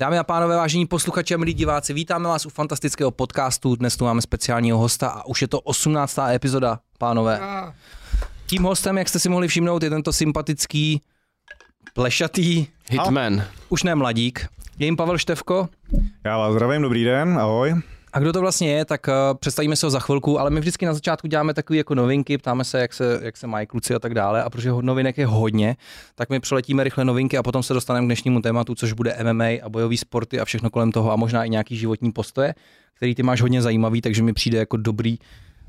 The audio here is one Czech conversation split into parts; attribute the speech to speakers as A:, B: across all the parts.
A: Dámy a pánové, vážení posluchači a milí diváci, vítáme vás u fantastického podcastu. Dnes tu máme speciálního hosta a už je to 18. epizoda, pánové. Tím hostem, jak jste si mohli všimnout, je tento sympatický, plešatý,
B: Hitman.
A: už ne mladík. Je jim Pavel Števko.
C: Já vás zdravím, dobrý den, ahoj.
A: A kdo to vlastně je, tak eh, představíme se ho za chvilku, ale my vždycky na začátku děláme takové jako novinky, ptáme se, jak se, jak se mají kluci a tak dále. A protože novinek je hodně, tak my přeletíme rychle novinky a potom se dostaneme k dnešnímu tématu, což bude MMA a bojové sporty a všechno kolem toho a možná i nějaký životní postoje, který ty máš hodně zajímavý, takže mi přijde jako dobrý,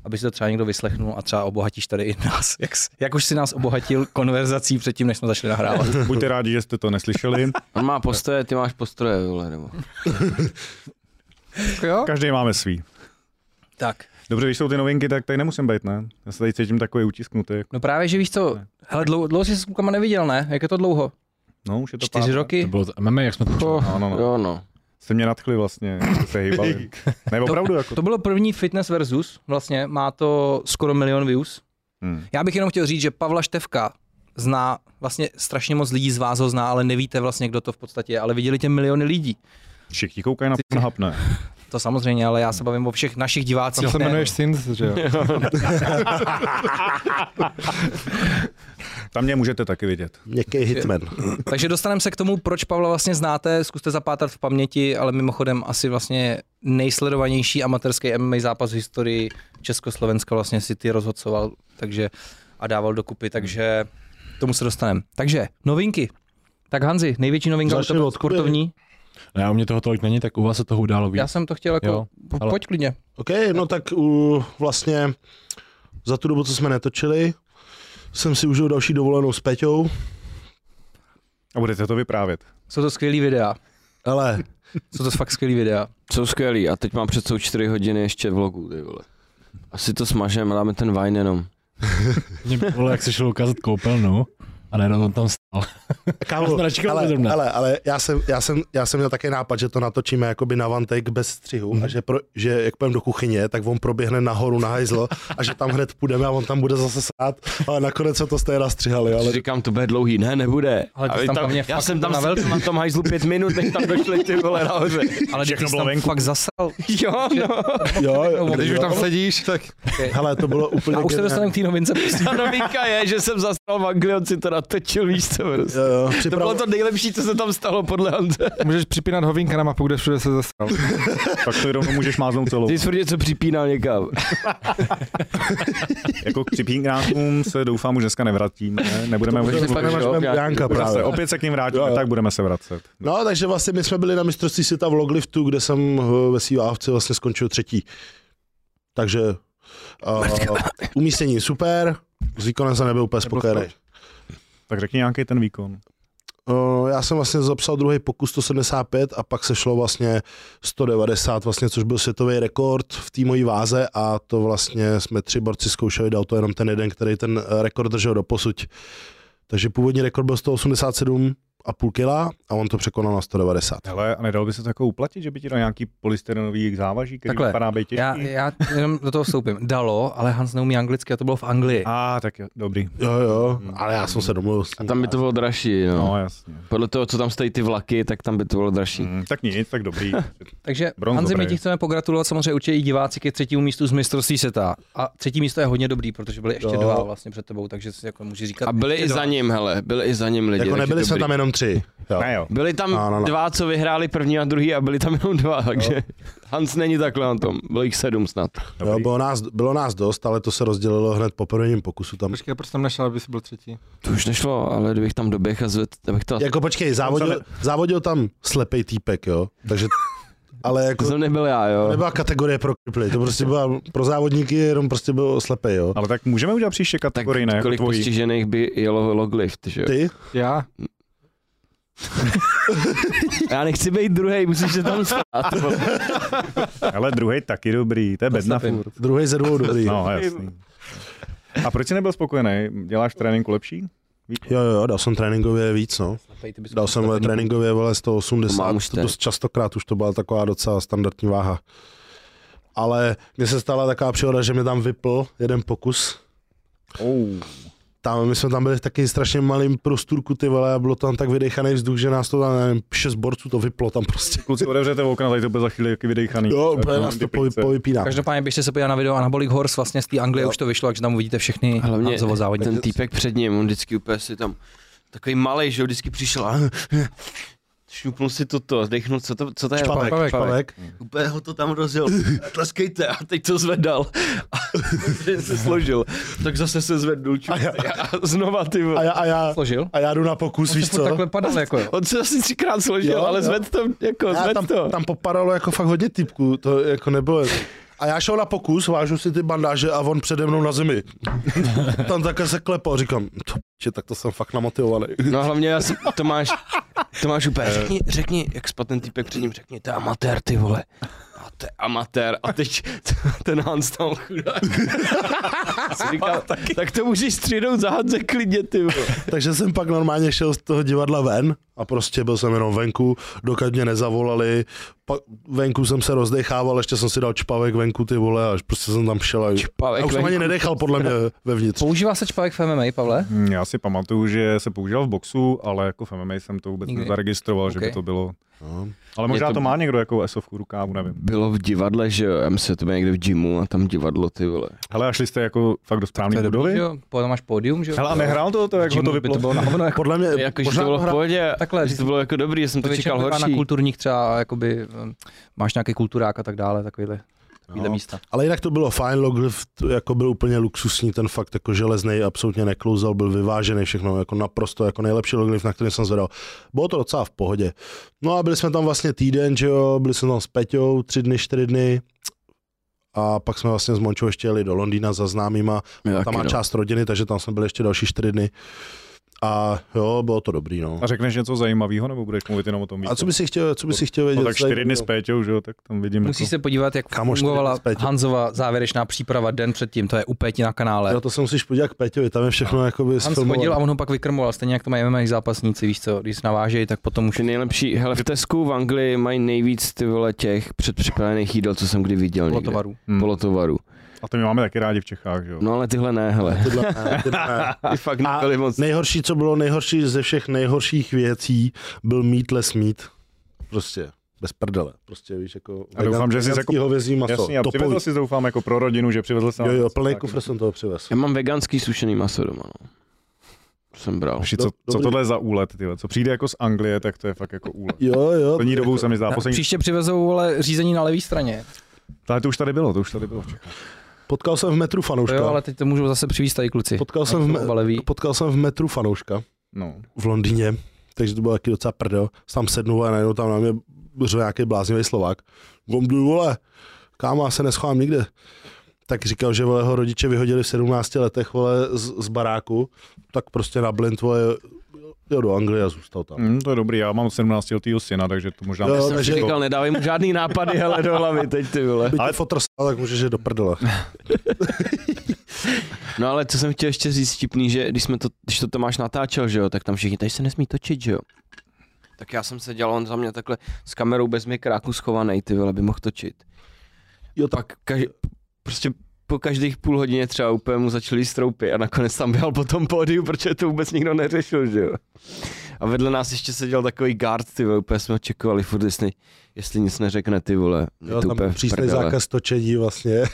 A: aby si to třeba někdo vyslechnul a třeba obohatíš tady i nás, jak, s- jak už si nás obohatil konverzací předtím, než jsme začali nahrávat.
C: Buďte rádi, že jste to neslyšeli.
B: On má postoje, ty máš postroje, vole, nebo.
A: jo?
C: Každý máme svý.
A: Tak.
C: Dobře, když jsou ty novinky, tak tady nemusím být, ne? Já se tady cítím takový utisknutý. jako-
A: No právě, že víš co, hele, dlouho, dlouho jsi se s klukama neviděl, ne? Jak je to dlouho?
C: No, už je to
A: Čtyři
C: pátá.
A: roky?
D: To bylo to MMA, jak jsme to
A: Oh.
D: oh.
C: No, no, no.
B: Jo, no.
C: Jste mě nadchli vlastně, že se hýbali. Ne, opravdu jako.
A: To bylo první Fitness versus, vlastně má to skoro milion views.
C: Hmm.
A: Já bych jenom chtěl říct, že Pavla Števka zná, vlastně strašně moc lidí z vás ho zná, ale nevíte vlastně, kdo to v podstatě je, ale viděli tě miliony lidí.
C: Všichni koukají na Pornhub, ne?
A: To samozřejmě, ale já se bavím o všech našich divácích.
D: Tam se
A: ne-
D: jmenuješ Sins, že jo?
C: Tam mě můžete taky vidět.
E: Měkký hitman.
A: Takže dostaneme se k tomu, proč Pavla vlastně znáte, zkuste zapátrat v paměti, ale mimochodem asi vlastně nejsledovanější amatérský MMA zápas v historii Československa vlastně si ty rozhodcoval takže, a dával dokupy, takže k tomu se dostaneme. Takže novinky. Tak Hanzi, největší novinka
E: Začni
A: to
E: od tebe.
A: sportovní.
D: Ne, No u mě toho tolik není, tak u vás se toho událo víc.
A: Já jsem to chtěl jako, jo,
D: Jo, ale-
A: pojď klidně.
E: OK, no tak uh, vlastně za tu dobu, co jsme netočili, jsem si užil další dovolenou s Peťou,
C: A budete to vyprávět.
A: Jsou to skvělý videa.
E: ale
A: Jsou to fakt skvělý videa.
B: Jsou skvělý a teď mám před sebou 4 hodiny ještě vlogu, ty vole. Asi to smažem a dáme ten vajn jenom.
D: Mě bylo, jak se šel ukázat koupelnu a najednou on tam stál. Já
E: kámo,
D: jsem nečekal
E: ale,
D: zrovna.
E: ale, ale já, jsem, já, jsem, já jsem měl také nápad, že to natočíme jakoby na one take bez střihu a že, pro, že jak půjdeme do kuchyně, tak on proběhne nahoru na hajzlo a že tam hned půjdeme a on tam bude zase sát, ale nakonec se to stejně nastřihali, ale
B: Ale říkám, to bude dlouhý. Ne, nebude.
A: Ale ty
B: A
A: jsi
B: vy
A: tam hlavně
B: já
A: fakt
B: jsem tam
A: na
B: na,
A: velký.
B: velký. na tom hajzlu pět minut, než tam došli ty vole nahoře.
A: Ale ty
C: Všechno
A: jsi
C: bylo
A: tam
C: venku.
A: fakt zasal.
B: Jo, no.
E: jo, jo,
A: Když
E: jo.
D: sedíš, tak...
E: Hele, to bylo úplně
A: A už se
E: geniální.
A: dostaneme k té novince. prosím.
B: Ta novinka je, že jsem zastal v Anglii, on si to natočil, víš co, prostě.
E: Jo, jo,
B: To
E: připravo-
B: bylo to nejlepší, co se tam stalo podle Ante.
D: Můžeš připínat hovínka na mapu, kde všude se zastal.
C: Tak to rovnou můžeš máznout celou.
B: Ty jsi furt něco připínal někam.
C: Jako k připínkákům se doufám už dneska nevrátíme. ne? Nebudeme
E: To
C: už
E: fakt nemáš
B: jo,
E: mem-
B: já-
E: Janka
C: Zase,
E: právě.
C: opět se k ním vrátíme,
E: Jo, jo.
C: tak budeme se vracet.
E: No, takže vlastně my jsme byli na mistrovství světa v Logliftu, kde jsem eh, ve své váhovce vlastně skončil třetí. Takže uh, umístění super, s výkonem jsem nebyl úplně spokojený.
C: Tak řekni nějaký ten výkon.
E: Uh, já jsem vlastně zapsal druhý pokus 175 a pak se šlo vlastně 190, vlastně, což byl světový rekord v té mojí váze a to vlastně jsme tři borci zkoušeli, dal to jenom ten jeden, který ten eh, rekord držel do posuť. Takže původní rekord byl 187 a půl kila a on to překonal na 190.
C: Hele, a nedalo by se to jako uplatit, že by ti dal nějaký polystyrenový závaží, který
A: Takhle,
C: vypadá být těžký?
A: Já, já jenom do toho vstoupím. Dalo, ale Hans neumí anglicky a to bylo v Anglii.
C: A tak jo, dobrý. No,
E: Jo, jo,
C: Hmm.
E: ale já jsem se domluvil s
B: A
E: ním.
B: tam by to bylo dražší, no.
C: No jasně.
B: Podle toho, co tam stojí ty vlaky, tak tam by to bylo dražší.
C: Hmm, tak nic, tak dobrý.
A: Takže
C: Bronz
A: Hanzi, my
C: dobrý.
A: ti chceme pogratulovat samozřejmě určitě i diváci ke třetímu místu z mistrovství světa. A třetí místo je hodně dobrý, protože byly ještě
E: Jo.
A: dva vlastně před tebou, takže si jako můžeš říkat.
B: A byli
A: ještě
B: i
A: dva.
B: za ním, hele, byli i za ním lidi.
E: Jako
B: takže
E: nebyli jsme
B: dobrý.
E: tam jenom tři. Jo.
C: ne jo.
B: Byli tam
E: No, no, no.
B: dva, co vyhráli první a druhý a byli tam jenom dva, takže Hans není takhle na tom. Bylo jich sedm snad.
E: Jo, bylo, nás, bylo nás dost, ale to se rozdělilo hned po prvním pokusu. Tam.
D: Počkej,
F: prostě
D: proč tam nešel, aby jsi byl třetí?
B: To už nešlo, ale kdybych tam doběhl a zved, tak bych to... Jak...
E: Jako počkej, závodil, závodil tam slepej týpek, jo. Takže, ale
B: To
E: jako
B: jsem nebyl já, jo.
E: nebyla kategorie pro kriply, to prostě byla pro závodníky, jenom prostě byl slepej, jo.
B: No.
C: Ale tak můžeme udělat příště
B: Tak
C: kategorii, ne?
B: kolik
C: Jako tvojí.
B: postižených by jelo loglift, že jo?
E: Ty?
D: Já?
B: Já nechci být druhý, musíš se tam stát. vole.
C: Ale druhý taky dobrý, to je bez
A: slepým.
C: furt.
E: Druhý ze dvou dobrý.
C: No jasný. A proč jsi nebyl spokojený? Děláš tréninku lepší?
E: Jo, jo, jo, dal jsem tréninkově víc, no.
A: Slepej, ty bys-
E: Dal jsem vole, tréninkově vole
B: To
E: 180,
B: mám
E: to
B: už
E: už
B: teď.
E: dost častokrát už to byla taková docela standardní váha. Ale mně se stala taková příhoda, že mi tam vypl jeden pokus,
C: Oh.
E: tam, my jsme tam byli v taky strašně malým prosturku, ty vole, a bylo tam tak vydechaný vzduch, že nás to tam, nevím, šest borců to vyplo tam prostě.
C: Kluci, otevřete okna, tady to bude za chvíli taky vydechaný.
E: Jo,
C: Tak
E: úplně
C: mám
E: nás
C: ty
E: to povy,
C: plíce.
E: povypíná.
A: Každopádně běžte se podívat na video Anabolic Horse, vlastně z té Anglie už to vyšlo, takže tam uvidíte všechny
B: Hlavně
A: Hanzovo závodní.
B: ten týpek před ním, on vždycky úplně si tam takový malej, že jo, vždycky přišel a šňupnul si toto, zdechnul, co to, co to je?
E: Špavek, špavek, špavek.
B: Úplně ho to tam rozjel, tleskejte a teď to zvedal. A se složil, tak zase se zvednul čupci
E: já-
B: a znova ty
E: A
B: vole.
E: já, a já,
A: Složil?
E: a já jdu na pokus, víš co?
A: Takhle padal jako jo.
B: On se asi třikrát složil,
E: Jo,
B: ale
E: jo.
B: zved to, jako,
E: Já,
B: zved
E: tam,
B: to.
E: tam popadalo jako fakt hodně typků, to jako nebylo. A já šel na pokus, vážu si ty bandáže a on přede mnou na zemi. tam takhle se klepal, říkám, to p***, tak to jsem fakt namotivovaný.
B: No a hlavně já jsem, to máš, to máš úplně, řekni, řekni, jak spadl ten týpek před ním, řekni, to je amatér, ty vole. A to je amatér. A teď ten Hans tam chudák. Si říkal, tak to můžeš střídnout za Hanze klidně, ty vole.
E: Takže jsem pak normálně šel z toho divadla ven a prostě byl jsem jenom venku, dokud mě nezavolali. Pak venku jsem se rozdechával, ještě jsem si dal čpavek venku ty vole a prostě jsem tam šel. A,
B: Čpavek
E: a už jsem
B: venku.
E: ani nedechal podle mě vevnitř.
A: Používá se čpavek v MMA, Pavle?
C: Hm, Já si pamatuju, že se používal v boxu, ale jako v MMA jsem to vůbec
A: Nikdy.
C: Nikdy. nezaregistroval, že
A: OK.
C: by to bylo.
E: No.
C: Ale možná
B: to-
C: to... to má někdo jako esovku rukávu, nevím.
B: Bylo v divadle, že jo, já myslím, že to bylo někde v gymu a tam divadlo, ty vole.
C: Hele, a šli jste jako fakt do správné
A: Dobrý, že
C: budovy?
A: Jo, potom máš pódium, že jo?
C: Hele, a nehrál to, to jak ho
A: Jim
C: to
A: by to
C: vyplo?
A: bylo na hovno, jako
E: Podle mě,
B: Jako, že
E: možná
B: to bylo
E: to
B: v
E: E, hra-
B: pohodě,
A: Takhle,
B: že to bylo jako dobrý, já jsem to čekal
A: bývá na
B: horší.
A: kulturních třeba, jakoby, em, máš nějaký kulturák a tak dále, takovýhle, takovýhle
E: No.
A: místa.
E: Ale jinak to bylo fajn, Logriff jako byl úplně luxusní, ten fakt jako železný, absolutně neklouzal, byl vyvážený všechno, jako naprosto jako nejlepší Logriff, na který jsem zvedal. Bylo to docela v pohodě. No a byli jsme tam vlastně týden, že jo, byli jsme tam s Peťou tři dny, čtyři dny. A pak jsme vlastně s Mončou ještě jeli do Londýna za známýma,
B: Jo,
E: tam
B: taky,
E: má
B: no.
E: část rodiny, takže tam jsme byli ještě další čtyři dny. A jo, bylo to dobrý, no.
C: A řekneš něco zajímavého, nebo budeš mluvit jenom o tom
E: A co by si chtěl, co by si chtěl vědět?
C: No tak čtyři dny s
E: zajímavého?
C: Péťou, že jo, tak tam vidím.
A: Musíš
C: jako...
A: se podívat, jak
E: Kámo, čtyři
A: fungovala
E: dny zpět.
A: Hanzova závěrečná příprava den předtím, to je u Péti na kanále.
E: Jo, to se musíš podívat k Peťovi, tam je všechno jakoby
A: Hans chodil a on ho pak vykrmoval, stejně jak to mají MMA zápasníci, víš co, když se navážejí, tak potom už
B: Že nejlepší, hele, v Tesku v Anglii mají nejvíc ty vole těch předpřipravených jídel, co jsem kdy viděl někde.
A: polotovarů.
C: Hm.
B: Polotovaru.
C: A to my máme taky rádi v Čechách, že jo.
B: No ale tyhle ne, hele.
E: Tyhle, ne, tyhle, ne.
B: Ty fakt
E: A-
B: nebyly moc.
E: Nejhorší, co bylo nejhorší ze všech nejhorších věcí, byl meatless meat. Prostě, bez prdele. Prostě, víš, jako
C: A doufám, že jsi
E: veganský
C: jako-
E: hovězí maso.
C: Jasně, a
E: Topový.
C: přivezl si doufám jako pro rodinu, že přivezl jsem.
E: Jo, jo, plný kufr jsem toho přivez.
B: Já mám veganský sušený maso doma, no. To jsem bral.
C: Ši, co,
E: Do-
C: co
E: dobrý.
C: tohle je za úlet, tyhle? Co přijde jako z Anglie, tak to je fakt jako úlet.
E: Jo, jako- jo.
C: Plní dobou se mi zdá.
A: Na-
C: Poslední...
A: Příště přivezou ale řízení na levé straně.
C: Ale to už tady bylo, to už tady bylo v Čechách.
E: Potkal jsem v metru
A: To jo,
E: fanouška.
A: ale teď to můžou zase přivíst tady kluci.
E: Potkal jsem,
A: Jak
E: v
A: jsou
E: me-
A: oba leví.
E: potkal jsem v metru fanouška
C: No.
E: v Londýně, takže to bylo taky docela prdel. Tam sednul a najednou tam na mě řve nějaký bláznivý Slovák. Gomdu, vole, kámo, já se neschovám nikde. Tak říkal, že vole, ho rodiče vyhodili v 17 letech vole, z, z baráku, tak prostě na blind vole, jel do Anglie a zůstal tam.
C: Mm, to je dobrý, já mám 17 letého syna, takže to možná...
E: Jo,
B: jsem
E: takže-
B: si říkal, nedávej mu žádný nápady, hele, do hlavy teď, ty vole.
E: Ale fotr tak můžeš jít do prdele.
B: No ale co jsem chtěl ještě říct vtipný, že když, jsme to, když to Tomáš natáčel, že jo, tak tam všichni, tady se nesmí točit, že jo. Tak já jsem se dělal, on za mě takhle s kamerou bez mikráku schovaný, ty vole, by mohl točit.
E: Jo, tak
B: Pak kaž, prostě po každých půl hodině třeba úplně mu začaly stroupy a nakonec tam byl po tom pódiu, protože to vůbec nikdo neřešil, že jo. A vedle nás ještě seděl takový guard, ty vole, úplně jsme očekovali furt, jestli, jestli nic neřekne, ty vole. Je
E: jo,
B: to
E: tam
B: úplně
E: byl
B: v
E: přísný
B: prdele.
E: zákaz točení vlastně.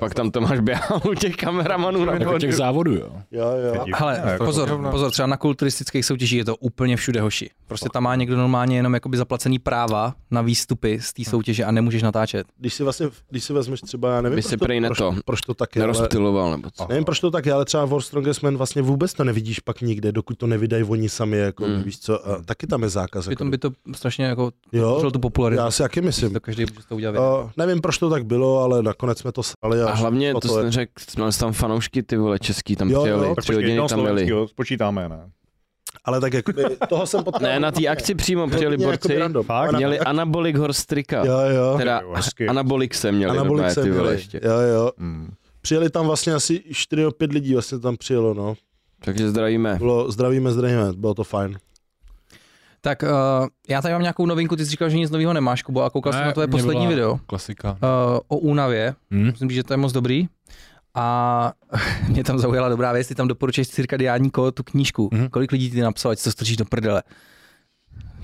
B: Pak tam Tomáš běhal u těch kameramanů na
D: Jako
B: pódiu.
D: těch závodů, jo.
E: Jo, jo.
A: Hele,
C: jako-
A: pozor, pozor, třeba na kulturistických soutěžích je to úplně všude hoši. Prostě tam má někdo normálně jenom jakoby zaplacený práva na výstupy z té soutěže a nemůžeš natáčet.
E: Když si, vlastně, když si vezmeš třeba, já nevím,
B: Vy si
E: proč to,
B: prej na
E: proč,
B: to.
E: proč to tak je, ale-
B: Nerozptiloval nebo co.
E: Nevím, proč to tak je, ale třeba War Strongest Man vlastně vůbec to nevidíš pak nikde, dokud to nevydají oni sami, jako
B: Mm.
E: mm. víš co, a taky tam je zákaz. Jako,
A: Přitom by to strašně jako
E: jo,
A: přišlo tu popularitu.
E: já si taky myslím.
A: To každý může to udělat.
E: Uh, nevím, proč to tak bylo, ale nakonec jsme to srali.
B: A hlavně,
E: šlo
B: to
E: to
B: jste řekl, měl jsi tam fanoušky, ty vole, český tam
E: Jo, jo,
B: přijeli,
E: tak
B: tři hodiny tam byli.
C: spočítáme, ne?
E: Ale tak jako toho jsem potkal.
B: Ne, na té akci přímo přijeli
E: Hodně jako jakoby
B: borci,
E: random.
C: Fakt?
E: Ale na-
B: měli anabolik horstrika,
E: Jo, jo.
B: teda
C: Jo, hezky.
B: anabolik se měli,
E: Anabolik
B: anabolik
E: jsem
B: ty vole
E: měli.
B: ještě.
E: Jo, jo.
C: Mm.
E: Přijeli tam vlastně asi 4 nebo 5 lidí vlastně tam přijelo, no.
B: Takže zdravíme.
E: Bylo, zdravíme, zdravíme, bylo to fajn.
A: Tak uh, já tady mám nějakou novinku, ty jsi říkal, že nic nového nemáš, Kubo, a koukal jsem
D: Ne,
A: na tvoje
D: mě
A: poslední
D: byla-
A: video uh,
D: Klasika.
A: o únavě.
D: Hm?
A: Myslím, že to je moc dobrý. A mě tam zaujala dobrá věc, ty tam doporučuješ cirkadiální kód, tu knížku. Mm-hmm. Kolik lidí ty napsalo, ať si to strčíš do prdele.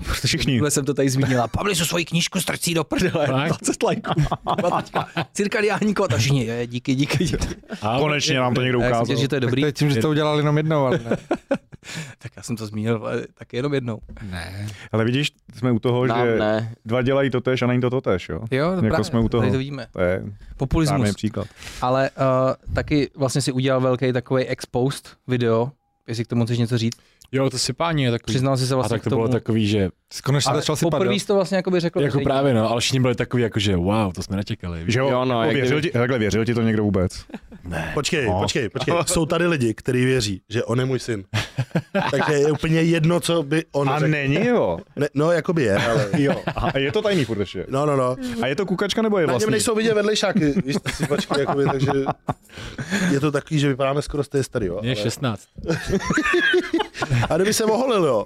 A: Protože
C: Všichni.
A: minule jsem to tady zmínila. Pavlisu svoji knížku strčí do prdele.
D: Fakt?
A: 20 lajků. Kurva, teďka Cirkadiální kód. A všichni, je, díky, díky, díky.
D: A
C: Konečně nám to někdo
A: Já jsem
C: ukázal.
A: tě, že to je dobrý.
F: Tak to je tím, že to udělal jenom jednou, ale ne.
A: Tak já jsem to zmínil, ale tak jenom jednou.
F: ne.
C: Ale vidíš, jsme u toho,
B: Nám
C: že
B: ne.
C: dva dělají to tež a není to to tež, jo?
A: Jo,
C: Jako jsme u toho.
A: Tady to vidíme.
C: To je
A: Populismus.
C: správný příklad.
A: Ale uh, taky vlastně si udělal velký takový expost video, jestli k tomu chceš něco říct.
D: Jo, to sypání je takový.
A: Přiznal jsi se
D: A
A: vlastně
D: tak
A: k
D: to
A: tomu.
D: bylo takový, že
F: Konečně začal si padat.
A: Poprvé jsi to vlastně jakoby řekl.
D: jako
A: veřejně.
D: právě no, ale všichni byli takový jako, že wow, to jsme nečekali. Víš?
C: Že ho,
B: Jo, no,
C: jako
B: jak
C: věřil ti,
B: kdyby-
C: takhle věřil ti to někdo vůbec?
E: Počkej, no. počkej, počkej. Jsou tady lidi, kteří věří, že on je můj syn. Takže je úplně jedno, co by on
C: A
E: řekl.
C: není jo.
E: Ne, no, jakoby je, ale...
C: Jo. A je to tajný furt ještě.
E: No, no, no.
C: A je to kukačka nebo je
E: Na něm
C: vlastně?
E: nejsou vidět vedlejšáky, víš, ty si počkej, jakoby, takže je to takový, že vypadáme skoro stejně starý, jo.
D: Mě je 16.
E: A kdyby se oholil, jo.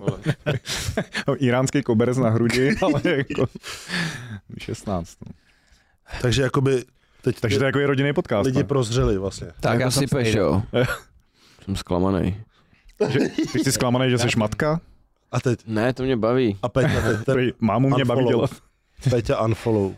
C: No, Iránský koberec na hrudi, ale jako 16. No.
E: Takže jakoby teď
C: Takže to je jako je rodinný podcast.
E: lidi
C: Lidi
E: prozřeli vlastně.
A: Tak já
B: Jako
A: si
B: sypeš,
A: jo.
B: jo. Jsem zklamaný.
C: že, ty jsi zklamaný, že jsi matka?
E: A teď,
B: Ne, to mě baví.
E: a Peťa, teď, ten,
C: Prý, mámu mě baví
E: Unfollow.
C: dělat.
E: Peťa unfollow.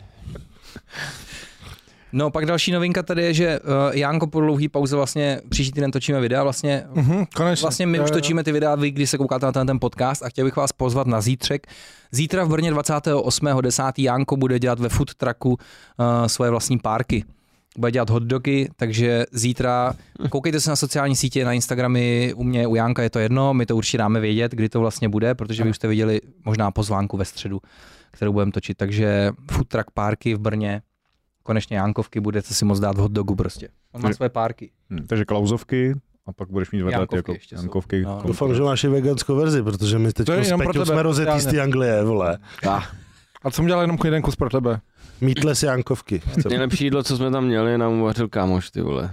A: No pak další novinka tady je, že uh, Jánko po dlouhý pauze vlastně příští týden točíme videa vlastně
F: Mhm, konečně.
A: Vlastně my
F: Jo,
A: už
F: jo.
A: točíme ty videa, vy, když se koukáte na ten, ten podcast a chtěl bych vás pozvat na zítřek. Zítra v Brně 28.10. Jánko bude dělat ve food trucku uh, svoje vlastní párky. Bude dělat hot dogy, takže zítra koukejte se na sociální sítě, na Instagramy, u mě, u Jánka je to jedno, my to určitě dáme vědět, kdy to vlastně bude, protože vy už jste viděli možná pozvánku ve středu, kterou budeme točit. Takže food truck párky v Brně, konečně Jánkovky, budete si moc dát v hot dogu prostě. On má své párky.
C: Hm, takže klauzovky a pak budeš mít vedle ty
A: Jankovky
C: jako
A: ještě jsou.
C: jankovky.
A: No,
C: kom-
E: Doufám, že máš i veganskou verzi, protože my teď
F: To je
E: s
F: jenom pro
E: Peťou
F: tebe,
E: jsme rozjetý z
F: reálně.
E: té Anglie, vole.
F: A co jsem dělal jenom jeden kus pro tebe?
E: Mítle si Jankovky. chceme.
B: Nejlepší jídlo, co jsme tam měli, nám uvařil kámoš, ty vole.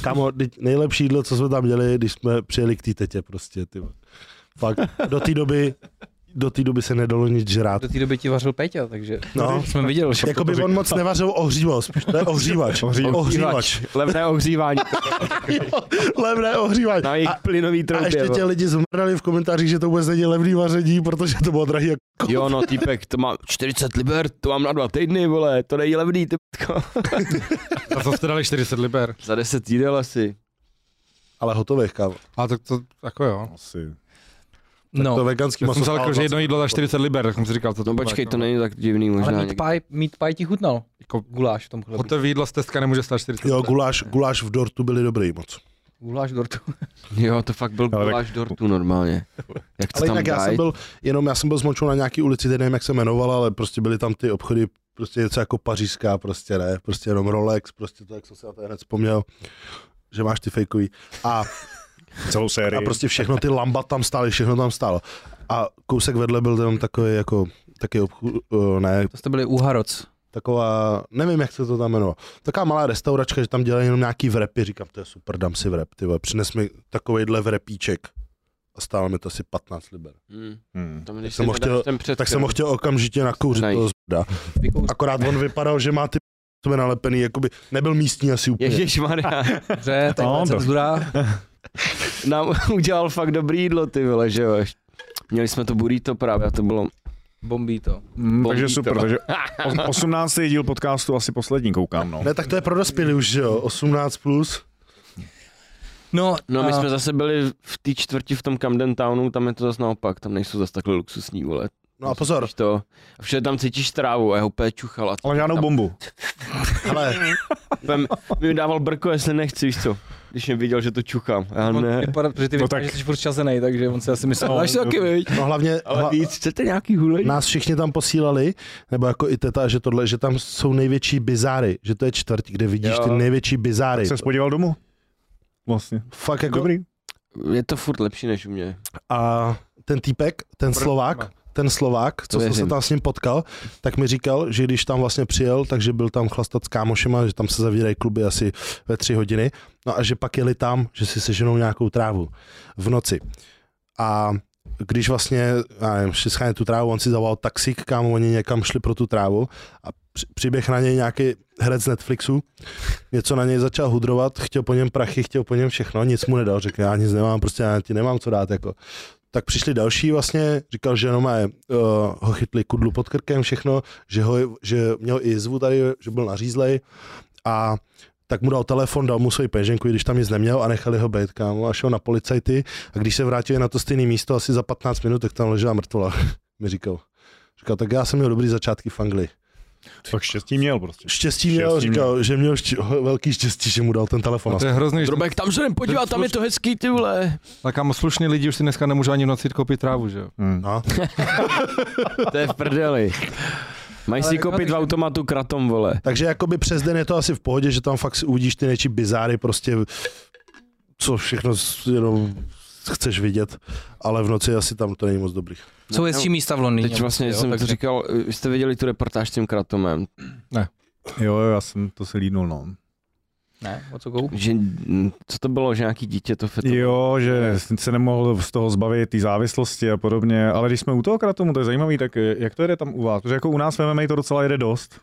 E: Kamo, teď nejlepší jídlo, co jsme tam měli, když jsme přijeli k té tetě prostě, ty vole. Fakt, do té doby, do té doby se nedalo nic žrát.
A: Do té doby ti vařil Peťa, takže
E: No.
A: jsme viděl, že
E: Jakoby on moc nevařil ohřívač, to je ohřívač, ohřívač,
B: Levné ohřívání.
E: levné ohřívač.
B: Na jejich
E: A,
B: plynový
E: a
B: troubě.
E: ještě tě lidi zmrdali v komentářích, že to vůbec není levný vaření, protože to bylo drahý jak
B: vole. Jo, no, týpek, to mám 40 liber, to mám na dva týdny, vole, to není levný, ty p***ko.
F: A to jste dali 40 liber.
B: Za 10 jídel asi.
E: ale hotových, kámo.
F: A tak to, jako jo.
C: Asi.
E: To
A: No,
E: veganský
F: Já
E: maso.
F: jsem se řekl,
E: stálo
F: že jedno jídlo za 40 liber, tak jsem si říkal, co to
B: No
F: bude,
B: počkej,
F: jako.
B: to není tak divný
A: ale
B: možná.
A: meat
B: někdy.
A: pie, meat pie ti chutnal,
F: Jako
A: guláš v tom chlebu.
F: Hotové jídlo z Teska nemůže stát 40
E: Jo,
F: liber.
E: guláš, guláš v dortu byli dobrý moc.
A: Guláš dortu.
B: Jo, to fakt byl
C: Ale tak-
B: guláš dortu normálně. Jak to
E: Ale
B: tam
E: jinak já jsem
B: dají?
E: byl, jenom já jsem byl zmočen na nějaký ulici, teď nevím, jak se jmenovala, ale prostě byly tam ty obchody, prostě něco jako pařížská, prostě ne, prostě jenom Rolex, prostě to, jak jsem se na to hned vzpomněl, že máš ty fejkový. A,
C: Celou sérii.
E: a prostě všechno ty lamba tam stály, všechno tam stálo. A kousek vedle byl tam takový jako, taky obchod, eh, ne,
A: To jste byli u Haroc.
E: taková, nevím, jak se to tam jmenovalo. Taková malá restauračka, že tam dělají jenom nějaký vrepy, říkám, to je super, dám si vrep, ty vole, přines mi takovejhle vrepíček. A stálo mi to asi 15 liber.
B: Hmm,
C: Hmm.
B: tam, když
E: jsem
B: si
E: ho
B: to
E: chtěl-
B: dáš ten před,
E: Tak jsem ho chtěl okamžitě nakouřit
B: Nej.
E: toho zda.
A: Vykous-
E: Akorát on vypadal, že má ty jsme nalepený, jakoby nebyl místní asi úplně.
B: Ježišmarja,
A: Dobře, tak
C: No,
A: no,
C: to-
A: cenzura.
B: nám udělal fakt dobrý jídlo, ty vole, že jo. Měli jsme to burrito právě a to bylo
A: Bombí to.
C: Mm, takže
B: Bombí
C: super,
B: to.
C: takže os- 18. díl podcastu asi poslední koukám, no.
E: Ne, tak to je pro dospělý už, že jo, 18 plus.
A: No,
B: No my
A: a-
B: jsme zase byli v té čtvrti v tom Camden Townu, tam je to zase naopak, tam nejsou zase takhle luxusní, vole.
E: No a pozor,
B: Víš to, a všude tam cítíš trávu a jeho úplně čuchal a
C: Ale žádnou
B: tam
C: bombu.
E: ale
B: úplně mi dával brko, jestli nechci, víš co, když mě viděl, že to čuchám, já
A: On
B: ne.
A: vypadá, protože ty
C: No
A: no
C: tak-
A: tak... že jsi furt čazenej, takže on si asi myslel, no,
C: no.
A: taky, viď?
E: no hlavně
B: Ale
E: hla,
B: víc, chcete nějaký hulej?
E: nás všichni tam posílali, nebo jako i teta, že tohle, že tam jsou největší bizáry, že to je čtvrt, kde vidíš
B: Jo.
E: ty největší bizáry.
C: Se spodíval domů? Vlastně.
E: Fakt jako,
C: Dobrý.
B: Je to furt lepší než u mě.
E: a ten týpek, ten Slovák, ten Slovák, co jsem se
B: Věřím.
E: tam s ním potkal, tak mi říkal, že když tam vlastně přijel, takže byl tam chlastat s kámošema, že tam se zavírají kluby asi ve tři hodiny, no a že pak jeli tam, že si seženou nějakou trávu v noci. A když vlastně, já nevím, šli schánět tu trávu, on si zavolal taxík, kámo, oni někam šli pro tu trávu a při- přiběh na něj nějaký herec z Netflixu, něco na něj začal hudrovat, chtěl po něm prachy, chtěl po něm všechno, nic mu nedal, řekl, já nic nemám, prostě já ti nemám co dát, jako. Tak přišli další vlastně, říkal, že jenom je, uh, ho chytli kudlu pod krkem všechno, že, ho, že měl i jizvu tady, že byl nařízlej a tak mu dal telefon, dal mu svoji peněženku, i když tam nic neměl a nechali ho být, kámo, a šel na policajty a když se vrátili na to stejné místo asi za 15 minut, tak tam ležela mrtvola, mi říkal. Říkal, tak já jsem měl dobrý začátky v Anglii.
C: Tak štěstí měl prostě.
E: Štěstí měl,
C: Štěstí
E: štěstí říkal, měl. že měl šť- velký štěstí, že mu dal ten telefon.
F: No
C: vlastně.
F: To je hrozný, že-
B: Drobek, tam se jdem podívat, tam je to hezký, ty vole.
F: tak kámo, slušný lidi už si dneska nemůžou ani v noci jít koupit trávu, že jo?
C: Hmm.
E: No,
B: To je v prdeli. Mají si
A: jako
B: koupit v automatu kratom, vole.
E: takže jakoby přes den je to asi v pohodě, že tam fakt si uvidíš ty nejčí bizáry prostě, co všechno s- jenom chceš vidět, ale v noci asi tam to není moc dobrý.
A: Jsou hezčí místa v Londýně. prostě,
B: No, Teď vlastně
A: jo,
B: jsem to
A: takže-
B: říkal, vy jste viděli tu reportáž s tím kratomem,
C: Jo, jo, já jsem to si lídnul, no.
A: Ne, o co go?
B: že, mm, co to bylo, že nějaký dítě to fetovalo?
C: Jo, že se nemohl z toho zbavit té závislosti a podobně, ale když jsme u toho kratomu, to je zajímavý, tak eh, jak to jede tam u vás? Protože jako u nás v MMA to docela jede dost.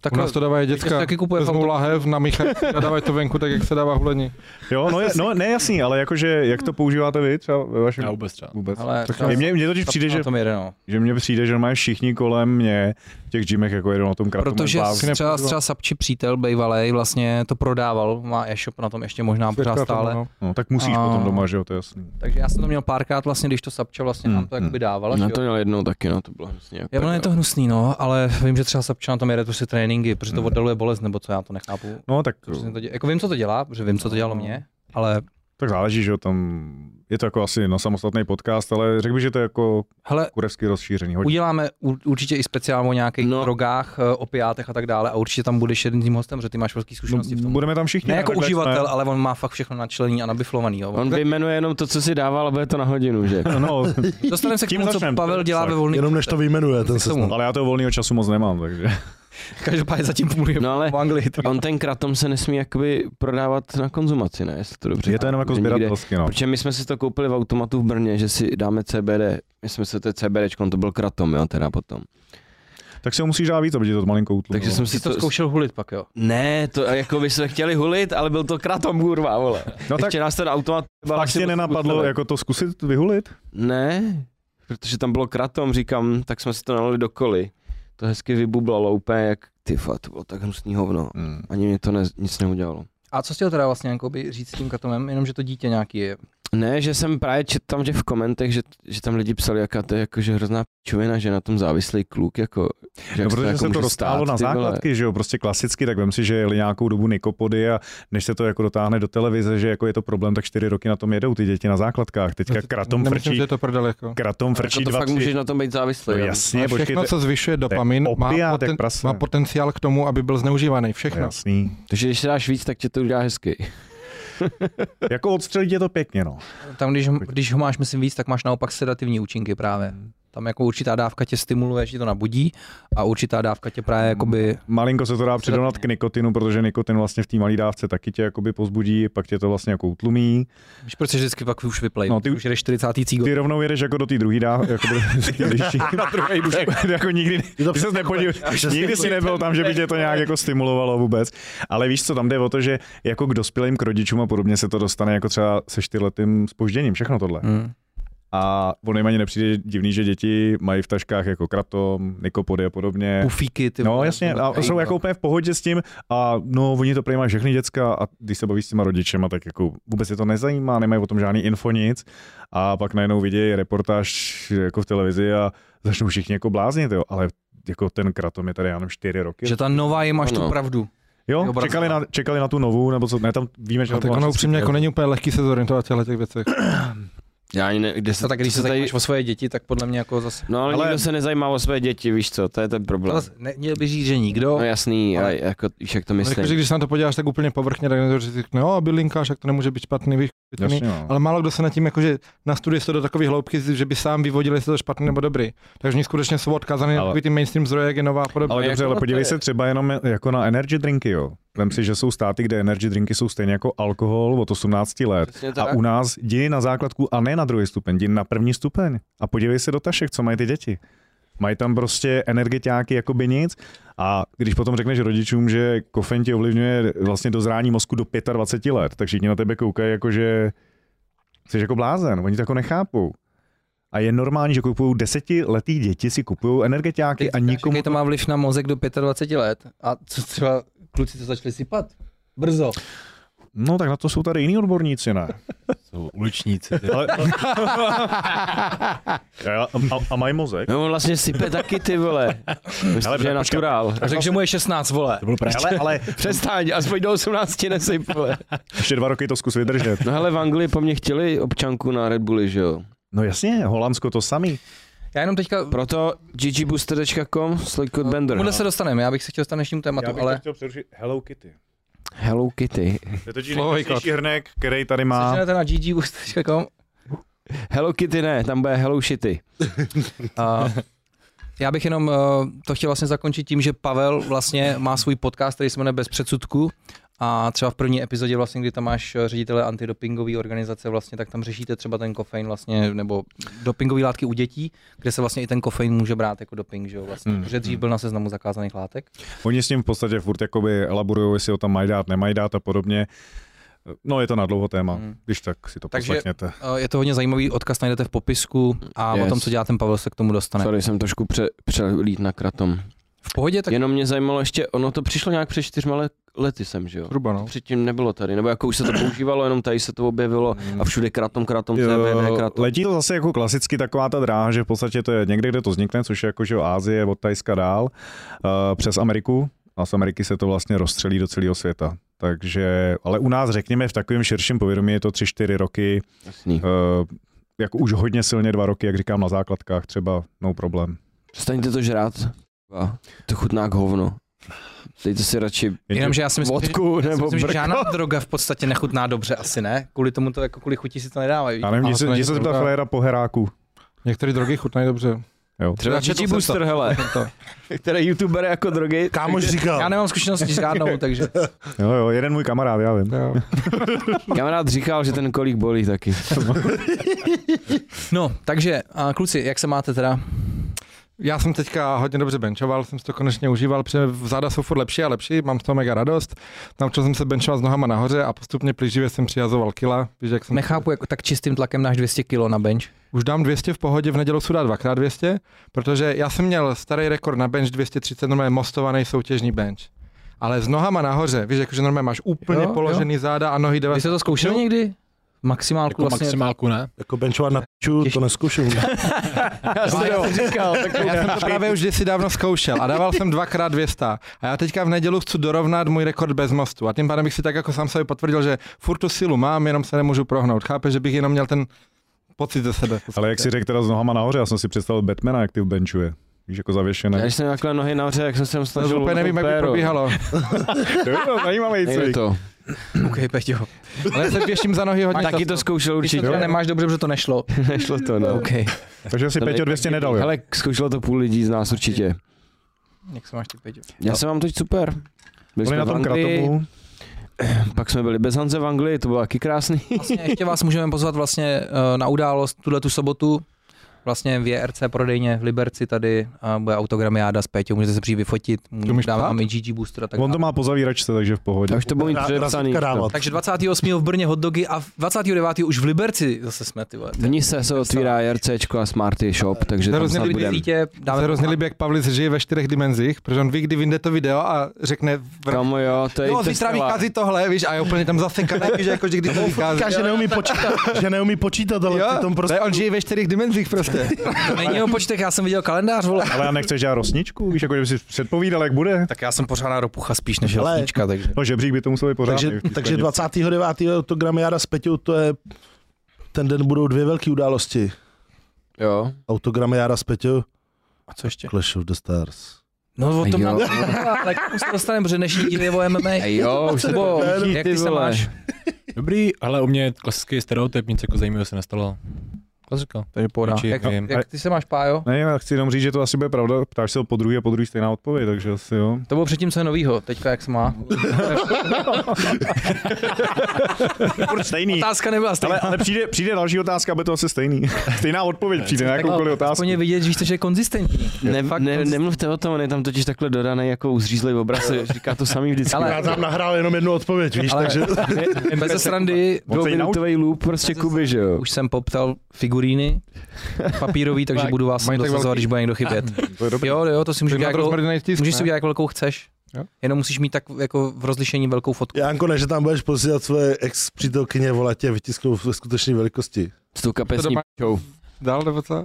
A: Tak
F: U nás to dávají děcka.
A: taky kupuje v
F: Vezmou
A: autu.
F: lahev na Michal a dávají to venku, tak jak se dává hulení.
C: Jo, no, je, no ne jasný, ale jakože jak to používáte vy třeba ve vašem...
D: Já vůbec třeba.
C: Vůbec.
A: Ale
C: tak
A: třeba-
C: mně, mně totiž přijde, že,
A: Na tom jede, no.
C: že mně přijde, že mají všichni kolem mě v těch gymech jako jedou na tom kratomu.
A: Protože
C: Blázni.
A: třeba, třeba Sapči přítel bejvalej vlastně to prodával, má e-shop na tom ještě možná pořád stále.
F: No.
C: No, tak musíš
A: A-
C: potom doma, že jo, to je jasný.
A: Takže já jsem to měl párkrát vlastně, když to Sapča vlastně nám to
C: Mm,
A: jakoby dávala.
B: Na
A: že jo.
B: Hmm, to měl jednou taky, no to bylo hrozně.
A: Já ono je to hnusný, no, ale vím, že třeba Sapča na tom jede prostě tréninky, protože
B: Hmm.
A: to oddaluje bolest, nebo co já to nechápu.
C: No, tak,
A: Přesně to dě- jako vím, co to dělá, protože vím, co to
B: No.
A: dělalo mě, ale
C: tak záleží, že jo, tam je to jako asi na samostatný podcast, ale řekl bych, že to je jako
A: hele,
C: kurevsky rozšířený. Hodně.
A: uděláme u- určitě i speciál o nějakých
B: No.
A: no. drogách, eh, opiátech a tak dále a určitě tam budeš jedním tím hostem, protože ty máš velký zkušenosti v
C: No,
A: tom.
C: budeme tam všichni.
A: Ne jako
C: takhle
A: uživatel,
C: jsme-
A: ale on má fakt všechno načlený a nabiflovaný. Jo.
B: On vyjmenuje jenom to, co si dával, a bude to na hodinu, že?
C: No,
A: Dostaneme se k
C: Tím
A: tomu, co
C: začneme,
A: Pavel dělá
C: tak.
A: ve volný.
E: Jenom než to vyjmenuje ten
A: K tomu.
E: seznam.
C: ale já toho volného času moc nemám, takže.
A: Každopádně zatím pomluvím
B: No ale-
A: v Anglii. tak-
B: On ten kratom se nesmí jakoby prodávat na konzumaci, ne? Jestli to dobře
C: Je to jenom jako
B: chápu, že nikde-
C: sběratelsky, no.
B: Protože my jsme si to koupili v automatu v Brně, že si dáme CBD. My jsme se to je CBDčko, to byl kratom, jo, teda potom.
C: Tak si ho musíš dát víc, aby ti to malinko utlumilo.
B: Takže jsem si
A: Jsi to
B: to...
A: zkoušel hulit pak, jo.
B: Ne, to jako by jsme chtěli hulit, ale byl to kratom, kurva, vole.
C: No tak
B: Ještě nás ten automat...
C: fakt tě nenapadlo jako to zkusit vyhulit?
B: Ne, protože tam bylo kratom, říkám, tak jsme si to nalili do koli. To hezky vybublalo úplně jak ty fa, to bylo tak hnusný hovno.
C: Hmm.
B: Ani mě to ne, nic neudělalo.
A: A co chtěl teda vlastně jakoby, říct s tím katomem, jenom že to dítě nějaký je.
B: Ne, že jsem právě četl tam, že v komentech, že, že tam lidi psali, jaká to je jako, že hrozná čovina, že je na tom závislý kluk, jako, že
C: No,
B: jak
C: protože
B: jako
C: se to
B: může
C: dostalo
B: stát,
C: na
B: ty vole. Jako
C: základky, že jo, prostě klasicky, tak vem si, že jeli nějakou dobu nikopody a než se to jako dotáhne do televize, že jako je to problém, tak čtyři roky na tom jedou ty děti na základkách. Teďka kratom
F: Nemyslím,
C: frčí,
F: že je to prdel, jako.
C: kratom
B: Jako
C: frčí
B: to
C: dva,
B: fakt můžeš
C: tři.
B: na tom být závislý.
C: No
B: jo.
C: jasně,
F: Ale
C: počkej,
F: všechno, co zvyšuje dopamin, má,
C: opiát jak
F: poten,
C: prase.
F: má potenciál k tomu, aby byl zneužívaný. Všechno.
C: Jasný.
B: Takže když se dáš víc, tak tě to udělá hezky.
C: Jako odstřelit je to pěkně, no.
A: Tam, když, když ho máš, myslím, víc, tak máš naopak sedativní účinky právě. Tam jako určitá dávka tě stimuluje, že tě to nabudí a určitá dávka tě právě jakoby...
C: Malinko se to dá přirovnat k nikotinu, protože nikotin vlastně v té malé dávce taky tě jakoby pozbudí, pak tě to vlastně jako utlumí.
A: Víš, proč se vždycky pak už vyplej?
C: No,
A: No,
C: ty
A: ty
C: už-
A: už jedeš 40. cígo.
C: Ty rovnou jedeš jako do té druhé dávky, jako do té liší. jako nikdy,
E: to
C: ty ses nepodíval, nikdy si nebyl tam, že by tě to nějak jako stimulovalo vůbec. Ale víš co, tam jde o to, že jako k dospělým, k rodičům a podobně se to dostane jako třeba se čtyřletým spožděním, všechno tohle.
A: Hmm.
C: A ono jim ani nepřijde divný, že děti mají v taškách jako kratom, nikopody a podobně.
A: Pufíky, ty
C: No
A: vole,
C: jasně,
A: to
C: a
A: taky-
C: jsou jako úplně v pohodě s tím a no oni to prý mají všechny děcka a když se baví s těma rodičema, tak jako vůbec je to nezajímá, nemají o tom žádný info nic a pak najednou vidějí reportáž jako v televizi a začnou všichni jako bláznit, jo, ale jako ten kratom je tady, já nevím, čtyři roky.
A: Že ta nová je máš
B: Ano.
A: tu pravdu.
C: jo,
A: jo, bratře.
C: čekali na, čekali na tu novou, nebo co, ne, tam víme, že
F: A
C: to
F: tak
C: bylo
F: ono
C: asi
F: upřímně jako
C: tři-
F: není úplně lehký se zorientovat v těchto těch věcech.
B: Já ani ne, kde se,
A: A tak když
B: co
A: se
B: tady-
A: zajímáš o svoje děti, tak podle mě jako zase...
B: No ale,
C: Ale-
B: ale, nikdo se nezajímá o své děti, víš co, to je ten problém.
A: zase ne, měl by říct, že nikdo.
B: No jasný, ale jako, víš, jak to myslím.
F: Jakože když se na to podíváš tak úplně povrchně, tak někdo řekne, jo, bylinkáš, tak to nemůže být špatný, víš, špatný.
C: Jasně, no.
F: Ale málo kdo se nad tím jako, jakože nastuduje se to do takové hloubky, že by sám vyvodil, jestli to je špatný nebo dobrý. Takže oni skutečně jsou odkazaný na
C: Ale-
F: takový ty mainstream zdroje, jak je nová a podobně.
C: Ale
B: jak
C: dobře,
B: to
C: ale
B: je?
C: podívej se třeba jenom jako na energy drinky, jo. Vem si, že jsou státy, kde energy drinky jsou stejně jako alkohol od 18 let.
B: Přesně
C: A
B: tak.
C: u nás děj na základku a ne na druhý stupeň, děj na první stupeň. A podívej se do tašek, co mají ty děti. Mají tam prostě energetiáky jako by nic. A když potom řekneš rodičům, že kofen ti ovlivňuje vlastně dozrání mozku do 25 let, tak všichni na tebe koukají jako, že jsi jako blázen. Oni to jako nechápou. A je normální, že kupují desetiletý děti, si kupují energetiáky a nikomu...
A: Jaký to má vliv na mozek do 25 let? A co třeba kluci to začali sypat? Brzo.
C: No tak na to jsou tady jiní odborníci, ne?
D: Jsou uličníci. ty.
C: Ale... a, a, a mají mozek?
B: No on vlastně sype taky ty vole. Myslím,
C: Hele,
B: že je
C: počkej.
B: naturál.
A: Řekl, že mu je 16, vole.
D: To byl právě.
C: Hele, ale
B: Přestaň, aspoň do 18 nesyp, vole.
C: ještě dva roky to zkus vydržet.
B: No hele, v Anglii po mně chtěli občanku na Red Bulli, že jo.
C: No jasně, Holandsko to samý.
A: Já jenom teďka...
B: Proto ggbooster.com slash codebender.
A: Tomuhle Eh, se dostaneme, já bych se chtěl dostat dnešnímu tématu, ale...
C: chtěl přerušit Hello Kitty.
B: Hello Kitty.
C: Je to
F: Slovo
C: nejkrásnější hrnek, který tady má.
A: Seženete na ggboosters.com
B: Hello Kitty ne, tam bude Hello Shitty.
A: a já bych jenom eh, to chtěl vlastně zakončit tím, že Pavel vlastně má svůj podcast, který se jmenuje Bez předsudku a třeba v první epizodě vlastně, kdy tam máš eh, ředitele antidopingové organizace vlastně, tak tam řešíte třeba ten kofein vlastně, nebo dopingové látky u dětí, kde se vlastně i ten kofein může brát jako doping, že jo vlastně, protože dřív byl na seznamu zakázaných látek.
C: Oni s ním v podstatě furt jakoby elaborují, jestli ho tam mají dát, nemají dát a podobně. No je to na dlouho téma,
A: Hmm.
C: když tak si to
A: Takže-
C: Takže... poslechněte.
A: Eh, Je to hodně zajímavý, odkaz najdete v popisku a yes.
B: Yes.
A: o tom, co dělá ten Pavel, se k tomu dostane.
B: Sorry, jsem trošku pře, přelít na kratom.
A: V pohodě, tak
B: Tak... Jenom mě zajímalo ještě, ono to přišlo nějak před čtyřma le- lety sem, že jo?
F: Zhruba no.
B: Předtím nebylo tady, nebo jako už se to používalo, jenom tady se to objevilo a všude kratom, kratom, CBD,
C: Jo,
B: kratom.
C: Letí to zase jako klasicky taková ta dráha, že v podstatě to je někde, kde to vznikne, což je jako že jo, Ázie, od Tajska dál, eh, přes Ameriku a z Ameriky se to vlastně rozstřelí do celého světa. Takže, ale u nás řekněme v takovém širším povědomí je to 3-4 roky,
B: Jasný.
C: eh, jako už hodně silně dva roky, jak říkám na základkách třeba, no problém.
B: Přestaňte to žrát. Kurva, To chutná jak hovno. Dejte si radši
A: Jenomže já si myslím, že-
B: vodku
A: Já si
B: nebo
A: myslím, že
B: brko.
A: žádná droga v podstatě nechutná dobře, asi ne. Kvůli tomu to jako kvůli chuti si to nedávají.
C: Já nevím,
F: Ale
C: jdi
F: to
C: se,
F: není
C: jdi se zeptat
F: pravda.
C: Frejera po heráku.
F: Některé drogy chutnají dobře.
C: Jo.
B: Třeba
A: četl
B: GG
A: jsem
B: Booster, hele. Které youtubery jako drogy.
E: Kámoš říkal,
A: No. Já nemám zkušenost s žádnou, takže
C: Jo, jo, jeden můj kamarád, já vím.
F: Jo.
B: Kamarád říkal, že ten kolik bolí taky.
A: No, takže a kluci, jak se máte teda?
F: Já jsem teďka hodně dobře benchoval, jsem si to konečně užíval, protože záda jsou furt lepší a lepší, mám z toho mega radost. Naučil jsem se benchovat s nohama nahoře a postupně plíživě jsem přihazoval kila. Víš, jak jsem
A: Nechápu, jako tak čistým tlakem náš 200 kg na bench.
F: Už dám 200 v pohodě, v neděli sudá dvakrát 200, protože já jsem měl starý rekord na bench 230, normálně mostovaný soutěžní bench. Ale s nohama nahoře, víš, jakože normálně máš úplně
A: Jo,
F: jo, položený jo. záda a nohy
A: Vy
F: 90.
A: jste to zkoušeli
F: Jo.
A: někdy? Maximálku
D: Jako
A: vlastně.
D: maximálku, ne?
E: jako benchovat na piču, to neskouším.
F: Já jsem to právě už kdysi dávno zkoušel a dával jsem dvakrát 200. A já teďka v neděli chci dorovnat můj rekord bez mostu. A tím pádem bych si tak jako sám sebe potvrdil, že furt tu silu mám, jenom se nemůžu prohnout. Chápeš, že bych jenom měl ten pocit ze sebe.
C: Ale jak si řekl teda s nohama nahoře, já jsem si představil Batmana, jak ty benchuje. Víš, jako
B: Já
C: zavěšené.
B: když jsem takhle nohy nahoře, jak jsem se tam
F: to
B: snažil.
F: úplně nevím, jak by probíhalo.
C: Jo, zajímavý
B: Nejde
C: cvik.
B: to.
A: OK, Peťo.
F: Ale já se pěším za nohy hodně.
B: Taky
F: často.
B: to zkoušel
A: Když to
B: určitě.
A: teda nemáš dobře, protože to nešlo.
B: Nešlo to, no.
A: OK.
C: Takže si
B: To
C: Peťo
B: nejde.
C: 200 nedal, jo?
B: Hele, zkoušelo to půl lidí z nás určitě.
A: Jak se máš ty, Peťo?
B: Já jsem vám teď super. Byli
C: Byli
B: jsme
C: na
B: v
C: tom
B: Anglii,
C: kratomu.
B: pak jsme byli bez Hanze v Anglii, to bylo taky krásný.
A: Vlastně ještě vás můžeme pozvat vlastně eh, na událost tuhle tu sobotu. Vlastně v JRC prodejně v Liberci tady a bude autogramiáda s Péťou, můžete se přijít vyfotit,
F: umíš
A: dáme
F: psát?
A: vám i GG Booster a tak
C: On
A: dále.
C: to má po zavíračce, takže v pohodě.
B: Já už to bylo mít
E: Ra-
B: předepsaný.
E: razítka dávat.
A: Takže 28. v Brně hotdogy a 29. už v Liberci zase jsme, ty vole.
B: V ní se, se otvírá JRCčko a Smarty Shop, takže tam
F: Hrozně
B: snad
F: lidi
A: Ty
B: budem.
A: sítě
F: Dáme se
A: dáme
F: hrozně líbí, jak Pavlis žije ve čtyřech dimenzích, protože on ví, kdy vyjde to video a řekne v
B: Kamo jo, to je
F: No,
B: to
F: zítra
B: skvělá.
F: vychází tohle, víš, a je úplně tam zasekaný, víš, jako, že kdy to vychází.
E: Říká, že neumí počítat, že neumí počítat, ale
F: Jo,
E: přitom
F: to
E: prostě...
F: je, on žije ve čtyřech dimenzích prostě.
A: Není o počtech, já jsem viděl kalendář, vole.
C: Ale já nechceš dělat rosničku, víš, jako kdyby si předpovídal, jak bude.
A: Tak já jsem pořádná ropucha spíš než
E: Ale-
A: jasnička, takže.
C: No žebřík by to musel být pořádný.
E: Takže,
C: v té
E: takže
C: sklenici.
E: 29. autogram Jara s Peťou, to je... Ten den budou dvě velké události.
B: Jo.
E: Autogram Jara s Peťou,
A: A co ještě?
E: Clash of the Stars.
A: No o tom
B: Jo.
A: nám ale k tomu se dostaneme, protože dnešní díl je o MMA.
B: Ej, jo, už to bylo.
A: Jak ty se
B: vole.
A: máš?
D: Dobrý, ale u mě je klasický stereotyp, nic jako zajímavého se nestalo. To řekl.
A: Takže pohoda.
D: Určitě,
A: Jak,
D: nevím.
A: jak, ty se máš, Pájo?
C: Ne, já chci jenom říct, že to asi bude pravda. Ptáš se po druhý a po druhý stejná odpověď, takže asi jo.
A: To bylo předtím, co je novýho, teďka jak se má.
C: Furt stejný.
A: Otázka nebyla stejná.
C: Ale, ale přijde, přijde další otázka, bude to asi stejný. Stejná odpověď přijde na jakoukoliv otázku.
A: Aspoň je vidět, že jste že je konzistentní. Fakt
B: Ne, ne,
A: konzistentní.
B: nemluvte o tom, on je tam totiž takhle dodaný jako uzřízlej obraz, říká to samý vždycky.
A: Ale-
E: Já tam nahrál jenom jednu odpověď, víš,
A: Ale-
E: takže...
A: Bez srandy,
B: Dvouminutový loop prostě Kuby, že jo?
A: už jsem poptal figuríny papírový, takže
F: Tak,
A: budu vás sem
F: mají tak
A: dosazovat,
F: velký.
A: když bude někdo chybět.
C: To je dobrý.
A: Jo, jo, to si můžeš
F: Můžeš
A: udělat,
F: mít
A: jako,
F: rozmrdaný tisk,
A: můžeš si
F: ne?
A: udělat, jak velkou chceš.
F: Jo.
A: Jenom musíš mít tak jako v rozlišení velkou fotku.
E: Janko, ne, že tam budeš posílat svoje ex přítelkyně volat tě vytisknou ve skutečné velikosti.
B: S tou
F: To
B: kapesní
F: doma- Dál nebo co?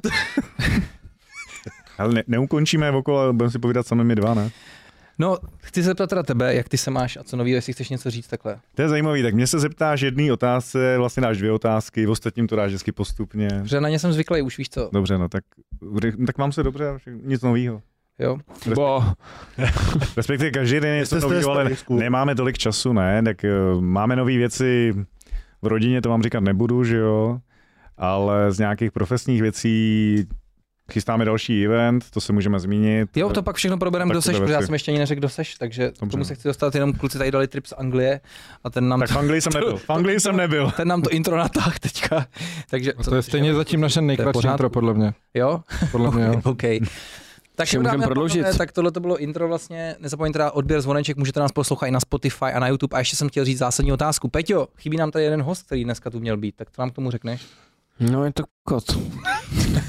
C: Ale ne, neukončíme okolo, budeme si povídat sami my dva, ne?
A: No, chci se zeptat teda tebe, jak ty se máš a co novýho, jestli chceš něco říct takhle.
C: To je zajímavý, tak mě se zeptáš jedné otázce, vlastně dáš dvě otázky, ostatním to dáš vždycky postupně.
A: Protože na ně jsem zvyklý už, víš co.
C: Dobře, no tak, tak mám se dobře, nic novýho.
A: Jo.
B: Bo,
C: Respektive každý den je
E: Jste
C: něco novýho, ale
E: starý,
C: nemáme tolik času, ne, tak eh, máme nové věci, v rodině to vám říkat nebudu, že jo, ale z nějakých profesních věcí chystáme další event, to se můžeme zmínit.
A: Jo, to pak všechno probereme,
C: Tak
A: kdo seš,
C: to
A: protože já
C: věci.
A: jsem ještě ani neřekl, kdo seš, takže Dobře.
C: Dobře.
A: tomu se chci dostat, jenom kluci tady dali trip z Anglie a ten nám,
C: Tak v Anglii jsem nebyl, v Anglii jsem nebyl.
A: ten nám to intro natáhl teďka. Takže,
F: To je stejně zatím naše nejkratší
A: pořádku.
F: intro, podle mě.
A: Jo?
F: Podle mě, jo.
A: OK. Tak
B: Ještě
A: jo,
B: můžeme
A: dámy a
B: prodloužit.
A: pánové, tak tohle to bylo intro vlastně. Nezapomeňte teda odběr zvoneček, můžete nás poslouchat i na Spotify a na YouTube. A ještě jsem chtěl říct zásadní otázku. Peťo, chybí nám tady jeden host, který dneska tu měl být, tak to nám k tomu řekneš.
B: no je to kot.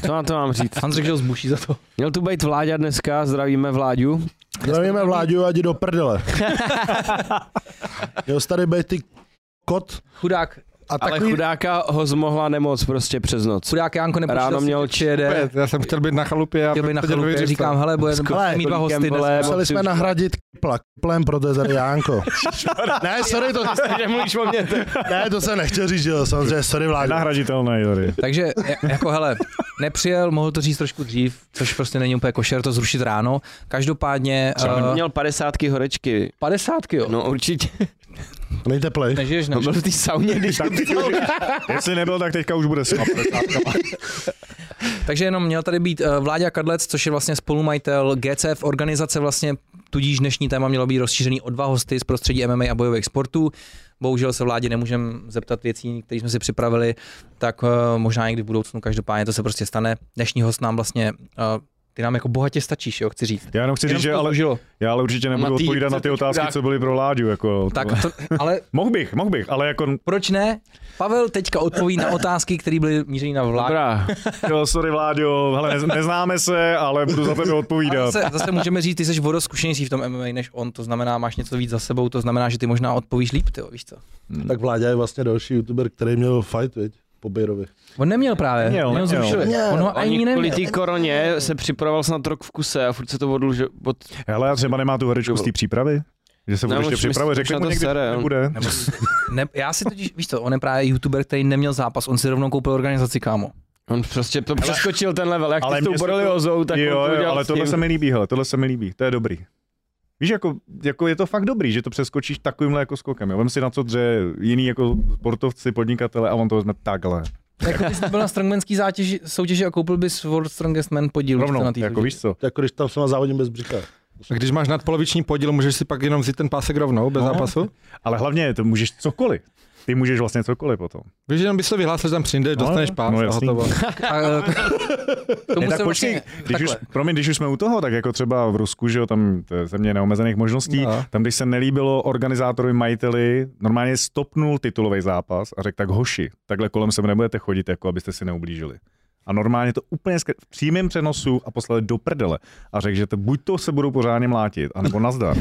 B: To na to mám říct.
A: Hans řekl, že ho zbuší za to.
B: Měl tu být Vláďa dneska, zdravíme Vláďu.
E: Zdravíme vládu a jdi do prdele. Měl jsi tady být ty kot
A: Chudák,
E: a
B: Ale
E: takový...
B: chudáka ho zmohla nemoc prostě přes noc.
A: chudák Janko nepočítal
B: Ráno měl
A: či jede.
F: Já jsem chtěl být na chalupě a
A: Chtěl být na
F: pak seděl ve
A: chalupě,
F: věřivce.
A: říkám, hele, budeme
E: Skle,
A: mít dva hosty
B: kolíkem,
A: dneska.
B: vole,
E: Museli jsme nahradit kypla. Kyplem, protože tady Jánko. ne, sorry, to,
B: Nemluvíš o mě.
E: ne, to jsem nechtěl říct, že jo, samozřejmě, sorry vládu.
C: Nahraditelné, tady.
A: Takže j- jako hele, nepřijel, mohl to říct trošku dřív, což prostě není úplně košer to zrušit ráno. Každopádně uh,
B: Měl padesátky horečky.
A: 50 jo.
B: No určitě.
E: Nejteplej.
A: Nežiješ na
B: No, byl v té sauně, když
C: Tak teď už, jestli nebyl, tak teďka už bude snad.
A: Takže jenom měl tady být eh, Vláďa Kadlec, což je vlastně spolumajitel GCF organizace vlastně, tudíž dnešní téma mělo být rozšířený o dva hosty z prostředí MMA a bojových sportů. Bohužel se vládě nemůžeme zeptat věcí, které jsme si připravili, tak eh, možná někdy v budoucnu, každopádně to se prostě stane. Dnešní host nám vlastně, eh, ty nám jako bohatě stačíš, jo, chci říct.
C: Já jenom chci říct, že ale,
A: Bohužel.
C: já ale určitě nebudu
B: Matý,
C: odpovídat na ty
B: co teď
C: otázky,
B: chudák.
C: co byly pro Láďu. Jako,
A: Tak, to,
C: to-
A: ale
C: Mohl bych, mohl bych, ale jako,
A: proč ne? Pavel teďka odpoví na otázky, které byly mířeny na vládu.
B: Dobrá.
C: jo, sorry Vláďo, hele, nez- neznáme se, ale budu za tebe odpovídat.
A: Zase, zase můžeme říct, ty jsi o dost zkušenější v tom MMA než on, to znamená, máš něco víc za sebou, to znamená, že ty možná odpovíš líp, ty víš co?
E: Tak Vláďa je vlastně další youtuber, který měl fight, viď? Po Bejrovi.
A: On neměl právě,
C: Neměl,
A: on ho
C: neměl.
A: zrušili. On ho ani
B: Oni kvůli
A: neměl.
B: té koroně se připravoval snad rok v kuse a furt se to odlužil. Od...
C: Hele, a třeba nemá tu horečku z té přípravy? Že se
B: Ne,
C: bude ještě
B: už myslím,
C: připravuje,
B: už
C: řekne
B: na
C: mu
B: to
C: někdy,
B: sere,
C: že
B: jo.
C: nebude.
A: Nebo, ne, já si totiž, víš co, on je právě youtuber, který neměl zápas, on si rovnou koupil organizaci, kámo.
B: On prostě to přeskočil ten level, jak
C: ale
B: ty s tou
C: mě se to-
B: boreliozou, tak
C: jo,
B: on to
C: jo,
B: udělal
C: ale
B: s
C: tohle
B: tím.
C: se mi líbí, hele, tohle se mi líbí, to je dobrý. Víš, jako, jako je to fakt dobrý, že to přeskočíš takovýmhle jako skokem. Jo. Vem si na co dře jiný jako sportovci, podnikatele a on to vezme takhle.
A: Jako bys byl na strongmanský zátěži, soutěži a koupil bys World Strongest Man podíl. víš co,
C: Rovnou,
A: na té
C: jako
A: soutěži.
C: víš co.
E: To je Jako když tam se má závodím bez břicha.
F: A Když máš nadpoloviční podíl, můžeš si pak jenom vzít ten pásek rovnou,
A: No.
F: bez zápasu?
C: Ale hlavně, to můžeš cokoliv. Ty můžeš vlastně cokoliv potom.
F: Víš, jenom bys to vyhlásil, že tam přijdeš,
C: No,
F: dostaneš pás
C: no,
F: a
C: jasný.
F: hotovo.
A: A, eh, k tomu
C: Ne, tak
A: se
C: počkej,
A: vlastně-
C: když už,
A: takhle.
C: promiň, když už jsme u toho, tak jako třeba v Rusku, že jo, tam to je země neomezených možností,
F: No.
C: no. tam když se nelíbilo organizátorovi majiteli, normálně stopnul titulový zápas a řekl tak hoši, takhle kolem sebe nebudete chodit, jako abyste si neublížili. A normálně to úplně skr- v přímém přenosu a poslali do prdele. A řekl, že to buď to se budou pořádně mlátit, anebo nazdar.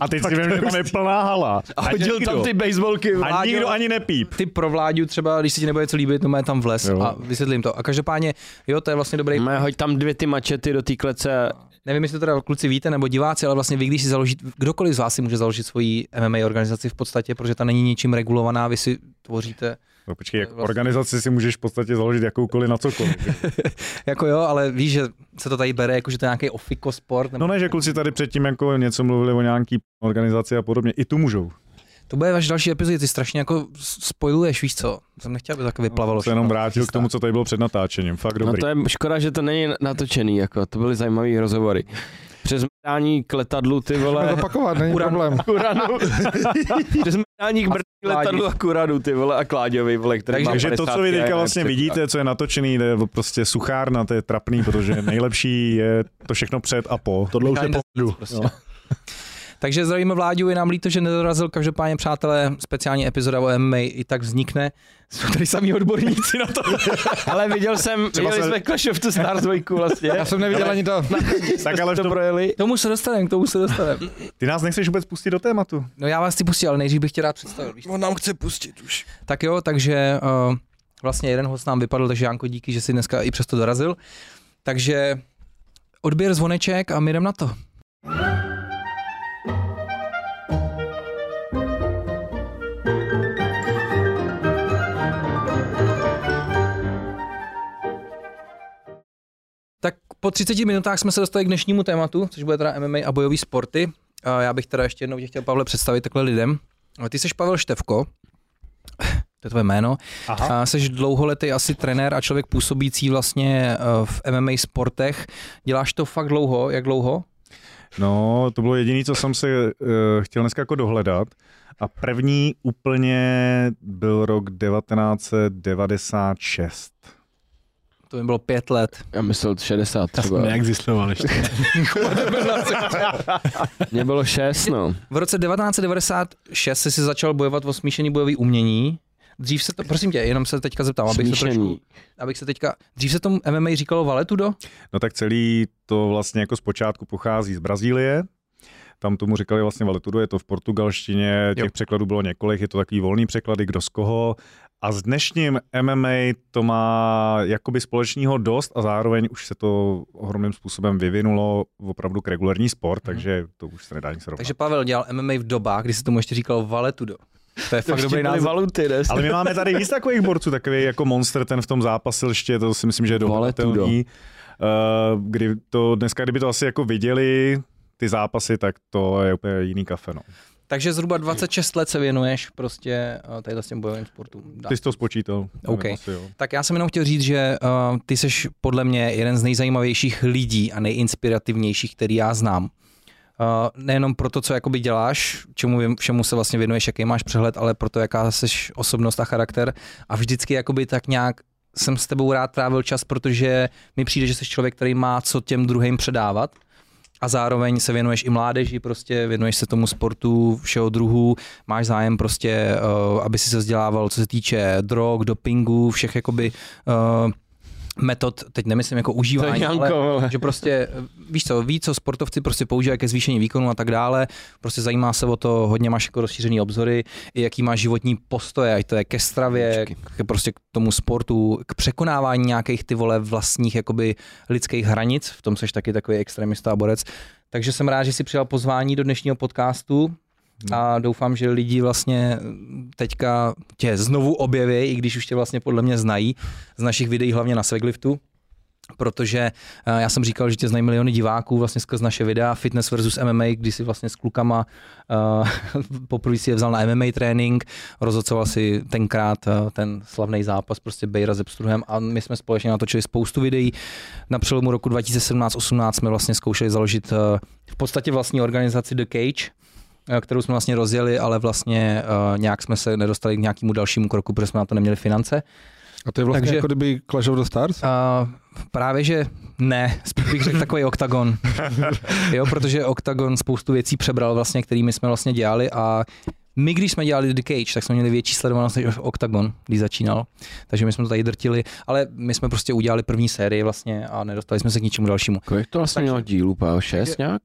C: A teď si vím, že tam je plná hala. A hodil tam ty baseballky. A
A: Vláďo.
C: nikdo ani nepíp.
A: ty pro vládu třeba, když se ti nebude co líbit, no má je tam v les
C: Jo.
A: a vysvětlím to. A každopádně, jo, to je vlastně dobrý
B: Má, hoď tam dvě ty mačety do té klece.
A: Nevím, jestli to teda kluci víte nebo diváci, ale vlastně vy, když si založit, kdokoliv z vás si může založit svoji MMA organizaci v podstatě, protože ta není ničím regulovaná, vy si tvoříte,
C: No, počkej, jak
A: Vlastně.
C: organizaci si můžeš v podstatě založit jakoukoliv na cokoliv.
A: jako jo, ale víš, že se to tady bere, jako že to je nějaký ofiko sport. Nebo...
C: No ne, že kluci tady předtím jako něco mluvili o nějaký organizaci a podobně. I tu můžou.
A: To bude váš další epizody, ty strašně jako spojuješ, víš co? Jsem nechtěl, aby to tak vyplavalo.
C: se No, jenom
A: všechno.
C: vrátil k tomu, co tady bylo před natáčením. Fakt
B: No
C: dobrý.
B: to je škoda, že to není natočený, jako, to byly zajímavý rozhovory. Přes mrdání k letadlu, ty
F: Můžeme
B: vole,
F: zopakovat, není
B: Uran.
F: problém.
B: kuranu. Přes mrdání k brdní
A: Kládě.
B: letadlu a kuranu, ty vole, a kláďovi, vole, který má
C: Takže to,
B: 50
C: co vy teďka
B: km,
C: vlastně
B: tak.
C: vidíte, co je natočený, je prostě suchárna, to je trapný, protože nejlepší je to všechno před a po.
E: Tohle už je
A: Kinda
E: po...
A: Prostě. Takže zdravíme vládu, je nám líto, že nedorazil. Každopádně, přátelé, speciální epizoda o MMA i tak vznikne. Jsou tady sami odborníci na to.
B: Ale viděl jsem, viděli
C: se-
B: jsme Clash of the Stars 2 vlastně.
F: Já jsem neviděl ani to.
C: Tak ale
B: to
C: v tom,
B: projeli.
A: K tomu se dostaneme, k tomu se dostaneme.
C: ty nás nechceš vůbec pustit do tématu.
A: No já vás ty pustím, ale nejdřív bych tě rád představil. Víš?
B: On nám chce pustit už.
A: Tak jo, takže uh, vlastně jeden host nám vypadl, takže Janko, díky, že jsi dneska i přesto dorazil. Takže odběr zvoneček a my jdem na to. Tak po 30 minutách jsme se dostali k dnešnímu tématu, což bude teda MMA a bojové sporty. A já bych teda ještě jednou tě chtěl, Pavle, představit takhle lidem. A Ty jsi Pavel Števko, to je tvoje jméno. Aha. A jsi dlouholetý asi trenér a člověk působící vlastně eh, v MMA sportech. Děláš to fakt dlouho, jak dlouho?
C: No, to bylo jediné, co jsem se uh, chtěl dneska jako dohledat. A první úplně byl rok 1996.
A: To mi bylo pět let.
B: Já myslel 60
D: Já
B: třeba.
D: jsem neexistoval ještě.
B: Mně bylo 6, no.
A: V roce 1996 jsi si začal bojovat o smíšený bojový umění. Dřív se to, prosím tě, jenom se teďka zeptám, abych se, trošku,
B: Smíšený.
A: abych se teďka, dřív se tomu MMA říkalo valetudo?
C: No tak celý to vlastně jako zpočátku pochází z Brazílie. Tam tomu říkali vlastně valetudo, je to v portugalštině, těch
A: Jo.
C: jo. překladů bylo několik, je to takový volný překlady, kdo z koho. A s dnešním MMA to má jakoby společného dost a zároveň už se to ohromným způsobem vyvinulo opravdu k regulární sport, mm. takže to už se nedá nic srovnat.
A: Mhm. Takže Pavel dělal MMA v dobách, kdy se tomu ještě říkalo valetudo. To je fakt dobrý název.
B: valuty, ne?
C: Ale my máme tady víc takových borců, takový jako Monster, ten v tom zápasil ještě, to si myslím, že je
B: Valetudo.
C: dohledatelný. Uh, kdy to dneska, kdyby to asi jako viděli, ty zápasy, tak to je úplně jiný kafe, no.
A: Takže zhruba 26 let se věnuješ prostě eh, tady s těm bojovým sportům. Dá
C: Ty jsi to spočítal.
A: OK.
C: Nevím, asi jo.
A: Tak já jsem jenom chtěl říct, že uh, ty jsi podle mě jeden z nejzajímavějších lidí a nejinspirativnějších, který já znám. Uh, nejenom proto, co jakoby děláš, čemu vě- všemu se vlastně věnuješ, jaký máš přehled, ale proto, jaká jsi osobnost a charakter. A vždycky jakoby tak nějak jsem s tebou rád trávil čas, protože mi přijde, že jsi člověk, který má co těm druhým předávat. A zároveň se věnuješ i mládeži, prostě věnuješ se tomu sportu všeho druhu, máš zájem prostě, eh, aby si se vzdělával, co se týče drog, dopingu, všech jakoby eh, metod, teď nemyslím jako
B: To je
A: užívání, ale
B: Janko, vole.
A: že prostě, víš co, ví, co sportovci prostě používají ke zvýšení výkonu a tak dále, prostě zajímá se o to, hodně máš jako rozšířený obzory, i jaký máš životní postoje, ať to je ke stravě, k, prostě k tomu sportu, k překonávání nějakých ty vole vlastních jakoby lidských hranic, v tom seš taky takový extremista a borec, takže jsem rád, že jsi přijal pozvání do dnešního podcastu a doufám, že lidi vlastně teďka tě znovu objeví, i když už tě vlastně podle mě znají z našich videí, hlavně na Svegliftu, protože eh, já jsem říkal, že tě znají miliony diváků vlastně skrz naše videa Fitness versus MMA, kdy si vlastně s klukama uh, poprvé si je vzal na MMA trénink, rozhocoval si tenkrát eh, ten slavný zápas prostě Bejra se Pstruhem a my jsme společně natočili spoustu videí. Na přelomu roku 2017-18 jsme vlastně zkoušeli založit eh, v podstatě vlastní organizaci The Cage, eh, kterou jsme vlastně rozjeli, ale vlastně eh, nějak jsme se nedostali k nějakému dalšímu kroku, protože jsme na to neměli finance.
F: A to je vlastně
A: Takže-
F: jako kdyby Clash of the Stars?
A: Uh, právě, že ne, spíš bych řekl takový oktagon. jo, protože oktagon spoustu věcí přebral vlastně, kterými jsme vlastně dělali a my, když jsme dělali The Cage, tak jsme měli větší sledovanost než Octagon, když začínal. Takže my jsme to tady drtili, ale my jsme prostě udělali první sérii vlastně a nedostali jsme se k ničemu dalšímu.
B: Kolik to vlastně mělo dílů, Pál? 6 nějak?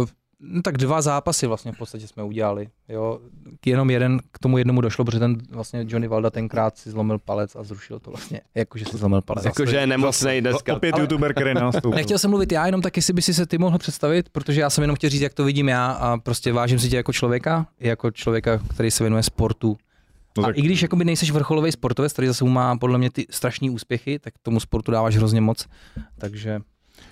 A: Uh, no tak dva zápasy vlastně v podstatě jsme udělali. Jo. Jenom jeden k tomu jednomu došlo, protože ten vlastně Johnny Valda tenkrát si zlomil palec a zrušil to vlastně. Jakože si zlomil palec.
B: Jakože Jako, je nemocnej Vlastně dneska.
C: Opět youtuber, který nastoupil.
A: Nechtěl jsem mluvit já, jenom tak, jestli by si se ty mohl představit, protože já jsem jenom chtěl říct, jak to vidím já a prostě vážím si tě jako člověka, i jako člověka, který se věnuje sportu.
C: No
A: a
C: tak-
A: i když jakoby nejseš vrcholový sportovec, který zase má podle mě ty strašné úspěchy, tak tomu sportu dáváš hrozně moc. Takže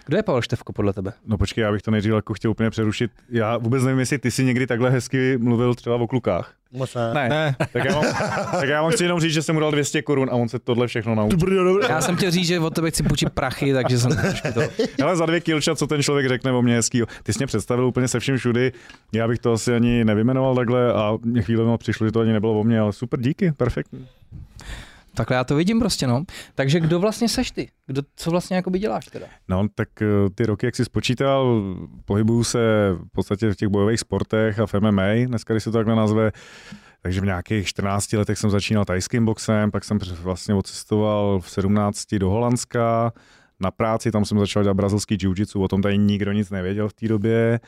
A: Kdo je Pavel Števko podle tebe?
C: No počkej, já bych to nejdřív jako chtěl úplně přerušit. Já vůbec nevím, jestli ty jsi někdy takhle hezky mluvil třeba o klukách.
E: Moc ne.
F: Ne,
C: Tak já vám, tak já vám chci jenom říct, že jsem mu dal 200 korun a on se tohle všechno naučil.
E: Brdo, dobré.
A: Já jsem chtěl říct, že od tebe chci půjčit prachy, takže jsem trošku to...
C: Ale za dvě kilča, co ten člověk řekne o mě hezkýho. Ty jsi mě představil úplně se vším všudy, já bych to asi ani nevymenoval takhle a mě chvíli no, přišlo, že to ani nebylo o mě, ale super, díky, perfektní.
A: Takhle já to vidím prostě, no. Takže kdo vlastně seš ty? Kdo, co vlastně jakoby děláš teda?
C: No, tak eh, ty roky, jak jsi spočítal, pohybuju se v podstatě v těch bojových sportech a v MMA, dneska, když se to takhle nazve. Takže v nějakých 14 letech jsem začínal tajským boxem, pak jsem pře- vlastně odcestoval v 17 do Holandska na práci, tam jsem začal dělat brazilský jiu-jitsu, o tom tady nikdo nic nevěděl v té době.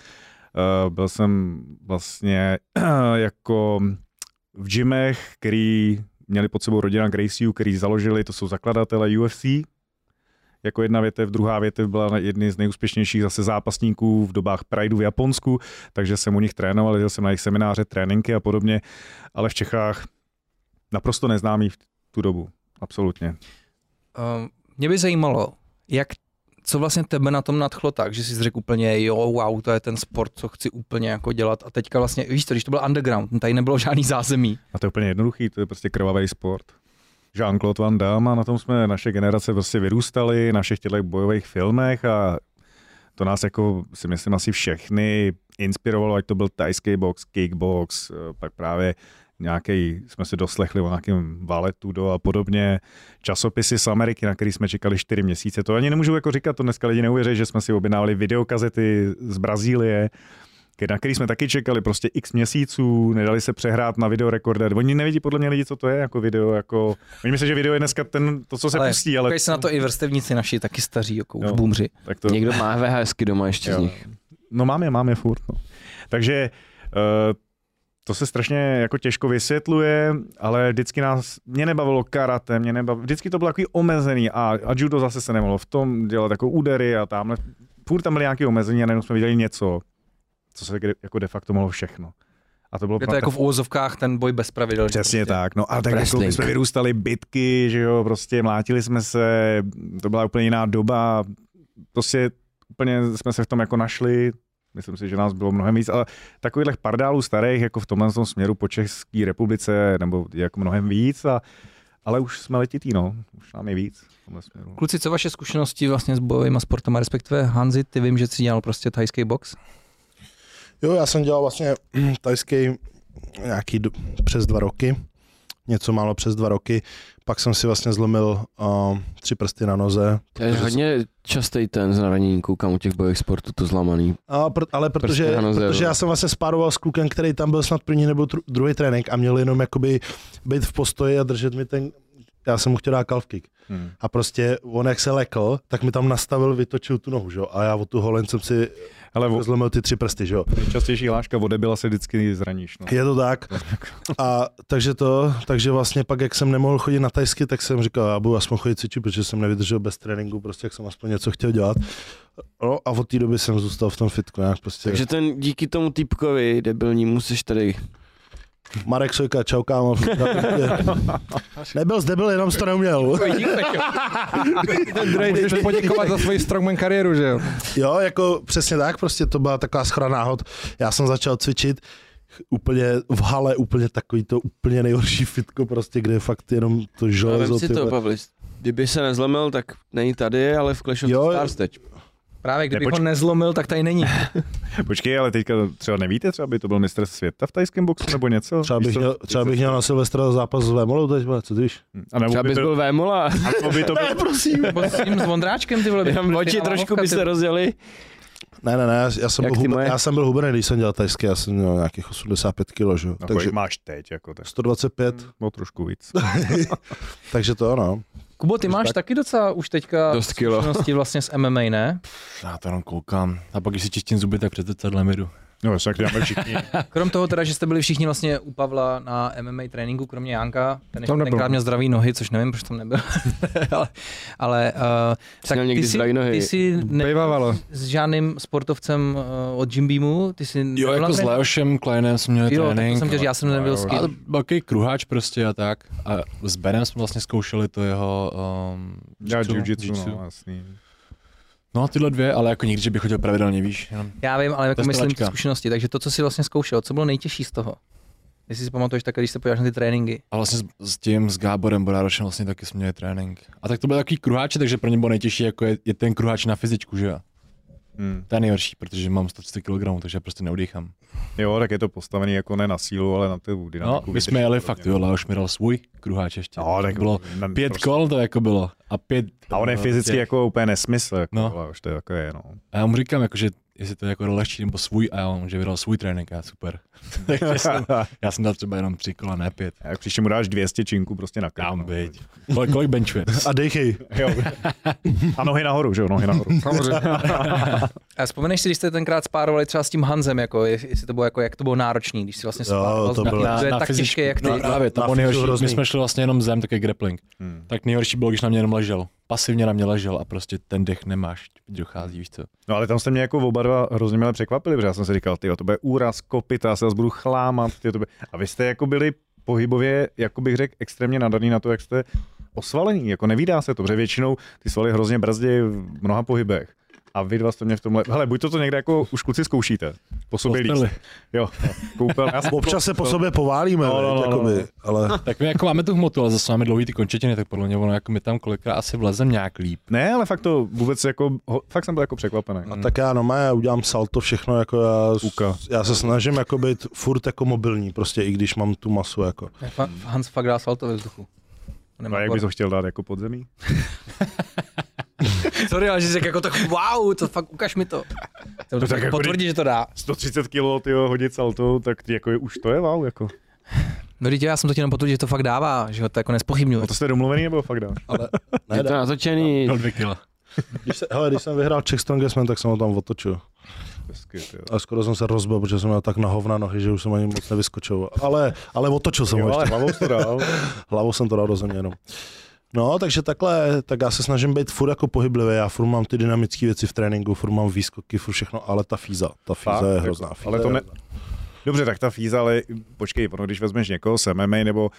C: Eh, Byl jsem vlastně jako v gymech, který měli pod sebou rodina Gracie, který založili, to jsou zakladatele UFC, jako jedna větev, druhá větev byla na- jedny z nejúspěšnějších zase zápasníků v dobách Prideu v Japonsku, takže jsem u nich trénoval, jel jsem na jejich semináře, tréninky a podobně, ale v Čechách naprosto neznámý v tu dobu, absolutně.
A: Uh, mě by zajímalo, jak co vlastně tebe na tom nadchlo tak, že jsi řekl úplně, jo, wow, to je ten sport, co chci úplně jako dělat. A teďka vlastně, víš co, když to byl underground, tady nebylo žádný zázemí.
C: A to je úplně jednoduchý, to je prostě krvavý sport. Jean-Claude Van Damme a na tom jsme naše generace prostě vyrůstali, na všech těchto bojových filmech a to nás jako si myslím asi všechny inspirovalo, ať to byl tajský box, kickbox, eh, pak právě nějaký, jsme si doslechli o nějakém valetudo a podobně, časopisy z Ameriky, na který jsme čekali 4 měsíce, to ani nemůžu jako říkat, to dneska lidi neuvěří, že jsme si objednávali videokazety z Brazílie, ke- na který jsme taky čekali prostě x měsíců, nedali se přehrát na videorekorder. Oni nevidí podle mě lidi, co to je jako video. Jako... Oni myslí, že video je dneska ten, to, co se ale, pustí, ale...
A: koukej se na to i vrstevníci naši, taky staří, jako už
C: Jo.
A: boomři.
C: Tak to...
B: Někdo má VHSky doma ještě z
C: Jo.
B: nich.
C: No máme, máme furt. No. Takže eh, to se strašně jako těžko vysvětluje, ale vždycky nás, mě nebavilo karate, mě nebavilo, vždycky to bylo takový omezený a, a judo zase se nemohlo v tom dělat jako údery a tamhle, furt tam byly nějaké omezení a najednou jsme viděli něco, co se kde- jako de facto mohlo všechno. A to bylo
A: Je to jako v úvozovkách ten boj bez pravidel. že
C: Přesně
A: prostě.
C: tak. No a tak jako
B: Wrestling.
C: my jsme vyrůstali bitky, že jo, prostě mlátili jsme se, to byla úplně jiná doba, prostě úplně jsme se v tom jako našli, myslím si, že nás bylo mnohem víc, ale takovýchhle pardálů starých jako v tomhle tom směru po České republice nebo je jako mnohem víc, a, ale už jsme letitý, no, už nám je víc v tomhle směru.
A: Kluci, co vaše zkušenosti vlastně s bojovými sportama, respektive Hanzi, ty vím, že jsi dělal prostě thajský box.
E: Jo, já jsem dělal vlastně hm, tajský nějaký do, přes dva roky, něco málo přes dva roky, pak jsem si vlastně zlomil uh, tři prsty na noze,
B: To je
E: Protože-
B: hodně častý ten zranění, koukám u těch bojových sportů, to zlamaný.
E: A pr- ale protože,
B: Prsty na noze,
E: protože
B: jo.
E: já jsem vlastně spároval s klukem, který tam byl snad první nebo tru- druhý trénink a měl jenom jakoby být v postoji a držet mi ten, já jsem mu chtěl dát calf kick.
C: Hmm.
E: A prostě on jak se lekl, tak mi tam nastavil, vytočil tu nohu, že? jo? A já o tu holen jsem si
C: Ale o-
E: zlomil ty tři prsty, že jo.
C: nejčastější hláška odebila se vždycky zraníš, no.
E: Je to tak. A takže to, takže vlastně pak, jak jsem nemohl chodit na tajsky, tak jsem říkal, já budu aspoň chodit cvičit, protože jsem nevydržel bez tréninku, prostě jak jsem aspoň něco chtěl dělat. No a od té doby jsem zůstal v tom fitku nějak prostě.
B: Takže ten díky tomu týpkovi debilnímu seš tady.
E: Marek Sojka, čau kámo. Nebyl zde, byl, jenom jsi to neuměl.
F: můžeš poděkovat za svoji strongman kariéru, že jo?
E: Jo, jako přesně tak, prostě to byla taková schoda náhod. Já jsem začal cvičit ch- úplně v hale, úplně takový to úplně nejhorší fitko prostě, kde je fakt jenom to
B: Ale
E: železo.
B: vem si
E: ty
B: to,
E: vole.
B: Pavlis. Kdyby se nezlomil, tak není tady, ale v Clash of
E: Jo,
B: jo,
E: jo.
B: Stars teď.
A: Právě kdybych
C: Nepoč-
A: ho nezlomil, tak tady není.
C: Počkej, ale teďka třeba nevíte, třeba by to byl mistr světa v tajském boxu nebo něco?
E: Třeba bych,
C: Víš co?
E: měl, třeba bych měl na Silvestra zápas s Vemolou teď, vole, co ty víš?
C: A nebo
B: Třeba
C: by
B: bys
C: to,
B: byl Vémola.
C: nebo by to byl
E: Prosím.
A: Nebo s tím s Vondráčkem, ty vole.
B: Jenom oči trošku by se rozjeli.
E: Ne, ne, ne, já, já, jsem,
B: Jak
E: byl
B: ty
E: huben,
B: moje?
E: já jsem byl hubený, když jsem dělal tajský, já jsem měl nějakých 85 kg, že? jo.
C: No, Takže...
E: takže
C: kolik máš teď, jako tak.
E: 125,
C: O trošku víc.
E: takže to ano.
A: Kubo, ty máš
E: tak.
A: taky docela už teďka
B: Dost kilo.
A: zkušenosti vlastně s MMA, ne?
D: Já to jenom koukám. A pak, když si čistím zuby, tak před zrcadlem jdu.
C: No, tak děláme všichni.
A: Krom toho teda, že jste byli všichni vlastně u Pavla na MMA tréninku, kromě Janka, ten ještě
C: Tam nebyl.
A: tenkrát měl zdravý nohy, což nevím, proč tam nebyl. ale ale uh, tak
B: měl někdy
A: ty, jsi,
B: zdravý nohy?
A: ty jsi ne,
F: Bejvávalo.
A: s žádným sportovcem uh, od Jim Beamu, ty jsi
D: Jo,
A: nebyl
D: jako
A: na
D: s
A: tréninku?
D: Leošem Kleinem jsme měli
A: Jo, tak to
D: trénink.
A: jsem chtěl říct, já jsem nebyl s kým.
D: Ale velký kruháč prostě a tak. A s Benem jsme vlastně zkoušeli to jeho... Um,
C: no. Já jiu-jitsu, no, jasný.
D: No tyhle dvě, ale jako nikdy, že bych chodil pravidelně, víš, jenom
A: Já vím, ale jako myslím ty
D: Testovačka.
A: zkušenosti. Takže to, co jsi vlastně zkoušel, co bylo nejtěžší z toho? Jestli si pamatuješ tak, když se podíváš na ty tréninky.
D: A vlastně s, s tím, s Gáborem Borárošem vlastně taky jsme měli trénink. A tak to byl takový kruháč, takže pro ně bylo nejtěžší, jako je, je ten kruháč na fyzičku, že jo?
C: Hmm.
D: To je nejhorší, protože mám 130 kg, takže já prostě neudýchám.
C: Jo, tak je to postavený jako ne na sílu, ale na tu
D: No,
C: dynamiku.
D: my jsme jeli fakt, jo, Leoš mi dal svůj kruháč ještě.
C: No, tak
D: bylo
C: na-
D: pět
C: prostě-
D: kol to jako bylo. A pět...
C: A on je fyzicky
D: těch-
C: jako úplně nesmysl, jako,
D: No.
C: ale už to je jako je, no.
D: A já mu říkám, jako, že jestli to je jako lehčí nebo svůj, a on že vydal svůj trénink, a já super. takže jsem, já jsem dal třeba jenom tři kola, ne pět.
C: Jak příště mu dáš 200 činků prostě na krk,
D: Kam
C: no.
D: byť. Kolik, kolik benchuje?
E: A dejchej.
C: Jo. A nohy nahoru, že jo, nohy nahoru.
A: A vzpomeneš si, když jste tenkrát spárovali třeba s tím Hanzem, jako, je- jestli to bylo, jako, jak to bylo náročný, když si vlastně
E: Jo,
A: spároval
E: to
A: s-
E: bylo-
A: to je tak těžké, jak ty.
D: No, právě,
E: na
D: tam on
E: fyziku
D: nejhorší,
E: hrozný.
D: my jsme šli vlastně jenom zem, takový grappling.
C: Hmm.
D: Tak nejhorší bylo, když na mě jenom ležel. Pasivně na mě ležel a prostě ten dech nemáš, dochází, víš co.
C: No ale tam jste mě jako oba dva hrozně milé překvapili, protože já jsem si říkal, ty to bude úraz, kopita, já se zase budu chlámat. Tyjo, to bude... A vy jste jako byli pohybově, jako bych řekl, extrémně nadaný na to, jak jste osvalení, jako nevídá se to, protože většinou ty svaly hrozně brzdí v mnoha pohybech. A vy dva jste mě v tomhle, hele, buď to, to někde jako už kluci zkoušíte, po sobě líst.
D: Posteli.
C: Jo, koupel. Já jsem
E: Občas se po sobě poválíme,
C: No,
E: no,
C: no, no, no.
E: jakoby, ale
D: Tak my jako máme tu hmotu, ale zase máme dlouhý ty končetiny, tak podle mě ono jako my tam kolikrát asi vlezem nějak líp.
C: Ne, ale fakt to vůbec jako, ho- fakt jsem byl jako překvapený.
E: a tak já no já udělám salto všechno, jako já,
C: Uka.
E: já se snažím jako být furt jako mobilní, prostě i když mám tu masu, jako.
A: Fa- Hans fakt dá salto ve vzduchu. On
C: No
A: nemá
C: a jak
A: kor.
C: bys ho chtěl dát jako podzemí?
A: Sorry, ale že řekl jako tak wow, to fakt ukaž mi to. To, to
C: tak
A: tak
C: jako
A: potvrdí, že to dá.
C: 130 kg, tyjo, hodit saltou, tak ty jako je, už to je wow, jako.
A: No dítě, já jsem to ti jenom potvrdil, že to fakt dává, že ho to jako nespochybňuje.
C: No to jste domluvený nebo fakt dáš?
B: Je to natočený.
E: No,
D: Pro No, dvě kila.
E: Když, se, hele, když jsem vyhrál Czech Strongest Man, tak jsem ho tam otočil.
C: Hezky, tyjo.
E: A skoro jsem se rozbil, protože jsem měl tak na hovna nohy, že už jsem ani moc nevyskočil. Ale, ale otočil jsem ho
C: Jo, ale
E: ještě.
C: hlavou jsi to dál.
E: Hlavou jsem to dal do země jenom. No, takže takhle, tak já se snažím být furt jako pohyblivý, já furt mám ty dynamické věci v tréninku, furt mám výskoky, furt všechno, ale ta fíza, ta fíza
C: Fakt?
E: je
C: Jako,
E: hrozná. Fíza
C: ale to
E: je
C: ne-
E: hrozná.
C: Dobře, tak ta fíza, ale počkej, ono, když vezmeš někoho s MMA, nebo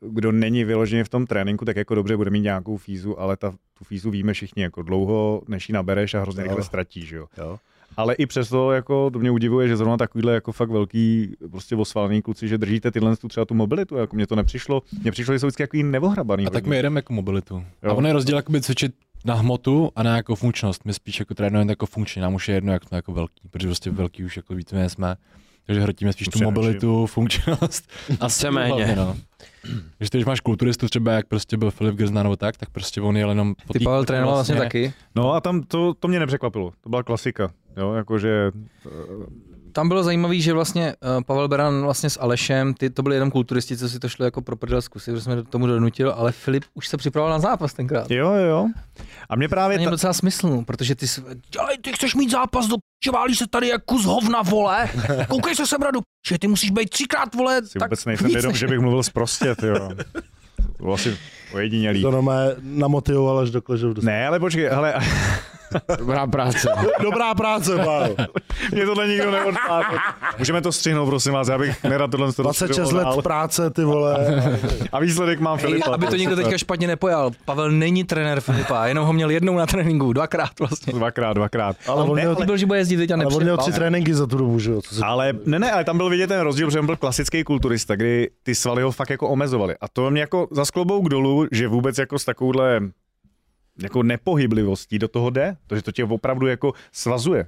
C: kdo není vyloženě v tom tréninku, tak jako dobře bude mít nějakou fízu, ale ta, tu fízu víme všichni, jako dlouho, než ji nabereš a hrozně
E: Jo.
C: rychle ztratíš, jo.
E: Jo.
C: Ale i přesto, jako, to mě udivuje, že zrovna takovýhle jako fakt velký, prostě osvalený kluci, že držíte tyhle tu, třeba tu mobilitu, jako mě to nepřišlo, mně přišlo, že jsou vždycky jako ohrabaný.
D: A tak my jedeme jako mobilitu.
C: Jo.
D: A ono je rozdíl jakoby cvičit na hmotu a na jako funkčnost. My spíš jako trénujeme jako funkčně, nám už je jedno, jak jsme jako velký, protože prostě
C: Mhm.
D: velký už jako víceméně jsme. Takže hrotíme spíš tu
C: Přenaším.
D: mobilitu, funkčnost a sílu
B: méně.
D: hlavně, No. Že ty, když máš kulturistu třeba, jak prostě byl Filip Grzna nebo tak, tak prostě on jel jenom po
A: Ty
D: té-
A: Pavel trénoval vlastně taky.
C: No a tam to, to mě nepřekvapilo, to byla klasika, jo, jakože
A: Tam bylo zajímavé, že vlastně eh, Pavel Beran vlastně s Alešem, ty to byli jenom kulturisti, co si to šlo jako pro prdel zkusit, že jsme tomu donutil, ale Filip už se připravoval na zápas tenkrát.
C: jo, jo, jo. A mě právě
A: Není
C: ta,
A: docela smysl, protože ty, jsi- ale ty chceš mít zápas do p***, válíš se tady jako kus hovna, vole. Koukej se sebrat do p***, ty musíš být třikrát, vole.
C: si vůbec nejsem
A: víc
C: vědom,
A: než-
C: že bych mluvil zprostě, jo. To bylo asi ojedinělý.
E: To normálně namotivoval až do kležu.
C: Ne, ale počkej, hele,
B: Dobrá práce.
E: Dobrá práce, Pavel.
C: mě tohle nikdo neodpálil. Můžeme to střihnout, prosím vás, já bych nerad tohle to
E: 26 let
C: rozšiřoval dál.
E: práce, ty vole.
C: A výsledek mám
A: Ej,
C: Filipa.
A: aby to nikdo teďka špatně nepojal. Pavel není trenér Filipa, jenom ho měl jednou na tréninku, dvakrát vlastně.
C: Dvakrát, dvakrát.
E: Ale on měl,
A: Byl, že bude jezdit teď a
E: ale on měl tři
A: nepřijel.
E: tréninky za tu dobu, že jo? Co se...
C: Ale ne, ne, ale tam byl vidět ten rozdíl, protože on byl klasický kulturista, kdy ty svaly ho fakt jako omezovali. A to mě jako za sklobouk dolů, že vůbec jako s takovouhle jako nepohyblivostí do toho jde, to, že to tě opravdu jako svazuje.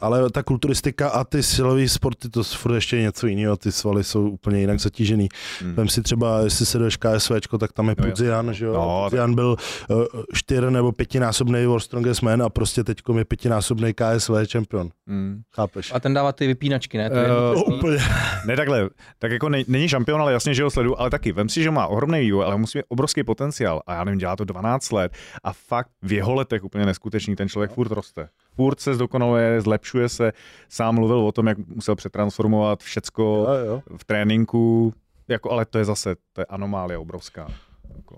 E: Ale ta kulturistika a ty silové sporty, to furt ještě je něco jiného, ty svaly jsou úplně jinak zatížený.
C: Hmm.
E: Hmm. Vem si třeba, jestli se jdeš KSVčko, tak tam je
C: No,
E: Pudzian, že jo?
C: No,
E: No, Pudzian byl uh, čtyř nebo pětinásobný World Strongest Man a prostě teď je pětinásobný KSV čempion.
C: Mm.
E: Chápeš?
A: A ten dává ty vypínačky, ne? Ty
C: Eh,
E: No, úplně.
C: Ne takhle, tak jako ne, není šampion, ale jasně, že ho sledu, ale taky vem si, že má ohromný vývoj, ale musí mít obrovský potenciál a já nevím, dělá to 12 let a fakt v jeho letech úplně neskutečný, ten člověk furt roste. Furt se zdokonaluje, zlepšuje se, sám mluvil o tom, jak musel přetransformovat všecko
E: Jo, jo.
C: v tréninku, jako, ale to je zase, to je anomálie obrovská. Jako,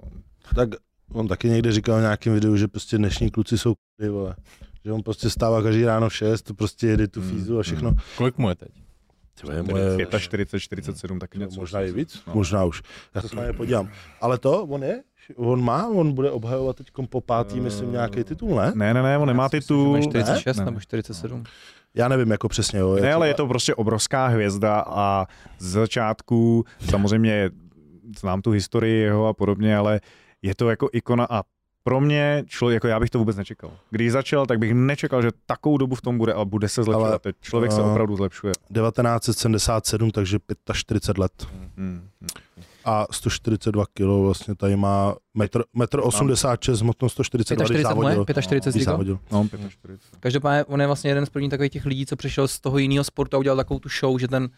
E: Tak on taky někde říkal v nějakém videu, že prostě dnešní kluci jsou kudy,
C: Hmm,
E: vole. Že on prostě stává každý ráno v 6, prostě jede tu fízu a všechno.
D: Kolik mu je teď?
E: Ty vole, moje,
C: 45, 47, taky něco.
E: možná i víc, no. možná už. Já se na ně podívám. Ale to, on je? On má, on bude obhajovat teď po pátý, myslím, nějaký titul, ne?
C: Ne, ne, ne, on nemá titul.
A: 46
C: ne?
A: nebo 47.
E: Já nevím, jako přesně. Jo,
C: Ne, ale je to prostě obrovská hvězda a z začátku samozřejmě znám tu historii jeho a podobně, ale je to jako ikona a pro mě člověk, jako já bych to vůbec nečekal. Když začal, tak bych nečekal, že takovou dobu v tom bude a bude se zlepšovat.
E: Ale-
C: Ale, eh, Teď člověk se
E: no.
C: opravdu zlepšuje.
E: 1977, takže 45 let.
C: Hmm.
E: A 142 kg vlastně tady má metr, metr 86, hmotnost 142, když
A: 45 moje,
E: závodil.
A: 45
E: Když
A: Zigo.
E: závodil.
C: No, 45.
A: Každopádně on je vlastně jeden z prvních takových těch lidí, co přišel z toho jiného sportu a udělal takovou tu show, že ten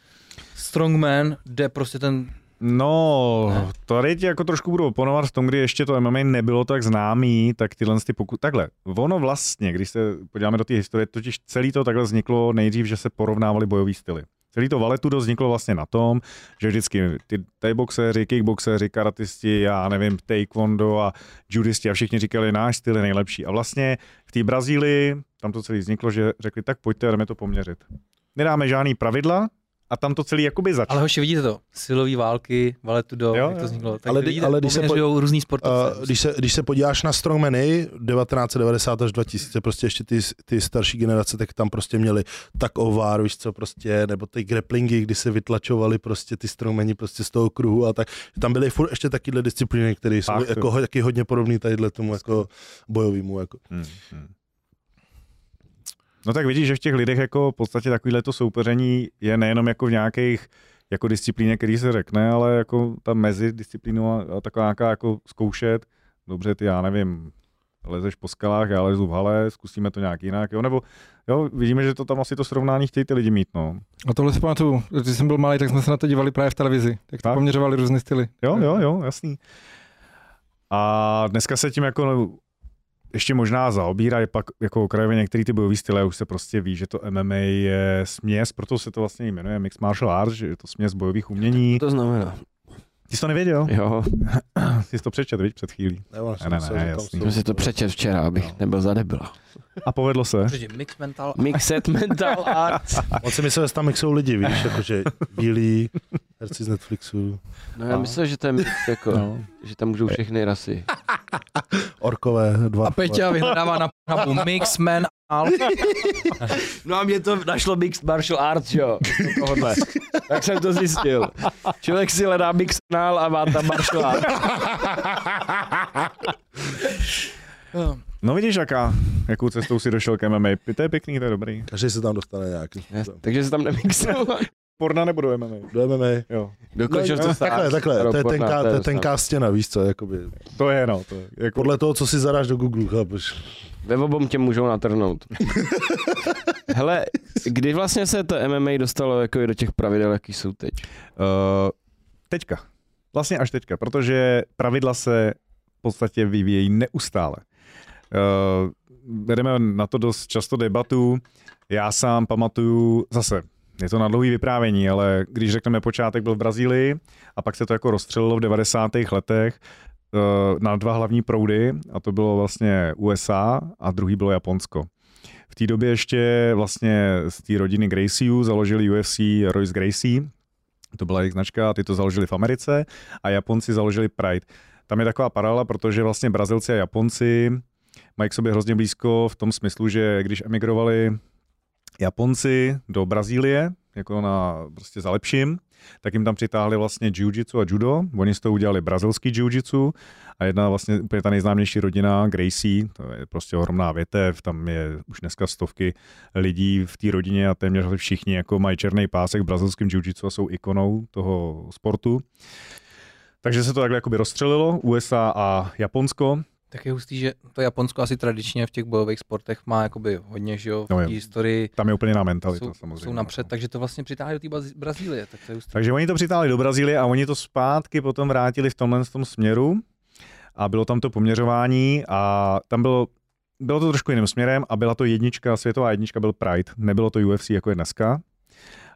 A: strongman jde prostě ten...
C: No, tady ti jako trošku budu oponovat v tom, kdy ještě to MMA nebylo tak známý, tak tyhle ty pokud... Takhle, ono vlastně, když se podíváme do té historie, totiž celý to takhle vzniklo nejdřív, že se porovnávaly bojové styly. Celý to valetudo vzniklo vlastně na tom, že vždycky ty thaiboxéři, kickboxéři, karatisti, já nevím, taekwondo a judisti a všichni říkali, náš styl je nejlepší. A vlastně v té Brazílii tam to celé vzniklo, že řekli, tak pojďte, jdeme to poměřit. Nedáme žádný pravidla a tam to celý jakoby začalo.
A: Ale hoši, vidíte to? Silové války, valetu do,
C: Jo,
A: jak to
C: jo.
A: vzniklo. Tak
E: Ale
A: ale,
E: kdy-
A: vidíte,
E: ale
A: ale když
E: když se po-
A: se různý sportovce.
E: Uh, když, se, když se podíváš na strongmeny 1990 až 2000, prostě ještě ty, ty starší generace, tak tam prostě měli tak ovár, víš co, prostě, nebo ty grapplingy, kdy se vytlačovali prostě ty strongmeni prostě z toho kruhu a tak. Tam byly furt ještě takyhle disciplíny, které jsou
C: Fakt, jo.
E: jako, ho- taky hodně podobné tadyhle tomu jako bojovému. Jako.
C: Hmm, hmm. No tak vidíš, že v těch lidech jako v podstatě takovýhle to soupeření je nejenom jako v nějakých jako disciplíně, který se řekne, ale jako ta mezi disciplínu a, a taková nějaká jako zkoušet, dobře ty já nevím, lezeš po skalách, já lezu v hale, zkusíme to nějak jinak, jo, nebo jo, vidíme, že to tam asi to srovnání chtějí ty lidi mít, no.
F: A tohle si pamatuju, když jsem byl malý, tak jsme se na to dívali právě v televizi, tak to
C: Tak?
F: poměřovali různé styly.
C: Jo, jo, jo, jasný. A dneska se tím jako no, ještě možná zaobírají pak jako okrajově některý ty bojový styly, už se prostě ví, že to MMA je směs, proto se to vlastně jmenuje Mixed Martial Arts, že je to směs bojových umění.
B: to znamená?
C: Ty jsi to nevěděl?
B: Jo,
C: Ty jsi to přečet, viď, před chvílí.
E: Nebo,
C: Ne, ne, ne, jasný.
B: jsem si to přečet včera,
E: No.
B: abych nebyl za debila.
C: A povedlo se.
A: Protože mix mental
B: Mixed mental art.
E: On si myslel, že tam jak jsou lidi, víš, jakože bílí, herci z Netflixu,
B: No já myslel, že to je mix, jako,
C: No.
B: že tam můžou všechny rasy.
E: orkové, dva.
A: a Peťa vyhledává na pubu mix men al.
B: No a mě to našlo mixed martial arts, jo. To Tohle. Tak jsem to zjistil. Člověk si hledá mixed nál a má tam martial art.
C: No vidíš, jaká, jakou cestou si došel k MMA. To je pěkný, to je dobrý.
E: Každý se tam dostane nějaký.
B: Takže se tam nemixil.
C: Porna nebo do MMA?
E: Do MMA.
C: Jo.
B: Dokončil
E: No,
B: to
E: takhle, takhle, to je, tenká, to je tenká stěna, víš co, jakoby.
C: To je, no. To je, jako...
E: Podle toho, co si zadáš do Google, chápeš.
B: Ve obom tě můžou natrhnout. Hele, kdy vlastně se to MMA dostalo jako i do těch pravidel, jaký jsou teď?
C: Uh, teďka. Vlastně až teďka, protože pravidla se v podstatě vyvíjejí neustále. Uh, vedeme na to dost často debatu. Já sám pamatuju, zase, je to na dlouhý vyprávění, ale když řekneme počátek byl v Brazílii a pak se to jako rozstřelilo v 90. letech eh, na dva hlavní proudy a to bylo vlastně USA a druhý bylo Japonsko. V té době ještě vlastně z té rodiny Gracieu založili UFC Royce Gracie, to byla jejich značka, ty to založili v Americe a Japonci založili Pride. Tam je taková paralela, protože vlastně Brazilci a Japonci mají k sobě hrozně blízko v tom smyslu, že když emigrovali Japonci do Brazílie, jako na prostě za lepším, tak jim tam přitáhli vlastně jiu-jitsu a judo. Oni z toho udělali brazilský jiu-jitsu a jedna vlastně úplně ta nejznámější rodina, Gracie, to je prostě ohromná větev, tam je už dneska stovky lidí v té rodině a téměř všichni jako mají černý pásek v brazilském jiu-jitsu a jsou ikonou toho sportu. Takže se to takhle jakoby rozstřelilo, USA a Japonsko.
A: Tak je hustý, že to Japonsko asi tradičně v těch bojových sportech má jakoby hodně, že jo, v
C: No
A: té
C: jo.
A: historii
C: Tam je úplně jiná mentalita
A: jsou,
C: samozřejmě. no.
A: jsou napřed, takže to vlastně přitáhli do té Baz- Brazílie, tak to je hustý.
C: Takže oni to přitáhli do Brazílie a oni to zpátky potom vrátili v tomhle tom směru a bylo tam to poměřování a tam bylo bylo to trošku jiným směrem a byla to jednička, světová jednička byl Pride, nebylo to UFC jako je dneska.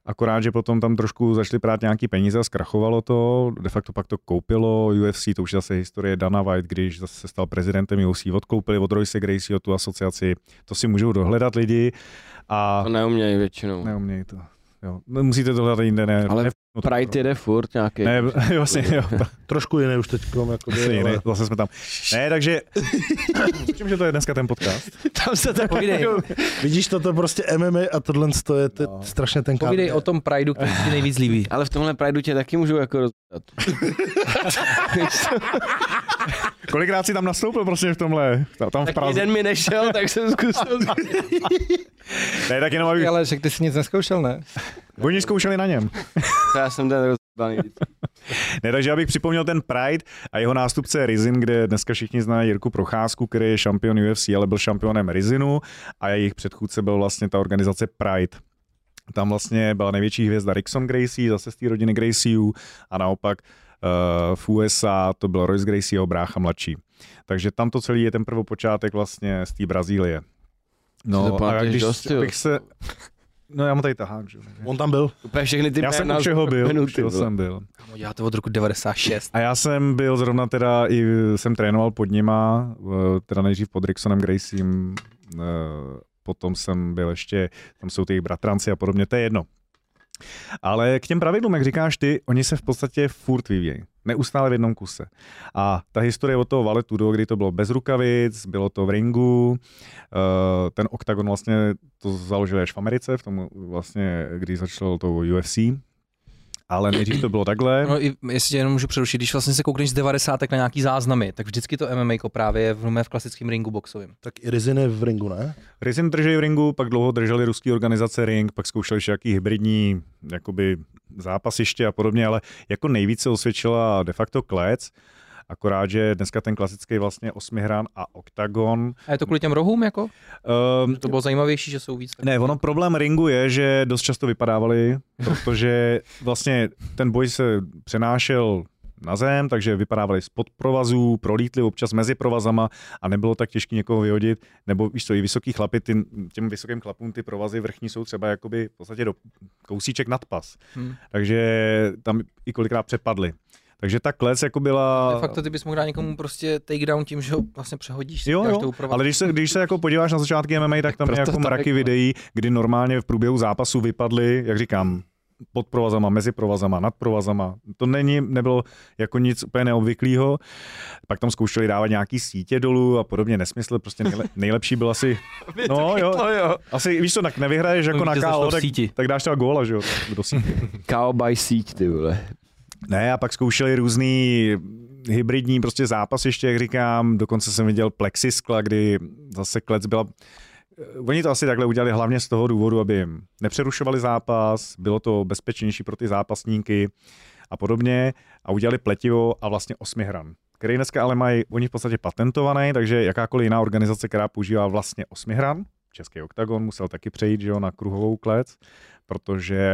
C: Akorát, že potom tam trošku začali prát nějaký peníze a zkrachovalo to, de facto pak to koupilo UFC, to už je zase historie Dana White, když zase se stal prezidentem UFC, odkoupili od Royce Gracie tu asociaci, to si můžou dohledat lidi a
B: To neumějí většinou.
C: neumějí to. Jo. No, Musíte to hledat jinde, ne?
B: Ale
C: ne,
B: Pride jede furt nějaký.
C: ne, vlastně, jo,
E: Trošku jiný už teď krom, jako
C: vlastně, jiný, zase jsme tam. Ne, takže, čím, že to je dneska ten podcast?
B: Tam se tak povídej.
E: Vidíš, toto prostě MMA a tohle to je to je
C: No.
E: strašně ten
A: Povídej o tom Prideu, který ti nejvíc líbí.
B: Ale v tomhle Prideu tě taky můžu jako rozdat.
C: Kolikrát jsi tam nastoupil prostě v tomhle, Ta- tam v
B: Tak
C: Praze?
B: jeden mi nešel, tak jsem zkusil.
C: Ne, tak jenom, aby
F: Ale že ty jsi nic neskoušel, ne?
C: oni zkoušeli na něm.
B: Já jsem ten rozdaný.
C: Ne, takže abych připomněl ten Pride a jeho nástupce Rizin, kde dneska všichni znají Jirku Procházku, který je šampion UFC, ale byl šampionem Rizinu a jejich předchůdce byl vlastně ta organizace Pride. Tam vlastně byla největší hvězda Rickson Gracie, zase z té rodiny Gracieů a naopak eh, v USA to byl Royce Gracie, jeho brácha mladší. Takže tam to celý je ten prvopočátek vlastně z té Brazílie.
B: Ty
C: No
B: to
C: a
B: pamatuješ
C: když
B: dost, jo.
C: bych se... No já mu tady tahám, že? jo.
E: On tam byl.
B: Úplně všechny ty
C: Já jsem
B: jména
C: u
B: z-
C: čeho byl, u
B: minuty,
C: čeho
B: vole.
C: jsem byl.
A: Já to od roku 96.
C: A já jsem byl zrovna teda, i jsem trénoval pod nima, eh, teda nejdřív pod Ricksonem Graciem, eh, potom jsem byl ještě, tam jsou ty jejich bratranci a podobně, to je jedno. Ale k těm pravidlům, jak říkáš ty, oni se v podstatě furt vyvíjejí. Neustále v jednom kuse. A ta historie od toho valetu, do kdy to bylo bez rukavic, bylo to v ringu, eh, ten oktagon vlastně to založili až v Americe, v tom vlastně, když začalo to UFC, ale nejdřív to bylo takhle.
A: No, i, jestli tě jenom můžu přerušit, když vlastně se koukneš z 90. na nějaký záznamy, tak vždycky to MMA právě je v, v klasickém ringu boxovém.
E: Tak i Rizin je v ringu, ne?
C: Rysin drželi v ringu, pak dlouho drželi ruský organizace ring, pak zkoušeli všaký hybridní jakoby, zápasiště a podobně, ale jako nejvíce osvědčila de facto klec, akorát, že dneska ten klasický vlastně osmihran a oktagon. Ehm,
A: A je to kvůli těm rohům jako?
C: Um,
A: To bylo zajímavější, že jsou víc.
C: ne, ono problém ringu je, že dost často vypadávali, protože vlastně ten boj se přenášel na zem, takže vypadávali spod provazů, prolítli občas mezi provazama a nebylo tak těžké někoho vyhodit, nebo víš co, i vysoký chlapy, ty, těm vysokým chlapům ty provazy vrchní jsou třeba jakoby v podstatě do kousíček nad pas,
A: Hmm.
C: hmm. takže tam i kolikrát přepadli. Takže ta klec jako byla...
A: De facto ty bys mohl dát někomu prostě takedown tím, že ho vlastně přehodíš.
C: Jo,
A: dáš
C: jo,
A: tou provaz-
C: ale když se, když se jako podíváš na začátky MMA, tak tam je
A: proto
C: jako
A: tak,
C: mraky
A: vole.
C: videí, kdy normálně v průběhu zápasu vypadly, jak říkám, pod provazama, mezi provazama, nad provazama. To není, nebylo jako nic úplně neobvyklého. Pak tam zkoušeli dávat nějaký sítě dolů a podobně nesmysl. Prostě nejle, nejlepší byl asi... No jo,
B: jo.
C: asi víš co, tak nevyhraješ jako
A: No,
C: na
A: vítěz zašlo
C: KO,
A: v
C: tak,
A: síti.
C: tak dáš třeba góla, že jo, do sítě.
B: Kao by síť, ty vole.
C: Ne, a pak zkoušeli různý hybridní prostě zápas ještě, jak říkám, dokonce jsem viděl plexiskla, kdy zase klec byla Oni to asi takhle udělali hlavně z toho důvodu, aby jim nepřerušovali zápas, bylo to bezpečnější pro ty zápasníky a podobně a udělali pletivo a vlastně osmihran, který dneska ale mají oni v podstatě patentovaný, takže jakákoliv jiná organizace, která používá vlastně osmihran, Český oktagon musel taky přejít že jo, na kruhovou klec, protože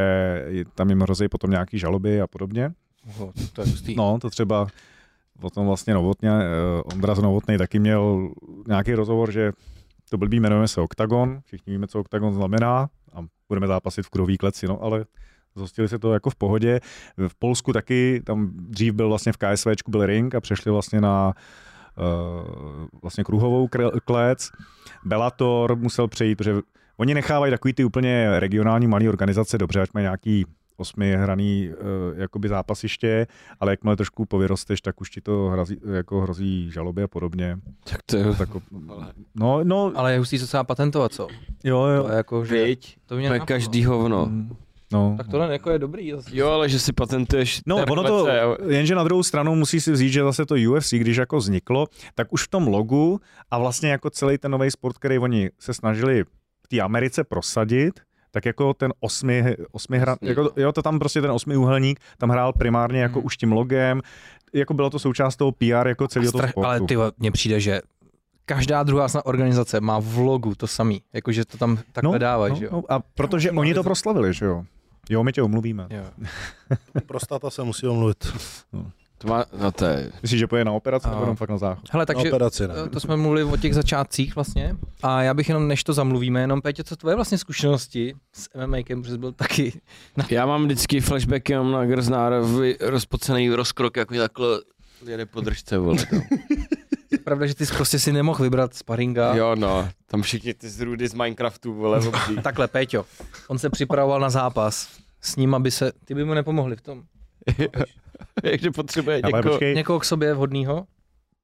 C: je- tam jim hrozí potom nějaký žaloby a podobně.
A: Oho, to je hustý.
C: No, to třeba o tom vlastně Novotně, eh, Ondra z Novotnej taky měl nějaký rozhovor, že to blbý jmenujeme se Octagon, všichni víme, co Octagon znamená a budeme zápasit v krový kleci, no ale zhostili se to jako v pohodě. V Polsku taky, tam dřív byl vlastně v KSVčku byl ring a přešli vlastně na eh, vlastně kruhovou kre- klec. Bellator musel přejít, protože oni nechávají takový ty úplně regionální malé organizace, dobře, ať mají nějaký osmi hraný uh, jakoby zápasiště, ale jakmile trošku povyrosteš, tak už ti to hrazí, jako hrozí žaloby a podobně.
B: Tak to je...
C: Tak, no, no,
A: Ale je hustý, co se dá patentovat, co?
C: jo,
A: To
C: jo.
A: je jako, že...
B: Věď,
A: To mě Mm.
B: to je
A: napadlo.
B: každý hovno.
C: No.
A: Tak tohle jako je dobrý. zase.
B: Jo, ale že si patentuješ...
C: No,
B: TRPC,
C: ono to,
B: jo.
C: jenže na druhou stranu musí si vzít, že zase to UFC, když jako vzniklo, tak už v tom logu a vlastně jako celý ten nový sport, který oni se snažili v té Americe prosadit, tak jako ten osmi, osmi hra,
B: Jasně.
C: jako, jo, to tam prostě ten osmiúhelník, tam hrál primárně jako
A: Mhm.
C: už tím logem, jako bylo to součást toho PR jako celého toho
A: Stra-
C: sportu.
A: ale ty vole, mně přijde, že každá druhá snad organizace má v logu to samý, jakože to tam takhle no, dávají,
C: no,
A: že jo?
C: No, a protože oni to proslavili, že jo. Jo, my tě omluvíme.
A: jo.
E: Prostata se musí omluvit.
B: To má, no to je...
C: Myslíš, že poje na operaci, nebo
A: A-
C: jenom fakt na záchod?
A: Hele,
E: Takže,
A: takže eh,
E: na operaci, ne?
A: To jsme mluvili o těch začátcích vlastně. A já bych jenom, než to zamluvíme, jenom Pétě, co tvoje vlastně zkušenosti s MMA, protože jsi byl taky
B: Já mám vždycky flashbacky jenom na Grznárovi rozpocený rozkrok, jako takhle jede po držce, vole.
A: pravda, že ty jsi prostě si nemohl vybrat sparinga.
B: Jo, no, tam všichni ty zrůdy z Minecraftu, vole, obří.
A: Takhle, Péťo, on se připravoval na zápas. S ním, aby se, ty by mu nepomohli v tom.
B: Takže potřebuje
C: Ale
B: někoho.
C: počkej,
A: Někoho k sobě vhodného?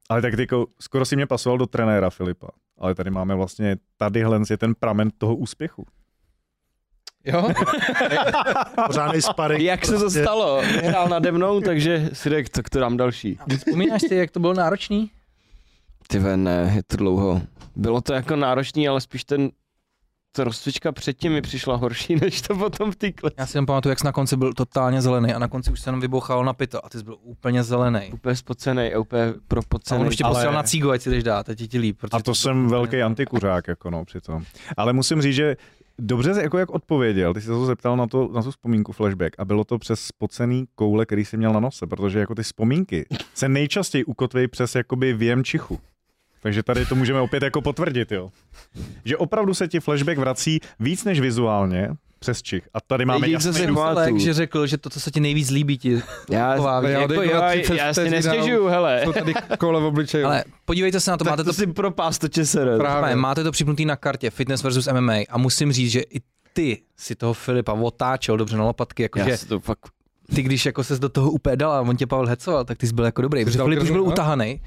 C: ale tak tyko, skoro si mě pasoval do trenéra Filipa. Ale tady máme vlastně, tadyhle je ten pramen toho úspěchu.
A: Jo?
E: Pořádnej sparring.
B: Jak se to
E: prostě.
B: stalo? Hrál nade mnou, takže si řekl, tak to dám další.
A: Vzpomínáš ty, jak to bylo náročný?
B: Ty ve, ne, je to dlouho. Bylo to jako náročný, ale spíš ten ta rozcvička předtím mi přišla horší, než to potom v té kleci.
A: Já si jen pamatuju, jak jsi na konci byl totálně zelený a na konci už se jenom vybouchal na pito a ty jsi byl úplně zelený.
B: Úplně spocenej a úplně
A: A on
B: propocenej.
A: už tě
C: Ale-
A: posílal na cígu, ať si jdeš dát, ať je ti líp. protože
C: A to
A: ty-
C: jsem velký antikuřák, jako no, přitom. Ale musím říct, že dobře jsi jako jak odpověděl, ty jsi se to zeptal na, to, na tu vzpomínku flashback a bylo to přes spocený koule, který jsi měl na nose, protože jako ty vzpomínky se nejčastěji ukotví přes jakoby věm čichu. Takže tady to můžeme opět jako potvrdit, jo. Že opravdu se ti flashback vrací víc než vizuálně přes čich. A tady máme
B: Jediný, co
C: jasný
B: se
C: důkaz.
B: pamatuju.
A: Lek, že řekl, že to, co se ti nejvíc líbí, ti
B: Já,
A: Taková
B: já,
A: věc.
B: jako,
F: Dej
B: já,
F: 20
B: já si
F: vteřin,
B: nestěžuju, hele.
F: Jsou tady kole v obličeji.
A: Ale podívejte se na to,
B: Tak
A: máte
B: to,
A: to,
B: si propás to ČSR.
A: právě. máte to připnutý na kartě Fitness versus MMA a musím říct, že i ty si toho Filipa otáčel dobře na lopatky, jakože
B: Já si to fakt...
A: ty když jako ses do toho úplně dal a on tě Pavel hecoval, tak ty jsi byl jako dobrý, protože
F: dal
A: Filip už
F: krznu,
A: byl
F: no?
A: utahaný.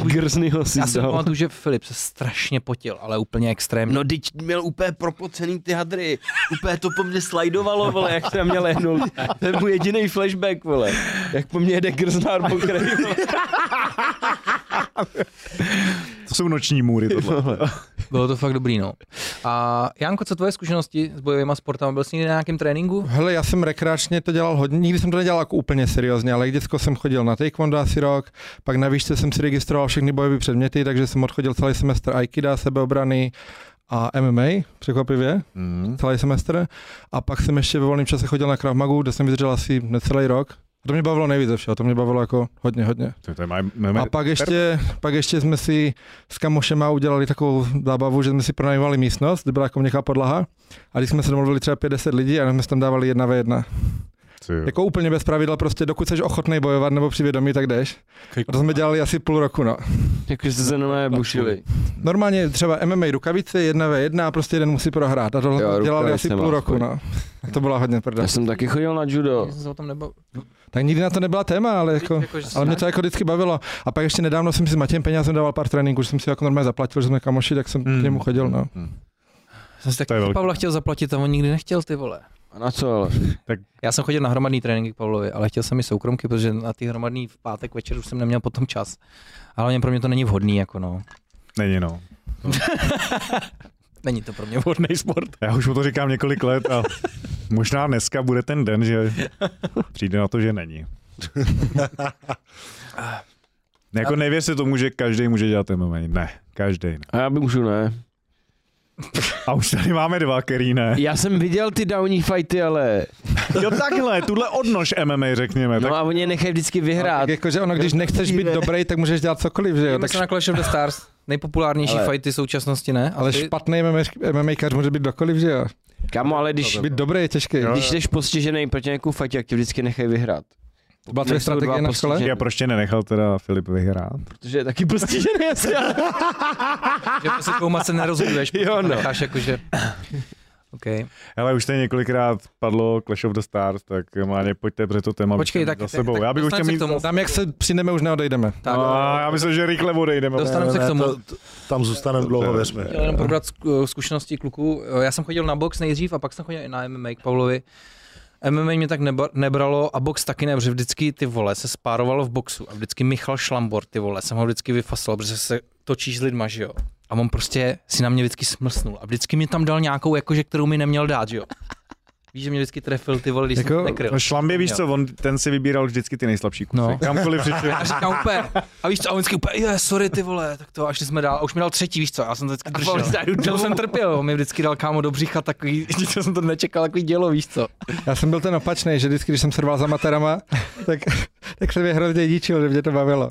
B: Grznýho si
A: Já si
B: dal.
A: pamatuju, že Filip se strašně potil, ale úplně extrémně.
B: No teď měl úplně propocený ty hadry, úplně to po mně slajdovalo, vole, jak se na mě lehnul. To je můj jediný flashback, vole. Jak po mně jede grznár po kraji, vole.
C: To jsou noční můry tohle.
A: Bylo to fakt dobrý, no. A Janko, co tvoje zkušenosti s bojovými sportama? Byl jsi někdy na nějakém tréninku?
F: Hele, já jsem rekreačně to dělal hodně, nikdy jsem to nedělal jako úplně seriózně, ale jak děcko jsem chodil na taekwondo asi rok, pak na výšce jsem si registroval všechny bojové předměty, takže jsem odchodil celý semestr aikida, sebeobrany a MMA, překvapivě,
C: Mm.
F: celý semestr. A pak jsem ještě ve volném čase chodil na Krav Magu, kde jsem vydržel asi necelý rok. A to mě bavilo nejvíc ze všeho, to mě bavilo jako hodně, hodně.
C: To, to je maj, maj,
F: A pak ještě, pak ještě jsme si s kamošema udělali takovou zábavu, že jsme si pronajímali místnost, kde byla jako měkká podlaha a když jsme se domluvili třeba 50 lidí a jsme se tam dávali jedna ve jedna. Jako úplně bez pravidel, prostě dokud jsi ochotný bojovat nebo při vědomí, tak jdeš. A to jsme dělali asi půl roku, no.
B: Jako jste se na mě bušili.
F: Normálně třeba MMA rukavice, jedna ve jedna a prostě jeden musí prohrát. A to
B: Jo,
F: jsme dělali
B: rukavic
F: asi
B: nemá
F: půl roku,
B: aspoň.
F: no. A to byla hodně prdel.
B: Já jsem taky chodil na judo.
A: Já jsem se o tom nebavil.
F: Tak nikdy na to nebyla téma, ale jako...
A: Jako, že jsi
F: Ale mě to jako vždycky bavilo. A pak ještě nedávno jsem si s Matějem penězem dával pár tréninků, že jsem si jako normálně zaplatil, že jsme kamoši, tak jsem
C: Mm.
F: mm. k němu chodil. No.
A: Jsem si tak
C: To je velký.
A: Pavla chtěl zaplatit a on nikdy nechtěl ty vole.
B: A na co ale?
A: Já jsem chodil na hromadný tréninky k Pavlovi, ale chtěl jsem i soukromky, protože na ty hromadný v pátek večer už jsem neměl potom čas. Ale hlavně pro mě to není vhodný, jako no.
C: Není no.
A: Není to pro mě vhodný sport.
C: Já už mu to říkám několik let a možná dneska bude ten den, že přijde na to, že není. Jako nevěřte tomu, že každý může dělat MMA. Ne, každý ne.
B: A já by můžu ne.
C: A už tady máme dva, který ne.
B: Já jsem viděl ty downí fighty, ale...
C: Jo takhle, tuhle odnož MMA řekněme.
B: No
C: Tak
B: a oni je nechají vždycky vyhrát.
F: Tak jakože ono, když nechceš být dobrý, tak můžeš dělat cokoliv, že jo?
A: Tak
F: Tak
A: se na Clash of the Stars, nejpopulárnější
B: Ale-
A: ale... fighty současnosti, ne?
F: ale špatný MMAkař může být kdokoliv, že jo?
B: Kamo, ale když,
F: Být dobrý je těžký.
B: když jsi postižený proti nějakou fightě, jak tě vždycky nechají vyhrát.
F: To byla
B: nejsou
F: tvoje
B: dva
F: strategie na škole?
B: postižený.
C: já proč tě nenechal teda Filip vyhrát?
B: Protože je taky postižený, jestli já
A: Že se kouma se nerozhoduješ, jo, no. necháš jakože... Okay.
C: Ale už tady několikrát padlo Clash of the Stars, tak Máně, pojďte, protože to téma bych
A: Počkej,
C: chtěl
A: tak,
C: mít za sebou.
A: tak
C: já bych už
A: dostaneme
C: chtěl
A: se
C: mít...
A: k tomu.
F: Tam jak se přijdeme, už neodejdeme.
A: Tak,
C: No, já myslím, že rychle odejdeme.
A: Dostaneme
E: Ne,
A: se k
E: ne,
A: tomu.
E: to- to- Tam zůstaneme dlouho, věřme.
A: chtěl jenom probrat zku- eh, zkušenosti kluků. Eh, Já jsem chodil na box nejdřív a pak jsem chodil i na MMA k Pavlovi. MMA mě tak neba- nebralo a box taky ne, protože vždycky ty vole se spárovalo v boxu a vždycky Michal Šlambor ty vole, jsem ho vždycky vyfasoval, protože se točíš s lidma, že jo. A on prostě si na mě vždycky smlsnul a vždycky mi tam dal nějakou, jakože kterou mi neměl dát, že jo. Víš, že mě vždycky trefil ty vole, když jako, jsem to
F: Jako-
A: nekryl.
C: No šlambě, víš co, on, ten si vybíral vždycky ty nejslabší kusy.
A: No.
C: No. Kamkoliv přišel.
A: A říkám úplně, a víš co, a on vždycky úplně, je, sorry ty vole, tak to a šli jsme dál, a už mi dal třetí, víš co, já jsem to vždycky držel. Já jsem trpěl, on mi vždycky dal kámo do břicha takový, že jsem to nečekal, takový dělo, víš co.
F: Já jsem byl ten opačný, že vždycky, když jsem serval za materama, tak, tak jsem je hrozně díčil, že mě to bavilo.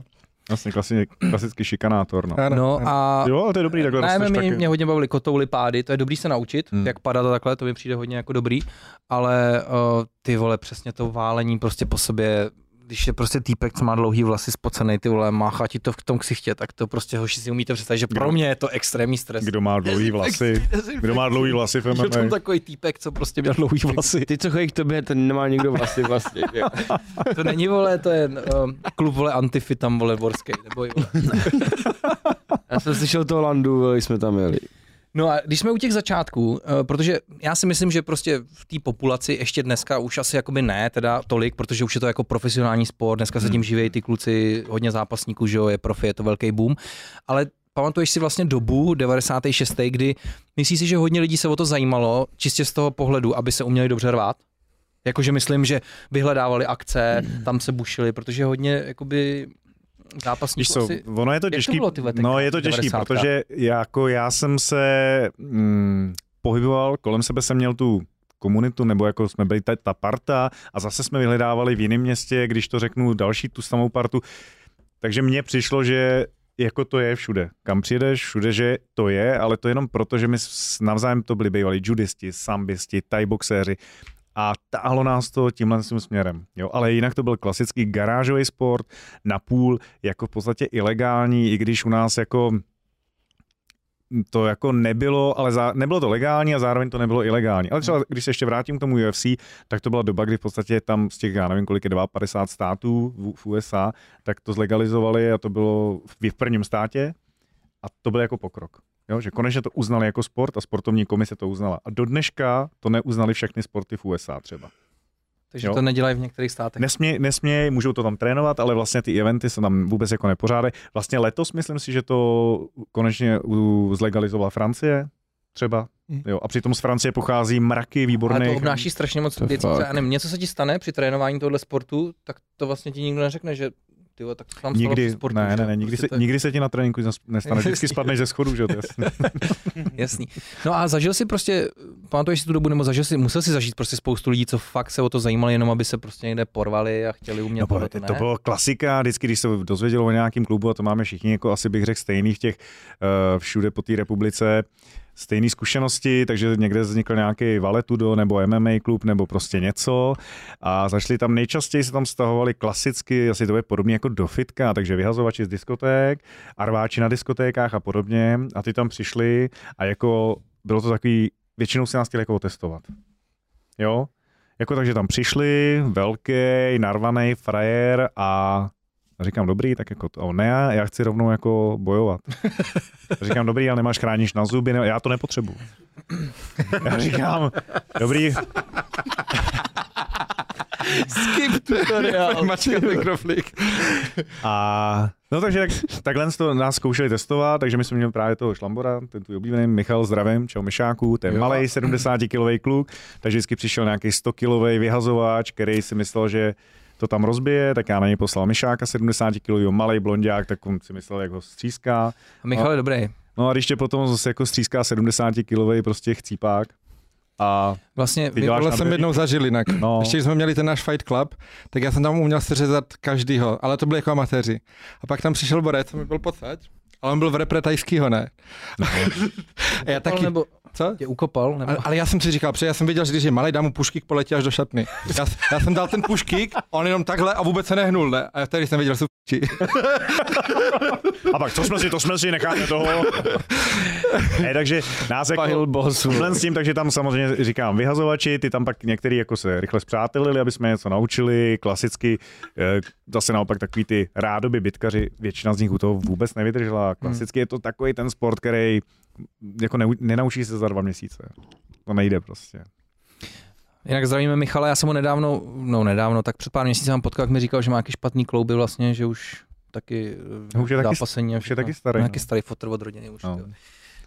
C: Vlastně klasi, klasický šikanátor, no.
F: Ano,
A: No
F: ano.
A: a
C: Jo, ale to je dobrý, takhle
A: na
C: rosteš
A: MMA
C: taky.
A: mě hodně bavily kotouly, pády, to je dobrý se naučit,
C: Hmm.
A: jak padat a takhle, to mi přijde hodně jako dobrý, ale uh, ty vole, přesně to válení prostě po sobě, když je prostě týpek, co má dlouhý vlasy spocený, ty vole, máchá ti to v tom ksichtě, tak to prostě hoši si umíte představit, že pro mě je to extrémní stres.
C: Kdo má dlouhý vlasy? Kdo má dlouhý vlasy v
A: Je tam
C: MMA?
A: takový týpek, co prostě měl dlouhý vlasy.
B: Ty, co chodí k tobě, ten nemá nikdo vlasy vlastně. že jo.
A: To není, vole, to je um, klub, vole, antifit tam, vole, borský, nebo vole.
B: Já jsem slyšel toho Landu, vole, když jsme tam jeli.
A: No a když jsme u těch začátků, eh, protože já si myslím, že prostě v té populaci ještě dneska už asi jakoby ne, teda tolik, protože už je to jako profesionální sport, dneska
C: Hmm.
A: se tím živějí ty kluci, hodně zápasníků, že jo, je profi, je to velký boom, ale Pamatuješ si vlastně dobu 96., kdy myslíš si, že hodně lidí se o to zajímalo, čistě z toho pohledu, aby se uměli dobře rvát? Jakože myslím, že vyhledávali akce,
C: Hmm.
A: tam se bušili, protože hodně jakoby
C: Víš
A: zápasníků
C: co,
A: asi...
C: ono je to
A: vlastně to
C: těžký.
A: bylo, ty vole,
C: no,
A: tenkrát,
C: je to těžký,
A: 90?
C: protože jako já jsem se mm, pohyboval, kolem sebe jsem měl tu komunitu, nebo jako jsme byli ta, ta parta a zase jsme vyhledávali v jiném městě, když to řeknu, další tu samou partu. Takže mně přišlo, že jako to je všude. Kam přijedeš, všude, že to je, ale to jenom proto, že my s- navzájem to byli bývali judisti, sambisti, tajboxéři a táhlo nás to tímhle tím směrem. Jo, ale jinak to byl klasický garážový sport, napůl jako v podstatě ilegální, i když u nás jako to jako nebylo, ale za, nebylo to legální a zároveň to nebylo ilegální. Ale třeba, když se ještě vrátím k tomu UFC, tak to byla doba, kdy v podstatě tam z těch, já nevím, kolik je 52 států v, v USA, tak to zlegalizovali a to bylo v, v prvním státě a to byl jako pokrok. Jo, že konečně to uznali jako sport a sportovní komise to uznala. A do dneška to neuznali všechny sporty v USA třeba.
A: Takže
C: jo.
A: to nedělají v některých státech.
C: Nesměj, nesměj, můžou to tam trénovat, ale vlastně ty eventy se tam vůbec jako nepořádají. Vlastně letos myslím si, že to konečně u- zlegalizovala Francie třeba. Jo, a přitom z Francie pochází mraky výborných.
A: Ale to obnáší strašně moc
B: To
A: věcí.
B: fakt.
A: co Já nevím, něco se ti stane při trénování tohle sportu, tak to vlastně ti nikdo neřekne, že ty vole, tak to tam stalo
C: Nikdy,
A: při sportu.
C: ne,
A: že?
C: ne, ne, nikdy,
A: Prostě
C: se,
A: to je
C: nikdy se ti na tréninku zas- nestane, vždycky spadneš ze schodů, že jo, to je jasný.
A: Jasný. No a zažil si prostě, pamatuješ si tu dobu, nebo zažil si, musel si zažít prostě spoustu lidí, co fakt se o to zajímali, jenom aby se prostě někde porvali a chtěli umět
C: No,
A: tohle,
C: bylo,
A: to,
C: to,
A: ne?
C: to bylo klasika, vždycky, když se dozvědělo o nějakém klubu, a to máme všichni, jako asi bych řekl, stejný v těch eh, všude po té republice, stejné zkušenosti, takže někde vznikl nějaký valetudo nebo MMA klub nebo prostě něco a zašli tam, nejčastěji se tam stahovali klasicky, asi to je podobně jako do fitka, takže vyhazovači z diskoték, arváči na diskotékách a podobně a ty tam přišli a jako bylo to takový, většinou si nás chtěli jako otestovat. Jo? Jako takže tam přišli, velký, narvaný frajer a říkám dobrý, tak jako to, a on, ne, já chci rovnou jako bojovat. Říkám dobrý, ale nemáš chránič na zuby, ne, já to nepotřebuju. Já říkám, dobrý,
F: Mačka mikroflik.
C: A no takže tak, takhle to nás zkoušeli testovat, takže my jsme měli právě toho šlambora, ten tu oblíbený Michal Zdravím, čau Myšáku, ten malý 70 kilový kluk, takže vždycky přišel nějaký 100 kilový vyhazováč, který si myslel, že to tam rozbije, tak já na něj poslal Myšáka 70 kilový, malý blondák, tak on si myslel, jak ho stříská.
A: A Michal je dobrý.
C: No a když tě potom zase jako stříská 70 kilový prostě chcípák, a
A: Vlastně,
C: Ty
A: vy-
C: děláš
F: Tohle
C: na
F: jsem
C: běh-
F: jednou zažil jinak.
C: No.
F: No. Ještě když jsme měli ten náš Fight Club, tak já jsem tam uměl seřezat každýho, ale to byli jako amatéři. A pak tam přišel borec, mi byl pocať, ale on byl v repre tajskýho, ne? A já taky,
A: nebo
F: co?
A: tě ukopal, nebo...
F: Ale, ale já jsem si říkal, protože já jsem věděl, že když je malý, dám mu puškík, poletí až do šatny. Já, já jsem dal ten puškík, on jenom takhle a vůbec se nehnul, ne? A tady jsem věděl, že jsou piči.
C: A pak, to jsme si, to jsme si, necháme toho. ne, takže nás jako...
B: Pahil boss. vole.
C: Tohle s tím, takže tam samozřejmě říkám vyhazovači, ty tam pak některý jako se rychle zpřátelili, aby jsme něco naučili, klasicky, eh, zase naopak takový ty rádoby bitkaři, většina z nich u toho vůbec nevydržela, klasicky je to takový ten sport, který jako neu, nenaučí se za dva měsíce. To nejde prostě.
A: Jinak zdravíme Michala, já jsem ho nedávno, no nedávno, tak před pár měsíci mám potkal, jak mi říkal, že má nějaký špatný klouby vlastně, že už taky eh,
C: No, už je taky-
A: zápasení. a
C: už je
A: všechno.
C: taky starý,
A: Nějaký
C: no.
A: starý fotr od rodiny už.
C: No.
A: No,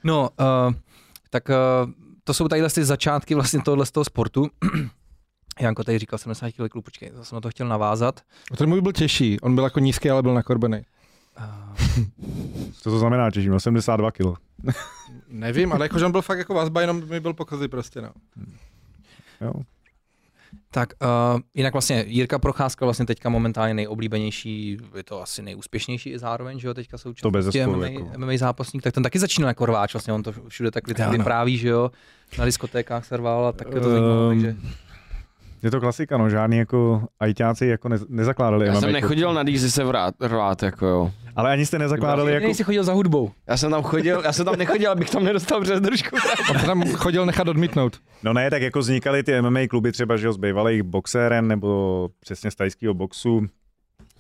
A: no uh, tak uh, to jsou tadyhle ty začátky vlastně tohohle z toho sportu. Janko tady říkal 70 kg klub, počkej, zase jsem na to chtěl navázat.
F: Ten můj byl těžší, on byl jako nízký, ale byl nakorbený.
A: Uh,
C: Co to znamená, No, těžím? 82 kg.
F: Nevím, ale jakože on byl fakt jako vazba, jenom mi byl pokozy prostě, no.
C: Jo.
A: tak uh, jinak vlastně Jirka Procházka vlastně teďka momentálně nejoblíbenější, je to asi nejúspěšnější i zároveň, že jo, teďka
C: To
A: současně
C: bez zesporu,
A: MMA,
C: jako.
A: MMA zápasník, tak ten taky začínal jako rváč, vlastně on to všude tak vypráví, že jo, na diskotékách serval a tak je to zajímavé,
C: Ehm,
A: takže
C: Je to klasika, no, žádný jako ajťáci jako nez, nezakládali
B: Já
C: MMA
B: jsem
C: kurz.
B: nechodil na dýzy se vrát, rvát, jako jo.
C: Ale ani jste nezakládali jako...
A: Jsi chodil za hudbou.
B: Já jsem tam chodil, já jsem tam nechodil, abych tam nedostal přes držku.
F: On se tam chodil nechat odmítnout.
C: No ne, tak jako vznikaly ty MMA kluby třeba, že jo, z bývalých boxéren nebo přesně z tajského boxu,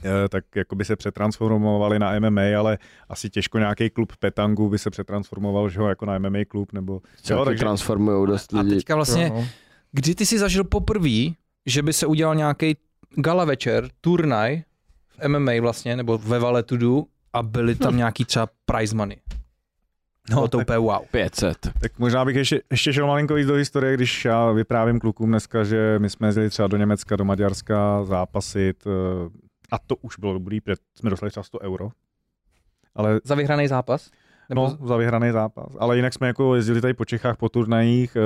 C: eh, tak jako by se přetransformovali na MMA, ale asi těžko nějaký klub petangu by se přetransformoval, že jo, jako na MMA klub, nebo... Jo, takže,
B: transformují dost
A: A teďka vlastně,
C: no,
A: kdy ty jsi zažil poprvé, že by se udělal nějaký gala večer, turnaj v MMA vlastně, nebo ve Valetudu a byly tam nějaký třeba prize money. No, Bylo to úplně wow.
B: 500.
C: tak možná bych ještě, ještě šel malinko víc do historie, když já vyprávím klukům dneska, že my jsme jezdili třeba do Německa, do Maďarska zápasit, eh, a to už bylo dobrý, protože jsme dostali třeba 100 euro. Ale
A: Za vyhraný zápas? Nebo
C: No, za vyhraný zápas. Ale jinak jsme jako jezdili tady po Čechách po turnajích, eh,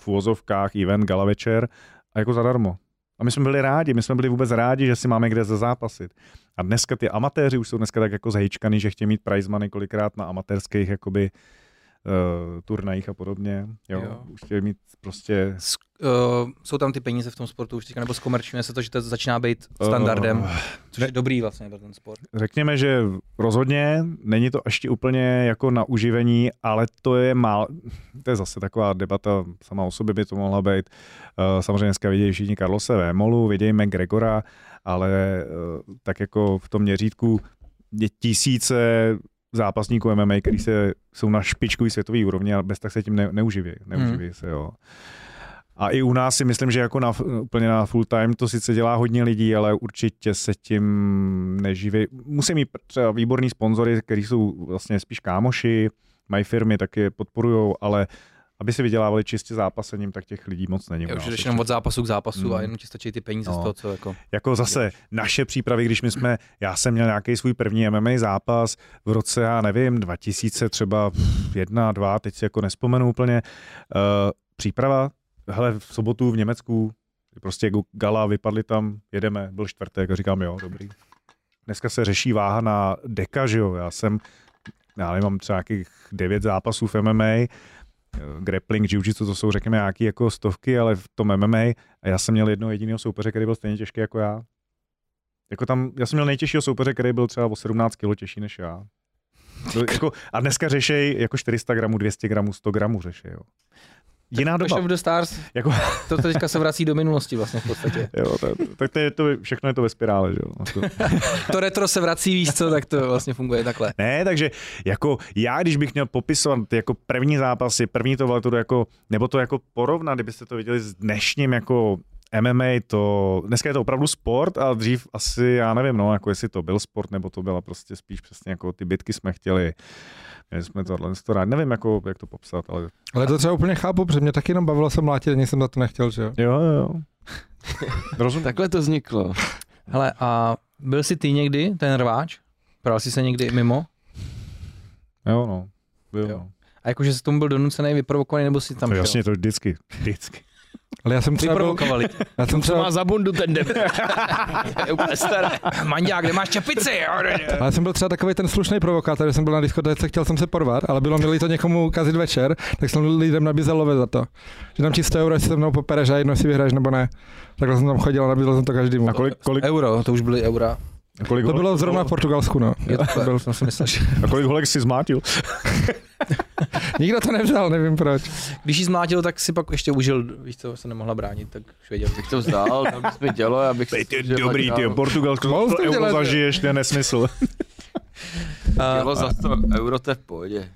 C: v úvozovkách, event, gala večer a jako zadarmo. A my jsme byli rádi, my jsme byli vůbec rádi, že si máme kde zazápasit. A dneska ty amatéři už jsou dneska tak jako zajíčkaný, že chtějí mít prize money kolikrát na amatérských jakoby uh, turnajích a podobně. Jo,
A: Jo.
C: jo. Už chtějí mít prostě...
A: s, uh, jsou tam ty peníze v tom sportu už teďka, nebo zkomerčňuje se to, že to začíná být standardem,
C: Eh,
A: což je dobrý vlastně pro ten sport.
C: Řekněme, že rozhodně není to ještě úplně jako na uživení, ale to je má, to je zase taková debata sama o sobě by to mohla být. Eh, Samozřejmě dneska vidějí všichni Carlose Vémolu, vidějí McGregora, ale eh, tak jako v tom měřítku je tisíce zápasníků MMA, kteří se, jsou na špičkový světový úrovni a bez tak se tím ne, neuživí. neuživí hmm. se, jo. A i u nás si myslím, že jako na, úplně na full time to sice dělá hodně lidí, ale určitě se tím neživí. Musí mít třeba výborný sponzory, kteří jsou vlastně spíš kámoši, mají firmy, tak je podporujou, ale aby si vydělávali čistě zápasením, tak těch lidí moc není. u
A: Je už
C: nás
A: jdeš
C: ještě.
A: jenom od zápasu k zápasu
C: Mm.
A: a jenom ti stačí ty peníze z
C: No.
A: toho, co jako...
C: Jako zase naše přípravy, když my jsme, já jsem měl nějaký svůj první MMA zápas v roce, já nevím, 2000 třeba pff, jedna, dva, teď si jako nespomenu úplně. Uh, příprava, hele, v sobotu v Německu, prostě jako gala, vypadli tam, jedeme, byl čtvrtek a říkám, jo, dobrý. Dneska se řeší váha na deka, že jo, já jsem, já nevím, mám třeba nějakých devět zápasů v MMA, eh, grappling, jiu-jitsu, to jsou řekněme nějaký jako stovky, ale v tom MMA a já jsem měl jednoho jediného soupeře, který byl stejně těžký jako já. Jako tam, já jsem měl nejtěžšího soupeře, který byl třeba o 17 kg těžší než já. To, jako, a dneska řešej jako 400 gramů, 200 gramů, 100 gramů řešej, jo. Jiná doba.
A: Clash of the Stars,
C: Jako-
A: to teďka se vrací do minulosti vlastně v podstatě.
C: Jo, to, tak to je, to, všechno je to ve spirále, že jo. Jako-
A: To retro se vrací, víš co, tak to vlastně funguje takhle.
C: Ne, takže jako já, když bych měl popisovat ty jako první zápasy, první to Valturu, jako, nebo to jako porovnat, kdybyste to viděli s dnešním jako MMA, to, dneska je to opravdu sport a dřív asi, já nevím, no, jako jestli to byl sport, nebo to byla prostě spíš přesně jako ty bitky jsme chtěli. Měli jsme tohle, to rád, nevím, jako, jak to popsat, ale
F: Ale to třeba úplně chápu, protože mě taky jenom bavilo se mlátit, ani jsem za to nechtěl, že jo.
C: jo, jo, jo. Rozumím.
B: Takhle to vzniklo.
A: Hele, a byl jsi ty někdy ten rváč? Pral jsi se někdy mimo?
C: Jo, no. Byl,
A: Jo.
C: jo.
A: A jakože jsi tomu byl donucený, vyprovokovaný, nebo jsi tam
C: To
A: šel?
C: jasně, to vždycky, vždycky.
F: Ale já jsem třeba, byl,
A: Vyprovokovali.
F: já jsem
B: Co
F: třeba
B: má za bundu ten dep? je úplně staré.
A: Mandák, kde máš čepici?
F: Ale já jsem byl třeba takový ten slušný provokátor, že jsem byl na diskotéce, chtěl jsem se porvat, ale bylo mi líto někomu kazit večer, tak jsem lidem nabízel love za to. Že tam ti 100 euro, jestli se mnou popereš a jedno si vyhraješ nebo ne. Takhle jsem tam chodil a nabízel jsem to každému.
C: A kolik, kolik,
A: Euro, to už byly eura.
C: kolik,
F: To bylo zrovna v Portugalsku, no.
A: Je to, byl, jsem si myslel, že...
C: a kolik holek si zmátil?
F: Nikdo to nevzal, nevím proč.
A: Když jí zmlátil, tak si pak ještě užil, víš co, se nemohla bránit, tak už věděl.
B: Bych to vzdal, tam bys mi dělo, abych...
C: Ty je dobrý, ty Portugalsko,
F: Mohl
C: to
F: jste
C: euro
F: dělat-
C: zažiješ, to je nesmysl.
B: Dělo za 100 euro, to je v pohodě.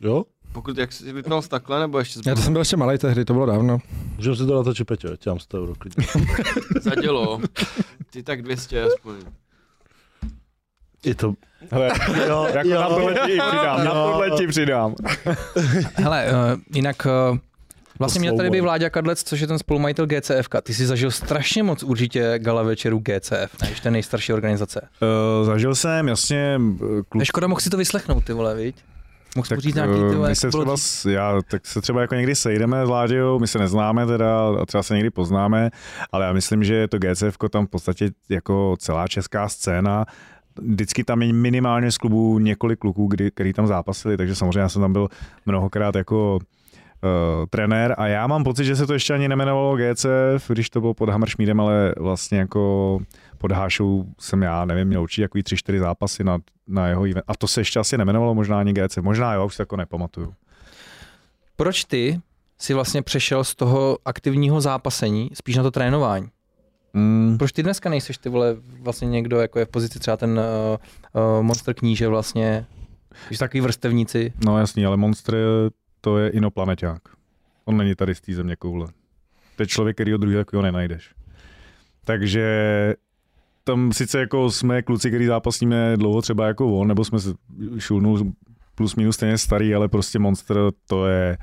E: Jo?
B: Pokud jak jsi vypnul z takhle, nebo ještě z...
F: Já to jsem byl ještě malý tehdy, to bylo dávno.
E: Můžeme si to natočit, Peťo, já ti dám 100 euro klidně.
B: Zadělo. Ty tak 200 aspoň.
E: Je to...
C: Hele,
E: Jo,
C: jako na tohle ti přidám, na
E: Jo.
C: tohle ti přidám.
A: Hele, uh, jinak uh, vlastně měl tady
E: slow
A: být
E: one.
A: Vláďa Kadlec, což je ten spolumajitel GCF. Ty jsi zažil strašně moc určitě gala večerů GCF, ne? Ještě je nejstarší organizace.
C: Uh, zažil jsem, jasně, eh, klub.
A: Je škoda, mohl si to vyslechnout, ty vole, viď? Mohl jsi mu
C: Tak,
A: říct nějaký, ty vole,
C: eh,
A: jak
C: my
A: to
C: se
A: bylo
C: třeba,
A: dřív?
C: s- já, tak se třeba jako někdy sejdeme s Láďou, my se neznáme teda, a třeba se někdy poznáme, ale já myslím, že to GCF tam v podstatě jako celá česká scéna, vždycky tam je minimálně z klubů několik kluků, kdy, který tam zápasili, takže samozřejmě já jsem tam byl mnohokrát jako uh, trenér a já mám pocit, že se to ještě ani nemenovalo GCF, když to bylo pod Hammeršmídem, ale vlastně jako pod Hášou jsem já, nevím, měl určitě jako 3-4 zápasy na, na jeho event. A to se ještě asi nemenovalo možná ani GCF, možná jo, už se jako nepamatuju.
A: Proč ty si vlastně přešel z toho aktivního zápasení spíš na to trénování?
C: Mm,
A: Proč ty dneska nejseš ty vole vlastně někdo, jako je v pozici třeba ten uh, uh, monster kníže vlastně, když takový vrstevníci.
C: no jasný, ale Monster to je inoplaneták. On není tady z té země koule. To je člověk, kterýho druhý takového nenajdeš. Takže tam sice jako jsme kluci, který zápasíme dlouho třeba jako on, nebo jsme se šulnul plus minus stejně starý, ale prostě Monster to je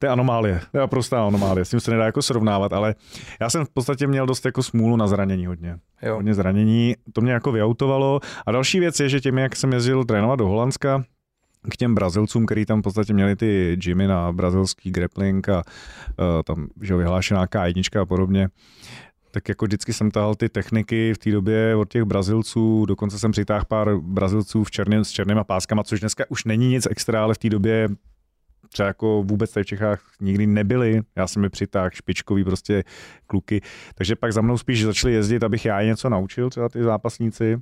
C: to je anomálie, to je prostá anomálie, s tím se nedá jako srovnávat, ale já jsem v podstatě měl dost jako smůlu na zranění hodně
A: Jo.
C: hodně zranění. To mě jako vyautovalo. A další věc je, že tím, jak jsem jezdil trénovat do Holandska, k těm Brazilcům, který tam v podstatě měli ty gymy na brazilský grappling a uh, tam že jo, vyhlášená K1 a podobně, tak jako vždycky jsem tahal ty techniky v té době od těch Brazilců, dokonce jsem přitáhl pár Brazilců v černém, s černýma páskama, což dneska už není nic extra, ale v té době třeba jako vůbec tady v Čechách nikdy nebyli, já jsem je přitáhl špičkový prostě kluky, takže pak za mnou spíš začali jezdit, abych já je něco naučil, třeba ty zápasníci.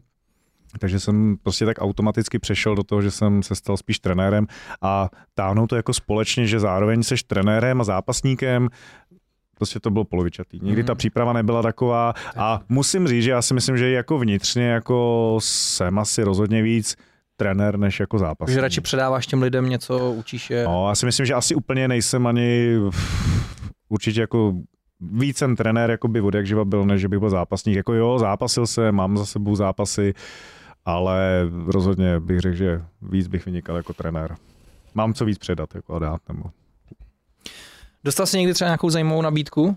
C: Takže jsem prostě tak automaticky přešel do toho, že jsem se stal spíš trenérem a táhnou to jako společně, že zároveň seš trenérem a zápasníkem, prostě to bylo polovičatý. Nikdy
A: Mhm.
C: ta příprava nebyla taková a musím říct, že já si myslím, že jako vnitřně jako jsem asi rozhodně víc trenér než jako zápasník.
A: Takže radši předáváš těm lidem něco, učíš je.
C: No, já si myslím, že asi úplně nejsem ani určitě jako víc jsem trenér jako by od jak živa byl, než že bych byl zápasník. Jako jo, zápasil se, mám za sebou zápasy, ale rozhodně bych řekl, že víc bych vynikal jako trenér. Mám co víc předat jako a dát. Nebo.
A: Dostal jsi někdy třeba nějakou zajímavou nabídku?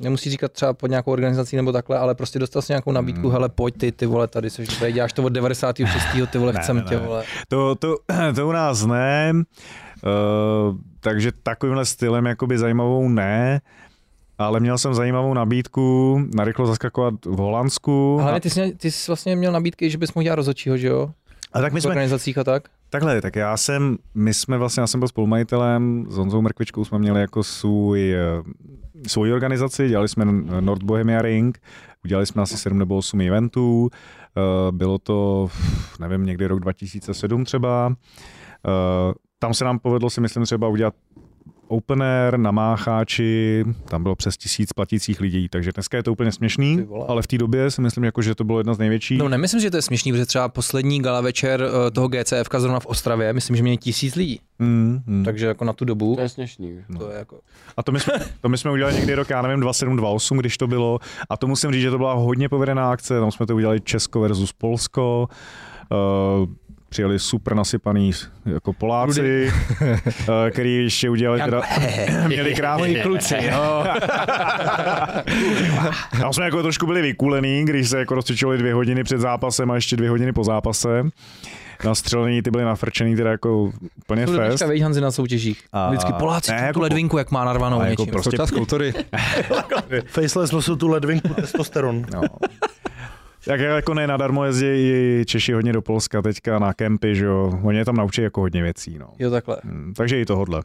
A: Nemusí říkat třeba pod nějakou organizací nebo takhle, ale prostě dostal jsi nějakou nabídku, hele pojď ty, ty vole, tady seš dobrý, děláš to od 96. ty vole,
C: Ne,
A: chcem
C: ne,
A: tě,
C: ne.
A: vole.
C: To, to, to u nás ne, uh, takže takovýmhle stylem jakoby zajímavou ne, ale měl jsem zajímavou nabídku na rychlo zaskakovat v Holandsku.
A: A Hlavně ty jsi, měl- ty jsi vlastně měl nabídky, že bys mohl dělat rozhodčího, že jo?
C: a tak my
A: V
C: jsme,
A: organizacích a tak?
C: Takhle, tak já jsem, my jsme vlastně, já jsem byl spolumajitelem, s Honzou Mrkvičkou jsme měli jako svůj, eh, svoji organizaci, dělali jsme eh, Nord Bohemia Ring, udělali jsme asi 7 nebo 8 eventů, eh, bylo to, ff, nevím, někdy rok 2007 třeba, Eh, tam se nám povedlo si myslím třeba udělat opener na Mácháči, tam bylo přes tisíc platících lidí, takže dneska je to úplně
A: Ty
C: směšný,
A: vole.
C: ale v té době si myslím, jako, že to bylo jedna z největších.
A: No nemyslím, že to je směšný, protože třeba poslední gala večer eh, toho GCF zrovna v Ostravě, myslím, že měli tisíc lidí,
C: Mm, mm.
A: takže jako na tu dobu,
B: To je směšný.
A: to je jako...
C: A to my, jsme, to my jsme udělali někdy rok, já nevím, 27, 28, když to bylo. A to musím říct, že to byla hodně povedená akce. Tam jsme to udělali Česko versus Polsko. Uh, přijeli super nasypaný jako Poláci, eh, který ještě udělali teda, měli krásný kluci. No. Tam jsme jako trošku byli vykulený, když se jako rozcvičovali dvě hodiny před zápasem a ještě dvě hodiny po zápase. Na střelení ty byli nafrčený, teda jako úplně
A: To
C: fest.
A: dneška vejdí Hanzi na soutěžích.
C: A-
A: Vždycky Poláci
C: ne,
A: ne,
C: jako
A: tu
C: po-
A: ledvinku, jak má narvanou
C: ale jako
A: něčím. Jako
C: prostě-
A: prostě...
F: Čas kultury.
E: Faceless nosil tu ledvinku testosteron.
C: No. Jak jako ne, nadarmo jezdí i Češi hodně do Polska teďka na kempy, že jo. Oni je tam naučí jako hodně věcí, no.
A: Jo takhle.
C: Hmm, Takže i tohodle.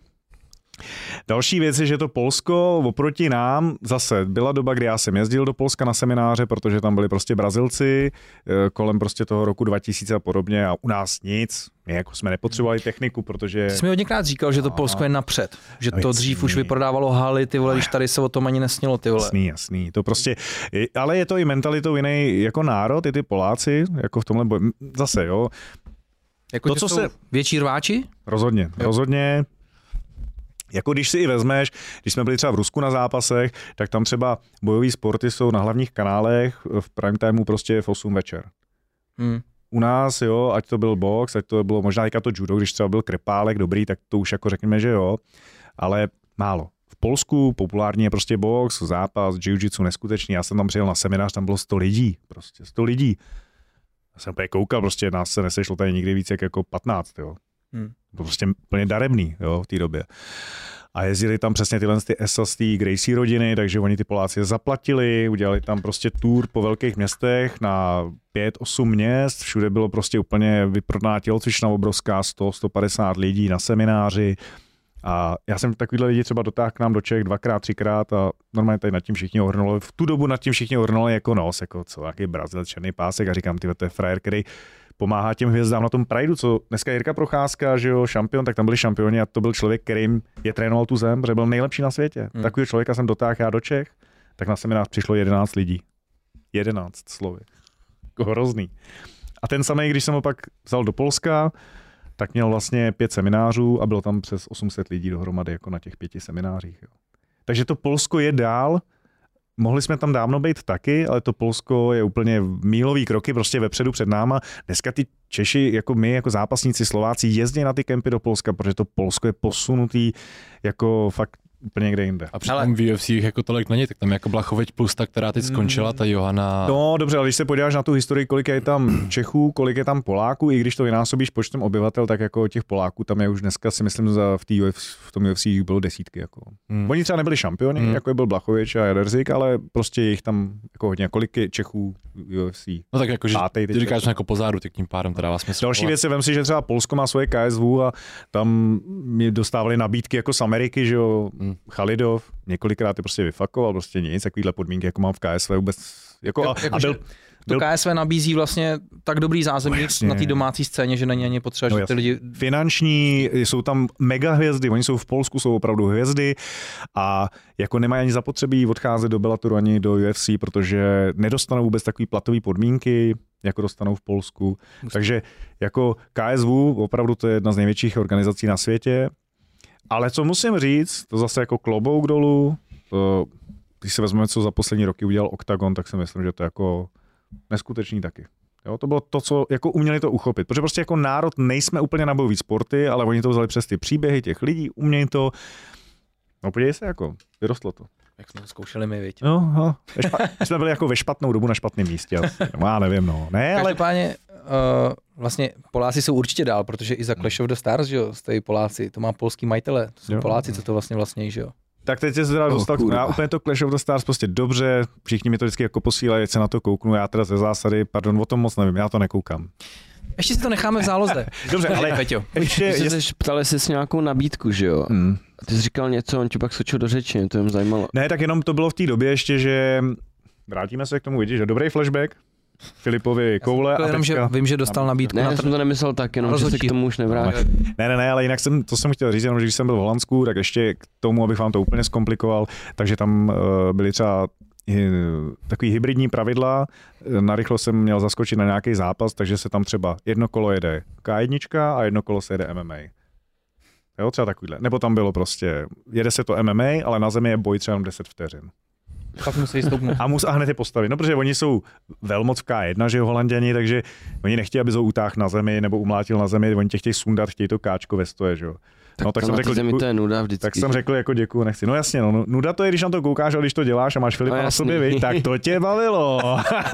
C: Další věc je, že to Polsko oproti nám, zase byla doba, kdy já jsem jezdil do Polska na semináře, protože tam byli prostě Brazilci eh, kolem prostě toho roku 2000 a podobně a u nás nic, my jako jsme nepotřebovali techniku, protože...
A: Ty jsi mi hodněkrát říkal, že to Polsko je napřed. Že
C: No
A: to dřív
C: jasný.
A: už vyprodávalo haly, ty vole, když tady se o tom ani nesnilo, ty vole.
C: Jasný, jasný. To prostě, i- ale je to i mentalitou jiný jako národ, i ty Poláci, jako v tomhle, boji. zase jo,
A: Jako,
C: To,
A: že
C: co
A: jsou
C: se-
A: Větší rváči?
C: Rozhodně, jo. rozhodně. Jako když si i vezmeš, když jsme byli třeba v Rusku na zápasech, tak tam třeba bojové sporty jsou na hlavních kanálech eh, v prime timeu prostě v 8 večer.
A: Hm.
C: U nás, jo, ať to byl box, ať to bylo možná teďka to judo, když třeba byl krepálek dobrý, tak to už jako řekněme, že jo, ale málo. V Polsku populární je prostě box, zápas, jiu-jitsu neskutečný. Já jsem tam přijel na seminář, tam bylo 100 lidí, prostě 100 lidí. Já jsem úplně koukal, prostě nás se nesešlo tady nikdy víc jak jako 15, jo.
A: Hmm.
C: To prostě plně darebný jo, v té době. A jezdili tam přesně tyhle ty ESA z té Gracie rodiny, takže oni ty Poláci je zaplatili, udělali tam prostě tour po velkých městech na 5-8 měst, všude bylo prostě úplně vyprodaná tělocvična obrovská, 100-150 lidí na semináři A já jsem takovýhle lidi třeba dotáhl k nám do Čech dvakrát, třikrát a normálně tady nad tím všichni ohrnuli. V tu dobu nad tím všichni ohrnuli jako nos, jako co, jaký Brazil, černý pásek a říkám, ty to je frajer, který pomáhá těm hvězdám na tom Prideu, co dneska Jirka Procházka, že jo, šampion, tak tam byli šampioni a to byl člověk, kterým je trénoval tu zem, protože byl nejlepší na světě. Hmm. Takového člověka jsem dotáhl já do Čech, tak na seminář přišlo 11 lidí. 11 slovy. Jako Hrozný. A ten samý, když jsem ho pak vzal do Polska, tak měl vlastně pět seminářů a bylo tam přes 800 lidí dohromady jako na těch pěti seminářích. Jo. Takže to Polsko je dál, mohli jsme tam dávno být taky, ale to Polsko je úplně mílový kroky prostě vepředu před náma. Dneska ty Češi, jako my, jako zápasníci Slováci, jezdí na ty kempy do Polska, protože to Polsko je posunutý jako fakt úplně někde jinde.
D: A přitom v UFC jich jako tolik není, tak tam jako Blachoveď plus ta, která teď skončila,
A: Mm.
D: ta Johana.
C: No dobře, ale když se podíváš na tu historii, kolik je tam Čechů, kolik je tam Poláků, i když to vynásobíš počtem obyvatel, tak jako těch Poláků tam je už dneska si myslím za, v, tý UFC, v tom UFC jich bylo desítky. Jako.
D: Hmm.
C: Oni třeba nebyli šampioni,
D: Hmm.
C: jako je byl Blachovič a Jaderzik, ale prostě je jich tam jako hodně. Kolik je Čechů v UFC?
D: No tak jako, že
C: Pátej
D: ty
C: teď.
D: říkáš jako pozáru, tak tím pádem teda vás smysl.
C: Další
D: Ale-
C: věc je, vem si, že třeba Polsko má svoje KSV a tam mi dostávali nabídky jako z Ameriky, že jo,
D: Hmm.
C: Chalidov, několikrát je prostě vyfakoval, prostě nic, takovýhle podmínky, jako mám v KSV vůbec, jako, a,
A: Jako,
C: a byl,
A: To
C: byl-
A: KSV nabízí vlastně tak dobrý zázemí
C: jasně.
A: na té domácí scéně, že není ani potřeba,
C: No
A: že ty
C: jasně.
A: lidi
C: finanční, jsou tam mega hvězdy, oni jsou v Polsku, jsou opravdu hvězdy a jako nemají ani zapotřebí odcházet do Bellatoru ani do UFC, protože nedostanou vůbec takový platové podmínky, jako dostanou v Polsku. Takže jako KSV opravdu to je jedna z největších organizací na světě. Ale co musím říct, to zase jako klobouk dolů, to, když se vezmeme, co za poslední roky udělal Octagon, tak si myslím, že to je jako neskutečný taky. Jo, to bylo to, co jako uměli to uchopit. Protože prostě jako národ nejsme úplně na bojový sporty, ale oni to vzali přes ty příběhy těch lidí, umějí to. No podívej se, jako vyrostlo to.
A: Jak jsme to zkoušeli my, viď?
C: No, no. Ve špa- jsme byli jako ve špatnou dobu na špatném místě. asi. No, já nevím, no. Ne, ale
A: Každopádně uh, vlastně Poláci jsou určitě dál, protože i za Clash of the Stars, že jo, stojí Poláci, to má polský majitele, to jsou
C: Hmm. Jo.
A: Poláci, co to vlastně vlastně, že jo.
C: tak teď se teda dostal,
F: kurva.
C: já úplně to Clash of the Stars prostě dobře, všichni mi to vždycky jako posílají, ať se na to kouknu, já teda ze zásady, pardon, o tom moc nevím, já to nekoukám.
A: Ještě si to necháme v záloze.
C: Dobře, ale
A: Peťo.
C: ještě,
B: Ty
C: jest...
B: jsi ptali jsi s nějakou nabídku, že jo?
C: hmm.
B: A Ty jsi říkal něco, on ti pak skočil do řeči, mě to jim zajímalo.
C: Ne, tak jenom to bylo v té době ještě, že vrátíme se k tomu, vidíš, že dobrý flashback, Filipovi koule a
A: jenom, že
C: teďka...
A: vím, že dostal nabídku
B: Ne,
A: na
B: já
A: tr-
B: jsem to nemyslel tak, jenom že se
A: Rozhodčí.
B: k tomu už nevrátím.
C: Ne, ne, ne, ale jinak jsem, to jsem chtěl říct, jenom, že když jsem byl v Holandsku, tak ještě k tomu, abych vám to úplně zkomplikoval, takže tam uh, byly třeba eh, takový hybridní pravidla. Eh, Narychlo jsem měl zaskočit na nějaký zápas, takže se tam třeba jedno kolo jede K1 a jedno kolo se jede MMA. Jo, třeba takovýhle. Nebo tam bylo prostě, jede se to MMA, ale na zemi je boj třeba jenom 10 vteřin.
A: pak musí stoupnout.
C: A mus a hned je postavit. No, protože oni jsou velmoc v K1, že jo, holanděni, takže oni nechtějí, aby ho utáhl na zemi nebo umlátil na zemi, oni tě chtějí sundat, chtějí to káčko ve stoje, že jo. No, tak
B: To
C: jsem
B: na
C: řekl,
B: ty zemi
C: děkuji,
B: to je nuda vždycky.
C: tak jsem řekl jako děkuju, nechci. No jasně, no, no, nuda to je, když na to koukáš a když to děláš a máš Filipa
B: No,
C: na
B: jasný.
C: sobě, viď, tak to tě bavilo.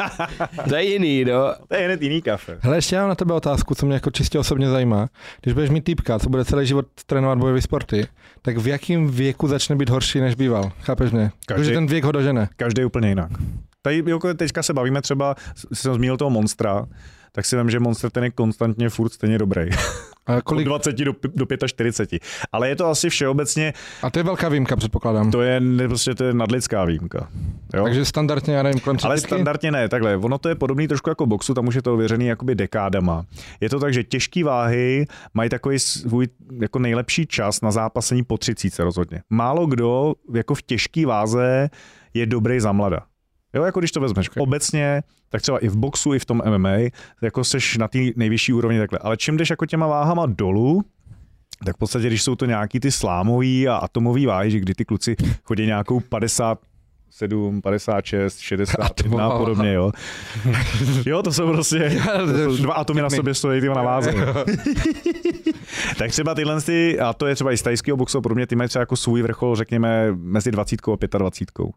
B: To je jiný, no.
C: to je hned jiný kafe.
F: Hele, ještě já mám na tebe otázku, co mě jako čistě osobně zajímá. Když budeš mít týpka, co bude celý život trénovat bojové sporty, tak v jakém věku začne být horší, než býval? Chápeš mě?
C: Každý.
F: Protože ten věk ho dožene.
C: Každý je úplně jinak. Tady jako teďka se bavíme třeba, s- jsem zmínil toho Monstra, tak si vím, že Monster ten je konstantně furt stejně dobrý.
F: A,
C: Od
F: kolik...
C: 20 do, do 45. Ale je to asi všeobecně,
F: A to je velká výjimka, předpokládám.
C: to je ne- prostě to je nadlidská výjimka. Jo?
F: Takže standardně, já nevím, kolem
C: Ale
F: třicítky?
C: standardně ne, takhle. Ono to je podobný trošku jako boxu, tam už je to ověřený jakoby dekádama. Je to tak, že těžké váhy mají takový svůj jako nejlepší čas na zápasení po 30 rozhodně. Málo kdo jako v těžké váze je dobrý za mlada. Jo, jako když to vezmeš okay. obecně, tak třeba i v boxu, i v tom MMA, jako seš na té nejvyšší úrovni takhle. Ale čím jdeš jako těma váhama dolů, tak v podstatě, když jsou to nějaký ty slámový a atomový váhy, že kdy ty kluci chodí nějakou 57, 56, 61 a
F: Atomová
C: podobně, jo. Jo, to jsou prostě to jsou dva atomy na sobě stojí, ty na váze. tak třeba tyhle, ty, a to je třeba i z tajského boxu, a podobně, ty mají třeba jako svůj vrchol, řekněme, mezi 20 a 25.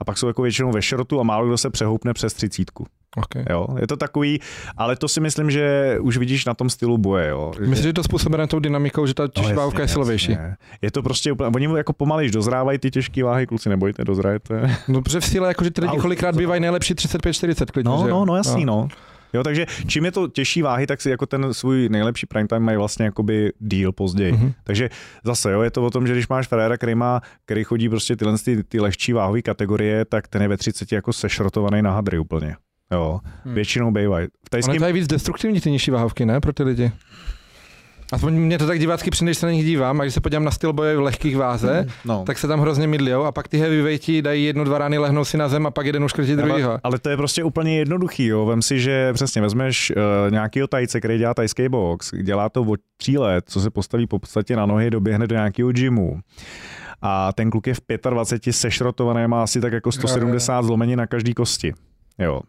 C: A pak jsou jako většinou ve šrotu a málo kdo se přehoupne přes třicítku.
F: Okay.
C: Jo? Je to takový, ale to si myslím, že už vidíš na tom stylu boje. Jo?
F: Myslíš, že to způsobené tou dynamikou, že ta
C: No,
F: těžká
C: jasně,
F: vávka je
C: jasně.
F: silovější?
C: Je to prostě úplně, oni mu jako pomalejš dozrávají ty těžké váhy, kluci, nebojte, dozrajete.
F: No, protože v síle, jakože ty lidi
C: Au,
F: kolikrát bývají nejlepší 35-40 klidně. že jo?
C: no, jasný, no. Jo, takže čím je to těžší váhy, tak si jako ten svůj nejlepší prime time mají vlastně jakoby díl později.
F: Mhm.
C: Mm-hmm. Takže zase jo, je to o tom, že když máš Ferrera, který, má, který chodí prostě tyhle ty, ty lehčí váhové kategorie, tak ten je ve 30 jako sešrotovaný na hadry úplně. Jo, hmm. většinou bývají. V
F: Ono je
C: tajském
F: to je víc destruktivní ty nižší váhovky, ne, pro ty lidi? Aspoň mě to tak divácky přijde, když se na nich dívám. A když se podívám na styl boje v lehkých váze,
C: no.
F: tak se tam hrozně mydlijou a pak ty heavy weighti dají jednu, dva rány, lehnou si na zem a pak jeden uškrtí druhýho.
C: Ale, ale to je prostě úplně jednoduchý, jo. Vem si, že přesně vezmeš uh, nějakého tajce, který dělá tajský box, dělá to od tří let, co se postaví po podstatě na nohy, doběhne do nějakého gymu. A ten kluk je v 25 sešrotovaný, má asi tak jako 170 zlomení na každý kosti. Jo.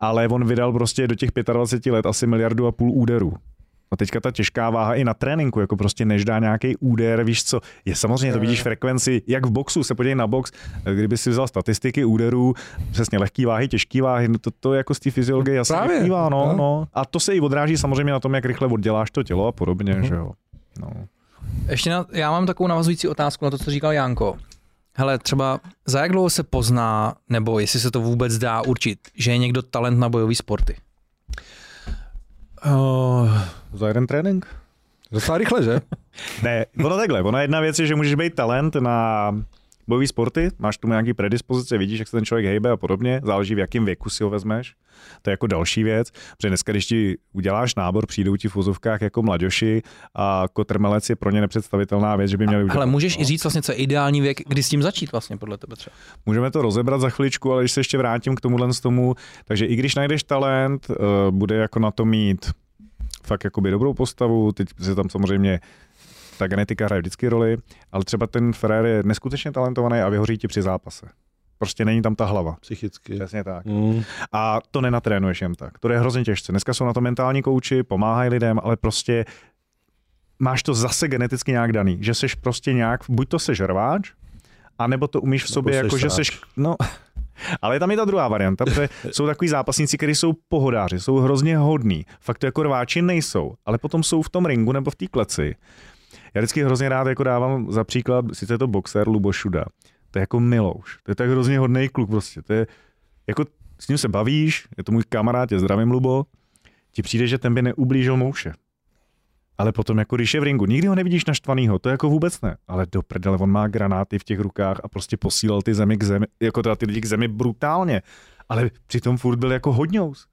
C: Ale on vydal prostě do těch 25 let asi miliardu a půl úderů. A No, teďka ta těžká váha i na tréninku, jako prostě než dá nějaký úder, víš co, je samozřejmě, to vidíš frekvenci, jak v boxu, se podívej na box, kdyby si vzal statistiky úderů, přesně lehký váhy, těžký váhy, no to, to jako z té fyziologie jasně
F: Právě,
C: vyplývá, no,
F: no.
C: no. A to se i odráží samozřejmě na tom, jak rychle odděláš to tělo a podobně,
F: Mhm.
C: že jo. No.
A: Ještě na, já mám takovou navazující otázku na to, co říkal Janko. Hele, třeba za jak dlouho se pozná, nebo jestli se to vůbec dá určit, že je někdo talent na bojové sporty?
C: Uh,
F: Eh.
C: za jeden trénink?
F: Docela rychle, že?
C: Ne, ono takhle, ono jedna věc je, že můžeš být talent na bojové sporty, máš k tomu nějaký predispozice, vidíš, jak se ten člověk hejbe a podobně, záleží v jakém věku si ho vezmeš. To je jako další věc, protože dneska, když ti uděláš nábor, přijdou ti v vozovkách jako mladoši a kotrmelec je pro ně nepředstavitelná věc, že by měli
A: Hele,
C: udělat.
A: můžeš i říct vlastně, co je ideální věk, kdy s tím začít vlastně podle tebe třeba.
C: Můžeme to rozebrat za chviličku, ale když se ještě vrátím k tomuhle z tomu, takže i když najdeš talent, eh, bude jako na to mít fakt jakoby dobrou postavu, teď se tam samozřejmě ta genetika hraje vždycky roli, ale třeba ten Ferrer je neskutečně talentovaný a vyhoří ti při zápase. Prostě není tam ta hlava.
E: Psychicky.
C: Přesně tak.
E: Mm.
C: A to nenatrénuješ jen tak. To je hrozně těžce. Dneska jsou na to mentální kouči, pomáhají lidem, ale prostě máš to zase geneticky nějak daný, že seš prostě nějak, buď to seš rváč, anebo to umíš v sobě,
E: seš
C: jako že
E: sáč.
C: seš, no, ale je tam i ta druhá varianta, protože jsou takový zápasníci, kteří jsou pohodáři, jsou hrozně hodní. Fakt to jako rváči nejsou, ale potom jsou v tom ringu nebo v té kleci. Já vždycky hrozně rád jako dávám za příklad, sice je to boxer Luboš Šuda, to je jako Milouš, to je tak hrozně hodný kluk prostě, to je jako s ním se bavíš, je to můj kamarád, je zdravím Lubo, ti přijde, že ten by neublížil mouše. Ale potom, jako když je v ringu, nikdy ho nevidíš naštvanýho, to jako vůbec ne. Ale do prdele, on má granáty v těch rukách a prostě posílal ty zemi k zemi, jako teda ty lidi k zemi brutálně. Ale přitom furt byl jako hodňous.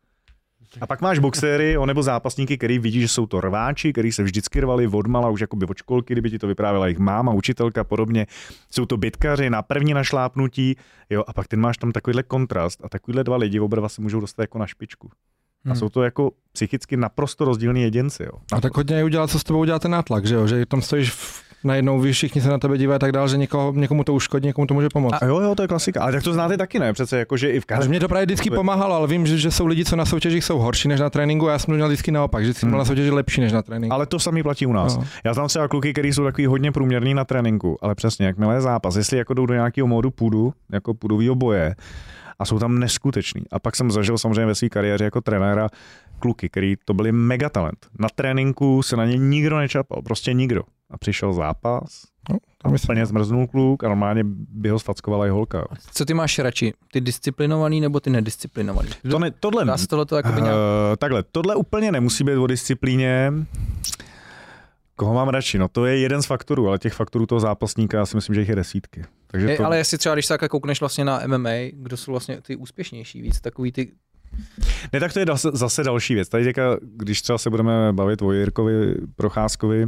C: A pak máš boxéry o nebo zápasníky, který vidí, že jsou to rváči, který se vždycky rvali odmala, už jako by od školky, kdyby ti to vyprávěla jejich máma, učitelka podobně. Jsou to bitkaři na první našlápnutí, jo, a pak ten máš tam takovýhle kontrast a takovýhle dva lidi oba dva se můžou dostat jako na špičku. A
A: Hmm.
C: jsou to jako psychicky naprosto rozdílní jedinci. Jo.
F: A tak hodně je udělat, co s tebou udělá ten nátlak, že jo? Že tam stojíš v, najednou, víš, všichni se na tebe dívají a tak dál, že někoho, někomu to uškodí, někomu to může pomoct.
C: A jo, jo, to je klasika. Ale tak to znáte taky, ne? Přece jako, že i v
F: Takže
C: každém...
F: mě to právě vždycky pomáhalo, ale vím, že, že jsou lidi, co na soutěžích jsou horší než na tréninku a já jsem to měl vždycky naopak, že jsem byl na soutěži lepší než na tréninku.
C: Ale to samý platí u nás.
F: No.
C: Já znám třeba kluky, kteří jsou takový hodně průměrný na tréninku, ale přesně, jakmile je zápas, jestli jako jdou do nějakého módu půdu, jako půdovýho boje, a jsou tam neskuteční. A pak jsem zažil samozřejmě ve své kariéře jako trenéra kluky, který to byli megatalent. Na tréninku se na ně nikdo nečapal, prostě nikdo. A přišel zápas,
F: No, to myslím.
C: plně zmrznul kluk a normálně by ho sfackovala i holka. jo.
A: Co ty máš radši? Ty disciplinovaný nebo ty nedisciplinovaný?
C: To ne, tohle,
A: Dá se tohle to jako jakoby nějak...
C: Eh, takhle, tohle úplně nemusí být o disciplíně. Koho mám radši? No to je jeden z faktorů, ale těch faktorů toho zápasníka, já si myslím, že jich je desítky. Takže
A: Je,
C: to,
A: ale jestli třeba, když se takhle koukneš vlastně na MMA, kdo jsou vlastně ty úspěšnější víc, takový ty...
C: Ne, tak to je zase, zase další věc. Tady teďka, když třeba se budeme bavit o Jirkovi Procházkovi,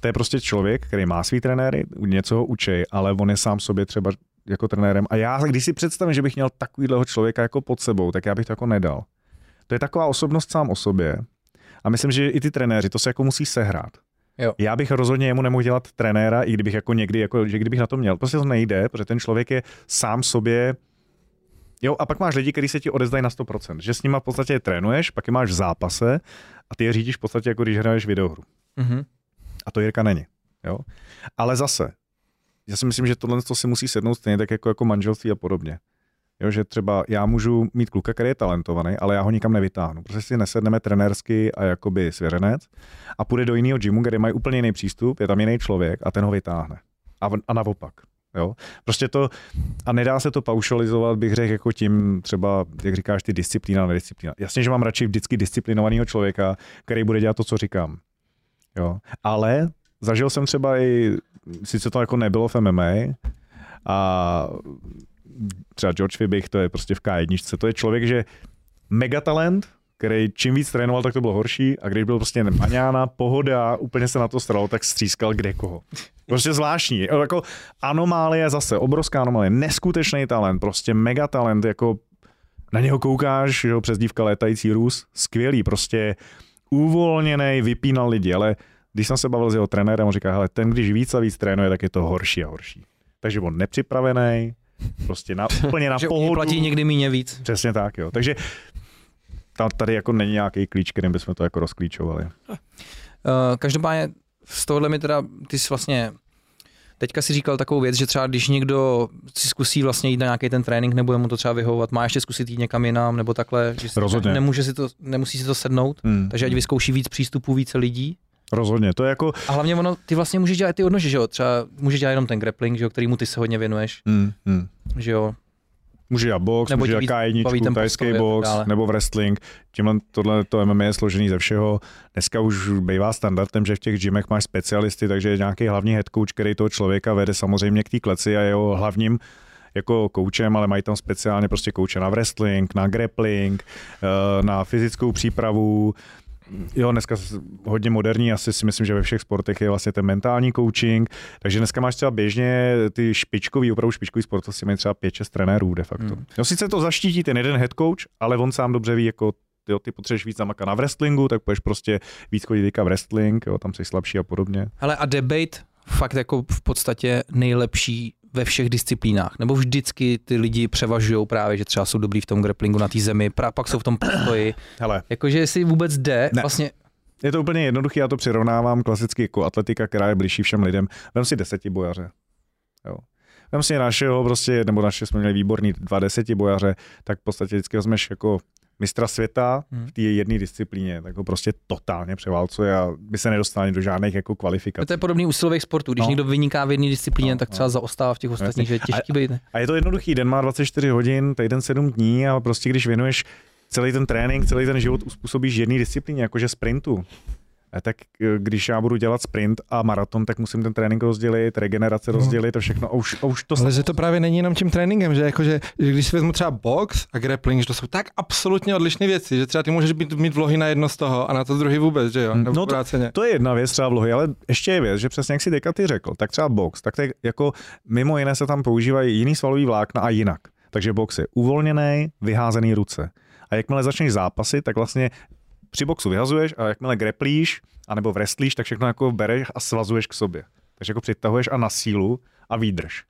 C: to je prostě člověk, který má svý trenéry, něco ho učej, ale on je sám sobě třeba jako trenérem. A já, když si představím, že bych měl takovýhleho člověka jako pod sebou, tak já bych to jako nedal. To je taková osobnost sám o sobě. A myslím, že i ty trenéři, to se jako musí sehrát.
A: Jo.
C: Já bych rozhodně jemu nemohl dělat trenéra, i kdybych jako někdy, jako, že kdybych na to měl. Prostě to nejde, protože ten člověk je sám sobě Jo, a pak máš lidi, kteří se ti odezdají na 100%, že s nima v podstatě je trénuješ, pak je máš v zápase a ty je řídíš v podstatě jako když hraješ videohru.
A: Mhm.
C: A to Jirka není. Jo? Ale zase, já si myslím, že tohle to si musí sednout stejně tak jako, jako manželství a podobně. Jo, že třeba já můžu mít kluka, který je talentovaný, ale já ho nikam nevytáhnu. Prostě si nesedneme trenérsky a jakoby svěřenec a půjde do jiného gymu, kde mají úplně jiný přístup, je tam jiný člověk a ten ho vytáhne. A, v- a naopak. Jo? Prostě to, a nedá se to paušalizovat, bych řekl, jako tím třeba, jak říkáš, ty disciplína, nedisciplína. Jasně, že mám radši vždycky disciplinovaného člověka, který bude dělat to, co říkám. Jo? Ale zažil jsem třeba i, sice to jako nebylo v MMA, a třeba George Fibich, to je prostě v K1, to je člověk, že megatalent, který čím víc trénoval, tak to bylo horší a když byl prostě maňána, pohoda, úplně se na to stral, tak střískal kde koho. Prostě zvláštní. Jako anomálie zase, obrovská anomálie, neskutečný talent, prostě megatalent, jako na něho koukáš, že jo, přes dívka létající růz, skvělý, prostě uvolněný, vypínal lidi, ale když jsem se bavil s jeho trenérem, on říká, hele, ten když víc a víc trénuje, tak je to horší a horší. Takže on nepřipravený, prostě na, úplně na
A: Že
C: pohodu.
A: platí někdy míně víc.
C: Přesně tak, jo. Takže ta- tady jako není nějaký klíč, kterým bychom to jako rozklíčovali.
A: Uh, každopádně z tohohle mi teda, ty jsi vlastně Teďka si říkal takovou věc, že třeba když někdo si zkusí vlastně jít na nějaký ten trénink, nebo je mu to třeba vyhovovat, má ještě zkusit jít někam jinam, nebo takhle, že si
C: Rozhodně.
A: nemůže si to, nemusí si to sednout,
C: Hmm.
A: takže ať vyzkouší víc přístupů, více lidí.
C: Rozhodně, to je jako...
A: A hlavně ono, ty vlastně můžeš dělat i ty odnože, že jo? Třeba můžeš dělat jenom ten grappling, že jo, kterýmu ty se hodně věnuješ,
C: Hmm. Hmm.
A: že jo?
C: Může dělat box,
A: Nebo
C: Nebo může
A: ti
C: dělat
A: víc baví
C: K1,
A: ten
C: tajský
A: postoj a tak
C: box,
A: dále.
C: nebo wrestling. Tímhle tohle to MMA je složený ze všeho. Dneska už bývá standardem, že v těch gymech máš specialisty, takže je nějaký hlavní head coach, který toho člověka vede samozřejmě k té kleci a jeho hlavním jako koučem, ale mají tam speciálně prostě kouče na wrestling, na grappling, eh, na fyzickou přípravu. Jo, dneska s- hodně moderní, asi si myslím, že ve všech sportech je vlastně ten mentální coaching, takže dneska máš třeba běžně ty špičkový, opravdu špičkový sportovci mají třeba 5-6 trenérů de facto. Hmm. No sice to zaštítí ten jeden head coach, ale on sám dobře ví, jako jo, ty potřebuješ víc zamaka na wrestlingu, tak budeš prostě víc chodit teďka v wrestling, jo, tam jsi slabší a podobně.
A: Ale a debate fakt jako v podstatě nejlepší ve všech disciplínách. Nebo vždycky ty lidi převažují právě, že třeba jsou dobrý v tom grapplingu na té zemi, pra, pak jsou v tom postoji.
C: Hele,
A: Jakože jestli vůbec jde,
C: Ne.
A: ne. vlastně
C: je to úplně jednoduché, já to přirovnávám klasicky jako atletika, která je blížší všem lidem. Vem si deseti bojaře. Jo. Vem si našeho prostě, nebo naše jsme měli výborný dva deseti bojaře, tak v podstatě vždycky vezmeš jako mistra světa
A: Hmm.
C: v té jedné disciplíně, tak ho prostě totálně převálcuje a by se nedostal ani do žádných jako kvalifikací.
A: to je podobný u silových sportů. Když
C: No.
A: no. někdo vyniká v jedné disciplíně,
C: No,
A: no, tak
C: no.
A: třeba zaostává v těch ostatních, že je těžký být.
C: A je to jednoduchý, den má 24 hodin, týden 7 dní a prostě když věnuješ celý ten trénink, celý ten život uspůsobíš jedné disciplíně, jakože sprintu. A tak eh, když já budu dělat sprint a maraton, tak musím ten trénink rozdělit, regenerace rozdělit a všechno. A už, a už to...
F: Ale že to právě není jenom tím tréninkem, že, jako, že, že když si vezmu třeba box a grappling, že to jsou tak absolutně odlišné věci, že třeba ty můžeš být, mít vlohy na jedno z toho a na to druhý vůbec, že jo? Nebo
C: No
F: no
C: to-
F: obráceně.
C: To je jedna věc třeba vlohy, ale ještě je věc, že přesně jak si Deka ty řekl, tak třeba box, tak to je jako mimo jiné se tam používají jiný svalový vlákna a jinak. Takže box je uvolněný, vyházený ruce. A jakmile začneš zápasy, tak vlastně při boxu vyhazuješ a jakmile greplíš anebo wrestlíš, tak všechno jako bereš a svazuješ k sobě. Takže jako přitahuješ a na sílu a výdrž.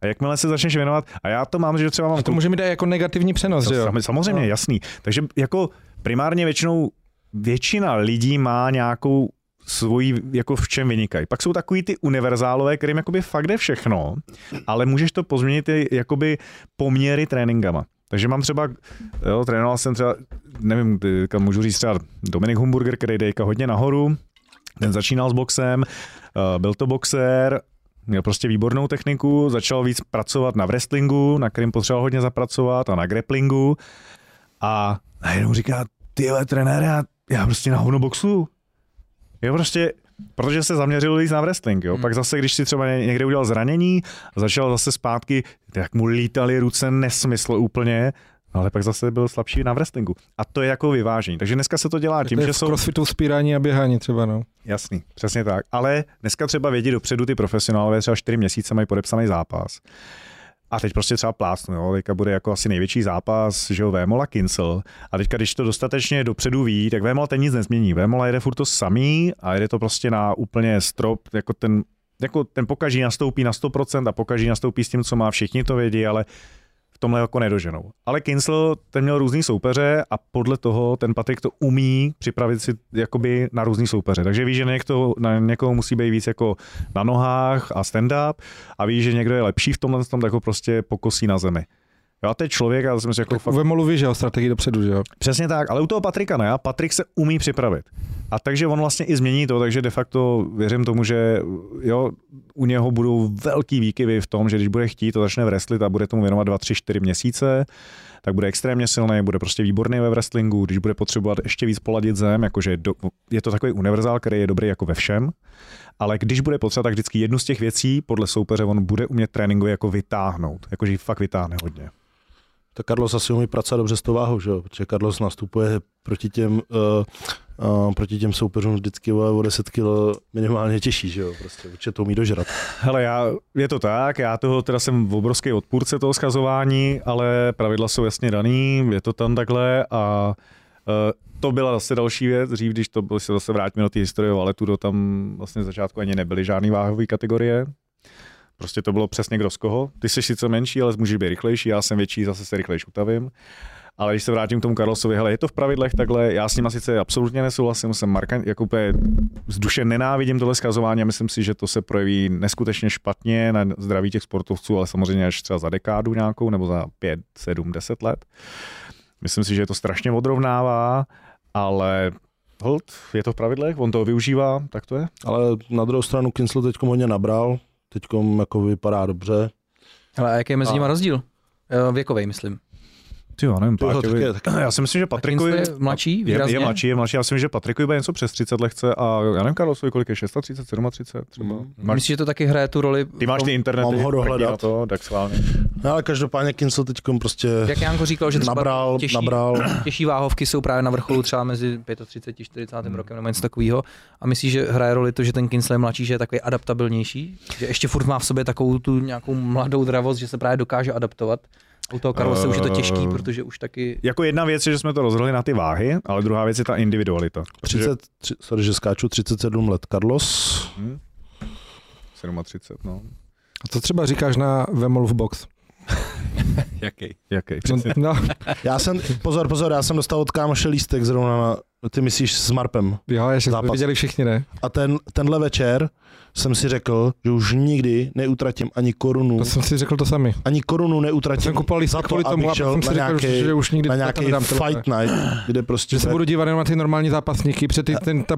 C: A jakmile se začneš věnovat, a já to mám, že třeba mám
F: A to může mi dát jako negativní přenos, že jo?
C: Sam- Samozřejmě, no. jasný. Takže jako primárně většinou většina lidí má nějakou svoji, jako v čem vynikají. Pak jsou takový ty univerzálové, kterým jakoby fakt jde všechno, ale můžeš to pozměnit i jakoby poměry tréninkama. Takže mám třeba, jo, trénoval jsem třeba, nevím, teďka můžu říct třeba Dominik Humburger, který jde teďka hodně nahoru, ten začínal s boxem, eh, byl to boxer, měl prostě výbornou techniku, začal víc pracovat na wrestlingu, na kterým potřeboval hodně zapracovat a na grapplingu a najednou říká, tyhle trenére, já, já prostě na hovno boxu. Jo, prostě, protože se zaměřil víc na wrestling, jo. Hmm. Pak zase, když si třeba ně- někde udělal zranění, začal zase zpátky, tak mu lítaly ruce nesmysl úplně, no ale pak zase byl slabší na wrestlingu. A to je jako vyvážení. Takže dneska se to dělá tím,
F: to je
C: že
F: v
C: jsou...
F: crossfitu spírání a běhání třeba, no.
C: Jasný, přesně tak. Ale dneska třeba vědí dopředu ty profesionálové, třeba 4 měsíce mají podepsaný zápas. A teď prostě třeba plácnu, jo? teďka bude jako asi největší zápas, že jo, Vémola Kincel. A teďka, když to dostatečně dopředu ví, tak Vémola ten nic nezmění. Vémola jede furt to samý a jede to prostě na úplně strop, jako ten, jako ten pokaží nastoupí na 100% a pokaží nastoupí s tím, co má, všichni to vědí, ale v tomhle jako nedoženou. Ale Kincel, ten měl různý soupeře a podle toho ten Patrik to umí připravit si jakoby na různý soupeře. Takže ví, že někdo, na někoho musí být víc jako na nohách a stand-up a ví, že někdo je lepší v tomhle, tom, tak ho prostě pokosí na zemi. Jo, a to je člověk, já jsem si jako
F: Uvemolu víš, že jo, strategii dopředu, že jo?
C: Přesně tak, ale u toho Patrika ne. A Patrik se umí připravit. A takže on vlastně i změní to, takže de facto věřím tomu, že jo, u něho budou velký výkyvy v tom, že když bude chtít, to začne wrestlit a bude tomu věnovat 2, 3, 4 měsíce, tak bude extrémně silný, bude prostě výborný ve wrestlingu, když bude potřebovat ještě víc poladit zem, jakože do, je to takový univerzál, který je dobrý jako ve všem, ale když bude potřeba, tak vždycky jednu z těch věcí podle soupeře on bude umět tréninkově jako vytáhnout, jakože ji fakt vytáhne hodně.
E: Tak Carlos asi umí pracovat dobře s tou váhou, že jo? Protože Carlos nastupuje proti těm, uh, uh, proti těm soupeřům vždycky vole, o 10 kg minimálně těžší, že jo? Prostě určitě to umí dožrat.
C: Hele, já, je to tak, já toho teda jsem obrovský odpůrce toho schazování, ale pravidla jsou jasně daný, je to tam takhle a eh, to byla zase další věc, dřív, když to bylo, se zase vrátíme do té historie valetu, do tam vlastně z začátku ani nebyly žádné váhové kategorie. Prostě to bylo přesně kdo z koho. Ty jsi sice menší, ale můžeš být rychlejší, já jsem větší, zase se rychlejší utavím. Ale když se vrátím k tomu Karlosovi, hele, je to v pravidlech takhle, já s ním sice absolutně nesouhlasím, jsem Marka, jako úplně z duše nenávidím tohle skazování a myslím si, že to se projeví neskutečně špatně na zdraví těch sportovců, ale samozřejmě až třeba za dekádu nějakou nebo za 5, 7, 10 let. Myslím si, že to strašně odrovnává, ale hold, je to v pravidlech, on to využívá, tak to je.
E: Ale na druhou stranu Kinsel teď hodně nabral, teď jako vypadá dobře.
A: Hele, a jaký je mezi nimi rozdíl? Eh, Věkový, myslím.
C: Ty jo, nevím,
E: Ty jo,
C: Páťovi-
E: taky- taky-
C: já si myslím, že Patrikovi...
A: Kingston je mladší,
C: Je,
A: výrazně.
C: je, mladší, je mladší. Já si myslím, že Patrikovi bude něco přes 30 lehce a já nevím, Karlosovi, kolik je, 36, 37 třeba. Máš,
A: Myslíš, že to taky hraje tu roli?
C: ty máš ty internety,
E: Mhm. Mám ho
C: prdí
E: dohledat.
C: na to, tak schválně.
E: No, ale každopádně Kinsel teď prostě
A: Jak Janko říkal, že třeba
E: nabral,
A: těžší,
E: nabral.
A: těžší váhovky jsou právě na vrcholu třeba mezi 35 a 40. rokem nebo něco takového. A myslíš, že hraje roli to, že ten Kinsel je mladší, že je takový adaptabilnější? Že ještě furt má v sobě takovou tu nějakou mladou dravost, že se právě dokáže adaptovat? U toho Karlose už je to těžký,
C: Eh,
A: protože už taky...
C: Jako jedna věc je, že jsme to rozhodli na ty váhy, ale druhá věc je ta individualita.
E: 30, tři- sorry, že skáču, 37 let Carlos,
C: Hm? 37, no.
F: A co třeba říkáš na Vemolf Box?
D: Jaký?
C: Jaký?
F: No, no,
E: Já jsem, pozor, pozor, já jsem dostal od kámoše lístek zrovna na, ty myslíš s Marpem.
F: jo, ještě to
E: Zápas.
F: viděli všichni, ne?
E: A ten, tenhle večer jsem si řekl, že už nikdy neutratím ani korunu,
F: To jsem si řekl to sami.
E: ani korunu neutratím
F: Jsem kupoval
E: za
F: lístek
E: to,
F: kvůli tomu,
E: abych
F: a
E: šel
F: jsem si
E: na
F: říkal,
E: nějaký,
F: že už nikdy
E: na
F: to tam
E: nějaký
F: nedám, tohle.
E: fight night, kde prostě
F: Že se budu dívat jenom na ty normální zápasníky, protože ty, ten, ta,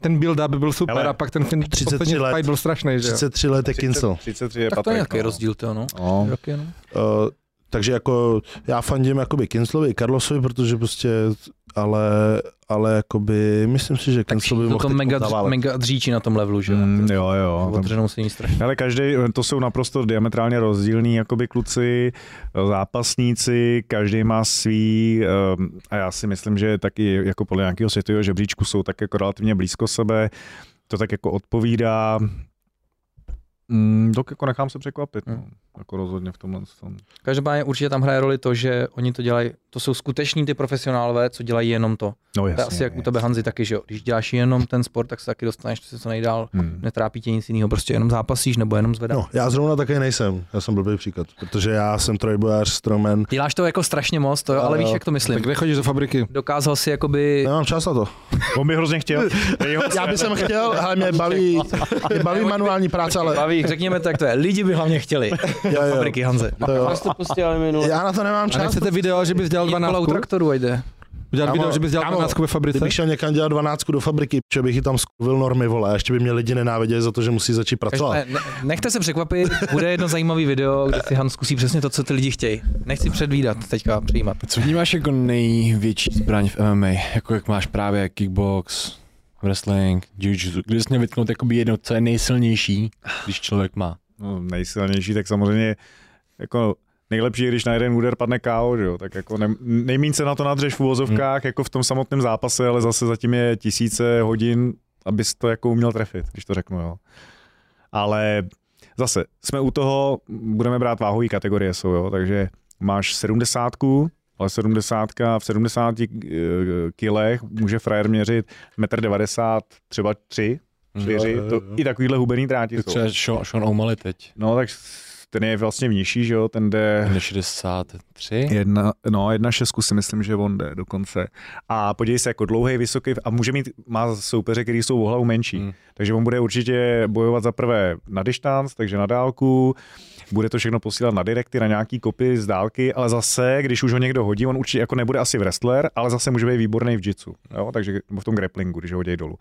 F: ten build-up byl super
C: Hele,
F: a pak ten, ten
E: 33
F: poslední
E: let.
F: fight byl strašný, že jo?
E: 33 let je
C: 30,
E: Kincel.
C: 33 je
A: Tak to je
C: Patrik,
A: nějaký
C: no.
A: rozdíl, to no.
C: No.
A: Roky, no.
E: Uh, takže jako já fandím jakoby Kinclovi i Carlosovi, protože prostě, ale, ale jakoby, myslím si, že
A: Tak
E: Kincel by
A: to,
E: mohl
A: to
E: teď
A: mega,
E: naválet.
A: mega dříčí na tom levelu, že jo?
C: Mm, jo, jo. tam-
A: Odřenou se ní strašně.
C: Ale každý, to jsou naprosto diametrálně rozdílní jakoby kluci, zápasníci, každý má svý ehm, a já si myslím, že taky jako podle nějakého světového žebříčku jsou tak jako relativně blízko sebe, to tak jako odpovídá. Mm, tak jako nechám se překvapit, no.
A: Hmm.
C: jako rozhodně v tomhle tom.
A: Každopádně určitě tam hraje roli to, že oni to dělají, to jsou skuteční ty profesionálové, co dělají jenom to.
C: No
A: To je asi jak u tebe Hanzi taky, že jo. Když děláš jenom ten sport, tak se taky dostaneš se co nejdál.
C: Hmm.
A: Netrápí tě nic jiného, prostě jenom zápasíš nebo jenom zvedáš.
E: No, já zrovna také nejsem, já jsem blbý příklad, protože já jsem trojbojář, strongman,
A: Děláš to jako strašně moc, to jo, ale
E: Jo, No,
A: víš,
E: jo.
A: jak to myslím.
F: Tak kde chodíš do fabriky?
A: Dokázal si jakoby...
E: nemám čas na to.
C: On by hrozně chtěl. Jeho
E: Já bych sem chtěl, ale mě baví, mě baví manuální práce, ale
A: Baví, řekněme tak to je. Lidi by hlavně chtěli.
E: jo, jo,
A: Fabriky Hanze.
E: to jo.
B: Vás to postělali minule.
E: já na to nemám
F: A
E: čas.
F: nechcete video, že bys dělal
A: Nikola u
F: 12?
A: traktoru jde.
F: Udělat
E: Kámo,
F: video, že bys dělal
E: kámo,
F: 12 ve fabrice?
E: Kdybych šel někam dělat 12 do fabriky, že bych ji tam skurvil normy, vole, a ještě by mě lidi nenáviděli za to, že musí začít pracovat.
A: Ne, ne- nechte se překvapit, bude jedno zajímavé video, kde si Han zkusí přesně to, co ty lidi chtějí. Nechci předvídat teďka přijímat.
D: Co vnímáš jako největší zbraň v MMA? Jako jak máš právě kickbox, wrestling, jiu-jitsu, kde jsi měl vytknout jakoby jedno, co je nejsilnější, když člověk má.
C: no, nejsilnější, tak samozřejmě jako nejlepší je, když na jeden úder padne KO, že jo? tak jako ne, nejmín se na to nadřeš v uvozovkách,
E: Hmm.
C: jako v tom samotném zápase, ale zase zatím je tisíce hodin, abys to jako uměl trefit, když to řeknu, jo. Ale zase, jsme u toho, budeme brát váhové kategorie jsou, jo, takže máš 70, ale 70 v 70 eh, kilech může frajer měřit 1,90 m, třeba 3, 4,
E: Jo, jo,
C: to,
E: jo.
C: i takovýhle hubený dráti
D: Jak
C: jsou.
D: třeba Sean, Sean O'Malley teď,
C: No tak s- ten je vlastně nižší, že jo, ten jde...
D: ten je 63.
C: Jedna, no, jedna šestku si myslím, že on jde dokonce. A podívej se, jako dlouhý, vysoký a může mít, má soupeře, který jsou o hlavu menší.
D: Hmm.
C: Takže on bude určitě bojovat za prvé na distanc, takže na dálku, bude to všechno posílat na direkty, na nějaký kopy z dálky, ale zase, když už ho někdo hodí, on určitě jako nebude asi wrestler, ale zase může být výborný v jitsu, jo? takže v tom grapplingu, když ho hodí dolů.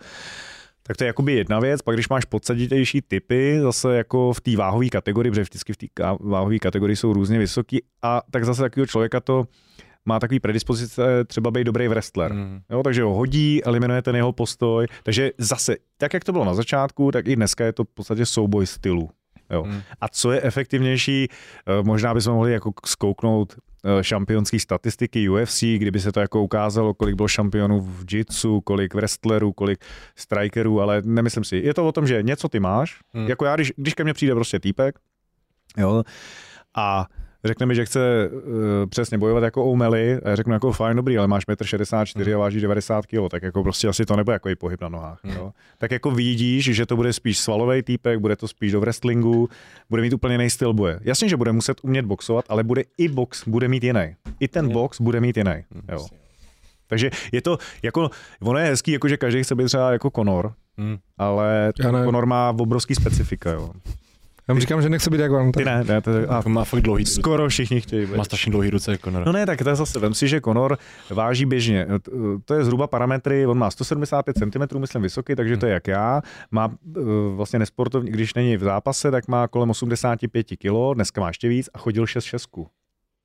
C: Tak to je jakoby jedna věc, pak když máš podsaditější typy, zase jako v té váhové kategorii, protože vždycky v té ka- váhové kategorii jsou různě vysoký, a tak zase takového člověka to má takový predispozice třeba být dobrý wrestler. Mm. Jo, takže ho hodí, eliminuje ten jeho postoj. Takže zase, tak jak to bylo na začátku, tak i dneska je to v podstatě souboj stylů. Jo. Mm. A co je efektivnější, eh, možná bychom mohli jako skouknout eh, šampionský statistiky UFC, kdyby se to jako ukázalo, kolik bylo šampionů v jitsu, kolik wrestlerů, kolik strikerů, ale nemyslím si. Je to o tom, že něco ty máš, hmm. jako já, když, když ke mně přijde prostě týpek, jo, a řekne mi, že chce uh, přesně bojovat jako O'Malley, a já řeknu jako fajn, dobrý, ale máš 1,64 m a vážíš 90 kg, tak jako prostě asi to nebude jako i pohyb na nohách. Jo? Tak jako vidíš, že to bude spíš svalový týpek, bude to spíš do wrestlingu, bude mít úplně jiný styl boje. Jasně, že bude muset umět boxovat, ale bude i box, bude mít jiný. I ten box bude mít jiný. Jo? Takže je to, jako, ono je hezký, jako, že každý chce být třeba jako Conor, ale
F: Já ne.
C: Conor má obrovský specifika. Jo?
F: Já mu říkám, že nechci být jak on.
C: Ty ne, ne to, a
D: Jako má fakt dlouhý ruce.
C: skoro všichni chtějí být.
D: Má strašně dlouhý ruce, jako no.
C: No ne, tak to je zase, vem si, že Conor váží běžně, t- to je zhruba parametry, on má 175 cm, myslím vysoký, takže to je jak já, má eh, vlastně nesportovní, když není v zápase, tak má kolem 85 kg, dneska má ještě víc a chodil 6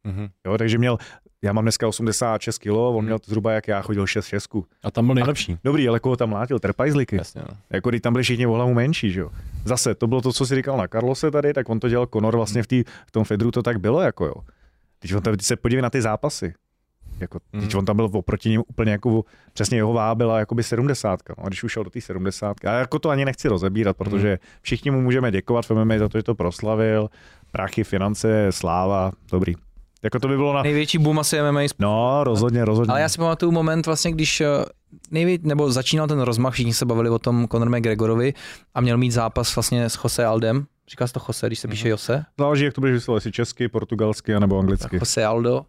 D: Mhm.
C: Jo, takže měl, já mám dneska 86 kg, on měl zhruba jak já, chodil 6 šestku.
D: A tam byl nejlepší.
C: Dobrý, ale koho tam mlátil? Trpajzliky.
D: Jasně, no.
C: Jako když tam byli všichni o hlavu menší, že jo. Zase, to bylo to, co si říkal na Karlose tady, tak on to dělal Conor vlastně v, tý, v tom Fedru, to tak bylo, jako jo. Teď on tam, teď se podívej na ty zápasy. Jako,
A: Mhm.
C: teď on tam byl oproti ním úplně jako, přesně jeho váha byla jakoby 70. No, a když už šel do té 70. A jako to ani nechci rozebírat,
A: Mhm.
C: protože všichni mu můžeme děkovat v MMA za to, že to proslavil. Prachy, finance, sláva, dobrý. Jako to by bylo na...
A: Největší boom asi MMA
C: No, rozhodně, rozhodně.
A: Ale já si pamatuju moment vlastně, když eh, nejvě... nebo začínal ten rozmach, všichni se bavili o tom Conor McGregorovi a měl mít zápas vlastně s Jose Aldem. Říká se to Jose, když se píše
C: Mhm.
A: Jose.
C: Záleží, jak to budeš vysvětlit, jestli česky, portugalsky, anebo anglicky.
A: Jose Aldo.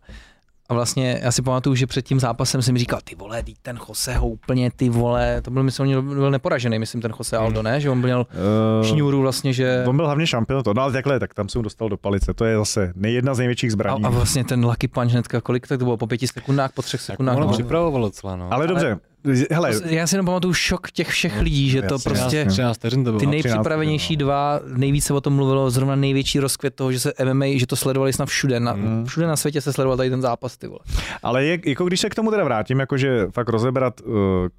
A: A vlastně já si pamatuju, že před tím zápasem jsem říkal, ty vole, teď ten Jose ho úplně, ty vole, to byl, myslím, on byl neporažený, myslím, ten Jose Aldo, ne? Že on měl
C: Hmm. Eh,
A: šňůru vlastně, že...
C: On byl hlavně šampion, to, no ale takhle, tak tam jsem dostal do palice, to je zase jedna z největších
A: A,
C: zbraní.
A: a vlastně ten lucky punch hnedka, kolik tak to bylo, po pěti sekundách, po třech
D: Tak
A: sekundách.
D: ono
A: no.
D: připravovalo celá, no.
C: ale dobře, hele,
A: To s- Já si jenom pamatuju šok těch všech lidí, že to
C: No, jasně,
A: prostě...
D: 13 vteřin to
A: Ty
D: bylo.
A: nejpřipravenější dva, nejvíce o tom mluvilo, zrovna největší rozkvět toho, že se MMA, že to sledovali snad všude, na, všude na světě se sledoval tady ten zápas, ty vole.
C: ale je, jako když se k tomu teda vrátím, jakože fakt rozebrat uh,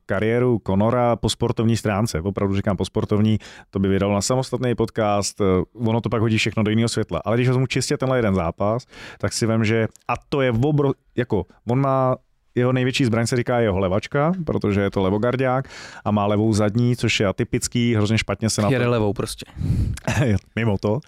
C: kariéru Conora po sportovní stránce, opravdu říkám po sportovní, to by vydalo na samostatný podcast, uh, ono to pak hodí všechno do jiného světla. Ale když vezmu čistě tenhle jeden zápas, tak si vím, že a to je obro, jako on má jeho největší zbraň se říká jeho levačka, protože je to levogardiák a má levou zadní, což je atypický, hrozně špatně se na to
A: Jede levou prostě.
C: mimo to.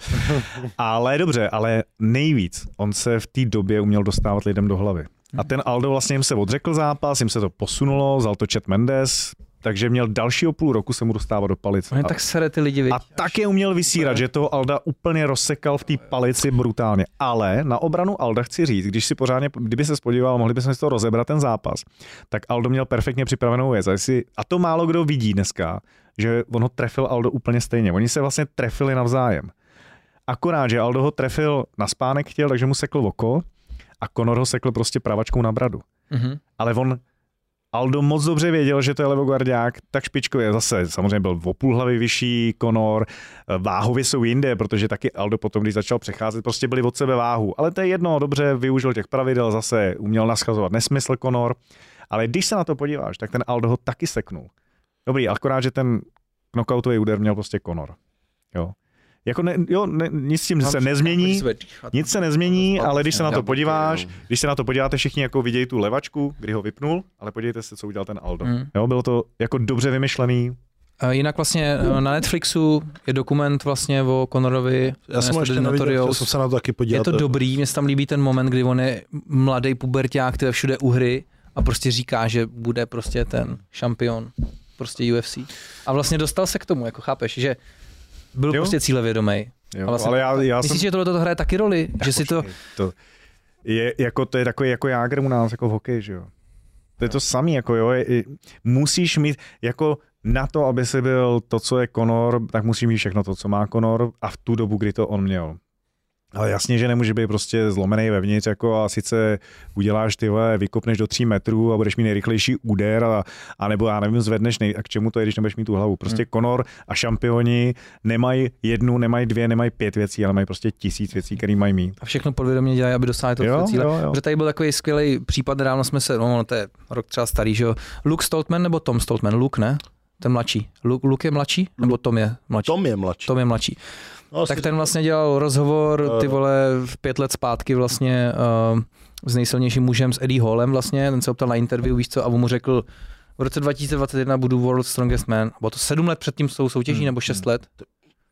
C: Ale dobře, ale nejvíc on se v té době uměl dostávat lidem do hlavy. A ten Aldo vlastně jim se odřekl zápas, jim se to posunulo, vzal to Chet Mendes, takže měl dalšího půl roku se mu dostávat do palice.
A: On je tak sere ty lidi,
C: A
A: viď?
C: tak je uměl vysírat, že toho Alda úplně rozsekal v té palici brutálně. Ale na obranu Alda chci říct, když si pořádně, kdyby se podíval, mohli bychom si to rozebrat ten zápas, tak Aldo měl perfektně připravenou věc. A, jestli, a to málo kdo vidí dneska, že on ho trefil Aldo úplně stejně. Oni se vlastně trefili navzájem. Akorát, že Aldo ho trefil na spánek chtěl, takže mu sekl oko a Conor ho sekl prostě pravačkou na bradu
A: Mhm.
C: ale on Aldo moc dobře věděl, že to je levogardiák, tak špičkově zase, samozřejmě byl o půl hlavy vyšší, Conor, eh, váhově jsou jinde, protože taky Aldo potom, když začal přecházet, prostě byli od sebe váhu. Ale to je jedno, dobře, využil těch pravidel, zase uměl naschazovat nesmysl Conor, ale když se na to podíváš, tak ten Aldo ho taky seknul. Dobrý, akorát, že ten knockoutový úder měl prostě Conor. Jo. Jako ne, jo, ne, nic s tím se nezmění, nic se nezmění, ale když se na to podíváš, když se na to podíváte, všichni jako vidějí tu levačku, kdy ho vypnul, ale podívejte se, co udělal ten Aldo.
A: Mm.
C: Jo, bylo to jako dobře vymyšlený.
A: A jinak vlastně eh, na Netflixu je dokument vlastně o Conorovi,
E: Já jsem ho
A: jmenuje se
E: ještě
A: The
E: neviděl,
A: Notorious.
E: chtěl jsem se na to taky podívat.
A: Je to dobrý, mně se tam líbí ten moment, kdy on je mladý puberták, ty všude u hry a prostě říká, že bude prostě ten šampion prostě UFC. A vlastně dostal se k tomu, jako chápeš, že byl
C: Jo.
A: jo? prostě cílevědomý.
C: Jo,
A: A vlastně-
C: ale já, já jsem,
A: Myslíš, že tohle to hraje taky roli? že si to,
C: to, je, jako, to je takový jako jágr u nás, jako v hokeji, že jo. To je
A: No.
C: to samý, jako jo, je, i- musíš mít, jako na to, aby si byl to, co je Conor, tak musíš mít všechno to, co má Conor a v tu dobu, kdy to on měl. Ale jasně, že nemůže být prostě zlomený vevnitř, jako a sice uděláš tyhle, vykopneš do 3 metrů a budeš mít nejrychlejší úder, a, a nebo já nevím, zvedneš, nej, a k čemu to je, když nebudeš mít tu hlavu.
A: Hmm.
C: Prostě Conor a šampioni nemají jednu, nemají dvě, nemají pět věcí, ale mají prostě tisíc věcí, které mají mít.
A: A všechno podvědomě dělají, aby dosáhli
C: Jo,
A: toho cíle.
C: jo, jo.
A: Protože tady byl takový skvělý případ, nedávno jsme se, no, no to je rok třeba starý, že jo. Luke Stoutman nebo Tom Stoutman? Luke, ne? Ten mladší. Luke, Luke je mladší? Nebo Tom je mladší?
E: Tom je mladší.
A: Tom je mladší.
E: no,
A: Tak
E: si-
A: ten vlastně dělal
E: Eh.
A: rozhovor, ty vole, v pět let zpátky vlastně uh, s nejsilnějším mužem, s Eddie Hallem vlastně, ten se optal na interview, víš co, a on mu řekl, v roce 2021 budu World Strongest Man. Bylo to sedm let před tím s tou soutěží, nebo šest let.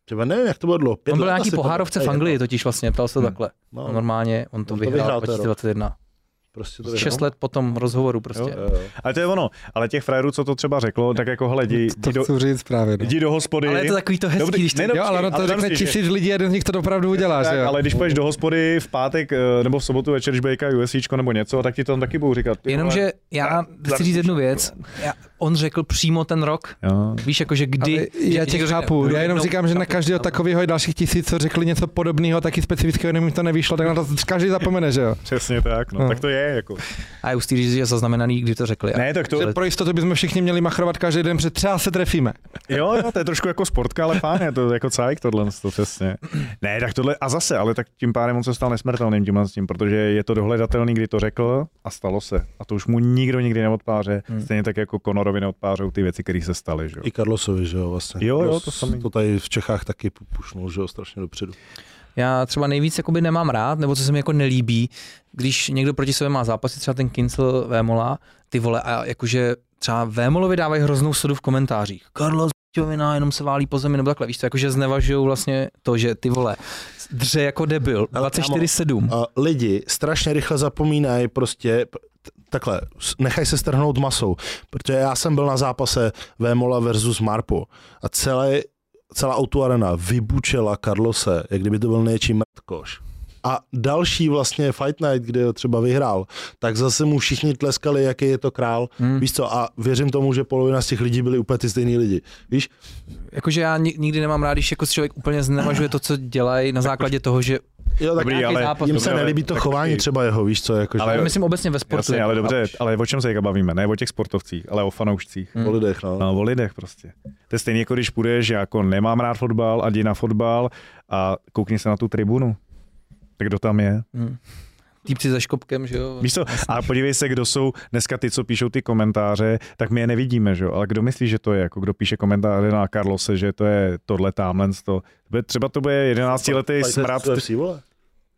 E: Třeba nevím, jak to bylo dlouho. Hmm. Pět
A: On byl
E: let
A: nějaký
E: asi to bylo.
A: pohárovce
E: To
A: v
E: je
A: Anglii
E: jedno.
A: totiž vlastně, ptal se to takhle. A
E: No,
A: normálně, on to
E: On to
A: vyhrál
E: vyhrál
A: v
E: ten rok.
A: 2021.
E: prostě to vyhrál.
A: Šest let po tom rozhovoru prostě.
E: Jo, jo.
C: Ale to je ono. Ale těch frajerů, co to třeba řeklo, tak jako hele, jdi,
F: To
C: jdi, do,
F: chci říct právě. No.
C: jdi do hospody.
A: Ale je to takový to hezký,
C: Dobrý,
A: když to...
C: ne, no,
F: Jo, ale ono to
C: ale tam si,
F: řekne
C: že-
F: tisíc lidí, jeden z nich to opravdu udělá, že
C: tak,
F: jo?
C: ale když půjdeš do hospody v pátek eh, nebo v sobotu večer, když bude jaká USCčko nebo něco, tak ti to tam taky budou říkat. ty vole.
A: Jenomže já chci říct
E: no.
A: jednu věc. Já, on řekl přímo ten rok,
C: Jo.
A: víš, jakože kdy...
F: Ale
A: že-
F: já
A: že
F: tě
A: někdo řekne,
F: chápu, já jenom
A: no,
F: říkám, že na
A: chápu,
F: každého
A: chápu.
F: takového je dalších tisíc, co řekli něco podobného, taky specifického, jenom jim to nevyšlo, tak na to každý zapomene, že jo?
C: Přesně tak, no,
F: No.
C: tak to je jako.
A: A je ústý, že je zaznamenaný, kdy to řekli.
C: Ne, tak to,
F: Že pro jistotu bychom všichni měli machrovat každý den, protože třeba se trefíme.
C: jo, jo, to je trošku jako sportka, ale pán je to jako cajk tohle, to přesně. Ne, tak tohle, a zase, ale tak tím pádem on se stal nesmrtelným tímhle s tím, protože je to dohledatelný, kdy to řekl a stalo se. A to už mu nikdo nikdy neodpáře, stejně tak jako Konorovi neodpářou ty věci, které se staly, že jo.
E: I Carlosovi, že jo, vlastně.
C: Jo, jo,
E: Carlos
C: to samý.
E: To tady v Čechách taky pu- pušnul, že jo, strašně dopředu.
A: Já třeba nejvíc jakoby nemám rád, nebo co se mi jako nelíbí, když někdo proti sobě má zápasy, třeba ten Kincel Vémola, ty vole, a jakože třeba Vémolovi dávají hroznou sodu v komentářích. Carlos Bťovina, jenom se válí po zemi, nebo takhle, víš co, jakože znevažují vlastně to, že ty vole, dře jako debil,
E: Ale kámo,
A: 24-7.
E: A lidi strašně rychle zapomínají prostě p- t- takhle, s- nechaj se strhnout masou, protože já jsem byl na zápase Vémola versus Marpo a celé, celá auto arena vybučela Carlose, jak kdyby to byl něčí mrtkoš. A další vlastně Fight Night, kde třeba vyhrál, tak zase mu všichni tleskali, jaký je to král.
A: Hmm.
E: Hmm. Víš co, a věřím tomu, že polovina z těch lidí byli úplně ty stejný lidi. Víš,
A: Jakože já ni- nikdy nemám rád, když jako si člověk úplně znevažuje to, co dělají na základě toho, že
E: jo, tak
C: Dobrý,
A: nějaký
C: ale
A: zápas,
E: jim
A: dobrý,
E: se
C: ale-
E: nelíbí to
C: tak
E: chování
C: počkej.
E: třeba jeho, víš co, jako
C: Ale-
E: ale...
A: ale myslím obecně ve sportu.
C: Jasně,
A: jako,
C: ale
A: chápeš?
C: dobře, ale o čem se jaka bavíme? Ne o těch sportovcích, ale o fanoušcích.
A: Hmm.
E: po lidech, no.
C: No, o lidech prostě. To je stejně jako když půjdeš, já jako nemám rád fotbal a jdi na fotbal a koukni se na tu tribunu. Tak kdo tam je?
A: No, Týpci se škopkem, že jo?
C: Víš co? A podívej se, kdo jsou dneska ty, co píšou ty komentáře, tak my je nevidíme, že jo? Ale kdo myslí, že to je? Jako kdo píše komentáře na Karlose, že to je tohle, tamhle, to. Bude- Třeba to bude 11 letý
E: Fight Night
C: smrad.
E: UFC, vole.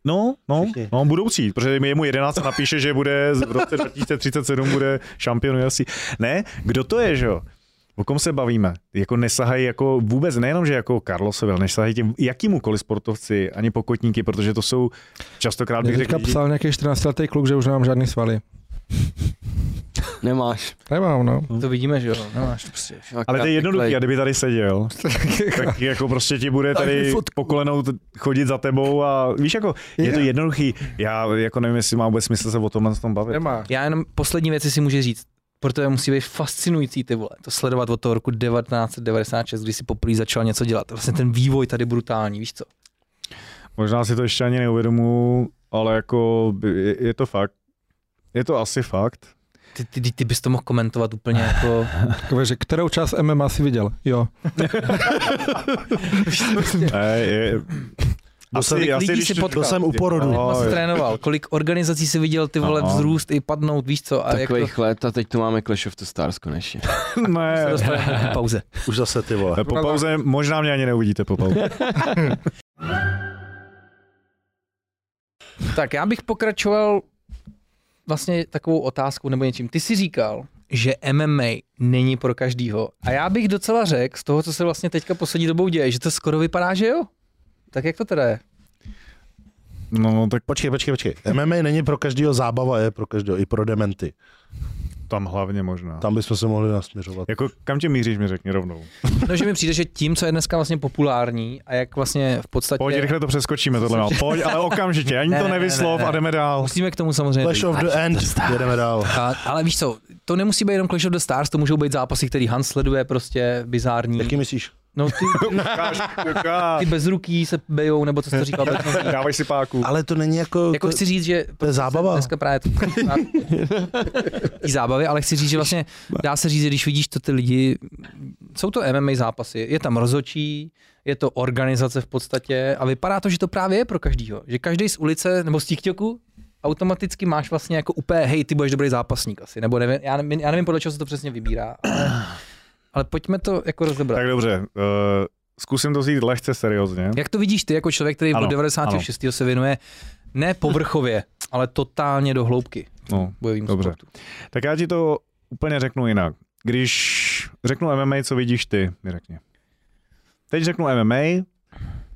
C: No, no,
E: Všichni.
C: no, budoucí, protože mi jemu 11 napíše, že bude z- v roce 2037 bude šampion UFC. Ne, kdo to je, že jo? O kom se bavíme? Jako nesahají jako vůbec, nejenom, že jako Carlosovi, ale nesahají těm jakýmukoliv sportovci, ani pokotníky, protože to jsou častokrát
F: Mě
C: bych
F: teďka
C: řekl, lidi-
F: psal nějaký 14-letý kluk, že už nemám žádný svaly.
B: Nemáš.
F: Nemám, no.
A: To vidíme, že jo? Nemáš to prostě.
C: ale to je jednoduché, a kdyby tady seděl, tak jako prostě ti bude tady po kolenou t- chodit za tebou a víš jako, je to jednoduchý. Já jako nevím, jestli má vůbec smysl se o tomhle tom bavit.
F: Nemá.
A: Já jenom poslední věci si může říct. Proto je musí být fascinující ty vole, to sledovat od toho roku 1996, kdy si poprvé začal něco dělat. Vlastně ten vývoj tady brutální, víš co?
C: Možná si to ještě ani neuvědomu, ale jako je, je to fakt. Je to asi fakt.
A: Ty, ty, ty, ty bys to mohl komentovat úplně jako...
F: Takové, že kterou část MMA si viděl? Jo.
C: Ne, je,
A: kolik lidí
C: když
A: si
C: to-
A: potkal?
E: Byl jsem u porodu.
C: Jo.
A: Moc
C: Oj.
A: trénoval, kolik organizací si viděl ty vole
C: Aha.
A: vzrůst i padnout, víš co? A jak to
B: Takových let a teď tu máme Clash of the Stars konečně.
C: Ne,
A: se dostaneme po pauze.
E: Už zase ty vole.
C: po pauze možná mě ani neuvidíte po pauze.
A: Tak já bych pokračoval vlastně takovou otázkou nebo něčím. Ty jsi říkal, že MMA není pro každýho. A já bych docela řekl z toho, co se vlastně teďka poslední dobou děje, že to skoro vypadá, že jo? Tak jak to teda je?
C: No, no tak
E: Počkej, počkej, počkej. MMA není pro každého zábava, je pro každého, i pro dementy.
C: tam hlavně možná.
E: Tam bychom se mohli nasměřovat.
C: Jako kam tě míříš, mi řekni rovnou.
A: No, že mi přijde, že tím, co je dneska vlastně populární a jak vlastně v podstatě...
C: Pojď, rychle to přeskočíme, tohle má. Pojď, ale okamžitě, ani
A: Ne,
C: to
A: ne, ne,
C: nevyslov
A: ne, ne.
C: a jdeme dál.
A: Musíme k tomu samozřejmě...
E: Clash
A: dojít.
E: of the End, jedeme dál.
A: A, ale víš co, to nemusí být jenom Clash of the Stars, to můžou být zápasy, který Hans sleduje prostě bizární.
E: Jaký myslíš?
A: No ty, ty bez ruky se bejou, nebo co jsi to říkal. bez noží.
C: Dávaj si páku.
E: Ale to není jako...
A: Jako chci říct, že
E: to je zábava.
A: dneska právě tý zábavy, ale chci říct, že vlastně dá se říct, že když vidíš to ty lidi, jsou to MMA zápasy, je tam rozočí, je to organizace v podstatě a vypadá to, že to právě je pro každýho. Že každý z ulice nebo z TikToku automaticky máš vlastně jako úplně, hej, ty budeš dobrý zápasník asi, nebo nevím, já nevím, já nevím podle čeho se to přesně vybírá, ale, ale pojďme to jako rozebrat.
C: Tak dobře, uh, zkusím to vzít lehce seriózně.
A: Jak to vidíš ty jako člověk, který
C: Ano,
A: od 96. se věnuje ne povrchově, ale totálně do hloubky
C: No,
A: bojovým
C: Dobře.
A: sportu?
C: tak já ti to úplně řeknu jinak. Když řeknu MMA, co vidíš ty, mi řekni. Teď řeknu MMA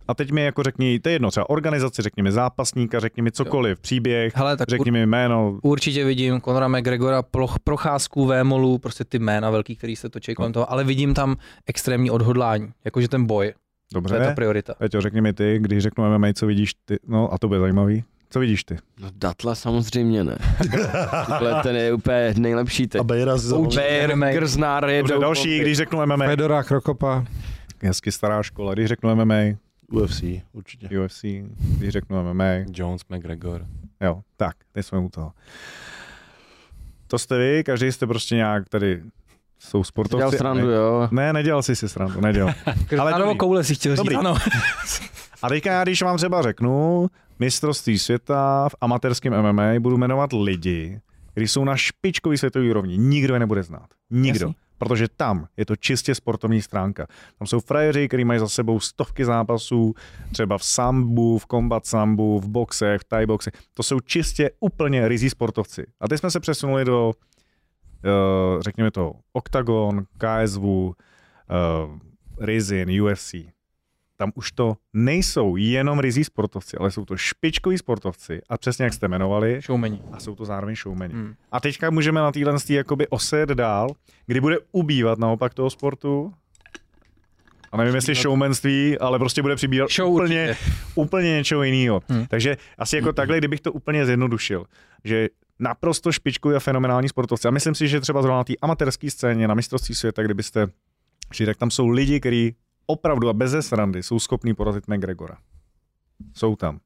C: a teď mi jako řekni, to je jedno, třeba organizaci, řekni mi zápasníka, řekni mi cokoliv, příběh,
A: Hele, tak
C: řekni mi jméno,
A: Určitě vidím Konora McGregora, ploch, procházku Vémolu, prostě ty jména velký, který se točí
C: No.
A: kolem toho, ale vidím tam extrémní odhodlání, jakože ten boj, to je ta
C: dobře.
A: priorita.
C: Peťo, řekni mi ty, když řeknu MMA, co vidíš ty, no a to bude zajímavý. Co vidíš ty?
B: No datla samozřejmě ne. Tohle ten je úplně nejlepší teď.
E: A Bejra z...
B: Bear
A: MMA.
B: Grznár je
C: Dobře, další, když řeknu MMA.
F: Fedora, Krokopa.
C: Hezky stará škola, když řeknu MMA,
E: UFC, určitě.
C: UFC, když řeknu MMA,
D: Jones, McGregor.
C: Jo, tak, teď jsme u toho. To jste vy, každý jste prostě nějak tady,
B: To
C: jsou
B: dělal
C: sportovci.
B: srandu, jo.
C: Ne, nedělal jsi si srandu, nedělal. Ale
A: Ano,
C: dobrý.
A: koule si chtěl říct,
C: Dobrý.
A: ano.
C: A teďka já, když vám třeba řeknu, mistrovství světa v amatérském MMA, budu jmenovat lidi, kteří jsou na špičkový světový úrovni. Nikdo je nebude znát. Nikdo.
A: Jasný.
C: Protože tam je to čistě sportovní stránka. Tam jsou frajeři, kteří mají za sebou stovky zápasů, třeba v sambu, v kombat sambu, v boxech, v thai boxech. To jsou čistě úplně rizí sportovci. A teď jsme se přesunuli do, eh, řekněme to, Octagon, KSV, eh, Rizin, UFC tam už to nejsou jenom rizí sportovci, ale jsou to špičkoví sportovci a přesně jak jste jmenovali,
A: Showmeni.
C: a jsou to zároveň showmeni.
A: Hmm.
C: A teďka můžeme na téhle tý jakoby oset dál, kdy bude ubývat naopak toho sportu. A nevím, jestli showmanství, ale prostě bude přibývat
A: Show
C: úplně,
A: určitě.
C: úplně něčeho jiného.
A: Hmm.
C: Takže asi jako takhle, kdybych to úplně zjednodušil, že naprosto špičkují a fenomenální sportovci. A myslím si, že třeba zrovna na té amatérské scéně, na mistrovství světa, kdybyste šli, tak tam jsou lidi, kteří opravdu a bez srandy jsou schopní porazit McGregora. Jsou tam.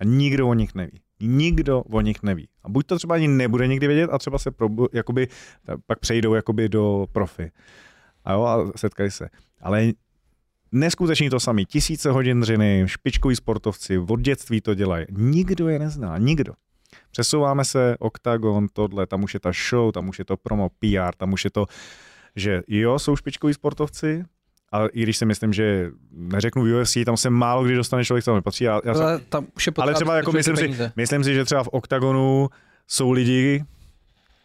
C: A nikdo o nich neví. Nikdo o nich neví. A buď to třeba ani nebude nikdy vědět, a třeba se probu, jakoby, ta- pak přejdou jakoby do profi. A jo, a setkají se. Ale neskutečný to samý. Tisíce hodin dřiny, špičkoví sportovci, od dětství to dělají. Nikdo je nezná, nikdo. Přesouváme se, OKTAGON, tohle, tam už je ta show, tam už je to promo, PR, tam už je to, že jo, jsou špičkoví sportovci, ale i když si myslím, že neřeknu v UFC, tam se málo kdy dostane člověk, co tam nepatří. Já, já
A: Ale tam už je potřeba
C: ale třeba jako
A: potřeba
C: myslím si,
A: peníze.
C: myslím si, že třeba v OKTAGONu jsou lidi,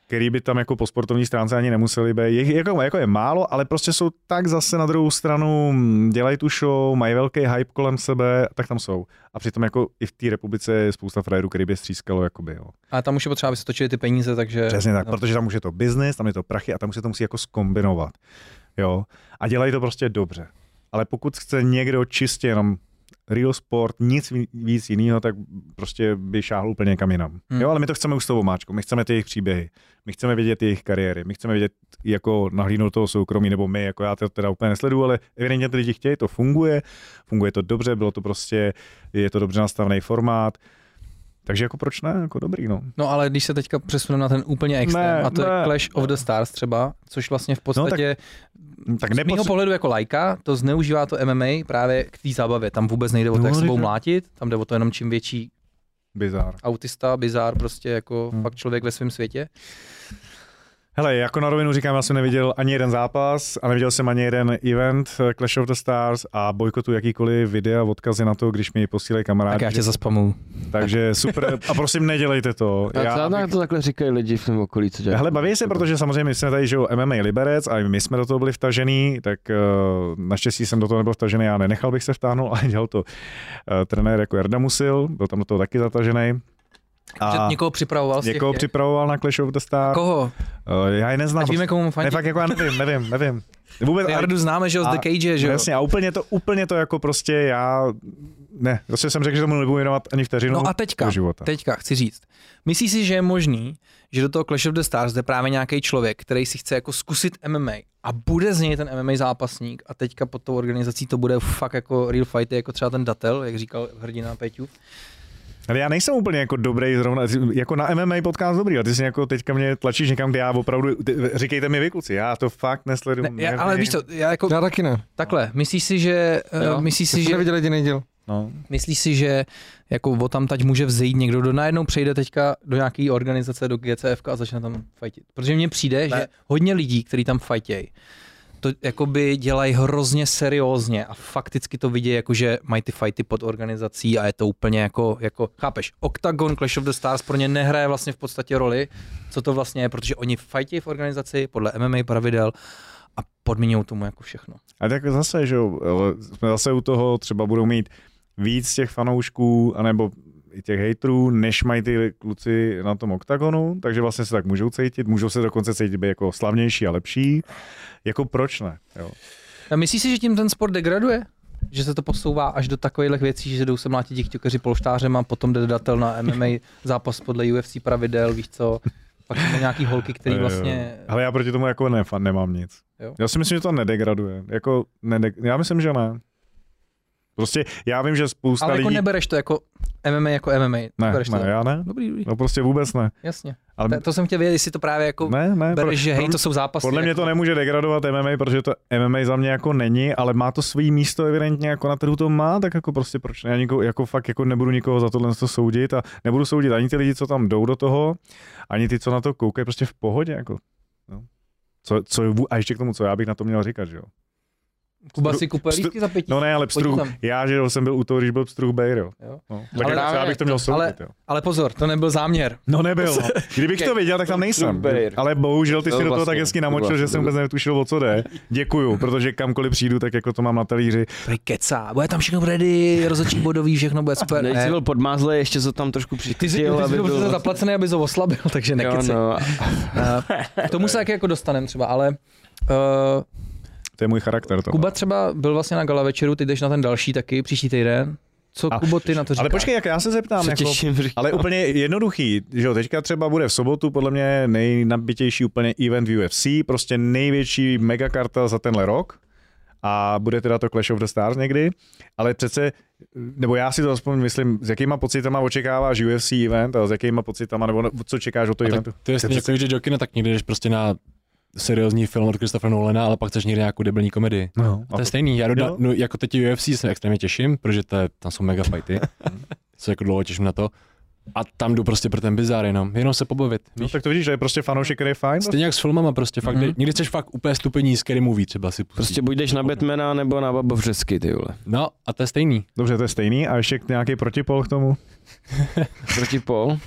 C: který by tam jako po sportovní stránce ani nemuseli být. Je, jako, jako je málo, ale prostě jsou tak zase na druhou stranu, mm, dělají tu show, mají velký hype kolem sebe, tak tam jsou. A přitom jako i v té republice je spousta frajerů, který by je střískalo. Jakoby, jo.
A: Ale tam už je potřeba, aby se točili ty peníze, takže...
C: Přesně tak,
A: no.
C: protože tam už je to biznis, tam je to prachy a tam už se to musí jako skombinovat. Jo? A dělají to prostě dobře. Ale pokud chce někdo čistě jenom real sport, nic ví- víc jiného, tak prostě by šáhl úplně někam jinam.
A: Hmm.
C: Jo, ale my to chceme už s tou omáčkou, my chceme ty jejich příběhy, my chceme vědět jejich kariéry, my chceme vědět jako nahlídnout toho soukromí, nebo my, jako já to teda úplně nesleduju, ale evidentně ty lidi chtějí, to funguje, funguje to dobře, bylo to prostě, je to dobře nastavený formát, takže jako proč ne, jako dobrý, no.
A: No ale když se teďka přesuneme na ten úplně extrém,
C: Ne,
A: a to
C: ne, No,
A: je Clash of the Stars třeba, což vlastně v podstatě
C: Tak
A: Z mého
C: nepotře-
A: pohledu jako lajka, to zneužívá to MMA právě k té zábavě. Tam vůbec nejde o to,
C: No,
A: jak s sebou
C: teďka-
A: mlátit, tam jde o to jenom čím větší
C: Bizár.
A: autista, bizár, prostě jako
C: Hmm.
A: hmm. fakt člověk ve svém světě.
C: Hele, jako na rovinu říkám, já jsem neviděl ani jeden zápas a neviděl jsem ani jeden event eh, Clash of the Stars a bojkotu jakýkoliv videa, odkazy na to, když mi posílají kamarádi.
A: Tak já tě zaspamuju.
C: Takže super. A prosím, nedělejte to.
B: Tak já,
C: abych-
B: to takhle říkají lidi v tom okolí, co dělají.
C: Hele, baví se, protože samozřejmě my jsme tady, že jo, MMA Liberec a i my jsme do toho byli vtažený, tak uh, naštěstí jsem do toho nebyl vtažený, já nenechal bych se vtáhnout, ale dělal to uh, trenér jako Jarda Musil, byl tam do toho taky zatažený.
A: Že
C: A
A: někoho připravoval z těch
C: někoho
A: těch?
C: připravoval na Clash of the Stars.
A: Koho?
C: Uh, já je neznám.
A: Ať víme, komu mu
C: Ne,
A: fandí.
C: fakt jako já nevím, nevím, nevím. Vůbec,
A: Jardu známe, že jo, z
C: a-
A: The Cage, že
C: No
A: jo.
C: Jasně, a úplně to, úplně to jako prostě já ne, zase jsem řekl, že tomu nebudu věnovat ani vteřinu
A: No a teďka,
C: do života.
A: teďka chci říct, myslíš si, že je možný, že do toho Clash of the Stars jde právě nějaký člověk, který si chce jako zkusit MMA a bude z něj ten MMA zápasník a teďka pod tou organizací to bude fakt jako real fighty, jako třeba ten Datel, jak říkal hrdina Peťův.
C: Ale já nejsem úplně jako dobrý zrovna, jako na MMA podcast dobrý, a ty si jako teďka mě tlačíš někam, kde já opravdu, ty, říkejte mi vy kluci, já to fakt nesleduju.
A: Ne, já, ale
C: nevím.
A: víš co, já jako,
C: No.
F: Já taky ne.
A: takhle, myslíš si, že, eh,
B: Jo.
A: myslíš
F: Ty
A: si,
F: jsi
A: že,
F: neviděl jediný díl.
C: No.
A: myslíš si, že jako o tam tať může vzejít někdo, kdo najednou přejde teďka do nějaké organizace, do GCF a začne tam fajtit. Protože mně přijde, že hodně lidí, kteří tam fajtějí, to jakoby dělají hrozně seriózně a fakticky to vidí, jako že mají ty fighty pod organizací a je to úplně jako, jako chápeš, Octagon, Clash of the Stars pro ně nehraje vlastně v podstatě roli, co to vlastně je, protože oni fajtějí v organizaci podle MMA pravidel a podmiňují tomu jako všechno.
C: A tak zase, že jo, ale jsme zase u toho, třeba budou mít víc těch fanoušků, anebo i těch hejtrů, než mají ty kluci na tom oktagonu, takže vlastně se tak můžou cítit, můžou se dokonce cítit být jako slavnější a lepší. Jako proč ne? Jo.
A: A myslíš si, že tím ten sport degraduje? Že se to posouvá až do takových věcí, že jdou se mlátit dikťokeři polštářem a potom jde datel na MMA zápas podle UFC pravidel, víš co? Pak jsou nějaký holky, který
C: Eh,
A: vlastně...
C: Ale já proti tomu jako nefan, nemám nic.
A: Jo.
C: Já si myslím, že to nedegraduje. Jako nede... Já myslím, že ne. Prostě já vím, že spousta
A: Ale jako
C: lidí...
A: nebereš to jako MMA jako MMA.
C: ne,
A: bereš
C: ne,
A: to.
C: já ne.
A: Dobrý, dobrý,
C: No prostě vůbec ne.
A: jasně.
C: Ale
A: To, to jsem chtěl vědět, jestli to právě jako ne,
C: ne, ne. pro-
A: bereš, že hej,
C: pro-
A: to jsou zápasy.
C: Podle mě
A: jako,
C: to nemůže degradovat MMA, protože to MMA za mě jako není, ale má to svý místo evidentně, jako na trhu to má, tak jako prostě proč ne? Já nikoho, jako fakt jako nebudu nikoho za tohle to soudit a nebudu soudit ani ty lidi, co tam jdou do toho, ani ty, co na to koukají, prostě v pohodě, jako. No. Co, co, je vů- a ještě k tomu, co já bych na to měl říkat, že jo?
A: Kuba si kupuje
C: Stru-
A: lístky za pětí.
C: No ne, ale pstruh,
A: Podívám.
C: já, že jo, jsem byl u toho, když byl pstruh Bejr, jo.
A: Jo.
C: No. Tak
A: Ale
C: jako, co já
A: právě-
C: bych to měl soudit,
A: ale-
C: jo.
A: Ale pozor, to nebyl záměr.
C: No nebyl. Kdybych to
B: Okay.
C: věděl, tak tam nejsem.
B: Bejr.
C: Ale bohužel ty
B: No
C: si do toho
B: vlastně,
C: tak hezky namočil, že
B: vlastně.
C: jsem vůbec netušil, o co jde. Děkuju, protože kamkoliv přijdu, tak jako to mám na talíři.
A: Prej kecá, bude tam všechno ready, rozhodčí bodový, všechno bude super.
B: Než
A: Ne.
B: jsi byl podmázlý, ještě se tam trošku
A: Ty jsi, ty
B: přichytil,
A: jsi
B: aby
A: byl přece
B: byl...
A: zaplacený, aby to oslabil, takže
B: Jo,
A: nekecej.
B: no,
A: Eh, K tomu se tak jako dostaneme třeba, ale uh,
C: To je můj charakter. To.
A: Kuba třeba byl vlastně na gala večeru, ty jdeš na ten další taky příští týden. Co
C: A-
A: Kubo ty na to říkáš?
C: ale počkej, jak já se zeptám,
B: se
C: jako,
B: těším, říkám.
C: ale úplně jednoduchý, že jo, teďka třeba bude v sobotu podle mě nejnabitější úplně event v UFC, prostě největší megakarta za tenhle rok a bude teda to Clash of the Stars někdy, ale přece, nebo já si to aspoň myslím, s jakýma pocitama očekáváš UFC event a s jakýma pocitama, nebo co čekáš od toho eventu?
D: To je stejně
C: přece-
D: jako, když jdeš do kina, tak někdy jdeš prostě na seriózní film od Christophera Nolana, ale pak chceš někde nějakou debilní komedii.
C: No,
D: A to je stejný, já jdu na,
C: Jo.
D: no, jako teď UFC se extrémně těším, protože to je, tam jsou mega fighty, se jako dlouho těším na to. A tam jdu prostě pro ten bizár jenom, jenom se pobavit.
C: No tak to vidíš, že je prostě fanoušek, který je fajn.
D: Stejně jak s filmama prostě, fakt, mm-hmm. někdy chceš fakt úplně stupení scary movie třeba si pustit.
B: Prostě buď jdeš na Batmana, nebo na Babovřesky, ty vole.
D: No a to je stejný.
C: Dobře, to je stejný. A ještě nějaký protipol k tomu.
B: Proti pol.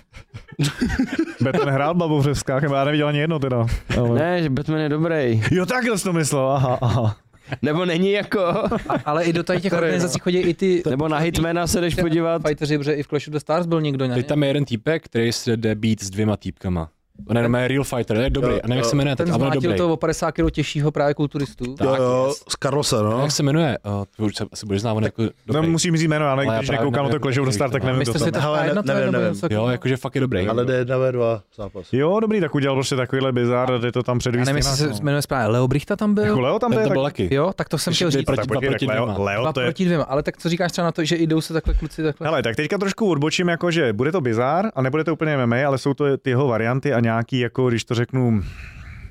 C: Batman hrál babu v řeskách, nebo já neviděl ani jedno teda.
A: No.
C: Ale...
B: Ne, že Batman je dobrý.
C: Jo, takhle jsi to myslel, aha, aha.
B: Nebo není jako...
A: Ale i do tady těch
B: Sorry,
A: organizací chodí i ty
B: Nebo na Hitmana se jdeš podívat.
A: fighteři, protože i v Clash of the Stars byl někdo, ne?
D: Teď tam je jeden týpek, který se jde být s dvěma týpkama. On je normálně real fighter, je dobrý,
E: Jo,
D: a nevím, jak
E: jo.
D: se jmenuje,
A: Ten
D: teď, ale on je
A: zmlátil
D: dobrý.
A: toho o 50 kg těžšího právě kulturistu.
D: Tak,
E: jo, jo,
D: jest.
E: z Carlosa, no.
D: Jak se jmenuje? Uh, to už se asi budeš znát, on je jako
C: No,
D: dobrý.
C: musím říct jméno, já
D: Ale
C: ne,
D: já
C: když
D: právě
C: nekoukám na to
D: nevím,
C: Clash of the Star, tak nevím,
D: nevím,
A: Mistr
C: co tam.
A: světa v
E: Hele,
A: K1,
E: ne-
A: to je
E: nevím,
A: dobrý,
E: nevím.
A: něco takového.
D: Jo,
C: jako-
D: jakože fakt je dobrý.
E: Ale jde 1 v 2 zápas.
C: Jo, dobrý, tak udělal prostě takovýhle bizár a jde to tam
A: Já
C: předvíst. no.
A: nevím, jestli se jmenuje správně. Leo Brichta tam
C: Jako
A: byl?
C: Leo tam
D: Ten
C: jde,
D: to
C: tak...
D: byl taky.
A: Jo, tak to jsem
D: Ještě
A: chtěl
D: byli
A: říct.
D: proti-
C: tak
D: dva
C: počkej, tak
D: proti
C: Leo,
D: dvěma.
A: Dva
C: Leo no, to je...
A: proti dvěma. Ale tak co říkáš třeba na to, že i jdou se takhle kluci takhle?
C: Hele, tak teďka trošku odbočím, jako že bude to bizár a nebude to úplně MMA, ale jsou to ty jeho varianty a nějaký, jako když to řeknu,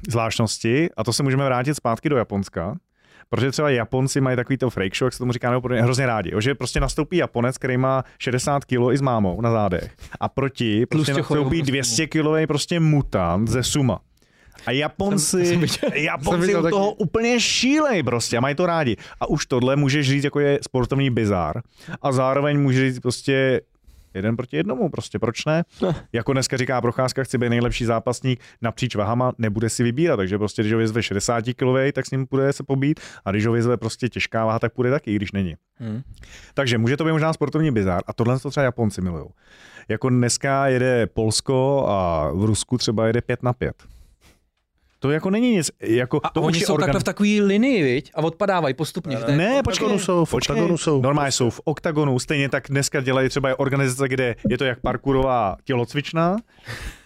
C: zvláštnosti a to se můžeme vrátit zpátky do Japonska. Protože třeba Japonci mají takový to freak show, jak se tomu říká, nebo podobně, hrozně rádi. Jo, že prostě nastoupí Japonec, který má 60 kg i s mámou na zádech. A proti prostě
A: Tlustěchorovou
C: nastoupí
A: prostě.
C: 200 kg prostě mutant ze Suma. A Japonci,
A: Jsem- jsem
F: jsem
C: Japonci
F: viděl
C: u
F: taky.
C: toho úplně šílej prostě a mají to rádi. A už tohle můžeš říct, jako je sportovní bizár. A zároveň můžeš říct prostě jeden proti jednomu, prostě proč ne? Jako dneska říká Procházka, chci být nejlepší zápasník napříč vahama, nebude si vybírat, takže prostě když ho vyzve 60 kg, tak s ním půjde se pobít a když ho vyzve prostě těžká váha, tak půjde taky, i když není.
A: Hmm.
C: Takže může to být možná sportovní bizár a tohle to třeba Japonci milují. Jako dneska jede Polsko a v Rusku třeba jede 5 na 5. To jako není nic, jako
A: A
C: to
A: to oni
C: už je
A: jsou takhle v takový linii, viď? A odpadávají postupně. Ne,
C: Ne,
E: V
C: počkej,
E: oktagonu jsou, v
C: počkej.
E: oktagonu jsou.
C: Normálně jsou v oktagonu, stejně tak dneska dělají třeba je organizace, kde je to jak parkourová tělocvična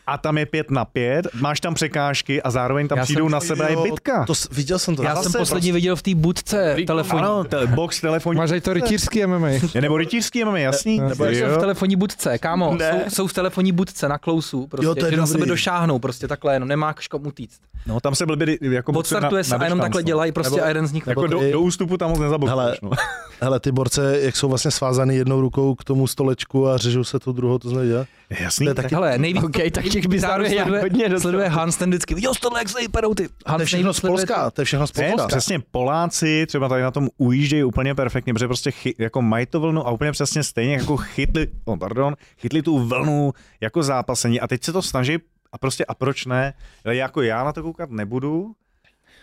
C: a tam je pět na pět, máš tam překážky a zároveň tam
A: Já
C: přijdou
A: jsem-
C: na sebe jo,
E: Jo,
C: je bitka.
E: To, s- viděl jsem to.
A: Já
E: Zase
A: jsem poslední viděl v té budce telefonní.
C: Ano, te, box, telefonní,
F: Máš tady to rytířský MMA.
C: Je, nebo rytířský MMA, jasný?
A: Nebo jak jsou v telefonní budce, kámo,
C: Ne.
A: jsou, jsou, v telefonní budce na klousu, prostě,
E: Jo, to je
A: že na
E: dobrý.
A: sebe došáhnou, prostě takhle jenom, nemá k komu utíct.
C: No, tam se blbě jako boxer
A: Odstartuje se a jenom
C: na
A: takhle
C: distanci.
A: dělají prostě
E: Nebo-
A: a jeden z nich
C: Jako
E: Nebo
C: do,
E: tady-
C: do, ústupu tam moc
E: Hele.
C: nezablokáš. No.
E: Hele, ty borce, jak jsou vlastně svázaný jednou rukou k tomu stolečku a řežou se tu druhou, to jsme dělali.
C: Jasný.
E: To je taky
A: Hele, nejvíc
D: OK, tak těch bizarů
A: zároveň
D: je
A: sleduje,
D: hodně dost.
A: sleduje Hans ten vždycky, jo, tohle jak se vypadou ty. Hans
E: to je všechno
A: nejvíc
E: z
A: sleduje
E: Polska, to je všechno z
C: Ne,
E: Polska.
C: přesně Poláci třeba tady na tom ujíždějí úplně perfektně, protože prostě chy, jako mají to vlnu a úplně přesně stejně jako chytli, oh, pardon, chytli tu vlnu jako zápasení a teď se to snaží a prostě a proč ne? Ale Jako já na to koukat nebudu,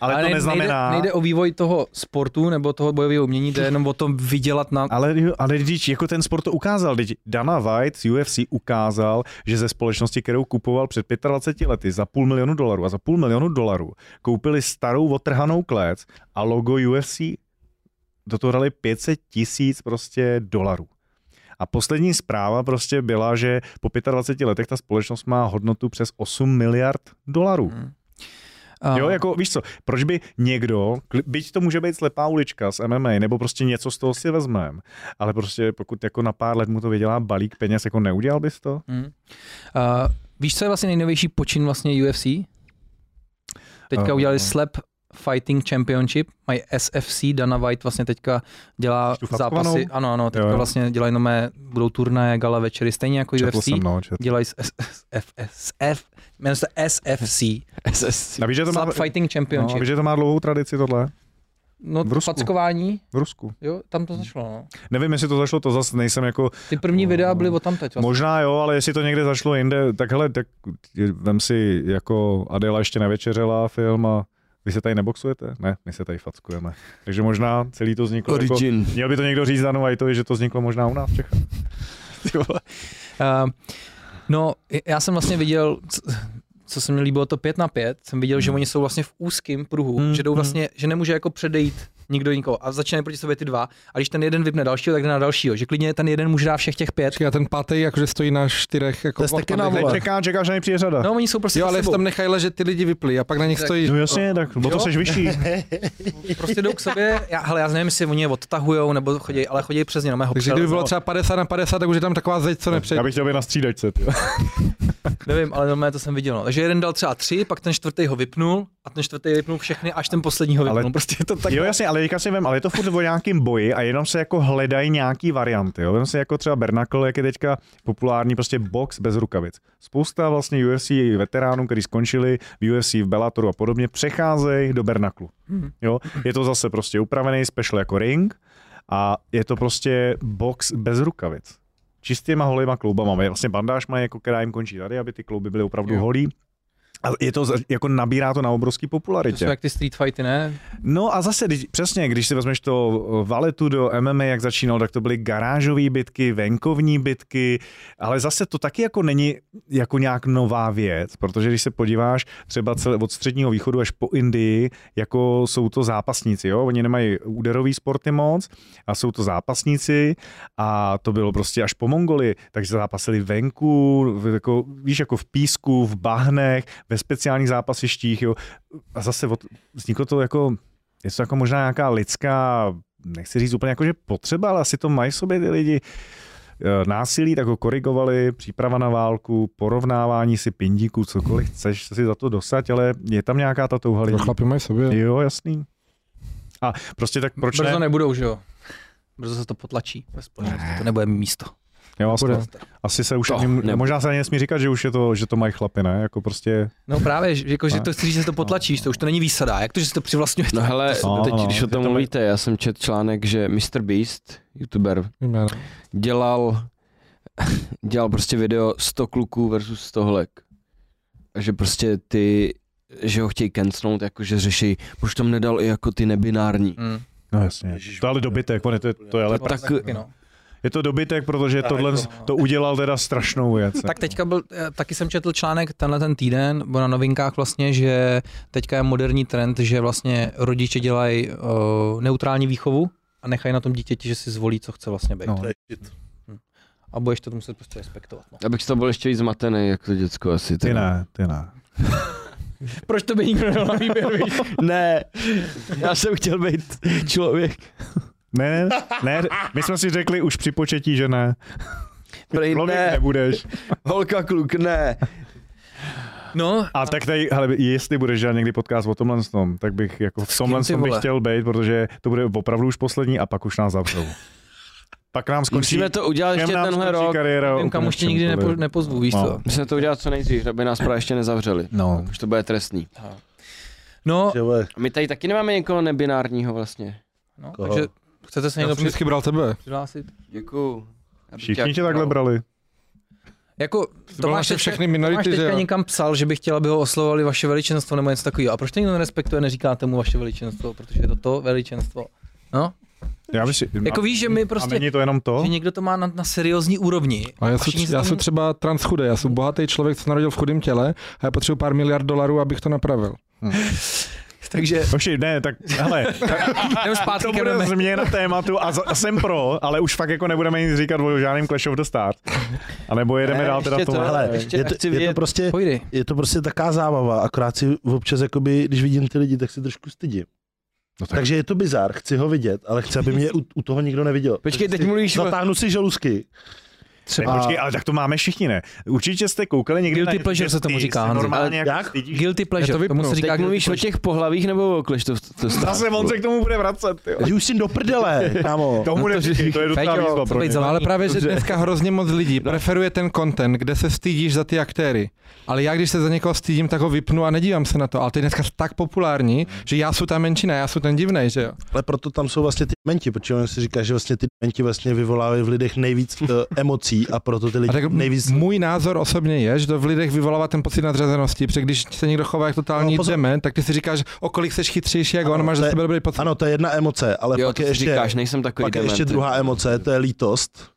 C: ale, ale to
A: ne-
C: neznamená.
A: Nejde, nejde o vývoj toho sportu nebo toho bojového umění, jde jenom o tom vydělat na...
C: Ale, ale když jako ten sport to ukázal, teď Dana White z UFC ukázal, že ze společnosti, kterou kupoval před 25 lety za půl milionu dolarů a za půl milionu dolarů koupili starou otrhanou klec a logo UFC do toho dali 500 tisíc prostě dolarů. A poslední zpráva prostě byla, že po 25 letech ta společnost má hodnotu přes 8 miliard dolarů.
A: Mm. a-
C: Jo, jako víš co, proč by někdo, kli- byť to může být slepá ulička z MMA, nebo prostě něco z toho si vezmeme, ale prostě pokud jako na pár let mu to vydělá balík peněz, jako neudělal bys to?
A: a, víš, co je vlastně nejnovější počin vlastně UFC? Teďka
C: Aha.
A: udělali Slap Fighting Championship, mají SFC, Dana White vlastně teďka dělá
C: tu fackovanou?
A: zápasy, ano, ano, teďka
C: Jo, jo.
A: vlastně dělají nové, budou turnaje, gala večery, stejně jako
C: Četl
A: UFC,
C: jsem, no, četl.
A: dělají s, s, F, S, F, jmenuje se SFC,
C: A víš, že to má,
A: Slap Fighting
C: no, a
A: Championship.
C: víš, že to má dlouhou tradici tohle
A: No,
C: v Rusku.
A: fackování,
C: v Rusku?
A: jo, tam to zašlo, no.
C: Nevím, jestli to zašlo, to zase nejsem jako,
A: Ty první videa byly o tam teď vlastně.
C: možná jo, ale jestli to někde zašlo jinde, tak hele, tak vem si jako Adela ještě nevečeřela film a vy se tady neboxujete? Ne, my se tady fackujeme. Takže možná celý to vzniklo jako,
B: Origin.
C: měl by to někdo říct Danu Vajtovi, že to vzniklo možná u nás v Čechách.
A: Uh, no, já jsem vlastně viděl, c- co se mi líbilo, to 5 na 5, jsem viděl,
F: Hmm.
A: že oni jsou vlastně v úzkém pruhu,
C: Hmm,
A: že jdou vlastně, že nemůže jako předejít nikdo nikoho a začínají proti sobě ty dva a když ten jeden vypne dalšího, tak jde na dalšího, že klidně ten jeden může dát všech těch pět.
F: Počkej, a ten pátý jakože stojí na čtyřech. Jako
E: To je taky
F: odpadlých
E: na vole.
F: lidí.
C: Čeká, čeká, že mi přijde řada.
A: No, oni jsou prostě
F: Jo,
A: za
F: ale jestli
A: sebou.
F: tam nechají ležet ty lidi vyplí a pak na nich stojí.
C: No jasně, tak, bo to
A: Jo?
C: seš vyšší.
A: prostě jdou k sobě, já, hele, já nevím, jestli oni je odtahujou nebo chodí, ale chodí přes ně na mého
F: Takže kdyby bylo třeba 50 na 50, tak už je tam taková zeď, co nepřejde.
C: Já bych chtěl být na střídačce, tyjo.
A: Nevím, ale normálně to jsem viděl. No. Takže jeden dal třeba tři, pak ten čtvrtý ho vypnul a ten čtvrtý vypnul všechny, až ten poslední ho vypnul.
C: Ale-
A: Prostě je to tak.
C: jo, jasně, ale teďka si vem, ale je to furt o nějakém boji a jenom se jako hledají nějaký varianty. Jo. Vem si jako třeba Bernakl, jak je teďka populární, prostě box bez rukavic. Spousta vlastně UFC veteránů, kteří skončili v UFC v Bellatoru a podobně, přecházejí do Bernaklu. Jo. Je to zase prostě upravený special jako ring a je to prostě box bez rukavic. Čistýma holýma kloubama. Vlastně bandáž mají, jako která jim končí tady, aby ty klouby byly opravdu
F: Jo.
C: holí. A je to, za- jako nabírá to na
A: To
C: obrovský
A: jsou
C: popularitě.
A: jak ty street fighty, ne?
C: No a zase, když, přesně, když si vezmeš to eh, valetu do MMA, jak začínal, tak to byly garážové bitky, venkovní bitky, ale zase to taky jako není jako nějak nová věc, protože když se podíváš třeba celé od středního východu až po Indii, jako jsou to zápasníci, jo? oni nemají úderový sporty moc a jsou to zápasníci a to bylo prostě až po Mongoli, takže zápasili venku, v- jako, víš, jako v písku, v bahnech, ve speciálních zápasištích, jo? a zase od, vzniklo to jako, je to jako možná nějaká lidská, nechci říct úplně jako, že potřeba, ale asi to mají v sobě ty lidi. E, Násilí, tak ho korigovali, příprava na válku, porovnávání si pindíků, cokoliv chceš si za to dosať, ale je tam nějaká ta touha lidí.
F: No, chlapi mají v sobě.
C: Jo, jasný. A prostě tak proč
A: Brzo
C: ne?
A: nebudou, že jo? Brzo se to potlačí ve společnosti, to nebude mít místo.
C: Jo, asi,
A: Bude.
C: asi se už
B: To
C: ani,
B: nebude.
C: možná se ani nesmí říkat, že už je to, že to mají chlapy, ne? Jako prostě,
A: No právě, že, jako, že to chci říct, že se to potlačíš, to už to není výsada, jak to, že si to přivlastňuješ?
B: No hele,
C: No,
B: teď,
C: no,
B: když o
C: je to
B: tom
C: tak.
B: mluvíte, já jsem čet článek, že Mr. Beast, youtuber,
F: Vím, já, no.
B: dělal, dělal prostě video 100 kluků versus 100 holek. A že prostě ty, že ho chtějí cancnout, jakože řeší, proč tam nedal i jako ty nebinární.
A: Mm.
C: no jasně. to ale dobytek, on je to, to je ale
A: To je
B: tak-
A: taky, no.
C: Je to dobytek, protože tohle to udělal teda strašnou věc.
A: Tak teďka byl, eh, taky jsem četl článek tenhle ten týden, bo na novinkách vlastně, že teďka je moderní trend, že vlastně rodiče dělají uh, neutrální výchovu a nechají na tom dítěti, že si zvolí, co chce vlastně být. No.
C: No.
E: To je shit.
A: A budeš to muset prostě respektovat. No.
B: Abych to byl ještě víc zmatený, jak to děcko asi.
C: Ty
B: teda.
C: ne, ty ne.
A: Proč to by nikdo nedal na výběr? víš?
B: ne, já jsem chtěl být člověk.
C: Ne, ne, ne, my jsme si řekli už při početí, že ne.
B: Prej
C: Lovit
B: ne,
C: nebudeš.
B: holka, kluk, ne.
A: No,
C: A tak tady, hele, jestli budeš dělat někdy podcast o tomhle tom, tak bych jako v
A: S
C: tomhle
A: kým, ty
C: tom bych
A: vole?
C: chtěl být, protože to bude opravdu už poslední a pak už nás zavřou. Pak nám skončí,
B: Musíme to udělat
C: všem
B: ještě
C: nám
B: tenhle
C: skončí
B: rok.
C: kariéra.
A: vím, kam
C: úplně
A: už tě
C: v
A: nikdy nepo,
C: čemkoliv.
A: nepozvu, víš
C: No.
A: co?
B: Musíme to udělat co nejdřív, aby nás právě ještě nezavřeli.
C: No.
B: Už to bude trestný.
A: No,
E: Že vole,
B: A my tady taky nemáme někoho nebinárního vlastně.
A: no
E: Koho?
A: takže chcete se
F: Já
A: někdo
F: jsem vždycky bral tebe.
A: přihlásit?
B: Děkuju. Já bych
C: Všichni tě
B: jak-
C: takhle brali.
A: Jako,
F: To byl
A: Tomáš
F: naše
A: teďka-
F: všechny
A: Máš
F: minority, že
A: teďka
F: jo?
A: někam psal, že bych chtěl, aby ho oslovovali vaše veličenstvo nebo něco takového. A proč to nikdo nerespektuje, neříkáte mu vaše veličenstvo, protože je to to veličenstvo. No,
C: Já bych si,
A: jako
C: a,
A: víš, že my
C: a
A: prostě,
C: není to jenom to?
A: že někdo to má na, na seriózní úrovni.
F: A já, jsem,
A: všichni se
F: já
A: tomu-
F: jsem třeba transchude, já jsem bohatý člověk, co se narodil v chudém těle a já potřebuji pár miliard dolarů, abych to napravil.
A: Takže
C: Oši, ne, tak hele,
A: jdem zpátky
C: to
A: ke
C: bude
A: mne.
C: změna tématu a, z, a jsem pro, ale už fakt jako nebudeme nic říkat o žádném Clash of the Stars. A nebo jedeme
B: Ne,
C: dál teda
B: ještě
C: v tom.
B: to-
C: hele,
E: hele,
B: ještě
E: je to,
B: chci
E: je to
B: vědět-
E: prostě,
A: Pojdi.
E: je to prostě taká zábava, akorát si občas, jakoby, když vidím ty lidi, tak si trošku stydím.
C: No tak-
E: tak. Takže je to bizar, chci ho vidět, ale chci, aby mě u, u toho nikdo neviděl.
B: Počkej, teď mluvíš
A: no
B: o...
E: Zatáhnu si žaludky.
C: Ne, počkej, ale tak to máme všichni, ne? Určitě jste koukali někdy
A: Guilty
C: na,
A: pleasure
C: že
A: se tomu
C: ty
A: říká,
C: se
A: Honzo.
C: normálně
E: Ale
C: jako
E: jak?
C: stydíš.
A: Guilty
F: Já
A: pleasure,
F: to
A: tomu
F: vypnu.
A: se říká
B: Teď
A: guilty
B: mluvíš o
A: pleasure.
B: těch pohlavích nebo o Clash to, to
C: Zase on se k tomu bude vracet, jo.
E: Ty už jsi do prdele, kámo.
C: Tomu
B: to
C: neříkej,
B: říkej.
C: to je docela
A: Feďo,
C: výzva
A: co
C: pro
A: být
C: ně.
A: za-
F: No, ale právě, že
B: Dobře.
F: dneska hrozně moc lidí preferuje ten content, kde se stydíš za ty aktéry. Ale já, když se za někoho stydím, tak ho vypnu a nedívám se na to. Ale ty dneska jsi tak populární, že já jsem ta menšina, já jsem ten divnej, že jo?
E: Ale proto tam jsou vlastně ty menti, protože on si říká, že vlastně ty menti vlastně vyvolávají v lidech nejvíc eh, emocí a proto ty
F: A
E: lidi
F: tak
E: nejvíc...
F: můj názor osobně je, že to v lidech vyvolává ten pocit nadřazenosti, protože když se někdo chová jako totální
E: No,
F: no,
E: pozor.
F: dement, tak ty si říkáš, o kolik seš chytřejší, jak
E: Ano,
F: on, máš
E: to
F: za
E: je-
F: sebe dobrý pocit.
E: Ano, to je jedna emoce, ale
B: Jo,
E: pak
B: to
E: je
B: si
E: ještě,
B: říkáš, nejsem takový
E: pak je ještě
B: dement.
E: druhá emoce, to je lítost.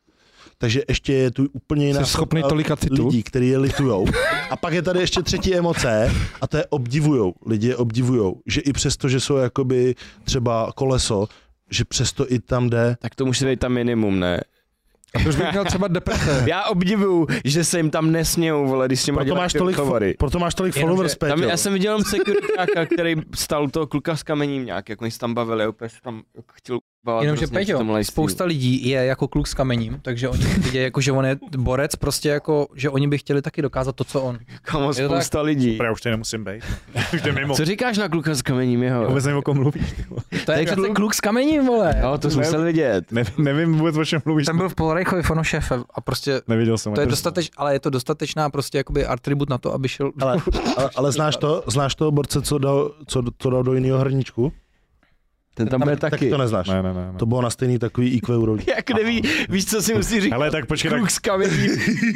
E: Takže ještě je tu úplně jiná
F: Jsi schopný
E: sorta
F: tolika citu?
E: lidí, který je litujou. A pak je tady ještě třetí emoce a to je obdivujou. Lidi je obdivujou, že i přesto, že jsou jakoby třeba koleso, že přesto i tam jde.
B: Tak to musí být tam minimum, ne?
F: To už bych měl třeba deprese.
B: Já obdivuju, že se jim tam nesmějou, vole, když s nimi
E: Proto
B: dělají
E: máš,
B: ty
E: tolik,
B: chovory.
E: proto máš tolik
A: Jenomže
E: followers, Peťo.
B: Tam, já jsem viděl jenom sekuritáka, který stál u toho kluka s kamením nějak, jak oni se tam bavili, úplně se tam chtěl prostě bavit.
A: Jenomže Peťo, spousta lidí je jako kluk s kamením, takže oni vidějí, jako, že on je borec, prostě jako, že oni by chtěli taky dokázat to, co on.
B: Kamo,
A: Je to tak?
B: spousta lidí.
C: Já už tady nemusím být. Už jde mimo.
B: Co říkáš na kluka s kamením jeho?
C: Vůbec nevím, o kom mluvíš. ty vole.
A: To je
B: je
A: přece
B: kluk-
A: kluk s kamením, vole.
B: Jo, to jsem
C: Ne.
B: musel vidět.
C: Ne- Nevím vůbec, o čem mluvíš.
A: Ten byl v Polorejchovi fonošefem a prostě
C: Neviděl jsem.
A: To je
C: ani.
A: dostateč, ale je to dostatečná prostě jakoby atribut na to, aby šel...
E: Ale, ale, ale znáš, to, znáš toho borce, co dal, co, co dal do jiného hrníčku?
B: Ten tam byl
E: Tak
B: taky.
E: to neznáš. Ne.
C: Ne, ne, ne. ne.
E: To bylo na stejný takový IQ úrovni.
B: Jak neví, víš, co si musí říct?
C: Hele, tak počkej, tak
B: Kluk s kamením,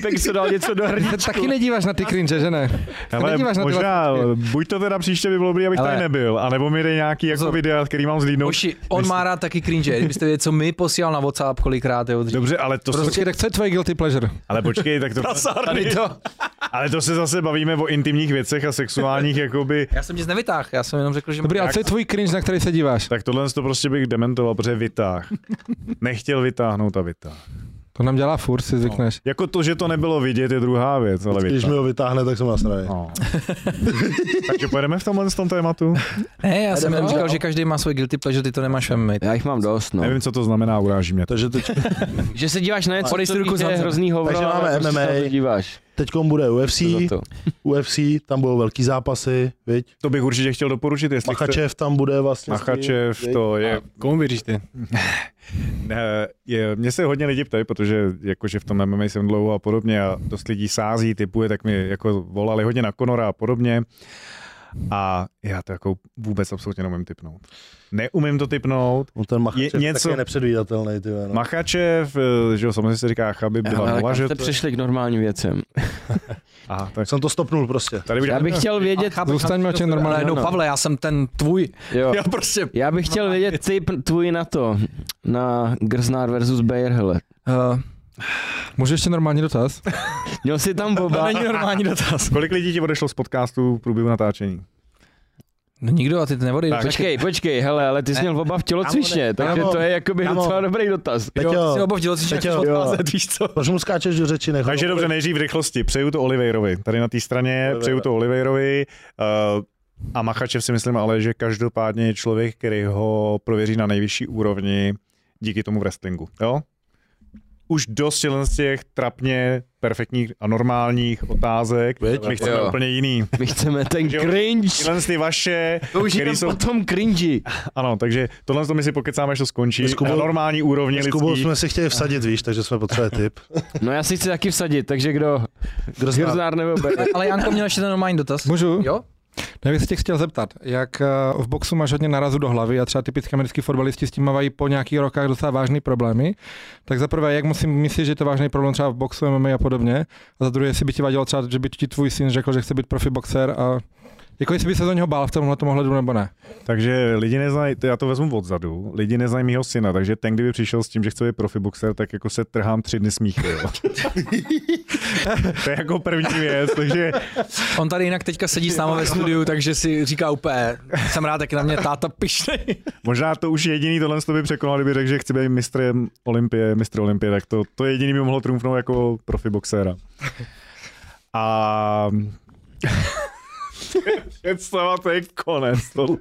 B: tak se dal něco do
F: Ty
B: hrdí.
F: se taky nedíváš na ty cringe, že ne? Ty
C: Hele,
F: nedíváš na ty
C: možná,
F: vlastní-
C: buď to teda příště by bylo dobrý, abych
A: Hele.
C: tady nebyl, anebo mi dej nějaký jako
A: Pozor.
C: videa, který mám zlídnout.
A: Oši, on má rád taky cringe, kdybyste věděli, co mi posílal na WhatsApp kolikrát, jo, dřív.
C: Dobře, ale to se,
F: Prostě, tak co je tvoje guilty pleasure?
C: ale počkej, tak to,
B: Tady to.
C: ale to se zase bavíme o intimních věcech a sexuálních, jakoby,
A: Já jsem nic nevytáhl, já jsem jenom řekl, že...
F: Dobrý, ale co je tvůj cringe, na který se díváš?
C: tak tohle to prostě bych dementoval, protože vytáh. Nechtěl vytáhnout a vytáh.
F: To nám dělá furt, si zvykneš.
C: Jako to, že to nebylo vidět, je druhá věc, ale
E: Když mi
C: vytáh.
E: ho vytáhne, tak jsem nasraný.
C: No. Takže pojedeme v tomhle tom tématu?
A: Ne, já jsem jenom
B: Jdeme
A: říkal,
B: dál.
A: že každý má svůj guilty pleasure, ty to nemáš ve mně.
B: Já jich mám dost, no.
C: Nevím, co to znamená, uráží mě to.
E: Takže teď,
B: Že se díváš na něco,
A: Podej si
B: co
A: ruku
B: víš,
A: za
B: že je
A: zem.
B: hrozný hovor,
E: Takže máme
B: ale prostě
E: MMA.
B: se na to díváš.
E: teďkom bude UFC,
B: Co za to?
E: UFC, tam budou velký zápasy, viď?
C: To bych určitě chtěl doporučit, jestli chce...
E: Machačev tam bude vlastně. s ním,
C: Machačev,
E: viď?
C: to je
D: Komu věříš ty?
C: Ne, je, mě se hodně lidi ptají, protože jakože v tom MMA jsem dlouho a podobně a dost lidí sází, typuje, tak mi jako volali hodně na Konora a podobně. A já to jako vůbec absolutně neumím typnout. Neumím to typnout.
E: On No ten Machačev
C: Je
E: je
C: něco-
E: něco... je nepředvídatelný, ty vole, no.
C: Machačev, eh, že jo, samozřejmě se říká Chabib byla
B: Ale
C: nula,
B: kam
C: že
B: jste
C: to...
B: přešli k normálním věcem.
C: Aha, tak
E: Jsem to stopnul prostě.
C: tady bych...
B: Já bych chtěl vědět,
F: Zůstaňme o čem normálně.
A: Ale no,
B: ano.
A: Pavle, já jsem ten tvůj.
B: jo,
A: Já prostě...
B: já bych chtěl vědět tip tvůj na to, na Grznár versus Bayer, hele.
A: Uh,
F: Můžu ještě normální dotaz?
B: Měl jsi tam boba?
A: není normální dotaz.
C: Kolik lidí ti odešlo z podcastu v průběhu natáčení?
A: No nikdo a ty neodejdeš.
B: Počkej, počkej, hele, ale ty jsi měl boba v tělocvičně, takže
E: Kámo,
B: to je jakoby
E: kámo.
B: docela dobrý dotaz.
A: Jo, si
E: Peťo,
A: obav dělat, že
E: Peťo,
A: odcházet, víš co?
E: proč mu skáčeš do řeči? Nech
C: Takže
E: ho-
C: dobře, nejdřív v rychlosti. Přeju to Oliveirovi. Tady na té straně
E: Oliveira.
C: přeju to Oliveirovi. Uh, a Machačev si myslím ale, že každopádně je člověk, který ho prověří na nejvyšší úrovni díky tomu wrestlingu. Jo? Už dost těchto z těch trapně perfektních a normálních otázek.
E: Viď?
C: My chceme
B: Jo.
C: úplně jiný.
B: My chceme ten
C: Jo.
B: cringe.
C: Tyhle z ty vaše,
B: Toužíme
C: který jsou...
B: po tom cringe.
C: Ano, takže tohle s to my si pokecáme, až to skončí.
E: S Kubou-
C: na normální úrovni
E: S Kubou
C: lidský.
E: jsme si chtěli vsadit, víš, takže jsme potřebovali tip.
B: No já si chci taky vsadit, takže kdo?
E: Grznár.
B: Grznár nebo Bebe?
A: Ale Janko měl ještě ten normální dotaz.
F: Můžu?
A: Jo?
F: Já bych se tě chtěl zeptat, jak eh, v boxu máš hodně narazu do hlavy a třeba typicky americký fotbalisti s tím mají po nějakých rokách docela vážný problémy, tak za prvé, jak musím myslet, že je to vážný problém třeba v boxu, MMA a podobně, a za druhé, jestli by ti vadilo třeba, že by ti tvůj syn řekl, že chce být profi boxer a jako jestli by se do něho bál v tomhle tom ohledu nebo ne.
C: Takže lidi neznají, to já to vezmu odzadu, lidi neznají mýho syna, takže ten, kdyby přišel s tím, že chce být profiboxer, tak jako se trhám tři dny smíchy, jo. to je jako první věc, takže
A: On tady jinak teďka sedí s námi ve studiu, takže si říká úplně, jsem rád, jak je na mě táta pišnej.
C: možná to už jediný tohle to by překonal, kdyby řekl, že chce být mistrem Olympie, mistr Olympie, tak to, to jediný by mohlo trumfnout jako profiboxéra. A Představa, to je konec tohle.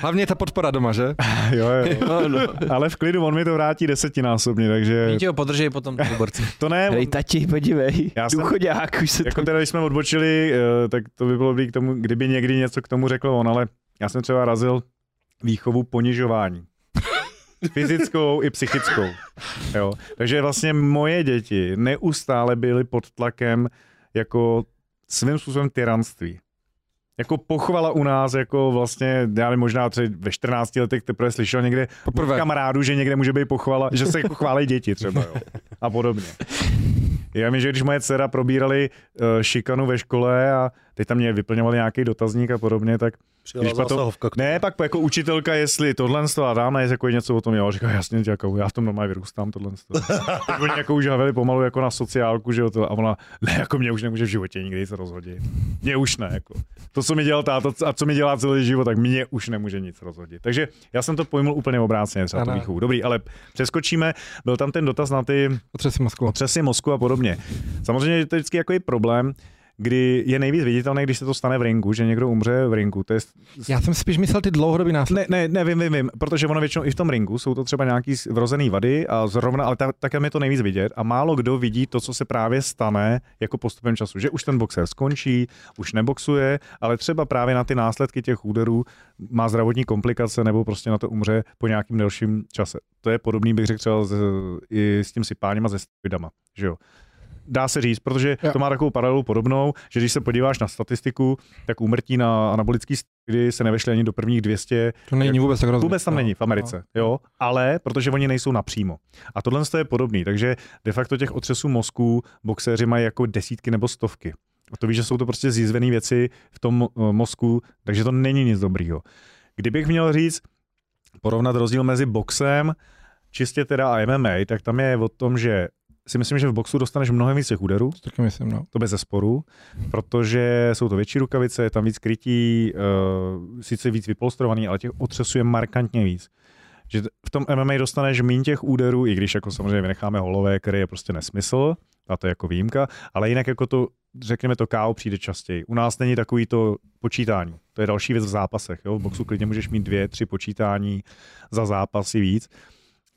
F: Hlavně je ta podpora doma, že?
C: Jo, jo. Ale v klidu, on mi to vrátí desetinásobně, takže
A: Oni ti ho podržej potom, ty borci.
C: to ne,
B: Hej, tati, podívej,
C: Já jsem-
B: důchodák už se
C: Jako
B: tam...
C: teda, když jsme odbočili, eh, tak to by bylo dobrý k tomu, kdyby někdy něco k tomu řekl on, ale já jsem třeba razil výchovu ponižování. Fyzickou i psychickou. Jo. Takže vlastně moje děti neustále byly pod tlakem jako svým způsobem tyranství. Jako pochvala u nás, jako vlastně, já nevím, možná třeba ve 14 letech teprve slyšel někde
F: Poprvé.
C: od kamarádu, že někde může být pochvala, že se jako chválí děti třeba, jo. A podobně. Já vím, že když moje dcera probírali eh, šikanu ve škole a teď tam mě vyplňovali nějaký dotazník a podobně, tak
E: Přijela
C: Když potom-
E: zase hovka k tomu.
C: ne, pak jako učitelka, jestli tohle z toho a dáme, jestli jako je něco o tom, jo, říká, jasně, jako, já v tom normálně vyrůstám, tohle z toho. tak oni jako už havili pomalu jako na sociálku, že jo, to, a ona, ne, jako mě už nemůže v životě nikdy se rozhodit. Mě už ne, jako. To, co mi dělal táta a co mi dělá celý život, tak mě už nemůže nic rozhodit. Takže já jsem to pojmul úplně obráceně, třeba tu
F: Ano.
C: výchovu. Dobrý, ale přeskočíme, byl tam ten dotaz na ty
F: Otřesy mozku.
C: otřesy mozku a podobně. Samozřejmě že to je vždycky jako je problém, kdy je nejvíc viditelné, když se to stane v ringu, že někdo umře v ringu. To je
F: Já jsem spíš myslel ty dlouhodobý následky.
C: ne, ne, ne, vím, vím, vím, protože ono většinou i v tom ringu jsou to třeba nějaký vrozený vady a zrovna, ale ta, tak tam je to nejvíc vidět a málo kdo vidí to, co se právě stane jako postupem času, že už ten boxer skončí, už neboxuje, ale třeba právě na ty následky těch úderů má zdravotní komplikace nebo prostě na to umře po nějakým delším čase. To je podobný, bych řekl třeba s, i s tím sypáním a se steroidama, že jo. Dá se říct, protože
F: Jo.
C: to má takovou paralelu podobnou, že když se podíváš na statistiku, tak úmrtí na anabolický steroidy se nevešly ani do prvních 200
F: To není vůbec tak No, rozumím.
C: Vůbec tam není v Americe, jo, ale protože oni nejsou napřímo. A tohle je podobný, takže de facto těch otřesů mozků boxéři mají jako desítky nebo stovky. A to víš, že jsou to prostě zjizvené věci v tom eh, mozku, takže to není nic dobrýho. Kdybych měl říct, porovnat rozdíl mezi boxem, čistě teda a MMA, tak tam je o tom, že si myslím, že v boxu dostaneš mnohem víc těch úderů,
F: Taky myslím, no.
C: to bez zesporu, protože jsou to větší rukavice, je tam víc krytí, uh, sice víc vypolstrovaný, ale těch otřesů je markantně víc. Že t- v tom MMA dostaneš méně těch úderů, i když jako samozřejmě vynecháme holové, který je prostě nesmysl, a to je jako výjimka, ale jinak jako to, řekněme to KO přijde častěji. U nás není takový to počítání. To je další věc v zápasech. Jo? V boxu klidně můžeš mít dvě, tři počítání za zápasy víc.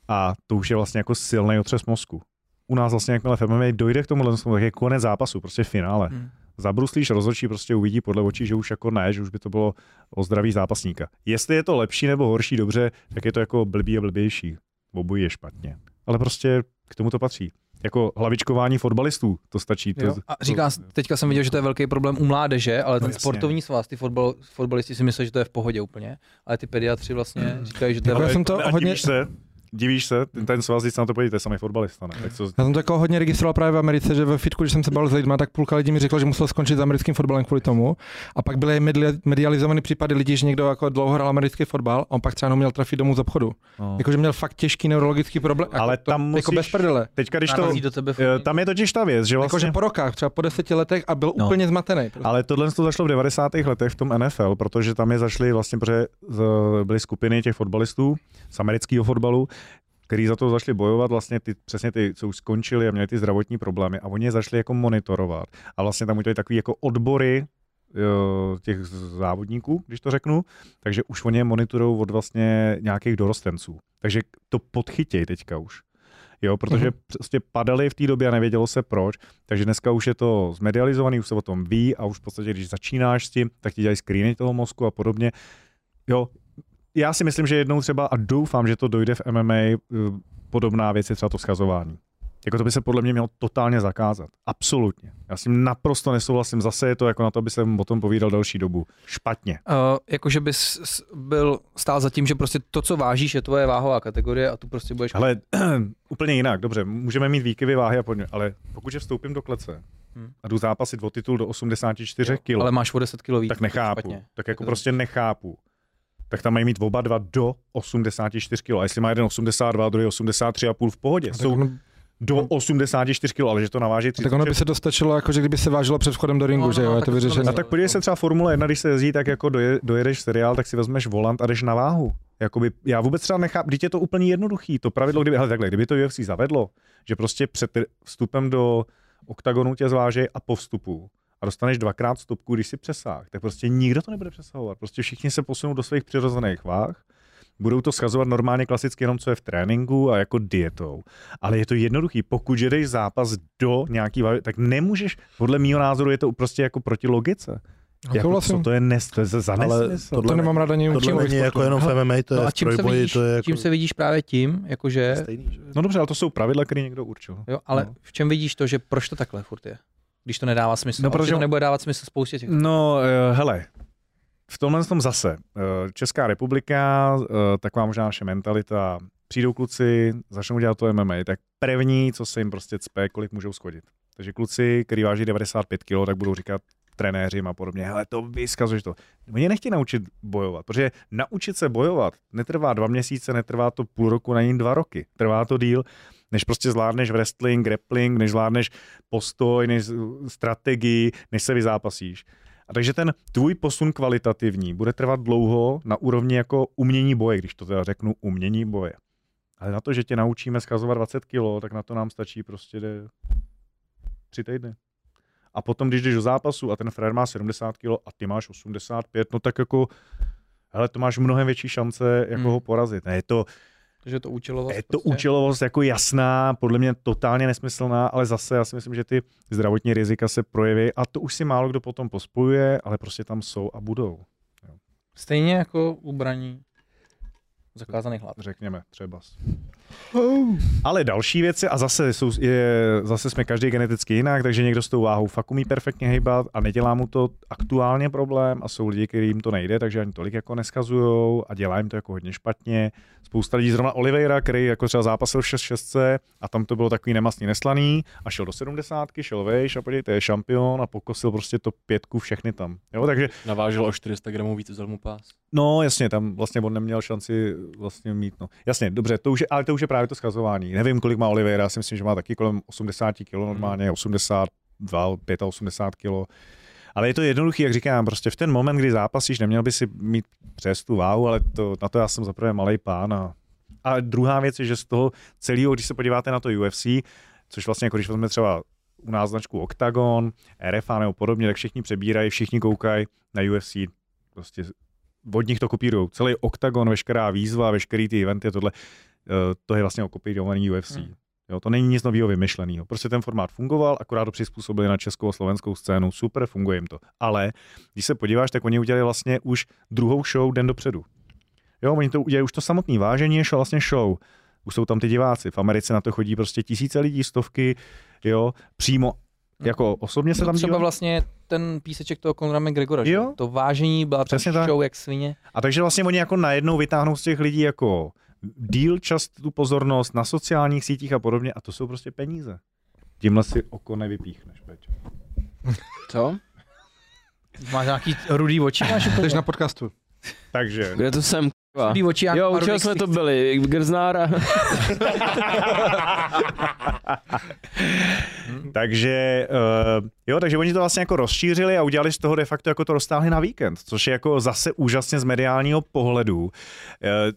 C: A to už je vlastně jako silný otřes mozku u nás vlastně, jakmile v MMA dojde k tomu, tak je konec zápasu, prostě finále.
A: Hmm.
C: Hmm. Zabruslíš, rozhodčí prostě uvidí podle očí, že už jako ne, že už by to bylo o zdraví zápasníka. Jestli je to lepší nebo horší, dobře, tak je to jako blbý a blbější. Obojí je špatně. Ale prostě k tomu to patří. Jako hlavičkování fotbalistů, to stačí. To, No,
A: Jo. A říká, teďka jsem viděl, že to je velký problém u mládeže, ale ten
C: jasně.
A: sportovní svaz, ty fotbal,
C: Hmm.
A: fotbalisti si myslí, že to je v pohodě úplně, ale ty pediatři vlastně říkají, že to je
F: Já
A: velký
F: jsem to
C: A
F: hodně,
C: divíš se, divíš se, ten, ten svaz, když se na to podívejte, samý fotbalista, ne? Tak co,
F: Já jsem to jako hodně registroval právě v Americe, že ve fitku, když jsem se bavil s lidmi, tak půlka lidí mi řekla, že musel skončit s americkým fotbalem kvůli tomu. A pak byly medli- medializované případy lidí, že někdo jako dlouho hrál americký fotbal, on pak třeba neuměl trefit domů z obchodu.
C: no.
F: Jakože měl fakt těžký neurologický problém.
C: Ale
F: jako, to,
C: tam
F: jako
C: musíš-
F: bez prdele.
C: Teďka, když to,
A: Narazí do tebe
C: eh,
A: tam...
C: tam je totiž ta věc, že
F: Vlastně.
C: vlastně...
F: Jakože po rokách, třeba po deseti letech a byl
D: No.
F: no. úplně zmatený. Prostě.
C: Ale tohle to zašlo v 90. letech v tom NFL, protože tam je zašli vlastně, protože z- byly skupiny těch fotbalistů z amerického fotbalu, který za to zašli bojovat, vlastně ty, přesně ty, co už skončili a měli ty zdravotní problémy a oni je zašli jako monitorovat. A vlastně tam udělali takový jako odbory eh, těch závodníků, když to řeknu, takže už oni je monitorují od vlastně nějakých dorostenců. Takže to podchytěj teďka už. Jo, protože prostě padaly v té době a nevědělo se proč, takže dneska už je to zmedializovaný, už se o tom ví a už v podstatě, když začínáš s tím, tak ti dělají screeny toho mozku a podobně. Jo, já si myslím, že jednou třeba a doufám, že to dojde v MMA, eh, podobná věc je třeba to schazování. Jako to by se podle mě mělo totálně zakázat. Absolutně. Já s tím naprosto nesouhlasím. Zase je to jako na to, aby jsem o tom povídal další dobu. Špatně.
A: Uh, jakože bys s- byl stál za tím, že prostě to, co vážíš, je tvoje váhová kategorie a tu prostě budeš...
C: Ale úplně jinak, dobře, můžeme mít výkyvy váhy a podobně, ale pokud je vstoupím do klece
A: Hmm.
C: a jdu zápasit o titul do 84 kg,
A: ale máš o 10 kg víc.
C: tak nechápu.
A: špatně.
C: Tak jako prostě nechápu. Tak tam mají mít oba dva do 84 kg. A jestli má jeden 82, druhý 83,5 v pohodě.
F: No, Tak
C: Jsou
F: ono- No,
C: do 84 kg, ale že to naváží 30
F: Tak ono by se dostačilo, jako že kdyby se vážilo před vchodem do ringu,
A: No,
F: no, že
A: no,
F: jo, je
A: tak
F: to
A: to
F: vyřešené.
A: bylo-
C: A tak podívej se třeba Formule 1, když se jezdí, tak jako doje, dojedeš seriál, tak si vezmeš volant a jdeš na váhu. Jakoby, já vůbec třeba nechápu, teď je to úplně jednoduchý, to pravidlo, kdyby, hele, takhle, kdyby to UFC zavedlo, že prostě před vstupem do oktagonu tě zvážej a po vstupu a dostaneš dvakrát stopku, když si přesáh, tak prostě nikdo to nebude přesahovat. Prostě všichni se posunou do svých přirozených váh, budou to schazovat normálně klasicky jenom, co je v tréninku a jako dietou. Ale je to jednoduchý. Pokud že jdeš zápas do nějaký váhy, tak nemůžeš, podle mého názoru je to prostě jako proti logice.
F: to
C: Jako,
F: vlastně-
C: co to je nes, to je za
E: Ale
C: nesmysl.
E: tohle
F: To nemám rád ani u
E: Tohle
F: příjmových
E: není jako
F: sportů.
E: jenom v MMA, to
A: No
E: je
A: a
E: v
A: čím se, vidíš,
E: trojboji, to je jako
A: čím se vidíš právě tím, jakože,
E: stejný, že?
C: No dobře, ale to jsou pravidla, které někdo určil.
A: jo, ale
C: No.
A: v čem vidíš to, že proč to takhle furt je? Když to nedává smysl.
C: No,
A: No, protože
C: protože-
A: to nebude dávat smysl spoustě těch.
C: No, eh, hele, v tomhle tom zase. eh, Česká republika, eh, taková možná naše mentalita, přijdou kluci, začnou dělat to MMA, tak první, co se jim prostě cpe, kolik můžou schodit. Takže kluci, který váží 95 kg, tak budou říkat trenéřím a podobně, hele, to vyskazuješ to. Oni je nechtějí naučit bojovat, protože naučit se bojovat netrvá dva měsíce, netrvá to půl roku, ani dva roky. Trvá to díl, než prostě zvládneš wrestling, grappling, než zvládneš postoj, než eh, strategii, než se vyzápasíš. A takže ten tvůj posun kvalitativní bude trvat dlouho na úrovni jako umění boje, když to teda řeknu umění boje. Ale na to, že tě naučíme schazovat 20 kg, tak na to nám stačí prostě de... tři týdny. A potom, když jdeš do zápasu a ten frér má 70 kg a ty máš 85, no tak jako, hele, to máš mnohem větší šance jako
A: Hmm.
C: ho porazit. Ne, je to,
A: Že to účelovost.
C: je Eh, to
A: prostě.
C: účelovost jako jasná, podle mě totálně nesmyslná, ale zase já si myslím, že ty zdravotní rizika se projeví a to už si málo kdo potom pospojuje, ale prostě tam jsou a budou,
A: Stejně jako ubraní zakázaných látek.
C: řekněme třeba. Ale další věci, a zase, jsou, je, zase jsme každý geneticky jinak, takže někdo s tou váhou fakt umí perfektně hejbat a nedělá mu to aktuálně problém a jsou lidi, kterým to nejde, takže ani tolik jako neskazujou a dělá jim to jako hodně špatně. spousta lidí, zrovna Oliveira, který jako třeba zápasil v 6 a tam to bylo takový nemastný neslaný a šel do 70, šel vejš a podívejte, je šampion a pokosil prostě to pětku všechny tam. Jo, takže
D: Navážel o 400 gramů víc, vzal mu pás.
C: No, jasně, tam vlastně on neměl šanci vlastně mít. No. Jasně, dobře, to už je, ale to už je právě to schazování. Nevím, kolik má Oliveira, já si myslím, že má taky kolem 80 kg normálně, 82, 85 kg. Ale je to jednoduchý, jak říkám, prostě v ten moment, kdy zápasíš, neměl by si mít přes tu váhu, ale to, na to já jsem zaprvé malý pán. A, a druhá věc je, že z toho celého, když se podíváte na to UFC, což vlastně, jako když vezme třeba u nás značku Octagon, RFA nebo podobně, tak všichni přebírají, všichni koukají na UFC. Prostě od nich to kopírují. Celý oktagon, veškerá výzva, veškerý ty eventy, tohle, eh, to je vlastně okopírovaný UFC.
A: Hmm.
C: Jo, to není nic nového vymyšleného. Prostě ten formát fungoval, akorát to přizpůsobili na českou a slovenskou scénu. Super, funguje jim to. Ale když se podíváš, tak oni udělali vlastně už druhou show den dopředu. Jo, oni to udělali už to samotné vážení, je show, vlastně show. Už jsou tam ty diváci. V Americe na to chodí prostě tisíce lidí, stovky, jo, přímo jako osobně se
A: To
C: tam
A: třeba
C: dívá.
A: vlastně ten píseček toho Conora McGregora, že?
C: Jo.
A: to vážení byla
C: Přesně
A: Přesně
C: tak.
A: show jak svině.
C: A takže vlastně oni jako najednou vytáhnou z těch lidí jako díl čas tu pozornost na sociálních sítích a podobně a to jsou prostě peníze. Tímhle si oko nevypíchneš, Peťo.
B: Co?
A: Máš nějaký rudý oči? Máš
F: Jsi na podcastu.
C: Takže
B: Kde to jsem? k***a?
A: rudý oči? a-
B: Jo,
A: a
B: u čeho
A: rudý
B: jsme
A: ksicht.
B: to byli? Grznára.
C: Takže, uh, jo, takže oni to vlastně jako rozšířili a udělali z toho de facto jako to roztáhli na víkend, což je jako zase úžasně z mediálního pohledu. Uh,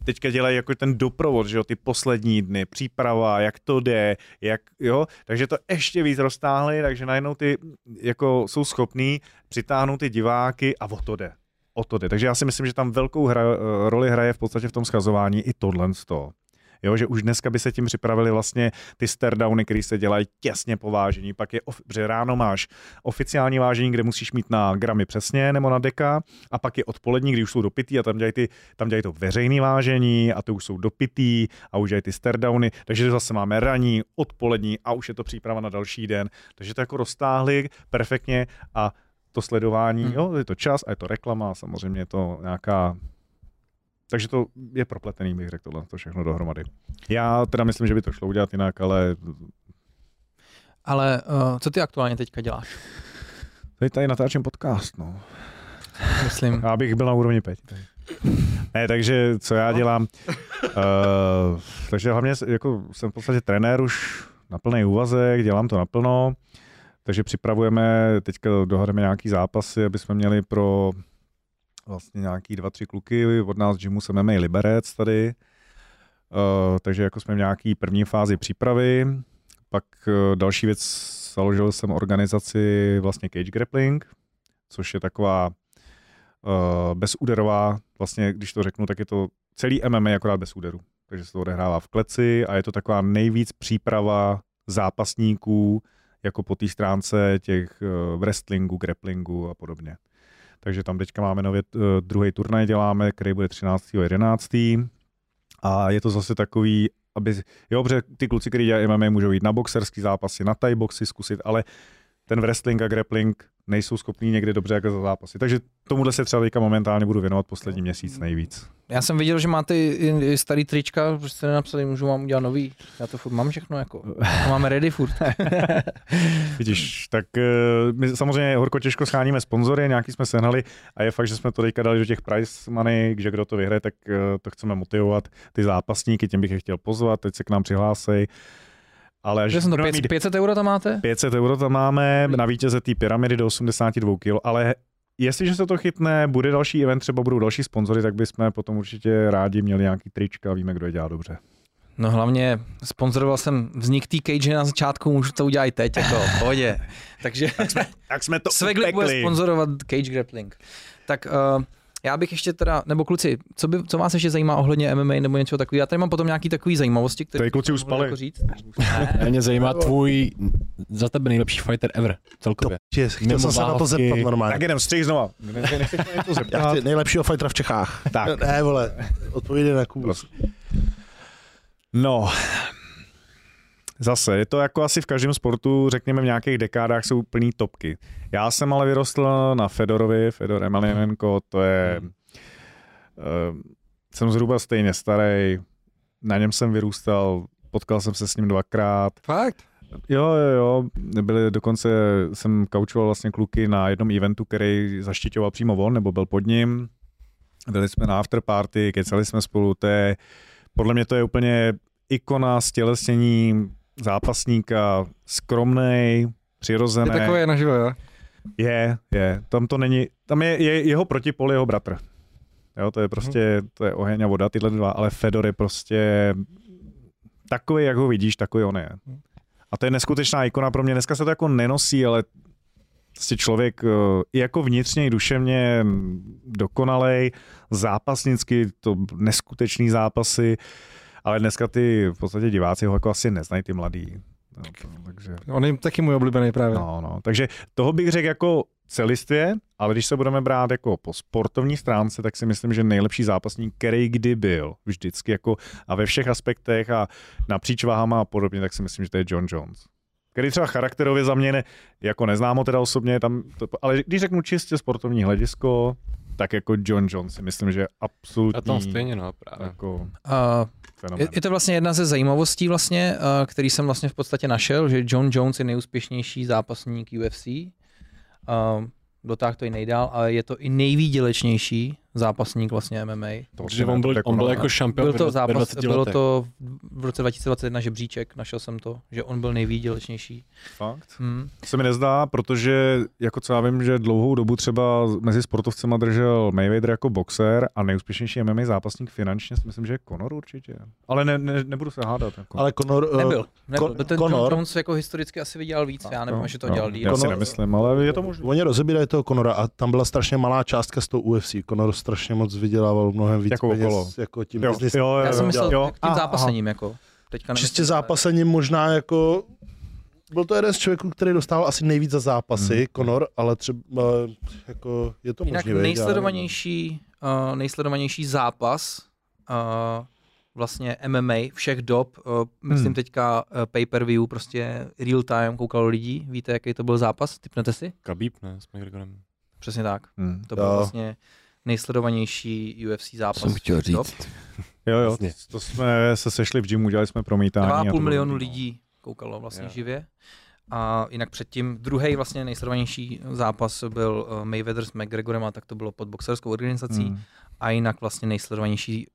C: teďka dělají jako ten doprovod, že jo, ty poslední dny, příprava, jak to jde, jak, jo, takže to ještě víc roztáhli, takže najednou ty jako jsou schopní přitáhnout ty diváky a o to jde. O to jde. Takže já si myslím, že tam velkou hra, eh, roli hraje v podstatě v tom schazování i tohle z toho. Jo, že už dneska by se tím připravili vlastně ty stardowny, které se dělají těsně po vážení. Pak je, of, že ráno máš oficiální vážení, kde musíš mít na gramy přesně nebo na deka, a pak je odpolední, kdy už jsou dopitý a tam dělají, ty, tam dělají to veřejné vážení a to už jsou dopitý a už dělají ty stardowny. Takže zase máme ranní, odpolední a už je to příprava na další den. Takže to jako roztáhli perfektně a to sledování,
A: Hmm.
C: jo, je to čas a je to reklama, a samozřejmě je to nějaká takže to je propletený, bych řekl tohle, to všechno dohromady. Já teda myslím, že by to šlo udělat jinak, ale
A: Ale uh, co ty aktuálně teďka děláš?
C: teď tady natáčím podcast, no.
A: Myslím.
C: Já bych byl na úrovni Peť. tady. Ne, takže co já dělám, uh, takže hlavně s- jako jsem v podstatě trenér už na plný úvazek, dělám to naplno, takže připravujeme, teďka dohodeme nějaký zápasy, aby jsme měli pro vlastně nějaký dva, tři kluky, od nás z gymu se MMA Liberec tady, uh, takže jako jsme v nějaký první fázi přípravy, pak uh, další věc, založil jsem organizaci vlastně Cage Grappling, což je taková eh, bezúderová, vlastně když to řeknu, tak je to celý MMA akorát bez úderu. Takže se to odehrává v kleci a je to taková nejvíc příprava zápasníků jako po té stránce těch eh, wrestlingu, grapplingu a podobně. Takže tam teďka máme nově eh, druhý turnaj, děláme, který bude 13. a 11. A je to zase takový, aby, jo, protože ty kluci, kteří dělají MMA, můžou jít na boxerský zápasy, na thai boxy zkusit, ale ten wrestling a grappling nejsou schopní někde dobře jako za zápasy. Takže tomuhle se třeba teďka momentálně budu věnovat poslední měsíc nejvíc.
A: Já jsem viděl, že máte i, i starý trička, že jste nenapsali, můžu vám udělat nový. Já to furt mám všechno, jako. To máme ready furt.
C: Vidíš, tak eh, my samozřejmě horko těžko scháníme sponzory, nějaký jsme sehnali a je fakt, že jsme to teďka dali do těch prize money, že kdo to vyhraje, tak eh, to chceme motivovat ty zápasníky, těm bych je chtěl pozvat, teď se k nám přihlásej. Ale až
A: Že jsem to
C: budeme mít
A: 500, 500 euro tam máte?
C: 500 euro tam máme na vítěze té pyramidy do 82 kg, ale jestliže se to chytne, bude další event, třeba budou další sponzory, tak bychom potom určitě rádi měli nějaký trička, víme, kdo je dělá dobře.
A: No hlavně sponzoroval jsem vznik té cage na začátku, můžu to udělat i teď, jako v pohodě. Takže
C: Tak jsme to
A: Svegli bude sponzorovat cage grappling. Tak uh, já bych ještě teda, nebo kluci, co, by, co vás ještě zajímá ohledně MMA nebo něčeho takového? Já tady mám potom nějaký takový zajímavosti, které
C: Tady kluci
A: bychom
C: uspali.
A: mohli Jako říct.
D: A mě zajímá tvůj za tebe nejlepší fighter ever, celkově.
E: Že, chtěl
D: Mimo
E: jsem se na to
D: války.
E: zeptat normálně.
C: Tak jenom střih znova. Ne- ne- nechci se něco
E: Já
C: zeptat.
E: chci nejlepšího fightera v Čechách.
C: Tak.
E: Ne, vole, odpovědi na kůl.
C: Prosím. No, zase, je to jako asi v každém sportu, řekněme v nějakých dekádách jsou plný topky. Já jsem ale vyrostl na Fedorovi, Fedor Emelianenko, to je... Uh, jsem zhruba stejně starý, na něm jsem vyrůstal, potkal jsem se s ním dvakrát,
F: Fakt?
C: Jo, jo, jo. Byli, dokonce jsem kaučoval vlastně kluky na jednom eventu, který zaštiťoval přímo on, nebo byl pod ním. Byli jsme na afterparty, kecali jsme spolu. To je, podle mě to je úplně ikona stělesnění zápasníka, skromnej,
F: Je
C: přirozený.
F: takové je naživo, jo?
C: Je, je. Tam to není, tam je, je jeho protipol jeho bratr. Jo, to je prostě, to je oheň a voda, tyhle dva, ale Fedor je prostě takový, jak ho vidíš, takový on je. A to je neskutečná ikona pro mě. Dneska se to jako nenosí, ale prostě člověk eh, i jako vnitřně, i duševně mm, dokonalej, zápasnicky, to neskutečný zápasy, ale dneska ty v podstatě diváci ho jako asi neznají, ty mladí. No, to, takže...
F: On je taky můj oblíbený právě.
C: No, no. Takže toho bych řekl jako celistvě, ale když se budeme brát jako po sportovní stránce, tak si myslím, že nejlepší zápasník, který kdy byl, vždycky jako a ve všech aspektech a napříč váhama a podobně, tak si myslím, že to je John Jones. Který třeba charakterově za mě ne, jako neznám ho teda osobně, tam to, ale když řeknu čistě sportovní hledisko, tak jako John Jones si myslím, že je absolutní
D: A tam stejně, no, právě.
C: jako
A: Uh, je,
C: fenomén.
A: je to vlastně jedna ze zajímavostí, vlastně, uh, který jsem vlastně v podstatě našel, že John Jones je nejúspěšnější zápasník UFC. Uh, dotáhl to i nejdál a je to i nejvýdělečnější zápasník vlastně MMA.
D: Protože on byl,
C: jako
D: on byl
C: nové.
D: jako šampion
A: Byl to
D: ve
A: zápas,
D: 20
A: bylo
D: letech.
A: to v roce 2021 žebříček, našel jsem to, že on byl nejvýdělečnější.
C: fakt.
A: Hmm.
C: Se mi nezdá, protože jako co já vím, že dlouhou dobu třeba mezi sportovcema držel Mayweather jako boxer a nejúspěšnější MMA zápasník finančně si myslím, že je Conor určitě. Ale ne, ne, nebudu se hádat. Jako.
E: Ale Conor, eh,
A: Nebyl, nebyl.
E: Kon-
A: Kon- ten John
E: Conor-
A: Jones jako historicky asi vydělal víc, já nevím,
C: no,
A: že to dělal
C: Já
A: díl.
C: si
E: Conor-
C: nemyslím, ale je to možné.
E: Oni rozebírají toho Conora a tam byla strašně malá částka s tou UFC. Conor strašně moc vydělával mnohem víc
C: Jako
E: peněz,
C: okolo.
E: jako tím
C: Jo,
E: biznis.
C: jo,
A: Já jsem
E: jo,
A: myslel
C: jo.
A: tak tím
C: Aha,
A: zápasením, jako. Teďka nemyslím,
E: Čistě
A: ale-
E: zápasením možná jako byl to jeden z člověků, který dostal asi nejvíc za zápasy,
C: Mhm.
E: hmm. Conor, ale třeba jako je to
A: Jinak
E: možný. veď, já nevím.
A: nejsledovanější, uh, nejsledovanější zápas uh, vlastně MMA všech dob, uh, myslím
C: Hmm.
A: teďka uh, pay-per-view, prostě real time koukalo lidí, víte, jaký to byl zápas, typnete si?
D: Khabib, ne, s McGregorem.
A: Přesně tak,
C: Hmm.
A: to byl
E: Jo.
A: vlastně nejsledovanější UFC zápas
D: Jsem chtěl
A: všech dob.
C: Jo, jo,
D: Jasně.
C: to jsme se sešli v gymu, dělali jsme promítání. a to
A: 2,5
C: bylo- no.
A: milionu lidí koukalo vlastně
D: Jo.
A: živě. A jinak předtím druhý vlastně nejsledovanější zápas byl eh, Mayweather s McGregorem a tak to bylo pod boxerskou organizací.
C: Hmm.
A: a jinak vlastně nejsledovanější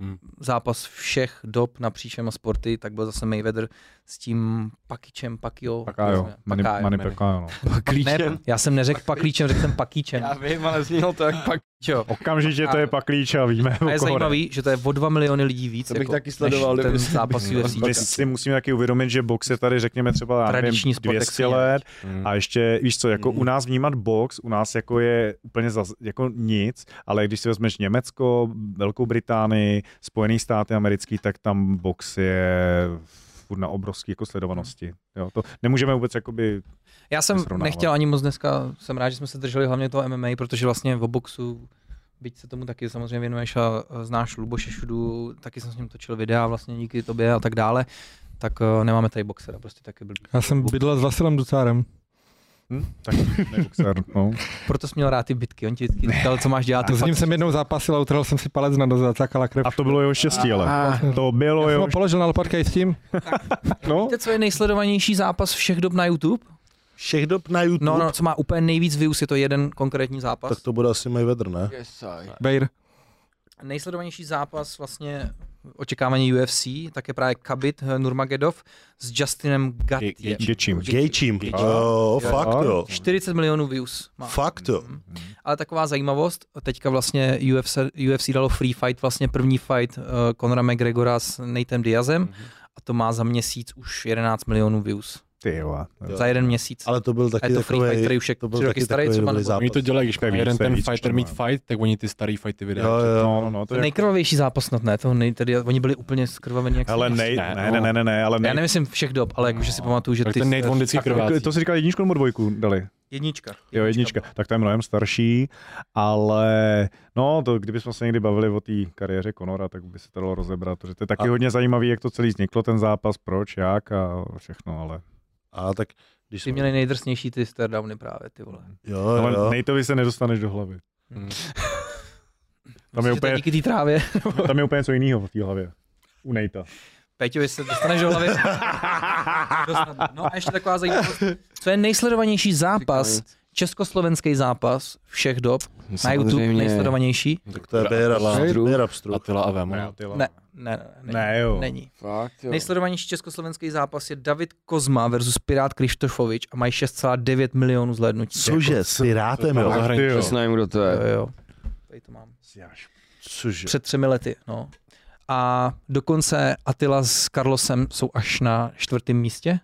D: Hmm.
A: zápas všech dob napříč všema sporty, tak byl zase Mayweather s tím Pakičem, Pakio.
C: Pakájo, Manny,
A: Pakájo.
C: Manny Pakájo, no.
A: Ne, já jsem neřekl Paklíčem, řekl jsem Pakíčem.
B: Já vím, ale znělo to jak pak.
A: Jo.
C: Okamžitě to je paklíč a víme,
A: A
C: o
A: je
C: koho jde.
A: zajímavý, že to je o 2 miliony lidí víc,
B: To bych
A: jako,
B: taky sledoval,
A: než ten
B: kdyby-
A: zápas UFC.
C: My si musíme taky uvědomit, že box je tady, řekněme, třeba já nevím,
A: Tradiční sport, jak se
C: 200
A: jmenuje.
C: let
D: Mm.
C: a ještě, víš co, jako u nás vnímat box, u nás jako je úplně zas, jako nic, ale když si vezmeš Německo, Velkou Británii, Spojený státy americký, tak tam box je furt na obrovský jako sledovanosti. Jo, to nemůžeme vůbec jakoby...
A: Já jsem
C: nesrovnávat.
A: nechtěl ani moc dneska, jsem rád, že jsme se drželi hlavně toho MMA, protože vlastně v boxu, byť se tomu taky samozřejmě věnuješ a eh, znáš Luboše Šudu, taky jsem s ním točil videa vlastně díky tobě a tak dále, tak eh, nemáme tady boxera, prostě taky byl.
F: Já jsem bydlel s Vasilem Ducárem.
C: Hm? Tak ne, boxer, no.
A: Proto jsi měl rád ty bitky, on ti vždycky říkal, co máš dělat.
F: A s ním jsem jednou zápasil a utrhl jsem si palec na nos a cákala krev.
C: A to bylo jeho štěstí, ale. To bylo
F: Já jsem
C: jeho
F: ho položil na lopatkách s tím.
C: no.
A: Víte, co je nejsledovanější zápas všech dob na YouTube?
E: Všech dob na YouTube,
A: No, no, co má úplně nejvíc views, je to jeden konkrétní zápas.
E: tak to bude asi Mayweather, ne?
F: Bejr.
A: Nejsledovanější zápas vlastně očekávání UFC, tak je právě Kabit eh, Nurmagedov s Justinem Gattiem.
C: Děčím.
E: Gejčím.
D: Gaethje.
E: Jo,
A: Jo.
E: fakt jo.
A: 40 milionů views má.
E: Fakt jo.
A: Mhm. Ale taková zajímavost, teďka vlastně UFC, UFC dalo free fight, vlastně první fight uh, Conora McGregora s Nathem Diazem a to má za měsíc už 11 milionů views.
C: Ty jo.
E: Jo.
A: Za jeden měsíc.
E: Ale to byl
A: a
E: taky
A: je to free fight, který
E: takovej,
A: už je
E: to byl
A: tři roky
E: taky
A: starý,
E: takový
A: třeba
E: dobrý
A: nebo
E: zápas.
D: Oni to dělají, když
C: To
D: má
C: je víc,
D: jeden
C: to je
D: ten
C: víc,
D: fighter
C: čím
D: meet
C: má.
D: fight, tak oni ty starý fighty
E: Jo,
D: vydají.
E: jo.
C: No, no, no, to je
A: Nejkrvavější zápas snad ne, to nej, tady, oni byli úplně skrvavení. Jak
C: Ale
A: svině.
C: nej,
D: Ne,
C: ne, ne, ne, ne, ne, ale
A: Já
C: nej,
A: nemyslím všech dob, ale jakože si pamatuju, že
D: Tak
A: ty...
D: ten Nate on vždycky krvácí.
C: Jako, to si říkal jedničku nebo dvojku dali?
A: Jednička.
C: Jo, jednička. Tak to je mnohem starší, ale no, to, kdybychom se někdy bavili o té kariéře Konora, tak by se to dalo rozebrat, protože to je taky
E: A-
C: hodně zajímavý, jak to celý vzniklo, ten zápas, proč, jak a všechno, ale,
E: A tak
A: Ty
E: když jsme...
A: měli nejdrsnější ty stardowny právě, ty vole.
E: Jo,
C: ale
E: No jo.
C: Nateovi se nedostaneš do hlavy. Tam je
A: Myslím, že to
C: úplně-
A: Díky té trávě.
C: Tam je úplně co jiného v té hlavě. U Nejta.
A: Peťovi se dostaneš do hlavy. Dost snadno. no a ještě taková zajímavost. Co je nejsledovanější zápas, československý zápas všech dob, na YouTube nejsledovanější?
E: Tak to je no. Bejra,
D: Abstruh.
E: Bejra Abstruh.
D: Atila a Vemo.
A: Ne, ne, ne, ne,
C: Ne, No. jo.
A: není.
B: Fakt jo.
A: Nejsledovanější československý zápas je David Kozma versus Pirát Krištofovič a mají 6,9 milionů zhlédnutí. Jako-
E: Cože, s Pirátem,
D: to-
E: jo?
D: to-
C: Ty jo.
B: Přesně nevím, kdo to
A: Jo,
B: je.
A: jo. Tady to mám.
E: Cože.
A: Před třemi lety, no. A dokonce Atila s Carlosem jsou až na čtvrtém místě.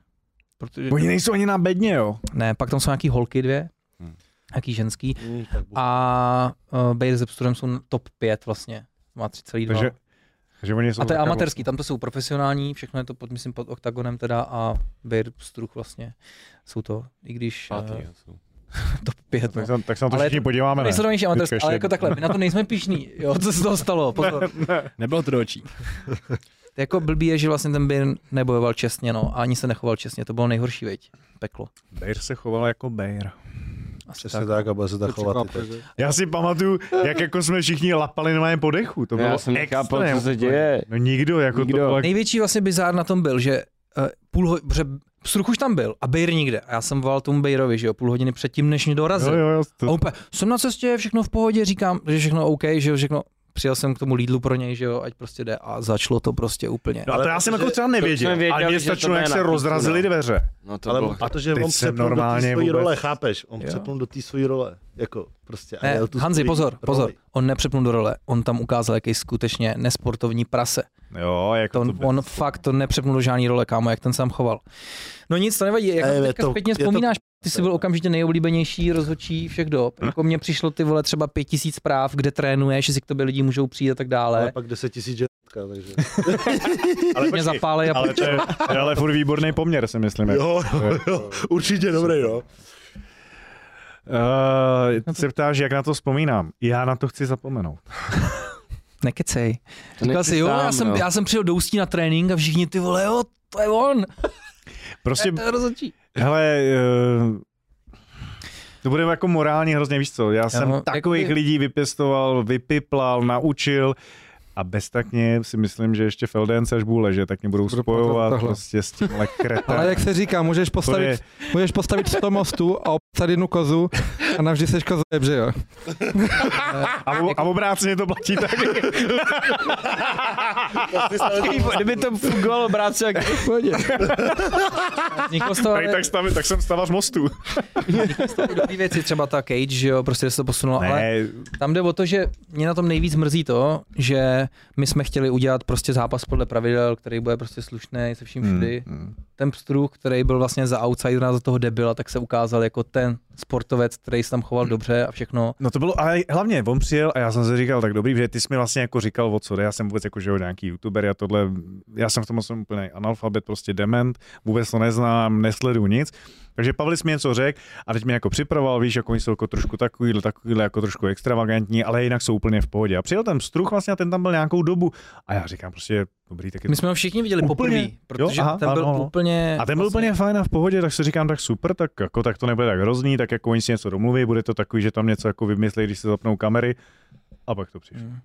A: Protože,
C: Oni nejsou ani na bedně, jo.
A: ne, pak tam jsou nějaký holky dvě,
D: Hmm.
A: nějaký ženský.
E: Hm, tak bu-
A: a uh, Bejr s Epsturem jsou na top 5 vlastně. Má 3,2.
C: Takže, že oni jsou jako-
A: a to je
C: taká-
A: amatérský, tam to jsou profesionální, všechno je to pod, myslím, pod oktagonem teda a Bejr Struch vlastně jsou to, i když
D: Pátý,
A: uh,
D: jo, jsou.
A: top 5. No.
C: Tak se, tak se na to
A: Ale je
C: všichni
A: to-
C: podíváme, ne?
A: Nejsledovanější amatérský,
C: ještě
A: ale jako
C: jedno.
A: takhle, my na to nejsme pišní, jo, co se toho stalo, pozor.
D: Nebylo to do očí.
A: jako blbý je, že vlastně ten Bejr nebojoval čestně, no, a ani se nechoval čestně, to bylo nejhorší, veď, peklo.
C: Bejr se choval jako Bejr.
A: Asi
E: Přesně tak, tak a bude se tak chovat. i teď.
C: Já si pamatuju, jak jako jsme všichni lapali na mém podechu. To bylo
B: Já jsem nechápal,
C: extrém.
B: co se děje.
C: No nikdo, jako
B: Nikdo.
C: to bylo...
A: Největší vlastně bizár na tom byl, že eh, půl ho... že Struch už tam byl a Bejr nikde. A já jsem volal tomu Bejrovi, že jo, půl hodiny předtím, než mě dorazil.
C: Jo, jo, jo,
A: A
C: to...
A: úplně, jsem na cestě, všechno v pohodě, říkám, že všechno OK, že jo, všechno. Přijel jsem k tomu Lidlu pro něj, že jo, ať prostě jde a začalo to prostě úplně.
C: No a to já jsem jako třeba nevěděl,
B: věděli,
C: ale mě
B: že
C: stačilo,
B: to
C: jak
B: ne
C: se
B: na písku,
C: rozrazily
B: no.
C: dveře.
B: No to
E: Ale
B: bylo...
E: a to, že
C: Teď
E: on
C: jsem
E: přepnul do té
C: normálně
E: svojí
C: vůbec-
E: role, chápeš? On
A: Jo.
E: přepnul do té svojí role. Jako, prostě. a
A: Ne,
E: jel tu
A: Hanzi,
E: svoji
A: pozor,
E: roli.
A: pozor, on nepřepnul do role, on tam ukázal, jaký skutečně nesportovní prase.
C: Jo, jako
A: To on, on fakt to nepřepnul do žádný role, kámo, jak ten sám choval. No nic, to nevadí, jak
E: Ne,
A: na
E: je
A: teďka
E: to-
A: zpětně
E: je to-
A: vzpomínáš, ty jsi byl okamžitě nejoblíbenější rozhodčí všech
E: Hm?
A: dob. Jako mně přišlo ty vole třeba pět tisíc zpráv, kde trénuješ, jestli k tobě lidi můžou přijít a tak
E: Ale
A: dále.
E: pak 10 tisíc ženská, takže.
C: ale,
A: Mě
C: počkej,
A: zapálej a
C: ale to je, to je ale furt výborný poměr, si myslím. jako.
E: Jo, jo, jo, určitě dobrý, no.
C: Uh, ty se ptáš, jak na to vzpomínám. Já na to chci zapomenout.
A: nekecej. Říkal jsi, jo, já
B: no.
A: jsem, já jsem přijel do Ústí na trénink a všichni ty vole, jo, to je on, to
C: Prostě,
A: je ten rozhodčí.
C: hele, uh, to bude jako morální hrozně, víš co, já jsem
A: no,
C: takových
A: jakoby-
C: lidí vypěstoval, vypiplal, naučil a beztakně si myslím, že ještě Feldens až bude ležet, tak mě budou
F: Budu
C: spojovat
F: tohle.
C: prostě s tímhle kretem.
F: Ale jak se říká, můžeš
C: To je-
F: postavit, můžeš postavit 100 mostů a obsat jednu kozu a navždy seš kozeb, že jo?
C: A, o- a obráceně to platí tak.
B: Kdyby to fungovalo, bráce, jak
A: Vzniklo z toho jako
C: Tady tak, stav, tak jsem stavař mostu.
A: dobrý věci, třeba ta Cage, že jo, prostě se to posunulo, ale
C: Ne,
A: Tam jde o to, že mě na tom nejvíc mrzí to, že my jsme chtěli udělat prostě zápas podle pravidel, který bude prostě slušný se vším všudy. Hmm, hmm. Ten pstruh, který byl vlastně za outsidera, za toho debila, tak se ukázal jako ten sportovec, který se tam
C: Hmm.
A: choval dobře a všechno.
C: No to bylo, ale hlavně on přijel a já jsem si říkal, tak dobrý, že ty jsi mi vlastně jako říkal, o co jde, já jsem vůbec jako, že jo, nějaký youtuber, já tohle, já jsem v tom jsem úplný analfabet, prostě dement, vůbec to neznám, nesleduju nic. Takže Pavlis mi něco řekl a teď mě jako připravoval, víš, jako oni jsou jako trošku takovýhle, takovýhle, jako trošku extravagantní, ale jinak jsou úplně v pohodě. A přijel ten struch vlastně a ten tam byl nějakou dobu a já říkám prostě, dobrý, tak je to
A: My jsme ho všichni viděli
C: Úplně?
A: poprvé, protože
C: Jo, aha,
A: ten byl
C: ano, ano.
A: úplně... vlastně-
C: a ten byl úplně fajn a v pohodě, tak si říkám, tak super, tak jako tak to nebude tak hrozný, tak jako oni si něco domluví, bude to takový, že tam něco jako vymyslí, když se zapnou kamery. A pak to přišlo.
A: Mm.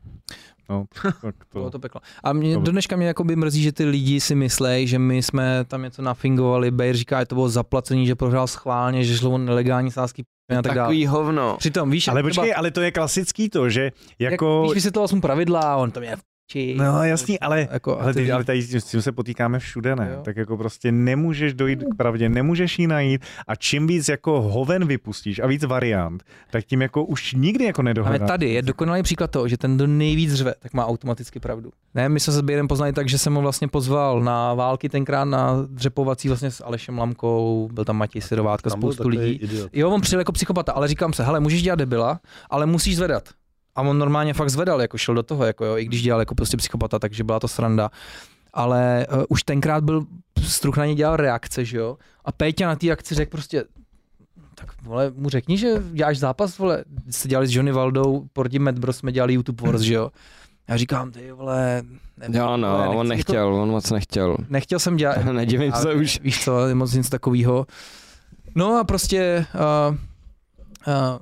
C: No, tak to...
A: Bylo to peklo. A mě,
C: To-
A: do dneška mě jakoby mrzí, že ty lidi si myslej, že my jsme tam něco nafingovali, Bayer říká, že to bylo zaplacení, že prohrál schválně, že šlo o nelegální sázky a tak dále.
B: takový hovno.
A: Přitom víš,
C: Ale
A: třeba-
C: počkej, ale to je klasický to, že
A: Jak,
C: jako...
A: víš, vysvětloval jsem pravidla, on tam je v či,
C: No jasný, ale
A: jako,
C: ale, ty,
A: víš-
C: ale tady s tím se potýkáme všude, ne?
A: Jo.
C: Tak jako prostě nemůžeš dojít k pravdě, nemůžeš ji najít a čím víc jako hoven vypustíš a víc variant, tak tím jako už nikdy jako
A: ale
C: nedohledáš.
A: tady je dokonalý příklad toho, že ten, kdo nejvíc řve, tak má automaticky pravdu. Ne, my jsme se s Běrem poznali tak, že jsem ho vlastně pozval na války tenkrát na dřepovací vlastně s Alešem Lamkou, byl tam Matěj Sirovátka,
E: Tam byl
A: spoustu
E: takový
A: lidí.
E: Idiot.
A: Jo, on přijel jako psychopata, ale říkám se, hele, můžeš dělat debila, ale musíš zvedat. A on normálně fakt zvedal, jako šel do toho, jako jo, i když dělal jako prostě psychopata, takže byla to sranda. Ale uh, už tenkrát byl, Struch na ně dělal reakce, že jo, a Péťa na té akci řekl prostě, tak vole, mu řekni, že děláš zápas, vole, jste dělali s Johnny Valdou, proti Mad Bros jsme dělali YouTube Wars, že jo. Já říkám, ty vole, nevím,
B: Jo,
A: vole,
B: no,
A: nechci-
B: on nechtěl, on moc nechtěl.
A: Jako, nechtěl jsem dělat,
B: Nedivím
A: ale
B: se už.
A: Víš co, je moc nic takového. No a prostě uh,
E: A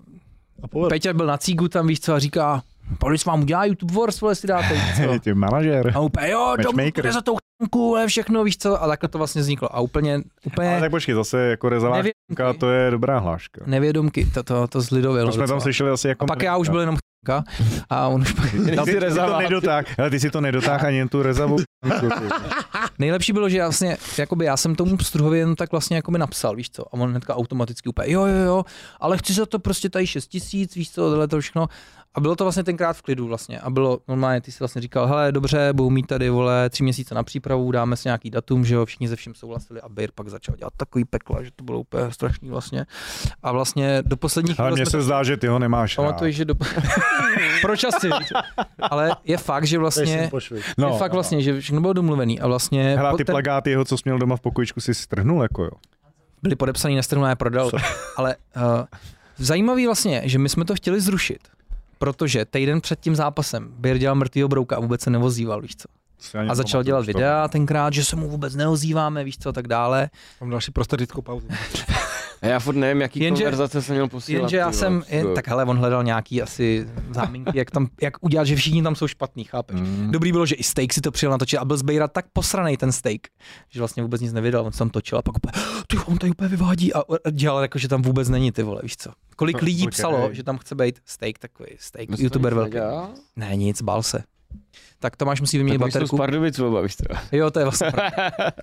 A: uh,
E: povedl.
A: Peťa byl na cígu tam, víš co, a říká, Pavlis vám udělá YouTube Wars, vole, si dáte, víš co.
C: Ty manažer.
A: A úplně, jo, domů
C: Matchmaker.
A: to je za tou ch**nku, ale všechno, víš co, a takhle to vlastně vzniklo. A úplně,
C: Ale
A: úplně
C: tak počkej, zase jako rezavá
A: nevědomky,
C: šunka, to je dobrá hláška.
A: nevědomky, to, to, to zlidovilo.
C: To jsme tam
A: No, docela.
C: slyšeli asi jako...
A: a pak já už byl jenom ch**nka a on už pak...
C: Ty, ty, ty to nedotáh, ale ty si to nedotáh ani jen tu rezavu.
A: Nejlepší bylo, že já vlastně, jakoby já jsem tomu Struhovi jen tak vlastně jakoby napsal, víš co, a on hnedka automaticky úplně, jo, jo, jo, ale chci za to prostě tady 6 tisíc, víš co, tohle to všechno. A bylo to vlastně tenkrát v klidu vlastně a bylo normálně, ty si vlastně říkal, hele, dobře, budou mít tady, vole, tři měsíce na přípravu, dáme si nějaký datum, že jo, všichni se vším souhlasili a Bejr pak začal dělat takový pekla, že to bylo úplně strašný vlastně. A vlastně do posledních
C: Ale
A: chvíle
C: mně
A: jsme
C: se zdá, že ty ho nemáš rád.
A: Pamatuji, že do... Proč asi, víš? Ale je fakt, že vlastně... No, je fakt vlastně, že všechno bylo domluvený a vlastně
C: Hele, a ty
A: poté-
C: plagáty jeho, co jsi měl doma v pokojičku, si strhnul jako jo.
A: byly podepsaný na stranu a já je prodal. Ale uh, zajímavý vlastně, že my jsme to chtěli zrušit, protože týden před tím zápasem Běr dělal mrtvýho brouka a vůbec se neozýval, víš co.
C: Si ani
A: A začal
C: nepamatuju,
A: dělat
C: co to-
A: videa tenkrát, že se mu vůbec neozýváme, víš co, a tak dále.
F: Mám další prostatickou pauzu.
B: A já furt nevím, jaký
A: Jenže-
B: jenže, konverzace jsem měl posílat.
A: Jenže já
B: ty vole.
A: jsem, jen,
B: Jo.
A: tak hele, on hledal nějaký asi záminky, jak, tam, jak udělat, že všichni tam jsou špatný, chápeš?
C: Hmm.
B: Hmm.
A: Mm. Dobrý bylo, že i steak si to přijel natočit a byl zbejra tak posranej ten steak, že vlastně vůbec nic nevydal, on se tam točil a pak úplně, "Ah, ty on tady úplně vyvádí a a dělal jako, že tam vůbec není, ty vole, víš co?
B: No,
A: Kolik lidí
C: okay.
A: psalo, že tam chce být steak takový, steak,
B: My jsme
A: youtuber
B: nic
A: velký.
B: nedělal.
A: Ne, nic, bál se. Tak Tomáš musí vyměnit
B: Tak my jsme z
A: baterku.
B: Pardubic oba, víš to.
A: Jo, to je vlastně pravda.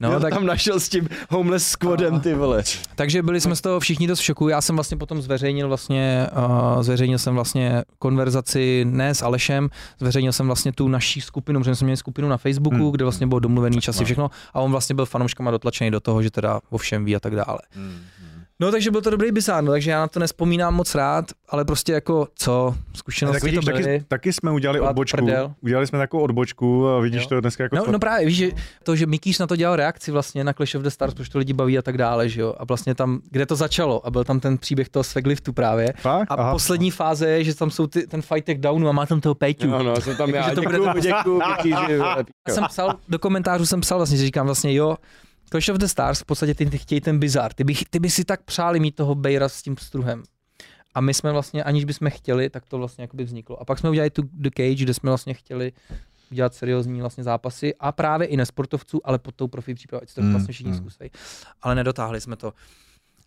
A: No, tak,
B: tam našel s tím homeless squadem, ty vole.
A: takže byli jsme z toho všichni dost v šoku. Já jsem vlastně potom zveřejnil vlastně, uh, zveřejnil jsem vlastně konverzaci ne s Alešem, zveřejnil jsem vlastně tu naší skupinu, protože jsme měli skupinu na Facebooku, hmm. kde vlastně bylo domluvený
C: no.
A: časy všechno a on vlastně byl fanouškama dotlačený do toho, že teda o všem ví a tak dále.
C: Hmm.
A: No takže byl to dobrý bizár, no, takže já na to nespomínám moc rád, ale prostě jako co,
C: A tak
A: zkušenosti
C: vidíš,
A: to byly.
C: taky, jako taky jsme udělali
A: Byla
C: odbočku.
A: prdel.
C: Udělali jsme takovou odbočku a vidíš
A: Jo.
C: to dneska jako
A: No,
C: fakt-
A: no právě, víš, že to, že Mikýš na to dělal reakci vlastně na Clash of the Stars, protože to lidi baví a tak dále, že jo. A vlastně tam, kde to začalo a byl tam ten příběh toho Svegliftu právě.
C: Fakt?
A: A
C: Aha.
A: poslední fáze je, že tam jsou ty, ten fightek downu a má tam toho Péťu.
B: No, no, jsem tam
A: Jakože
B: já.
A: Jako to bude
B: Děkuju,
A: tak-
B: děkuju, Mikyři, vole,
A: Já
B: píko.
A: jsem psal, do komentářů jsem psal vlastně, že říkám vlastně jo, Clash of the Stars, v podstatě ty, ty chtějí ten bizar. Ty by, ty by si tak přáli mít toho Bejra s tím struhem. A my jsme vlastně, aniž bychom chtěli, tak to vlastně jakoby vzniklo. A pak jsme udělali tu The Cage, kde jsme vlastně chtěli udělat seriózní vlastně zápasy a právě i nesportovců, ale pod tou profi přípravou, ať se to
C: Hmm,
A: vlastně všichni
C: hmm.
A: zkusej. Ale nedotáhli jsme to.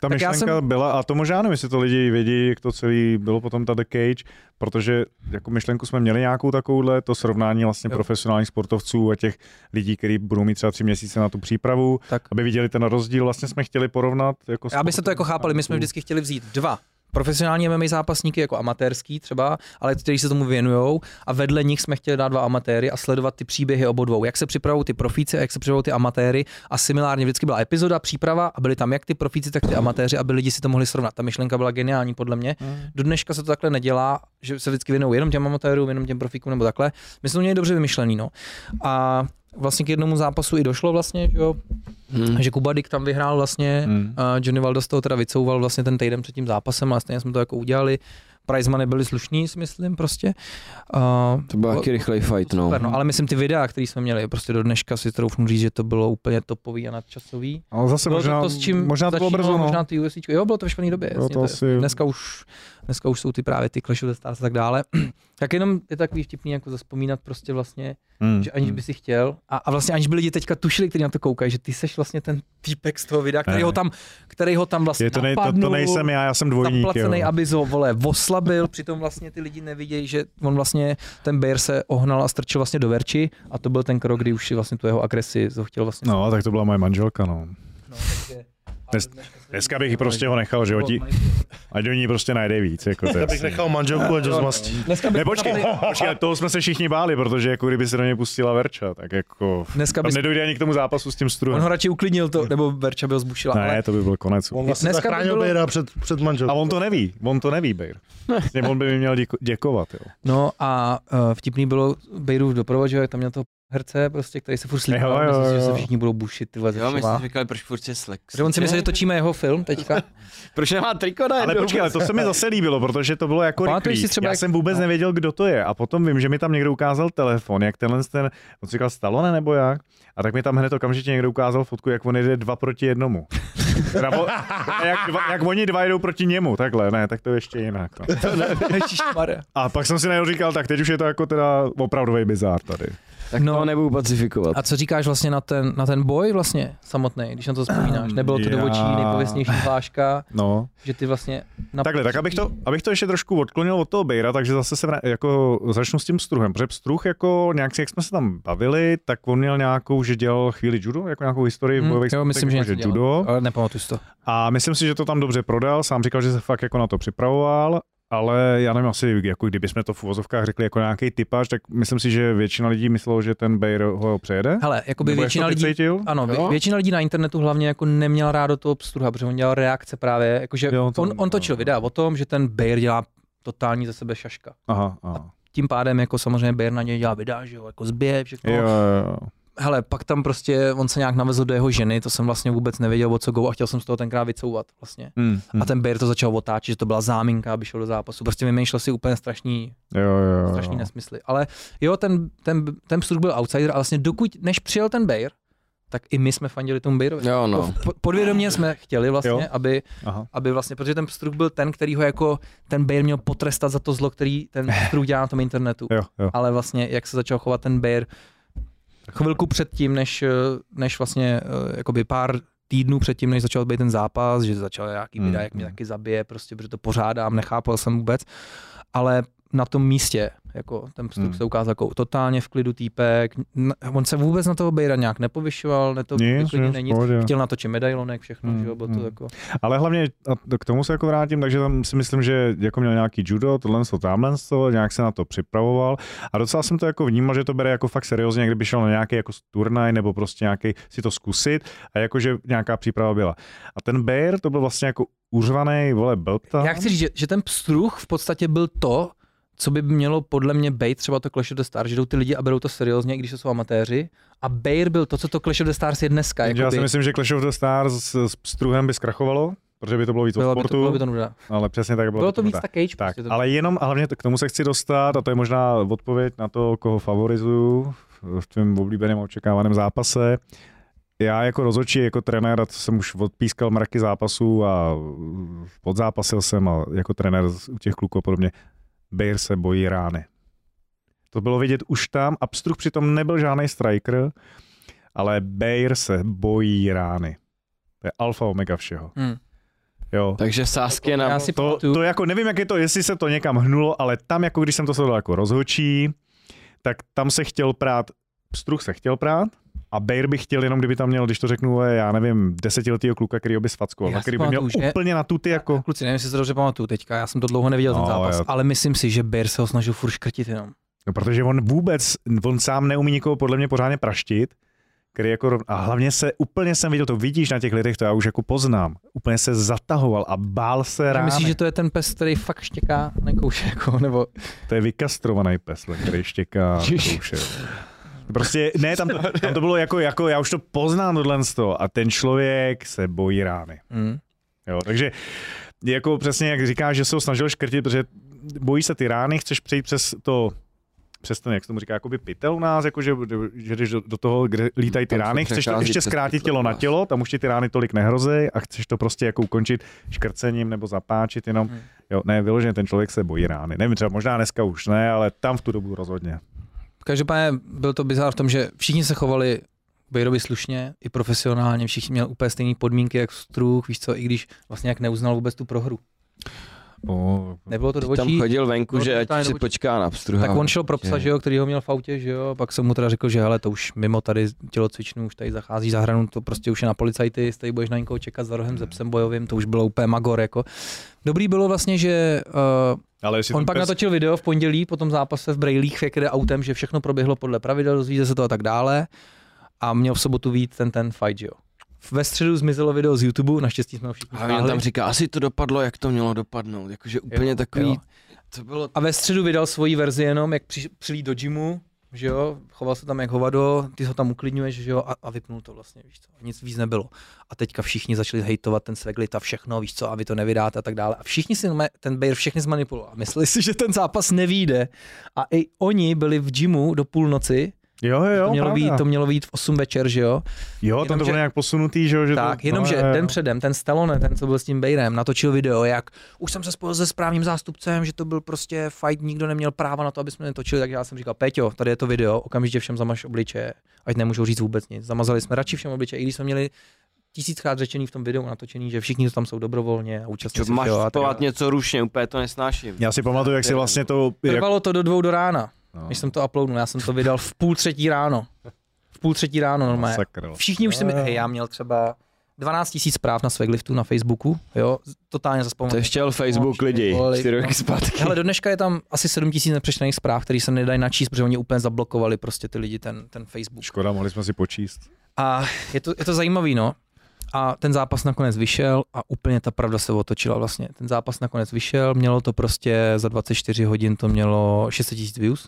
C: Ta
A: Tak já
C: myšlenka jsem... byla, a to možná nevím, jestli to lidi vědí, jak to celý bylo potom ta The Cage, protože jako myšlenku jsme měli nějakou takovouhle, to srovnání vlastně
A: Jo.
C: jo. profesionálních sportovců a těch lidí, kteří budou mít třeba tři měsíce na tu přípravu,
A: Tak.
C: aby viděli ten rozdíl, vlastně jsme chtěli porovnat. Jako
A: Aby se to jako
C: sportovní
A: chápali, my jsme
C: sportu.
A: vždycky chtěli vzít dva profesionální MMA zápasníky, jako amatérský třeba, ale kteří se tomu věnují, a vedle nich jsme chtěli dát dva amatéry a sledovat ty příběhy obou dvou. Jak se připravují ty profíci a jak se připravují ty amatéry. A similárně vždycky byla epizoda, příprava a byli tam jak ty profíci, tak ty amatéři, aby lidi si to mohli srovnat. Ta myšlenka byla geniální podle mě. Do dneška se to takhle nedělá, že se vždycky věnují jenom těm amatérům, jenom těm profíkům nebo takhle. My jsme to měli dobře vymyšlený. No. A vlastně k jednomu zápasu i došlo vlastně, že jo,
C: Mm.
B: Hm.
A: že Kuba Dick tam vyhrál vlastně,
C: Hmm.
A: a Johnny Valdo z toho teda vycouval vlastně ten týden před tím zápasem, ale stejně jsme to jako udělali. Prizemany byli slušní, si myslím prostě. Uh,
B: To byl taky rychlej fight, no.
A: super, no. Ale myslím ty videa, které jsme měli, prostě do dneška si troufnu říct, že to bylo úplně topový a nadčasový.
C: Ale zase
A: Bylo
C: možná,
A: No, to, to s čím
C: možná to bylo
A: začínalo,
C: brzo, no.
A: možná ty UFC, jo, bylo to ve špatné době.
C: Bylo
A: jasně,
C: to
A: je-
C: asi-
A: Dneska už, dneska už jsou ty právě ty Clash of the Stars a tak dále. tak jenom je takový vtipný jako zaspomínat prostě vlastně,
C: Hmm.
A: že aniž by si chtěl a, a vlastně aniž by lidi teďka tušili, kteří na to koukají, že ty seš vlastně ten týpek z toho videa, který
C: Ne.
A: ho tam, který ho tam vlastně
C: Eh. Je to, nej, to,
A: napadnul,
C: to, nejsem já, já jsem dvojník. Jo.
A: zaplacený, aby ho vole oslabil, přitom vlastně ty lidi nevidějí, že on vlastně, ten Bear se ohnal a strčil vlastně do verči a to byl ten krok, kdy už vlastně tu jeho agresi ho chtěl vlastně
C: No, tak to byla moje manželka, no.
A: no, takže,
C: Dnes- Dneska bych ji prostě ho nechal, že ho ti, ať do ní prostě najde víc. Jako to je
E: Já bych
C: jasný.
E: nechal manželku, ať ho zmastí.
A: Dneska
C: Ne,
A: bych,
C: počkej, počkej, ale toho jsme se všichni báli, protože jako kdyby se do něj pustila Verča, tak jako...
A: dneska
C: Tam
A: bys,
C: nedojde ani k tomu zápasu s tím
A: on ho
C: struhem.
A: radši uklidnil to, nebo verča by ho zbušila, ale
C: Ne, to by byl konec.
E: On vlastně
A: Dneska by
E: zachránil
A: bylo-
E: Bejra před, před
C: A
E: manželkou.
C: on to neví, on to neví, Bejr. Vlastně on by mi měl děko- děkovat, jo.
A: No a uh, vtipný bylo Bejrův doprovod, že jo, jak tam měl to herce, prostě, který se furt slíbil,
C: Jo, jo,
A: myslel si, že
C: jo.
A: se všichni budou bušit, ty vole, ze
B: Jo, my
A: všema.
B: jsme říkali, proč furt je slek.
A: Protože on si myslel, že točíme jeho film teďka.
B: Proč nemá triko na
C: Ale počkej, ale to se mi zase líbilo, protože to bylo jako
A: Pamatuješ
C: rychlý.
A: si třeba,
C: Já
A: jak-
C: jsem vůbec
A: no.
C: nevěděl, kdo to je. A potom vím, že mi tam někdo ukázal telefon, jak tenhle ten, on si říkal Stallone nebo jak? A tak mi tam hned okamžitě někdo ukázal fotku, jak on jde dva proti jednomu. Teda o- jak, dva, jak oni dva jdou proti němu, takhle, ne, tak to je ještě jinak. No.
A: Ježišmarja.
C: A pak jsem si najednou říkal, tak teď už je to jako teda opravdový bizár tady.
B: Tak
A: No.
B: no. to nebudu pacifikovat.
A: A co říkáš vlastně na ten, na ten boj vlastně samotný, když na to vzpomínáš? Nebylo to do očí
C: Já.
A: nejpověstnější hláška,
C: No.
A: že ty vlastně... Na...
C: Takhle, tak abych to, abych to ještě trošku odklonil od toho Bejra, takže zase se vra- jako začnu s tím Struhem, protože Struh jako nějak, si- jak jsme se tam bavili, tak on měl nějakou, že dělal chvíli judo, jako nějakou historii v
A: Hm,
C: bojových
A: jo, myslím, že,
C: sportech,
A: něco
C: jako, že
A: dělal,
C: judo.
A: Ale nepamatuju si to.
C: A myslím si, že to tam dobře prodal, sám říkal, že se fakt jako na to připravoval, ale já nevím, asi jako kdyby jsme to v uvozovkách řekli jako nějaký typař, tak myslím si, že většina lidí myslelo, že ten Bejr ho přejede.
A: Hele, jakoby
C: Nebo jak
A: většina
C: to ty
A: lidí...
C: Cítil?
A: Ano, vě-
B: Jo.
A: většina lidí na internetu hlavně jako neměla rádo toho pstruha, protože on dělal reakce právě, jakože
C: Jo, to- no.
A: on, on točil
C: jo.
A: videa o tom, že ten Bayer dělá totální ze sebe šaška.
C: Aha, aha.
A: tím pádem jako samozřejmě Bayer na něj dělá videa, že jo, jako zbije všechno.
C: Jo,
A: Jo.
C: jo, jo.
A: Hele, pak tam prostě on se nějak navezl do jeho ženy, to jsem vlastně vůbec nevěděl, o co go a chtěl jsem z toho tenkrát vycouvat vlastně.
C: Hm, hm.
A: A ten Bayer to začal otáčet, že to byla záminka, aby šel do zápasu. Prostě vymýšlel si úplně strašný,
C: jo, jo, jo.
A: strašný nesmysly. Ale jo, ten, ten, ten psuk byl outsider a vlastně dokud, než přijel ten Bayer, tak i my jsme fandili tomu Bejrovi.
B: Jo, no.
A: Po- Podvědomě jsme chtěli
C: Jo.
A: vlastně, aby,
C: Aha.
A: aby vlastně, protože ten Struh byl ten, který ho jako ten Bejr měl potrestat za to zlo, který ten Struh dělá na tom internetu.
C: Jo, jo.
A: Ale vlastně, jak se začal chovat ten Bejr chvilku předtím, než, eh, než vlastně eh, jakoby pár týdnů předtím, než začal být ten zápas, že začal nějaký
C: Mm,
A: videa, jak mě
C: mm.
A: taky zabije, prostě, protože to pořádám, nechápal jsem vůbec, ale na tom místě, jako ten Struh
C: Mm.
A: se ukázal jako totálně v klidu týpek, n- on se vůbec na toho Bejra nějak nepovyšoval, ne to jako
C: Nic, nic,
A: nic,
C: pohodě.
A: chtěl natočit medailonek, všechno,
C: Hmm,
A: že jo, bylo to
C: hmm.
A: jako...
C: Ale hlavně a k tomu se jako vrátím, takže tam si myslím, že jako měl nějaký judo, tohle to, tamhle to, nějak se na to připravoval a docela jsem to jako vnímal, že to bere jako fakt seriózně, kdyby šel na nějaký jako turnaj nebo prostě nějaký si to zkusit a jakože nějaká příprava byla. A ten Bear to byl vlastně jako uřvaný, vole, belta.
A: Já chci říct, že, že ten pstruh v podstatě byl to, co by mělo podle mě být třeba to Clash of the Stars, že jdou ty lidi a berou to seriózně, i když to jsou amatéři. A Bayer byl to, co to Clash of the Stars je dneska.
C: Já si
A: jakoby.
C: myslím, že Clash of the Stars s, s Struhem by zkrachovalo, protože by to bylo víc o
A: Bylo by to,
C: sportu,
A: bylo by to nuda.
C: ale přesně tak bylo.
A: Bylo to víc
C: tak.
A: tak cage.
C: Tak,
A: prostě to-
C: ale jenom, a hlavně t- k tomu se chci dostat, a to je možná odpověď na to, koho favorizuju v tvém oblíbeném a očekávaném zápase. Já jako rozhodčí, jako trenér, a to jsem už odpískal mraky zápasů a uh, podzápasil jsem a jako trenér z- u těch kluků a podobně, Bejr se bojí rány. To bylo vidět už tam, Abstruh přitom nebyl žádný striker, ale Bejr se bojí rány. To je alfa omega všeho.
A: Hmm.
C: Jo.
B: Takže sásky na...
A: Já si
C: To,
A: pamatuju,
C: to jako nevím, jak je to, jestli se to někam hnulo, ale tam, jako když jsem to sledoval jako rozhočí, tak tam se chtěl prát, Struh se chtěl prát, a Bayer by chtěl jenom, kdyby tam měl, když to řeknu, eh, já nevím, desetiletýho kluka, který by sfackoval,
A: Já
C: a
A: si
C: který by měl
A: pamatuju, že-
C: úplně na tuty jako...
A: kluci, nevím, jestli si to dobře pamatuju teďka, já jsem to dlouho neviděl
C: No,
A: ten zápas,
C: jo.
A: ale myslím si, že Bayer se ho snažil furt škrtit jenom.
C: No, protože on vůbec, on sám neumí nikoho podle mě pořádně praštit, který jako, rov- a hlavně se, úplně jsem viděl, to vidíš na těch lidech, to já už jako poznám, úplně se zatahoval a bál se
A: Já
C: rány.
A: myslím, že to je ten pes, který fakt štěká, nekouše, jako, nebo
C: To je vykastrovaný pes, který štěká kouše. Prostě, ne, tam to, tam to bylo jako, jako, já už to poznám tohle z toho a ten člověk se bojí rány.
A: mm.
C: Jo, takže jako přesně jak říkáš, že se ho snažil škrtit, protože bojí se ty rány, chceš přejít přes to přes ten, jak se tomu říká, jakoby pytel u nás, jako že, že jdeš do, do toho, kde lítají ty
B: Tam se
C: rány, chceš to
B: přechází
C: ještě
B: přes
C: zkrátit
B: pytel
C: tělo
B: u
C: na
B: nás.
C: tělo, tam už ti ty rány tolik nehrozí a chceš to prostě jako ukončit škrcením nebo zapáčit jenom.
A: Hmm.
C: Jo, ne, vyloženě ten člověk se bojí rány. Nevím, třeba možná dneska už ne, ale tam v tu dobu rozhodně.
A: Každopádně byl to bizár v tom, že všichni se chovali Bejrovi slušně, i profesionálně, všichni měli úplně stejné podmínky, jak Struh, víš co, i když vlastně jak neuznal vůbec tu prohru.
C: O,
A: Nebylo to do
B: Tam
A: očí,
B: chodil venku,
A: No,
B: že
A: to je
B: ať si
A: do očí.
B: počká na pstruha.
A: tak on šel pro psa,
B: Je.
A: že jo, který ho měl v autě, že jo, pak jsem mu teda řekl, že hele, to už mimo tady tělocvičnu, už tady zachází za hranu, to prostě už je na policajty, tady budeš na někoho čekat za rohem ze psem bojovým, to už bylo úplně magor, jako. Dobrý bylo vlastně, že eh,
C: ale jestli
A: On
C: ten
A: pak
C: pes-
A: natočil video v pondělí po tom zápase v Brejlích, jak jde autem, že všechno proběhlo podle pravidel, dozvíte se to a tak dále. A měl v sobotu vít ten ten fight, že jo. Ve středu zmizelo video z YouTube, naštěstí jsme ho všichni
B: A on
A: stáhli.
B: tam říká, asi to dopadlo, jak to mělo dopadnout. Jakože úplně
A: Jo,
B: takový...
A: jo. Prostě
B: To bylo...
A: A ve středu vydal svoji verzi jenom, jak při, přilít do gymu, že jo, choval se tam jak hovado, ty ho tam uklidňuješ, že jo, a, a vypnul to vlastně, víš co, nic víc nebylo. A teďka všichni začali hejtovat ten Sveglit a všechno, víš co, a vy to nevydáte a tak dále. A všichni si, normálně- ten Bayer všechny zmanipuloval. A mysleli si, že ten zápas nevíde. A i oni byli v gymu do půlnoci,
C: Jo, jo, jo,
A: to, mělo
C: pravda.
A: být, to mělo být v 8 večer, že jo.
C: Jo, tam to
A: Jenomže-
C: bylo nějak posunutý, že jo? Že
A: Tak,
C: to, no,
A: jenomže
C: jo, jo.
A: den předem, ten Stallone, ten, co byl s tím Bejrem, natočil video, jak už jsem se spojil se správným zástupcem, že to byl prostě fight, nikdo neměl práva na to, aby jsme netočili, tak já jsem říkal, Peťo, tady je to video, okamžitě všem zamaž obličeje, ať nemůžou říct vůbec nic. Zamazali jsme radši všem obličeje, i když jsme měli tisíckrát řečený v tom videu natočený, že všichni, co tam jsou dobrovolně a účastní
B: Čo,
A: se
B: máš
A: všeho a tak
B: vstupovat
A: dále.
B: něco ručně, úplně to nesnáším.
C: Já si pamatuju, jak si vlastně to... Jak,
A: Trvalo to do dvou do rána,
C: no,
A: než jsem to uploadnul, já jsem to vydal v půl třetí ráno. V půl třetí ráno normálně.
B: No.
C: masakr.
A: Všichni už si mi, hej, já měl třeba 12 000 zpráv na Svegliftu na Facebooku, jo, z- totálně
B: To
A: zaspomínám.
B: ještě jel Facebook lidi,
A: Kolik,
B: čtyři roky
A: no.
B: zpátky.
A: Hele, do dneška je tam asi 7 000 nepřečtených zpráv, které se nedají načíst, protože oni úplně zablokovali prostě ty lidi ten, ten Facebook.
C: Škoda, mohli jsme si počíst.
A: A je to, je to zajímavý, no. A ten zápas nakonec vyšel a úplně ta pravda se otočila vlastně. Ten zápas nakonec vyšel, mělo to prostě za 24 hodin to mělo 600 000 views,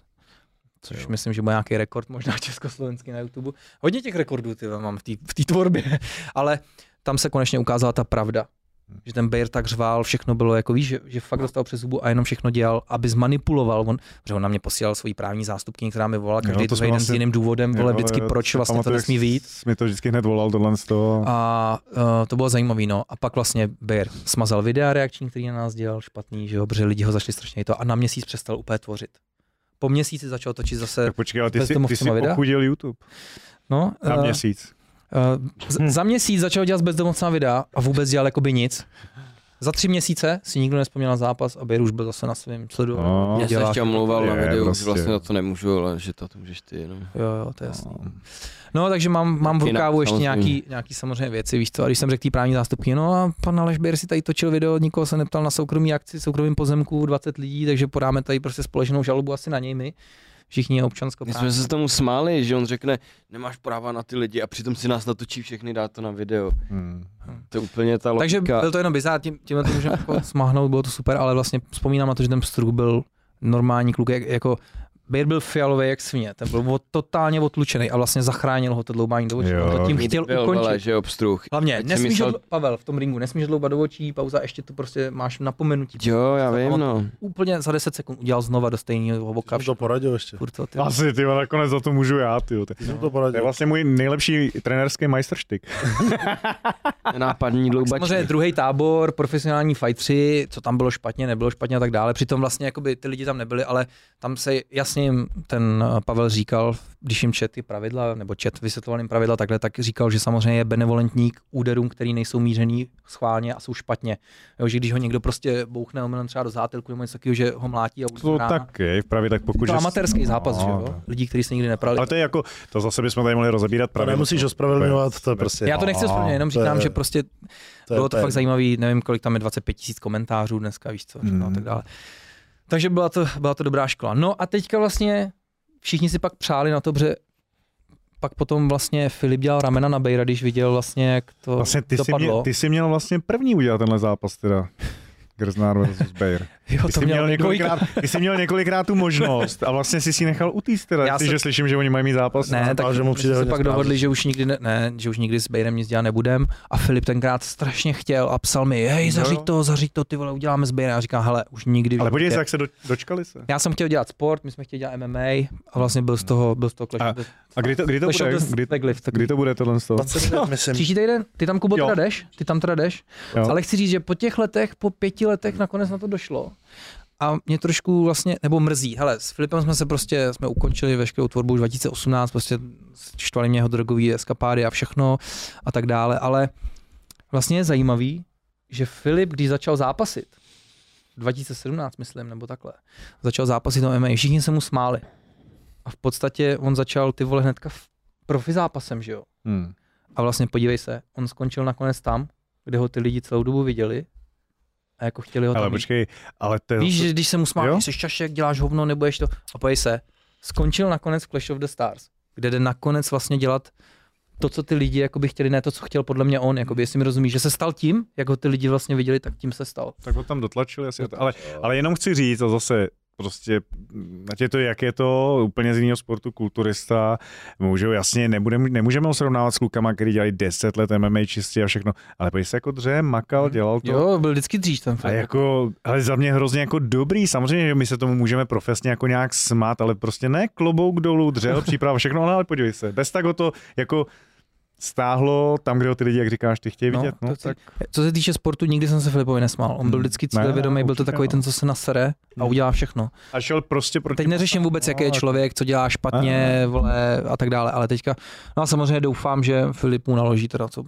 A: což jo. myslím, že byl nějaký rekord možná československý na YouTube. Hodně těch rekordů ty vole, mám v té v té tvorbě, ale tam se konečně ukázala ta pravda. Že ten Bayer tak řval, všechno bylo jako víš, že, že fakt dostal přes zubu a jenom všechno dělal, aby zmanipuloval. On, že on na mě posílal svoji právní zástupkyni, která mi volala každý
C: to jsme
A: týden
C: vám
A: s
C: ty-
A: jiným důvodem, vole,
C: Jo,
A: vždycky
C: jo,
A: proč
C: Jako, eh, si
A: vlastně to
C: pamatuju,
A: nesmí
C: jak
A: vít.
C: jsi Mi to vždycky hned volal tohle z toho.
A: A uh, to bylo zajímavé, no. A pak vlastně Bayer smazal videa reakční, který na nás dělal špatný, že jo, protože lidi ho začali strašně to a na měsíc přestal úplně tvořit. Po měsíci začal točit zase,
C: Tak počkej, ale ty
A: bez
C: jsi,
A: toho
C: ty jsi
A: chceme videa?
C: ochudil YouTube
A: no,
C: na
A: eh,
C: měsíc.
A: eh, z- za měsíc začal dělat bezdomovcná videa a vůbec dělal jakoby nic. Za tři měsíce si nikdo nespomněl na zápas a Bayer už byl zase na svém sledu.
C: No,
B: Já jsem
A: děláš-
B: ještě omlouval na
C: Je,
B: videu,
C: prostě.
B: že vlastně za to nemůžu, ale že to, to můžeš ty jenom.
A: Jo, jo, to je jasný. No, takže mám, mám v
B: Jinak,
A: rukávu ještě
B: samozřejmě.
A: nějaký, nějaký samozřejmě věci, víš co, a když jsem řekl tý právní zástupky, no a pan Aleš Běr si tady točil video, nikoho se neptal na soukromý akci, soukromým pozemku, 20 lidí, takže podáme tady prostě společnou žalobu asi na něj my, všichni je občansko
B: My jsme se tomu smáli, že on řekne, nemáš práva na ty lidi a přitom si nás natočí všechny, dá to na video.
C: Hmm.
B: To je úplně ta
A: Takže
B: logika.
A: byl to jenom bizár, tím, tímhle to můžeme jako smáhnout, bylo to super, ale vlastně vzpomínám na to, že ten Struk byl normální kluk, jak, jako Bejr byl fialový jak svině, ten byl od, totálně odlučený a vlastně zachránil ho to dloubání do očí,
C: Jo.
A: on to tím
B: Nikdy
A: chtěl
B: byl,
A: ukončit.
B: Vele, že obstruh.
A: Hlavně,
B: Teď jsem
A: nesmíš
B: myslel-
A: myslel... Pavel, v tom ringu, nesmíš dloubat do očí, pauza, ještě to prostě máš napomenutí.
B: Jo, já vím, no.
A: Úplně za 10 sekund udělal znova do stejného oka.
E: Jsem to poradil ještě.
A: Furt to, ty.
C: Asi, Vlastně, ty vole, nakonec za to můžu já, ty. jo. To
A: No.
E: Jsem to
C: je
E: poradil.
C: vlastně můj nejlepší trenerský majsterštyk.
B: Nápadní dloubač.
A: Samozřejmě druhý tábor, profesionální fightři, co tam bylo špatně, nebylo špatně a tak dále. Přitom vlastně jakoby, ty lidi tam nebyli, ale tam se jasně jim ten eh, Pavel říkal, když jim čet ty pravidla, nebo čet vysvětloval jim pravidla takhle, tak říkal, že samozřejmě je benevolentní k úderům, který nejsou mířený schválně a jsou špatně. Jo, že když ho někdo prostě bouchne omenem třeba do zátelku nebo něco takového, že ho mlátí a už
C: To tak je, právě tak
A: To
C: pokud... že-
A: je Jako amatérský zápas,
C: No,
A: že jo? Lidí, kteří se nikdy neprali.
C: Ale to je jako, to zase bychom tady mohli rozebírat
E: To
C: právě.
E: nemusíš ospravedlňovat, to je prostě...
A: Já to nechci ospravedlnit, jenom
E: to je-
A: říkám, že prostě
E: to je-
A: bylo to
E: je-
A: fakt zajímavý, nevím, kolik tam je 25 tisíc komentářů dneska, víš co, mm. a
C: Hmm.
A: tak dále. Takže byla to, byla to dobrá škola. No a teďka vlastně všichni si pak přáli na to, že pak potom vlastně Filip dělal ramena na Bejra, když viděl vlastně, jak to
C: Vlastně ty jsi,
A: dopadlo.
C: měl, ty jsi měl vlastně první udělat tenhle zápas teda. Grznár versus Bayer.
A: jo,
C: Ty jsi, měl
A: být
C: několikrát, ty jsi měl několikrát tu možnost a vlastně jsi si ji nechal utíct teda,
A: Já
C: já si,
A: jsem-
C: že slyším, že oni mají mít zápas.
A: Ne, tak
E: že mu
A: my
E: přijde
A: jsme se
E: hodně
A: pak
E: zpráv.
A: dohodli, že už nikdy ne, ne, že už nikdy s Bejrem nic dělat nebudem a Filip tenkrát strašně chtěl a psal mi, hej, zaříď
C: Jo.
A: to, zaříď to, ty vole, uděláme s Bejrem. Já říkám, hele, už nikdy. v
C: Ale podívej
A: životě."
C: se, jak se do, dočkali se.
A: Já jsem chtěl dělat sport, my jsme chtěli dělat MMA a vlastně byl z toho, byl z toho Clash,
C: A-
A: of the-
C: A kdy to, kdy to
A: Clash of
C: bude?
A: the
C: Kdy,
A: Staglift.
C: kdy to bude tohle z toho?
E: 20 minut, myslím.
A: Příští týden, ty tam Kubo
C: Jo.
A: teda jdeš, ty tam teda jdeš,
C: Jo.
A: ale chci říct, že po těch letech, po pěti letech nakonec na to došlo a mě trošku vlastně, nebo mrzí, hele, s Filipem jsme se prostě, jsme ukončili veškerou tvorbu už 2018, prostě štvali mě jeho drogový eskapády a všechno a tak dále, ale vlastně je zajímavý, že Filip, když začal zápasit, 2017, myslím, nebo takhle, začal zápasit o MMA, všichni se mu smáli. A v podstatě on začal ty vole hnedka v profi zápasem, že jo?
C: Hmm.
A: A vlastně podívej se, on skončil nakonec tam, kde ho ty lidi celou dobu viděli a jako chtěli ho tam
C: Ale
A: mít.
C: počkej, ale to je...
A: Víš, že když se mu
C: Jo?
A: smáli, jsi čašek, děláš hovno, nebo to. A podívej se, skončil nakonec v Clash of the Stars, kde jde nakonec vlastně dělat to, co ty lidi jakoby chtěli, ne to, co chtěl podle mě on, jakoby, jestli mi rozumíš, že se stal tím, jak ho ty lidi vlastně viděli, tak tím se stal.
C: Tak ho tam dotlačili asi. Ale, ale jenom chci říct, a zase prostě, mm, ať je to, jak je to, úplně z jiného sportu kulturista, můžou, jasně, nebudem, nemůžeme ho srovnávat s klukama, který dělají 10 let MMA čistě a všechno, ale podívej se jako dře, makal, dělal to.
A: Hmm. Jo, byl vždycky dřív ten
C: A
A: film.
C: jako, ale za mě hrozně jako dobrý, samozřejmě, že my se tomu můžeme profesně jako nějak smát, ale prostě ne klobouk dolů, dřel, příprava, všechno, ale, ale podívej se, bez tak ho to jako stáhlo tam, kde ho ty lidi, jak říkáš, ty chtějí vidět. No,
A: to chci-
C: tak,
A: Co se týče sportu, nikdy jsem se Filipovi nesmál. On byl
C: Hmm.
A: vždycky
C: Ne,
A: cílevědomý, byl to
C: určitě no.
A: takový
C: ne.
A: ten, co se nasere a udělá všechno.
C: a šel prostě proti...
A: Teď neřeším vůbec, jaký je člověk, co dělá špatně, vole, a tak dále, ale teďka, no a samozřejmě doufám, že Filip mu naloží teda, co,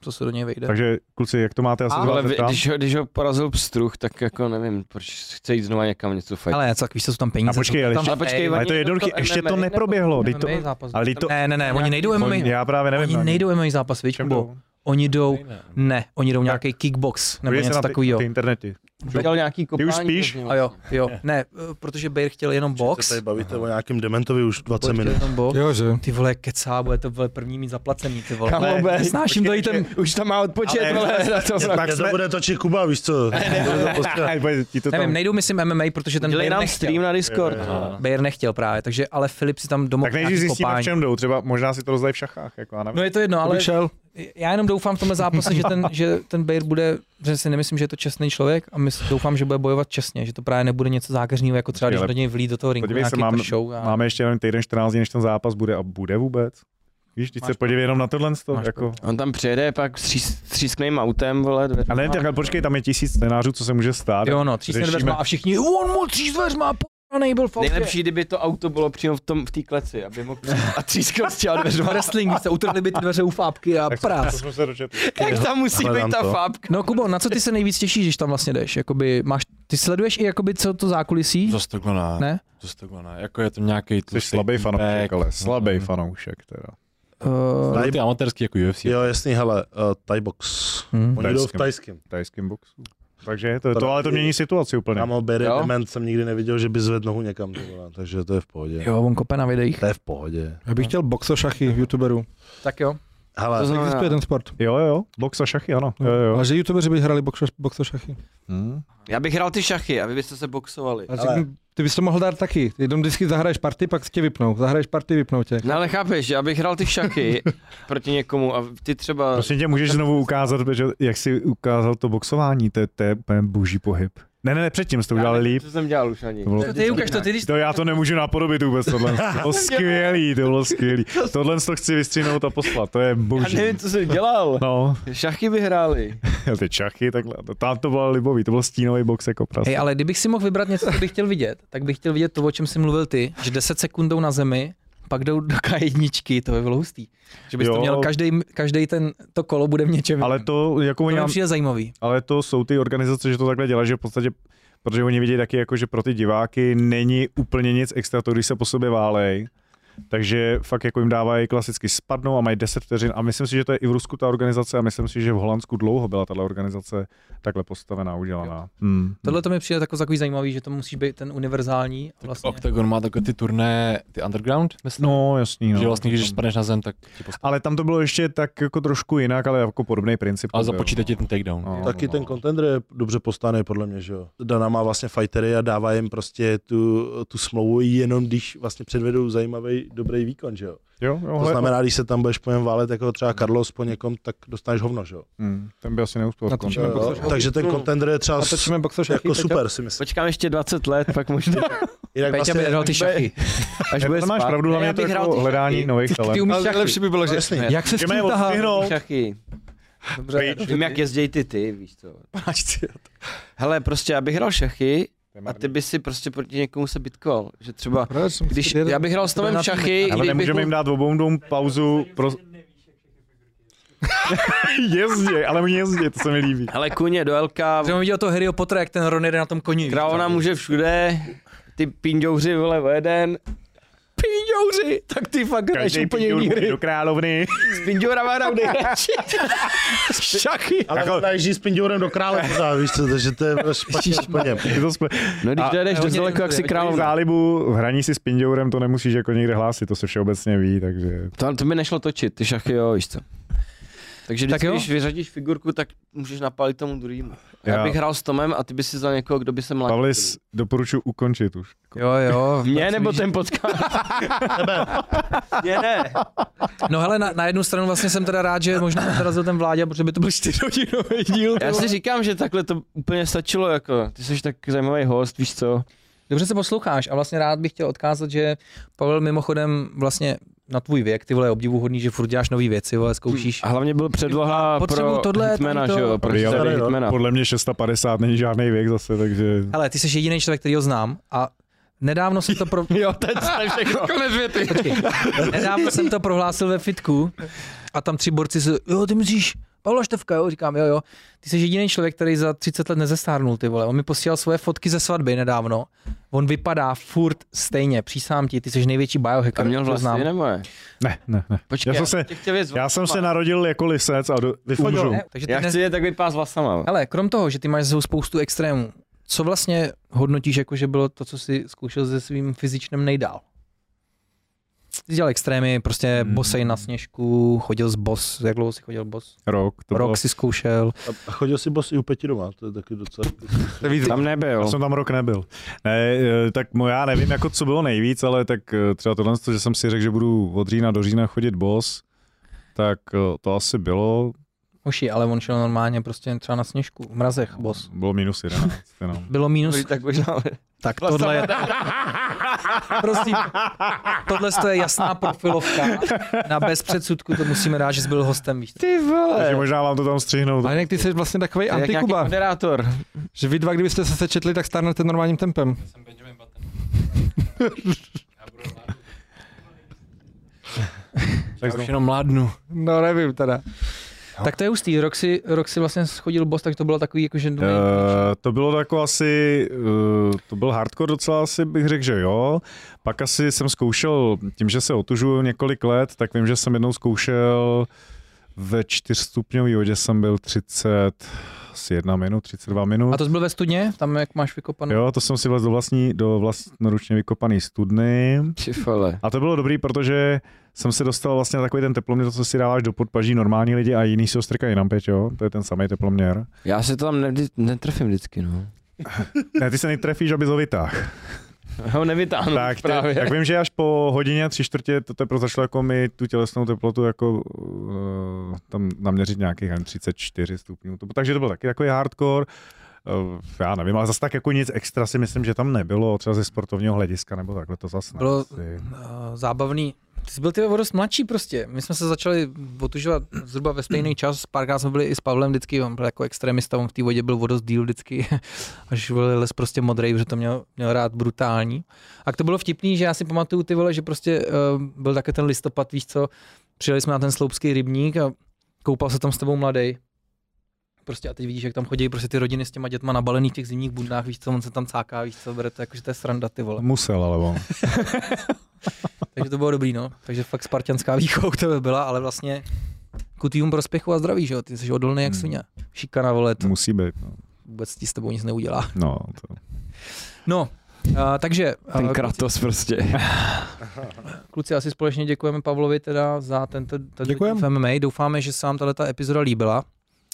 A: co se do něj vejde.
C: Takže kluci, jak to máte? Já se
A: A-
C: vás
B: Ale vy-
C: zeptám.
B: když ho, když ho porazil pstruh, tak jako nevím, proč chce jít znova někam něco fajt.
A: Ale co, tak víš, co jsou tam peníze.
C: A počkej, ale
A: jsou tam,
C: ještě-
B: Ale počkej,
A: Ej,
B: oni
C: Ale to je
B: jdou
C: jednoduché,
B: do
C: ještě
B: MMA,
C: to
B: nebo-
C: neproběhlo. Teď to,
A: MMA zápas.
C: ale to,
A: Ne, ne, ne, oni nejdou MMA.
C: on, já právě nevím. no.
A: Oni
C: na ně.
A: nejdou MMA zápas, víš,
C: Čem
A: Kubo?
C: jdou?
A: Oni jdou, ne, oni jdou nějaký kickbox nebo
C: Podívej se
A: něco
C: na ty-
A: takového.
C: Ty internety.
B: Dělal nějaký
C: Ty
B: kopání.
C: už spíš?
B: možná.
A: A jo, jo, ne, eh, protože Bejr chtěl jenom
E: Se
A: box.
E: tady bavíte o nějakém dementovi už 20
A: Bejr chtěl
E: minut.
A: jenom box.
F: Jo, že?
A: Ty vole, kecá, bude to vole první mít zaplacený, ty vole.
B: Kamo, be,
A: Snáším to i ten,
B: už tam má odpočet,
C: Ale-
B: ale na to
C: Tak
E: Tak to
C: jsme-
E: bude točit Kuba, víš co? Bude to prostě-
C: Aj, bude ti to
A: nevím,
C: tam-
A: nejdou myslím MMA, protože ten
B: Dělej
A: Bejr
B: nám
A: nechtěl.
B: stream na Discord.
A: Bayer nechtěl právě, takže ale Filip si tam
C: Tak
A: domohl
C: nejdřív
A: nějaký
C: zjistíme, v
A: kopání.
C: čem jdou. Třeba možná si to rozdají v šachách. Jako, já nevím.
A: No je to jedno, ale
F: šel.
A: já jenom doufám v tomhle zápase, že ten, že ten Bejr bude, že si nemyslím, že je to čestný člověk a my doufám, že bude bojovat čestně, že to právě nebude něco zákeřního, jako třeba když
C: Skvěle.
A: do něj vlít do toho rinku
C: Podívej se,
A: nějaký
C: mám-
A: to show. A...
C: Máme ještě jenom týden 14 dní, než ten zápas bude a bude vůbec. Víš, teď
A: Máš
C: se podívej jenom na tohle. z toho,
A: Máš
C: Jako...
B: On tam přijede, pak střísk, střískným autem, vole, dveře.
C: A ne, tak ale počkej, tam je tisíc scénářů, co se může stát.
A: Jo, no, třísne
C: řešíme-
A: dveřma a všichni, on mu tří dveřma, po byl v autě."
B: Nejlepší, kdyby to auto bylo přímo v tom, v té kleci, aby mohl přijít a třískal z těla dveřma.
A: Wrestling, víš, se utrhli by ty dveře u fábky a
C: Tak-
A: prác.
C: To jsme se dočetli.
B: Jak tam musí
E: Hledám
B: být ta
E: to.
B: fábka?
A: No Kubo, na co ty se nejvíc těšíš, když tam vlastně jdeš? Jakoby máš, ty sleduješ i jakoby co to zákulisí?
D: Zas takhle ne.
A: Ne?
D: Zas takhle ne. Jako je tam nějaký
C: Jsi slabý fanoušek,
A: Mhm.
C: ale slabý fanoušek teda.
A: Uh,
D: No, ty amatérský jako UFC.
E: Jo, jasný, hele, uh, Thai box.
A: hm.
E: Oni jdou v
C: Thajském.
E: tajském.
C: Tajským boxu. Takže to, to, ale to mění situaci úplně.
E: Kámo, Barry
B: Jo?
E: Dement jsem nikdy neviděl, že by zvedl nohu někam, ty vole, takže to je v pohodě.
A: Jo, on kope na videích.
E: To je v pohodě.
F: Já bych chtěl boxošachy youtuberů.
A: Tak jo.
E: Hele,
B: To
A: No,
B: znamená-
F: Existuje ten sport.
C: Jo, jo, box a šachy, ano. Jo, jo.
F: A že youtubeři by hráli boxo- boxošachy.
C: Hmm.
B: Já bych hrál ty šachy a vy byste se boxovali.
F: A
E: Ale-
F: řekni, Ty bys to mohl dát taky. Ty jenom vždycky zahraješ party, pak tě vypnou. Zahraješ party, vypnou tě.
B: No ale chápeš, já bych hrál ty šachy proti někomu a ty třeba...
C: Prosím tě, můžeš znovu ukázat, protože jak jsi ukázal to boxování, to je, to je úplně boží pohyb. Ne, ne, ne, předtím jste udělali líp.
B: To jsem dělal už ani.
C: To bylo-
A: Ty ukaž to, ty když
C: To já to nemůžu napodobit vůbec tohle. To bylo skvělý, to bylo skvělý. Tohle to chci vystřihnout a poslat, to je
B: Já
C: boží.
B: nevím, co jsem dělal.
C: No,
B: Šachy by hráli.
C: ty čachy, takhle. Tam to bylo libový, to byl stínový box jako prase.
A: Hej, ale kdybych si mohl vybrat něco, co bych chtěl vidět, tak bych chtěl vidět to, o čem jsi mluvil ty, že 10 sekund jdou na zemi, pak jdou do K1, to by bylo hustý. Že bys to
C: Jo.
A: měl, každý ten, to kolo bude v něčem.
C: Ale to, jako
A: to
C: oni,
A: mě
C: nám-
A: přijde zajímavý.
C: ale to jsou ty organizace, že to takhle dělají, že v podstatě protože oni vidí taky, jako, že pro ty diváky není úplně nic extra, to, když se po sobě válej. Takže fakt jako jim dávají klasicky spadnou a mají 10 vteřin a myslím si, že to je i v Rusku ta organizace a myslím si, že v Holandsku dlouho byla tahle organizace takhle postavená, udělaná. Hmm.
A: Tohle to mi přijde jako takový zajímavý, že to musí být ten univerzální. Vlastně.
D: Octagon má takové ty turné, ty underground, myslím?
C: No, jasný. No.
D: Že vlastně, když spadneš na zem, tak ti postaví.
C: Ale tam to bylo ještě tak jako trošku jinak, ale jako podobný princip.
D: Ale
C: to byl.
D: započítat ti ten takedown.
C: No,
E: Taky
C: no,
E: ten
C: no.
E: contender je dobře postavený, podle mě, že jo. Dana má vlastně fightery a dává jim prostě tu, tu smlouvu jenom, když vlastně předvedou zajímavý, dobrý výkon, že jo.
C: Jo, jo,
E: To
C: hele,
E: znamená, když se tam budeš po něm válet, jako třeba Carlos po někom, tak dostaneš hovno, že jo.
C: Hmm, ten by asi neuspěl. v
F: Natočíme
C: tom.
F: Natočíme
E: jo. No.
F: boxošachy.
E: Takže ten contender je třeba s,
F: Natočíme boxošachy.
E: jako
F: Peťa?
E: super, si myslím.
B: Počkám ještě 20 let, pak možná,
A: Peťa
E: Jinak
A: by
E: vlastně,
A: nedal ty šachy.
B: až
C: Ne,
B: bude
C: to máš
B: spát.
C: pravdu,
B: Ne,
C: hlavně
B: já
C: to
B: bych hrál
C: jako
B: ty
C: hledání
B: šachy.
C: nových
A: Ty
C: talentů.
A: umíš
B: Ale
A: šachy. Vlastně.
B: nejlepší by bylo, že
E: jasný.
A: Jak se s tím
C: Jdeme ho
A: tahá?
C: stihnout.
B: šachy.
A: Dobře,
B: Vím, jak jezdějí ty ty, víš co. Hele, prostě já bych hrál šachy a ty by si prostě proti někomu se bitkoval. Že třeba,
F: Proč?
B: když No, já bych hrál s Tomem šachy,
C: Ale
B: když bych
C: nemůžeme
B: mu-
C: jim dát obou dům pauzu. Pro... jezdě, ale mě jezdě, to se mi líbí.
B: Hele, kuně do Elka,
A: Že jsem viděl to Harryho Pottera, jak ten Ron jede na tom koni.
B: královna může všude, ty pindouři, vole, o jeden. Pindouři, tak ty fakt hraješ
C: Každý
B: úplně jiný
C: pindůr
B: hry.
C: do královny.
B: S pindurama hrám nejradši. Šachy.
E: ale
C: Jako-
E: jako... najíždí s Pindourem do krále, pořád, víš co, takže to je špatně úplně.
C: Je to spl...
B: No když
C: A-
B: jdeš dost
A: hodně
B: daleko, jak si
A: jednotlivě,
C: V
B: královna.
C: zálibu, v hraní si s pindourem, to nemusíš jako někde hlásit, to se všeobecně ví, takže...
B: To, to by nešlo točit, ty šachy, jo, víš co. Takže
A: Tak
B: vždycky,
A: jo.
B: když vyřadíš figurku, tak můžeš napálit tomu druhému. Já,
C: Já-
B: já bych hrál s Tomem a ty bys si za někoho, kdo by se mlátil.
C: Pavlis, doporučuji ukončit už.
A: Jo, jo.
B: Mě nebo ten podcast? Tebe. Mě ne.
A: No hele, na, na, jednu stranu vlastně jsem teda rád, že možná narazil ten vládě, protože by to byl čtyřhodinový díl. ty
B: Já
A: vole.
B: si říkám, že takhle to úplně stačilo, jako. Ty jsi tak zajímavý host, víš co?
A: Dobře se posloucháš a vlastně rád bych chtěl odkázat, že Pavel mimochodem vlastně na tvůj věk, ty vole, je obdivuhodný, že furt děláš nové věci, vole, zkoušíš.
B: A hlavně byl předloha
A: Potřebuju
B: pro
A: tohle,
B: Hitmana,
A: tamto.
B: že jo? Pro
C: Dobrý, ale-
B: starý Hitmana.
C: Podle mě 650 není žádný věk zase, takže...
A: Ale ty jsi jediný člověk, který ho znám a nedávno jsem to pro...
B: Jo, teď se všechno. Konec věty.
A: Počkej. Nedávno jsem to prohlásil ve fitku a tam tři borci se, jo, ty myslíš, Pavla Števka, jo, říkám, jo, jo. Ty jsi jediný člověk, který za 30 let nezestárnul, ty vole. On mi posílal svoje fotky ze svatby nedávno. On vypadá furt stejně, přísám ti, ty jsi největší biohacker.
B: A měl
A: kterého
B: vlastně
A: znám.
B: nebo ne?
C: Ne, ne, ne.
B: Počkej,
C: Já jsem se-
B: tě chtěl věc
C: Já jsem se narodil jako lisec a do... umřu.
A: Ne, takže ty
B: Já
A: ne-
B: chci je tak vypát s vlasama.
A: Ale krom toho, že ty máš za sebou spoustu extrémů, co vlastně hodnotíš, jako že bylo to, co jsi zkoušel se svým fyzičnem nejdál? Jsi dělal extrémy, prostě
C: Hmm.
A: hmm. bosej na sněžku, chodil z bos, jak dlouho jsi chodil bos?
C: Rok, to bylo...
A: Rok si zkoušel.
E: A chodil si bos i u Peti doma, to je taky docela...
B: Tam
C: Já
B: nebyl.
C: jsem tam rok nebyl. Ne, eh, tak mo- já nevím, jako e, co bylo nejvíc, ale tak eh, třeba tohle, že jsem si řekl, že budu od října do října chodit boss, tak eh, to asi bylo,
A: Hoši, ale on šel normálně prostě třeba na sněžku, v mrazech, bos.
C: bylo minus 11. Jenom.
A: Bylo minus,
B: No, Tak možná...
A: tak tohle je... Prosím, tohle to je jasná profilovka. Na bezpředsudku to musíme dát, že jsi byl hostem, víš. co.
B: Ty
C: Takže
B: vole.
C: možná vám to tam střihnout.
F: Ale jinak ty jsi vlastně takový
B: Jak nějaký
F: antikuba,
B: moderátor.
F: že vy dva, kdybyste se sečetli, tak stárnete normálním tempem.
D: Tak už jenom mládnu.
F: No nevím teda.
A: Tak to je hustý, Roxy, Roxy vlastně schodil boss, tak to bylo takový jako, že...
C: Eh, to bylo jako asi, eh, to byl hardcore docela asi bych řekl, že jo. Pak asi jsem zkoušel, tím, že se otužuju několik let, tak vím, že jsem jednou zkoušel ve čtyřstupňový vodě jsem byl 30, asi jedna minut, 32 minut.
A: A to jsi byl ve studně, Hm. tam jak máš vykopanou.
C: Jo, to jsem si vlez do vlastní, do vlastnoručně vykopaný studny.
B: Ty vole.
C: A to bylo dobrý, protože jsem se dostal vlastně na takový ten teploměr, co si dáváš do podpaží normální lidi a jiný si ho strkají na peč, jo? To je ten samý teploměr.
B: Já se to tam nevždy, netrefím vždycky, no.
C: Ne, ty se netrefíš, aby ho vytáhl.
B: Já ho nevytáhnu
C: tak,
B: tak,
C: ty-
B: No, právě.
C: tak vím, že až po hodině, tři čtvrtě, to teprve začalo jako mi tu tělesnou teplotu jako uh, tam naměřit nějakých nevím, 34 stupňů. To, takže to byl taky takový hardcore. Uh, já nevím, ale zase tak jako nic extra si myslím, že tam nebylo, třeba ze sportovního hlediska nebo takhle to zase ne.
A: Bylo-
C: asi.
A: Eh, zábavný. Ty jsi byl ty o dost mladší prostě. My jsme se začali otužovat zhruba ve stejný čas. Párkrát jsme byli i s Pavlem vždycky, on byl jako extremista, on v té vodě byl o dost díl vždycky, až byl les prostě modrý, protože to měl, měl rád brutální. A to bylo vtipný, že já si pamatuju ty vole, že prostě uh, byl také ten listopad, víš co, přijeli jsme na ten sloupský rybník a koupal se tam s tebou mladý. Prostě a teď vidíš, jak tam chodí prostě ty rodiny s těma dětma na balených těch zimních bundách, víš co, on se tam cáká, víš co, bere to jako, že to je sranda ty vole.
C: Musel, ale on.
A: Takže to bylo dobrý, no. Takže fakt spartianská výchova u tebe byla, ale vlastně ku tvýmu prospěchu a zdraví, že jo? Ty jsi odolný jak
C: Hmm.
A: svině. Šikana, vole, to
C: Musí být. No,
A: vůbec ti s tebou nic neudělá.
C: no to.
A: No, a, takže a,
B: Ten
A: kluci,
B: Kratos prostě.
A: kluci, asi společně děkujeme Pavlovi teda za tento
F: Děkujem.
A: tento MMA. Doufáme, že se vám tato epizoda líbila.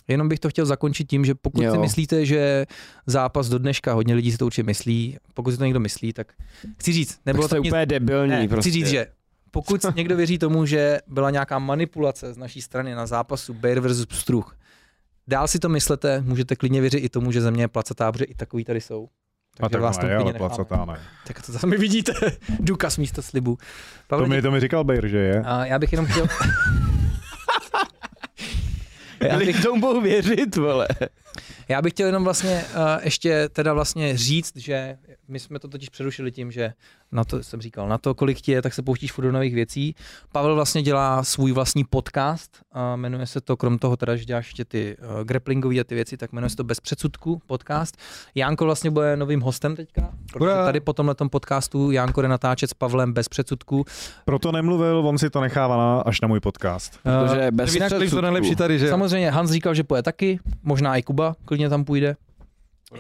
A: Jenom bych to chtěl zakončit tím, že pokud jo.
B: Jo.
A: si myslíte, že zápas do dneška, hodně lidí si to určitě myslí, pokud si to někdo myslí, tak chci říct, nebylo
B: Bylo
A: to
B: to
A: nic
B: úplně debilní
A: Ne,
B: prostě.
A: chci říct, že pokud někdo věří tomu, že byla nějaká manipulace z naší strany na zápasu Bayer versus Pstruh, dál si to myslete, můžete klidně věřit i tomu, že země je placatá, protože i takový tady jsou.
C: A tak vás to je,
A: klidně
C: ale
A: vlastně necháme.
C: placatá, ne.
A: Tak to sami vidíte, důkaz místo slibu. Pavle,
C: To mi,
A: dě-
C: to mi říkal Bejr, že je.
A: a já bych jenom chtěl... já, bych,
B: Byli k tomu budou věřit, vole.
A: já bych chtěl jenom vlastně uh, ještě teda vlastně říct, že my jsme to totiž přerušili tím, že na to jsem říkal, na to, kolik ti je, tak se pouštíš furt do nových věcí. Pavel vlastně dělá svůj vlastní podcast, a jmenuje se to, krom toho teda, že děláš ještě ty uh, grapplingové a ty věci, tak jmenuje se to Bez předsudku podcast. Jánko vlastně bude novým hostem teďka, protože
F: Hurá.
A: tady po tomhle podcastu Jánko jde natáčet s Pavlem Bez předsudku.
C: Proto nemluvil, on si to nechává na, až na můj podcast.
B: Protože bez
F: Jinak Cliff to
B: předsudků.
F: nejlepší tady, že?
A: Samozřejmě Hans říkal, že půjde taky, možná i Kuba klidně tam půjde.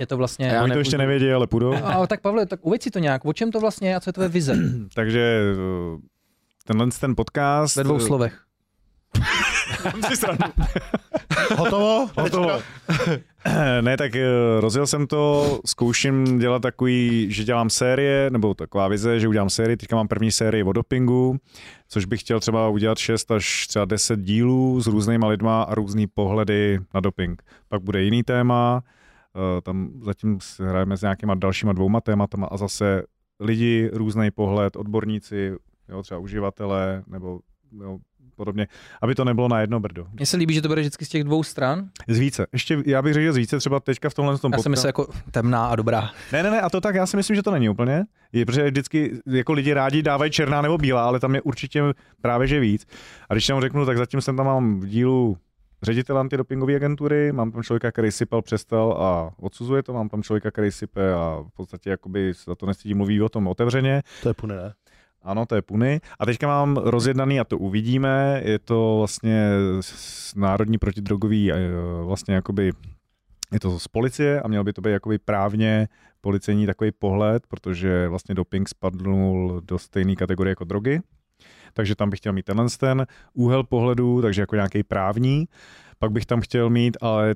A: Je to vlastně...
B: A já
C: Oni to
B: nepůjdu.
C: ještě nevědí, ale půjdou.
A: A, No, tak Pavle, tak uveď si to nějak, o čem to vlastně je a co je tvoje vize
C: Takže eh, tenhle ten podcast...
A: ve dvou
C: eh,
A: slovech?
E: Hotovo?
C: Hotovo. ne, tak eh, rozjel jsem to, zkouším dělat takový, že dělám série, nebo taková vize, že udělám sérii, teďka mám první sérii o dopingu, což bych chtěl třeba udělat 6 až třeba 10 dílů s různýma lidma a různý pohledy na doping. Pak bude jiný téma, eh, tam zatím s- hrajeme s nějakýma dalšíma dvouma tématama a zase lidi, různý pohled, odborníci, jo, třeba uživatelé nebo jo, podobně, aby to nebylo na jedno brdo.
A: Mně se líbí, že to bude vždycky z těch dvou stran.
C: Z více. Ještě, já bych řekl, že z více třeba teďka v tomhle tom
A: Já jsem
C: podca-
A: myslel jako temná a dobrá.
C: Ne, ne, ne, a to tak, já si myslím, že to není úplně. Je, protože vždycky jako lidi rádi dávají černá nebo bílá, ale tam je určitě právě že víc. A když tam řeknu, tak zatím jsem tam mám v dílu ředitel antidopingové agentury, mám tam člověka, který sypal, přestal a odsuzuje to, mám tam člověka, který sype a v podstatě jakoby se za to nestydí, mluví o tom otevřeně.
E: To je pune, ne?
C: Ano, to je Puny. A teďka mám rozjednaný, a to uvidíme, je to vlastně s- národní protidrogový, eh, vlastně jakoby, je to z policie a měl by to být jakoby právně policejní takový pohled, protože vlastně doping spadnul do stejné kategorie jako drogy. Takže tam bych chtěl mít tenhle ten úhel pohledu, takže jako nějaký právní. Pak bych tam chtěl mít, ale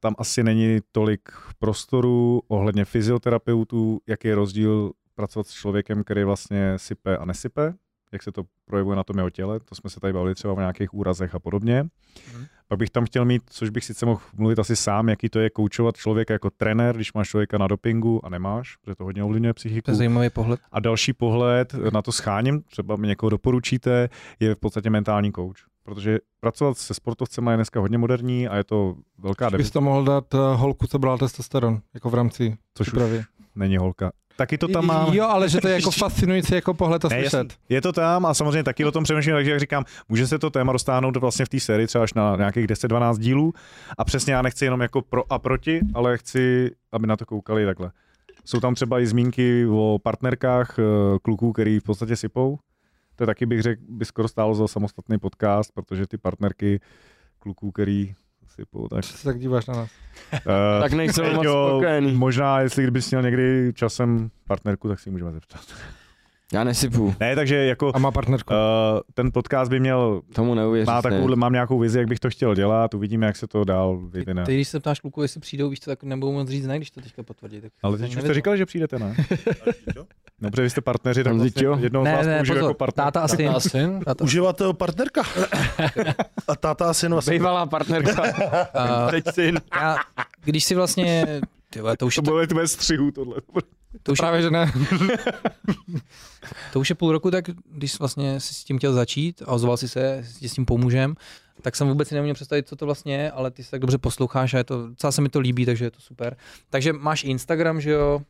C: tam asi není tolik prostoru ohledně fyzioterapeutů, jaký je rozdíl pracovat s člověkem, který vlastně sype a nesype. jak se to projevuje na tom jeho těle, to jsme se tady bavili třeba o nějakých úrazech a podobně.
A: Mhm.
C: Pak bych tam chtěl mít, což bych sice mohl mluvit asi sám, jaký to je koučovat člověka jako trenér, když máš člověka na dopingu a nemáš, protože to hodně ovlivňuje
A: To
C: psychiku.
A: je zajímavý pohled.
C: A další pohled na to scháním, třeba mi někoho doporučíte, je v podstatě mentální coach. Protože pracovat se sportovcema je dneska hodně moderní a je to velká debi,
F: Bys to mohl dát eh, holku, co brala testosteron, jako v rámci
C: což už
F: přípravy.
C: není holka. Taky to tam mám.
F: Jo, ale že to je jako fascinující jako pohled a
C: Ne, jasný.
F: slyšet.
C: Je to tam a samozřejmě taky o tom přemýšlím, takže jak říkám, může se to téma dostáhnout vlastně v té sérii třeba až na nějakých 10-12 dílů a přesně já nechci jenom jako pro a proti, ale chci, aby na to koukali takhle. Jsou tam třeba i zmínky o partnerkách eh, kluků, který v podstatě sypou. To taky bych řekl, by skoro stálo za samostatný podcast, protože ty partnerky kluků, který sypou, tak...
F: Co se tak díváš na nás?
C: eh,
B: Tak nejsem moc
C: Peťo,
B: spokojený.
C: možná, jestli kdybys měl někdy časem partnerku, tak si ji můžeme zeptat.
B: Já nesypu,
C: Ne, takže jako
F: A má partnerku.
C: Uh, ten podcast by měl,
B: tomu neuvěříš.
C: má
B: ne.
C: takovou, mám nějakou vizi, jak bych to chtěl dělat, uvidíme, jak se to dál vyvine.
A: Ty, když se ptáš kluku, jestli přijdou, víš, to tak nebudu moc říct, ne, když to teďka potvrdí. Tak
C: Ale
A: to
C: teď už jste
A: nevěděl.
C: říkal, že přijdete, ne? No, protože vy jste partneři, tak
B: Tam
C: vlastně
B: teď jo.
C: jednou z
A: Ne,
C: vás
A: ne,
C: použiju jako
A: pozor,
C: partner.
A: táta a syn.
D: syn?
A: Táta.
E: Uživatel partnerka. A táta a syn vlastně.
B: Bývalá partnerka,
A: A
B: teď syn.
A: já, když si vlastně, ty vole, to už,
C: To
A: je,
C: bude tvé střihu, tohle.
A: to, už je,
F: Právě, že ne.
A: to už je půl roku, tak když vlastně si s tím chtěl začít a ozval si se, jestli ti s tím pomůžem, tak jsem vůbec si neuměl představit, co to vlastně je, ale ty se tak dobře posloucháš a je to, docela se mi to líbí, takže je to super. Takže máš Instagram, že jo?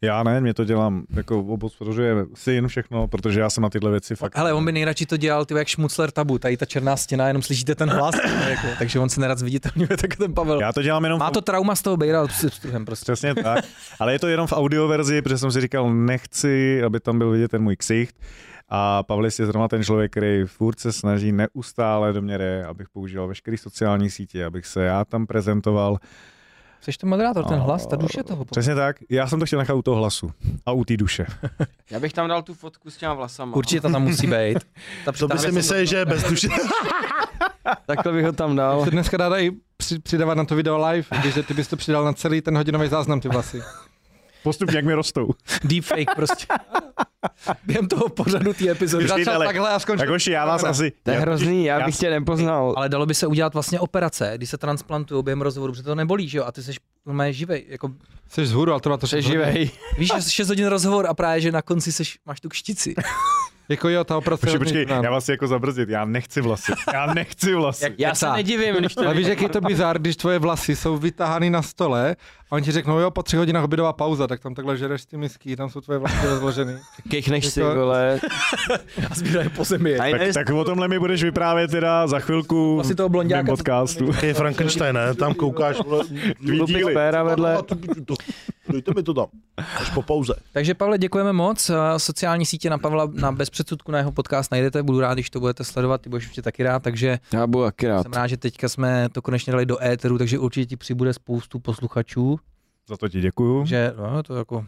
C: Já ne, mě to dělám, jako obospodařuje syn všechno, protože já jsem na tyhle věci fakt...
A: Hele, on by nejradši to dělal, ty vole, jak šmucler tabu, tady ta černá stěna, jenom slyšíte ten hlas, jako, takže on se nerad zviditelňuje, tak ten Pavel.
C: Já to dělám jenom...
A: Má
C: v-
A: to trauma z toho bejra s pstruhem prostě.
C: Přesně tak, ale je to jenom v audioverzi, protože jsem si říkal, nechci, aby tam byl vidět ten můj ksicht. A Pavlis je zrovna ten člověk, který furt se snaží neustále do mě re, abych používal veškeré sociální sítě, abych se já tam prezentoval.
A: Jsi ten moderátor, ten
E: No,
C: A-
A: hlas, ta duše toho.
C: Přesně tak, já jsem to chtěl nechat u toho hlasu a u té duše.
B: Já bych tam dal tu fotku s těma vlasama. no.
A: Určitě to tam musí být. Ta
E: To by si
A: přitáhne-
E: myslel, že je bez duše.
B: Takhle bych ho tam dal.
F: Se dneska dá i při- přidávat na to video live, když ty bys to přidal na celý ten hodinový záznam, ty vlasy.
C: Postupně, jak mi rostou.
A: Deepfake prostě. Během toho pořadu té epizody.
C: Vždycky
F: Začal
C: ale-
F: takhle a skončil.
C: Tak hoši, já vás asi...
B: To je
C: já-
B: hrozný, já
C: já
B: bych tě nepoznal.
A: Ale dalo by se udělat vlastně operace, kdy se transplantují během rozhovoru, protože to nebolí, že jo? A ty jsi normálně živej. Jako,
F: Jsi z hůru, ale to má to
B: Přeživej.
A: víš, 6 hodin rozhovor a právě, že na konci seš, máš tu kštici.
F: Jako jo, ta operace. je
C: Počkej,
F: hodně
C: počkej,
F: divná.
C: já vás chci jako zabrzdit, já nechci vlasy, já nechci vlasy.
B: Já se
A: Kecá.
B: nedivím, když to
F: Ale víš, jak je to bizar, když tvoje vlasy jsou vytahány na stole a oni ti řeknou, jo, po tři hodinách obědová pauza, tak tam takhle žereš ty misky, tam jsou tvoje vlasy rozložený.
B: Kechneš si,
F: Jako-
B: vole.
A: A zbírají po zemi.
B: A
C: Tak,
B: jiné-
C: tak o tomhle mi budeš vyprávět teda za chvilku
A: Asi toho
C: v mém
A: blonďáka.
C: podcastu.
E: Je Frankenstein, ne? Tam koukáš, vole,
C: Dví
B: Lupit
C: díly.
B: péra vedle.
E: A tu- tu- tu- Dejte mi to tam. Až po pauze.
A: Takže Pavle, děkujeme moc. Eh, Sociální sítě na Pavla na Bezpředsudku, na jeho podcast najdete. Budu rád, když to budete sledovat, ty budeš určitě taky rád. Takže
B: Já budu akorát.
A: jsem rád, že teďka jsme to konečně dali do éteru, takže určitě ti přibude spoustu posluchačů.
C: Za to ti děkuju.
A: že no, to jako uh,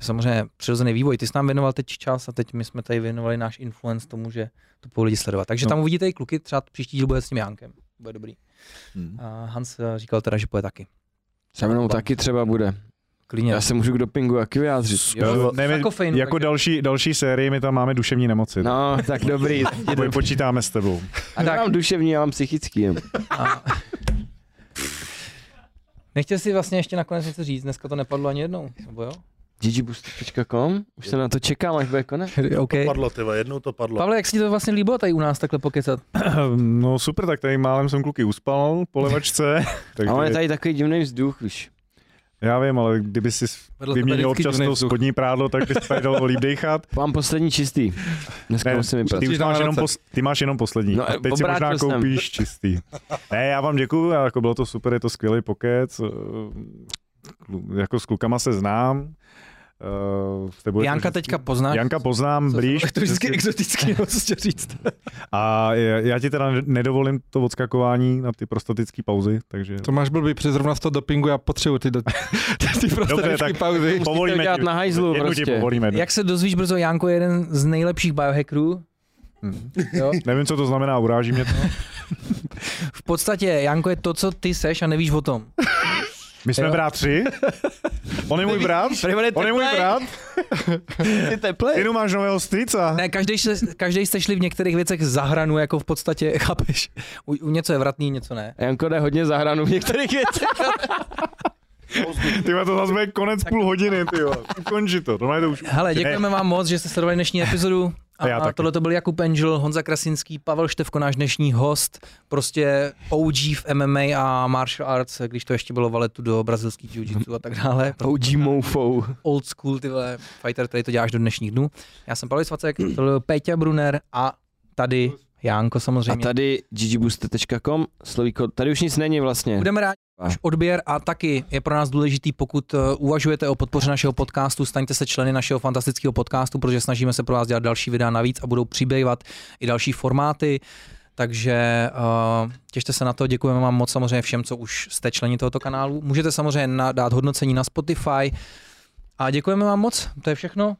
A: samozřejmě přirozený vývoj. Ty jsi nám věnoval teď čas a teď my jsme tady věnovali náš influence tomu, že to budou lidi sledovat. Takže
C: No.
A: tam uvidíte i kluky, třeba příští díl bude s tím Jánkem. Bude dobrý.
C: Hmm.
A: A Hans eh, říkal teda, že bude taky.
B: Se mnou taky třeba bude.
A: Klidně.
B: Já se můžu k dopingu jaký vyjádřit.
A: Jo,
C: Ne, my,
A: Sakofejn,
C: jako
A: takže-
C: další, další sérii my tam máme duševní nemoci. No.
B: No, tak dobrý. tak jdi do-
C: Počítáme s tebou.
B: A tak. mám duševní, já mám psychický. jen.
A: A... Nechtěl jsi vlastně ještě nakonec něco říct, dneska to nepadlo ani jednou, nebo jo?
B: GGBooster.com? Už jsem na to čekám, až bude konec.
A: OK.
E: Padlo, ty vole, jednou to padlo.
A: Pavle, jak se ti to vlastně líbilo tady u nás takhle pokecat?
C: No super, tak tady málem jsem kluky uspal po
B: A
C: levačce.
B: on je
C: takže
B: tady takový divný vzduch už.
C: já vím, ale kdyby si
A: Vedle tebe
C: vyměnil
A: vždycky
C: občas
A: divnej
C: to
A: vzduch.
C: spodní prádlo, tak bys tady dalo líp dejchat.
B: Mám poslední čistý. Dneska
C: Ne,
B: musím vypadat.
C: ty, už
F: Přijď na
C: máš
F: Vánoce.
C: jenom pos, ty máš jenom poslední.
B: No,
C: No,
B: eh,
C: teď si možná
B: obrátil jsem.
C: koupíš čistý. Ne, já vám děkuju, a jako bylo to super, je to skvělý pokec. eh, klu- Jako s klukama se znám. eh, S tebou je to
A: Janka
C: vždycky-
A: teďka poznáš?
C: Janka poznám blíž.
A: To je vždycky exotický, no, co chtěl říct.
C: A je- já ti teda nedovolím to odskakování na ty prostatické pauzy, takže
F: To máš blbý, při zrovna z toho dopingu, já potřebuji ty, do, ty prostředky
C: tak-
F: pauzy.
C: povolíme
B: udělat
C: ti,
B: na hajzlu
C: jednu ti
B: prostě.
C: povolíme. jednu.
A: Jak se dozvíš brzo, Janko je jeden z nejlepších biohackerů.
C: Mhm.
A: Jo?
C: Nevím, co to znamená, uráží mě to.
A: V podstatě Janko je to, co ty seš a nevíš o tom.
C: My jsme
A: Jo.
C: bratři, On je můj brat.
A: Prejmene
C: On je můj
A: teplej.
C: brat.
A: Ty teplej.
C: Jenom máš nového strýca.
A: Ne, každý, se- každý jste šli v některých věcech za hranu, jako v podstatě, chápeš? U, u něco je vratný, něco ne.
B: Janko jde hodně za hranu v některých věcech.
C: Ty vole, to zase bude konec půl hodiny, ty jo. Ukonči to, No, to to už.
A: Hele, děkujeme vám moc, že jste sledovali dnešní epizodu.
C: A já
A: A, a
C: taky.
A: tohle to byl Jakub Angel, Honza Krasinský, Pavel Števko, náš dnešní host, prostě OG v MMA a martial arts, když to ještě bylo valetu do brazilských jiu-jitsu a tak dále.
B: OG mofou.
A: Old school, ty vole, fighter, který to děláš do dnešních dnů. Já jsem Pavel Svacek, to byl Péťa Bruner a tady Jánko
B: A
A: samozřejmě.
B: tady ggbuster.com, slovíko, tady už nic není vlastně.
A: Budeme rádi za váš odběr a taky je pro nás důležitý, pokud eh, uvažujete o podpoře našeho podcastu, staňte se členy našeho fantastického podcastu, protože snažíme se pro vás dělat další videa navíc a budou přibývat i další formáty. Takže uh, těšte se na to, děkujeme vám moc samozřejmě všem, co už jste členi tohoto kanálu. Můžete samozřejmě na, dát hodnocení na Spotify a děkujeme vám moc, to je všechno.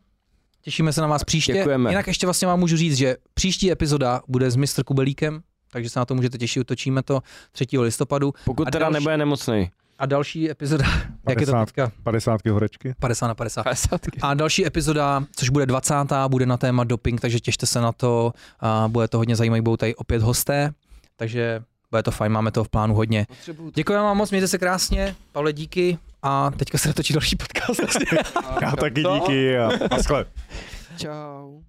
A: Těšíme se na vás příště.
B: Děkujeme.
A: Jinak ještě vlastně vám můžu říct, že příští epizoda bude s Mr. Kubelíkem, takže se na to můžete těšit, točíme to 3. listopadu.
B: Pokud
A: A
B: teda
A: další-
B: nebude nemocný.
A: A další epizoda, jak je to
C: 50.
A: teďka?
C: 50 horečky.
A: 50 na 50. A další epizoda, což bude 20. bude na téma doping, takže těšte se na to. A bude to hodně zajímavé, budou tady opět hosté, takže bude to fajn, máme toho v plánu hodně. Děkujeme vám moc, mějte se krásně, Pavle díky a teďka se natočí další podcast.
C: Já taky díky a, a skle.
B: Čau.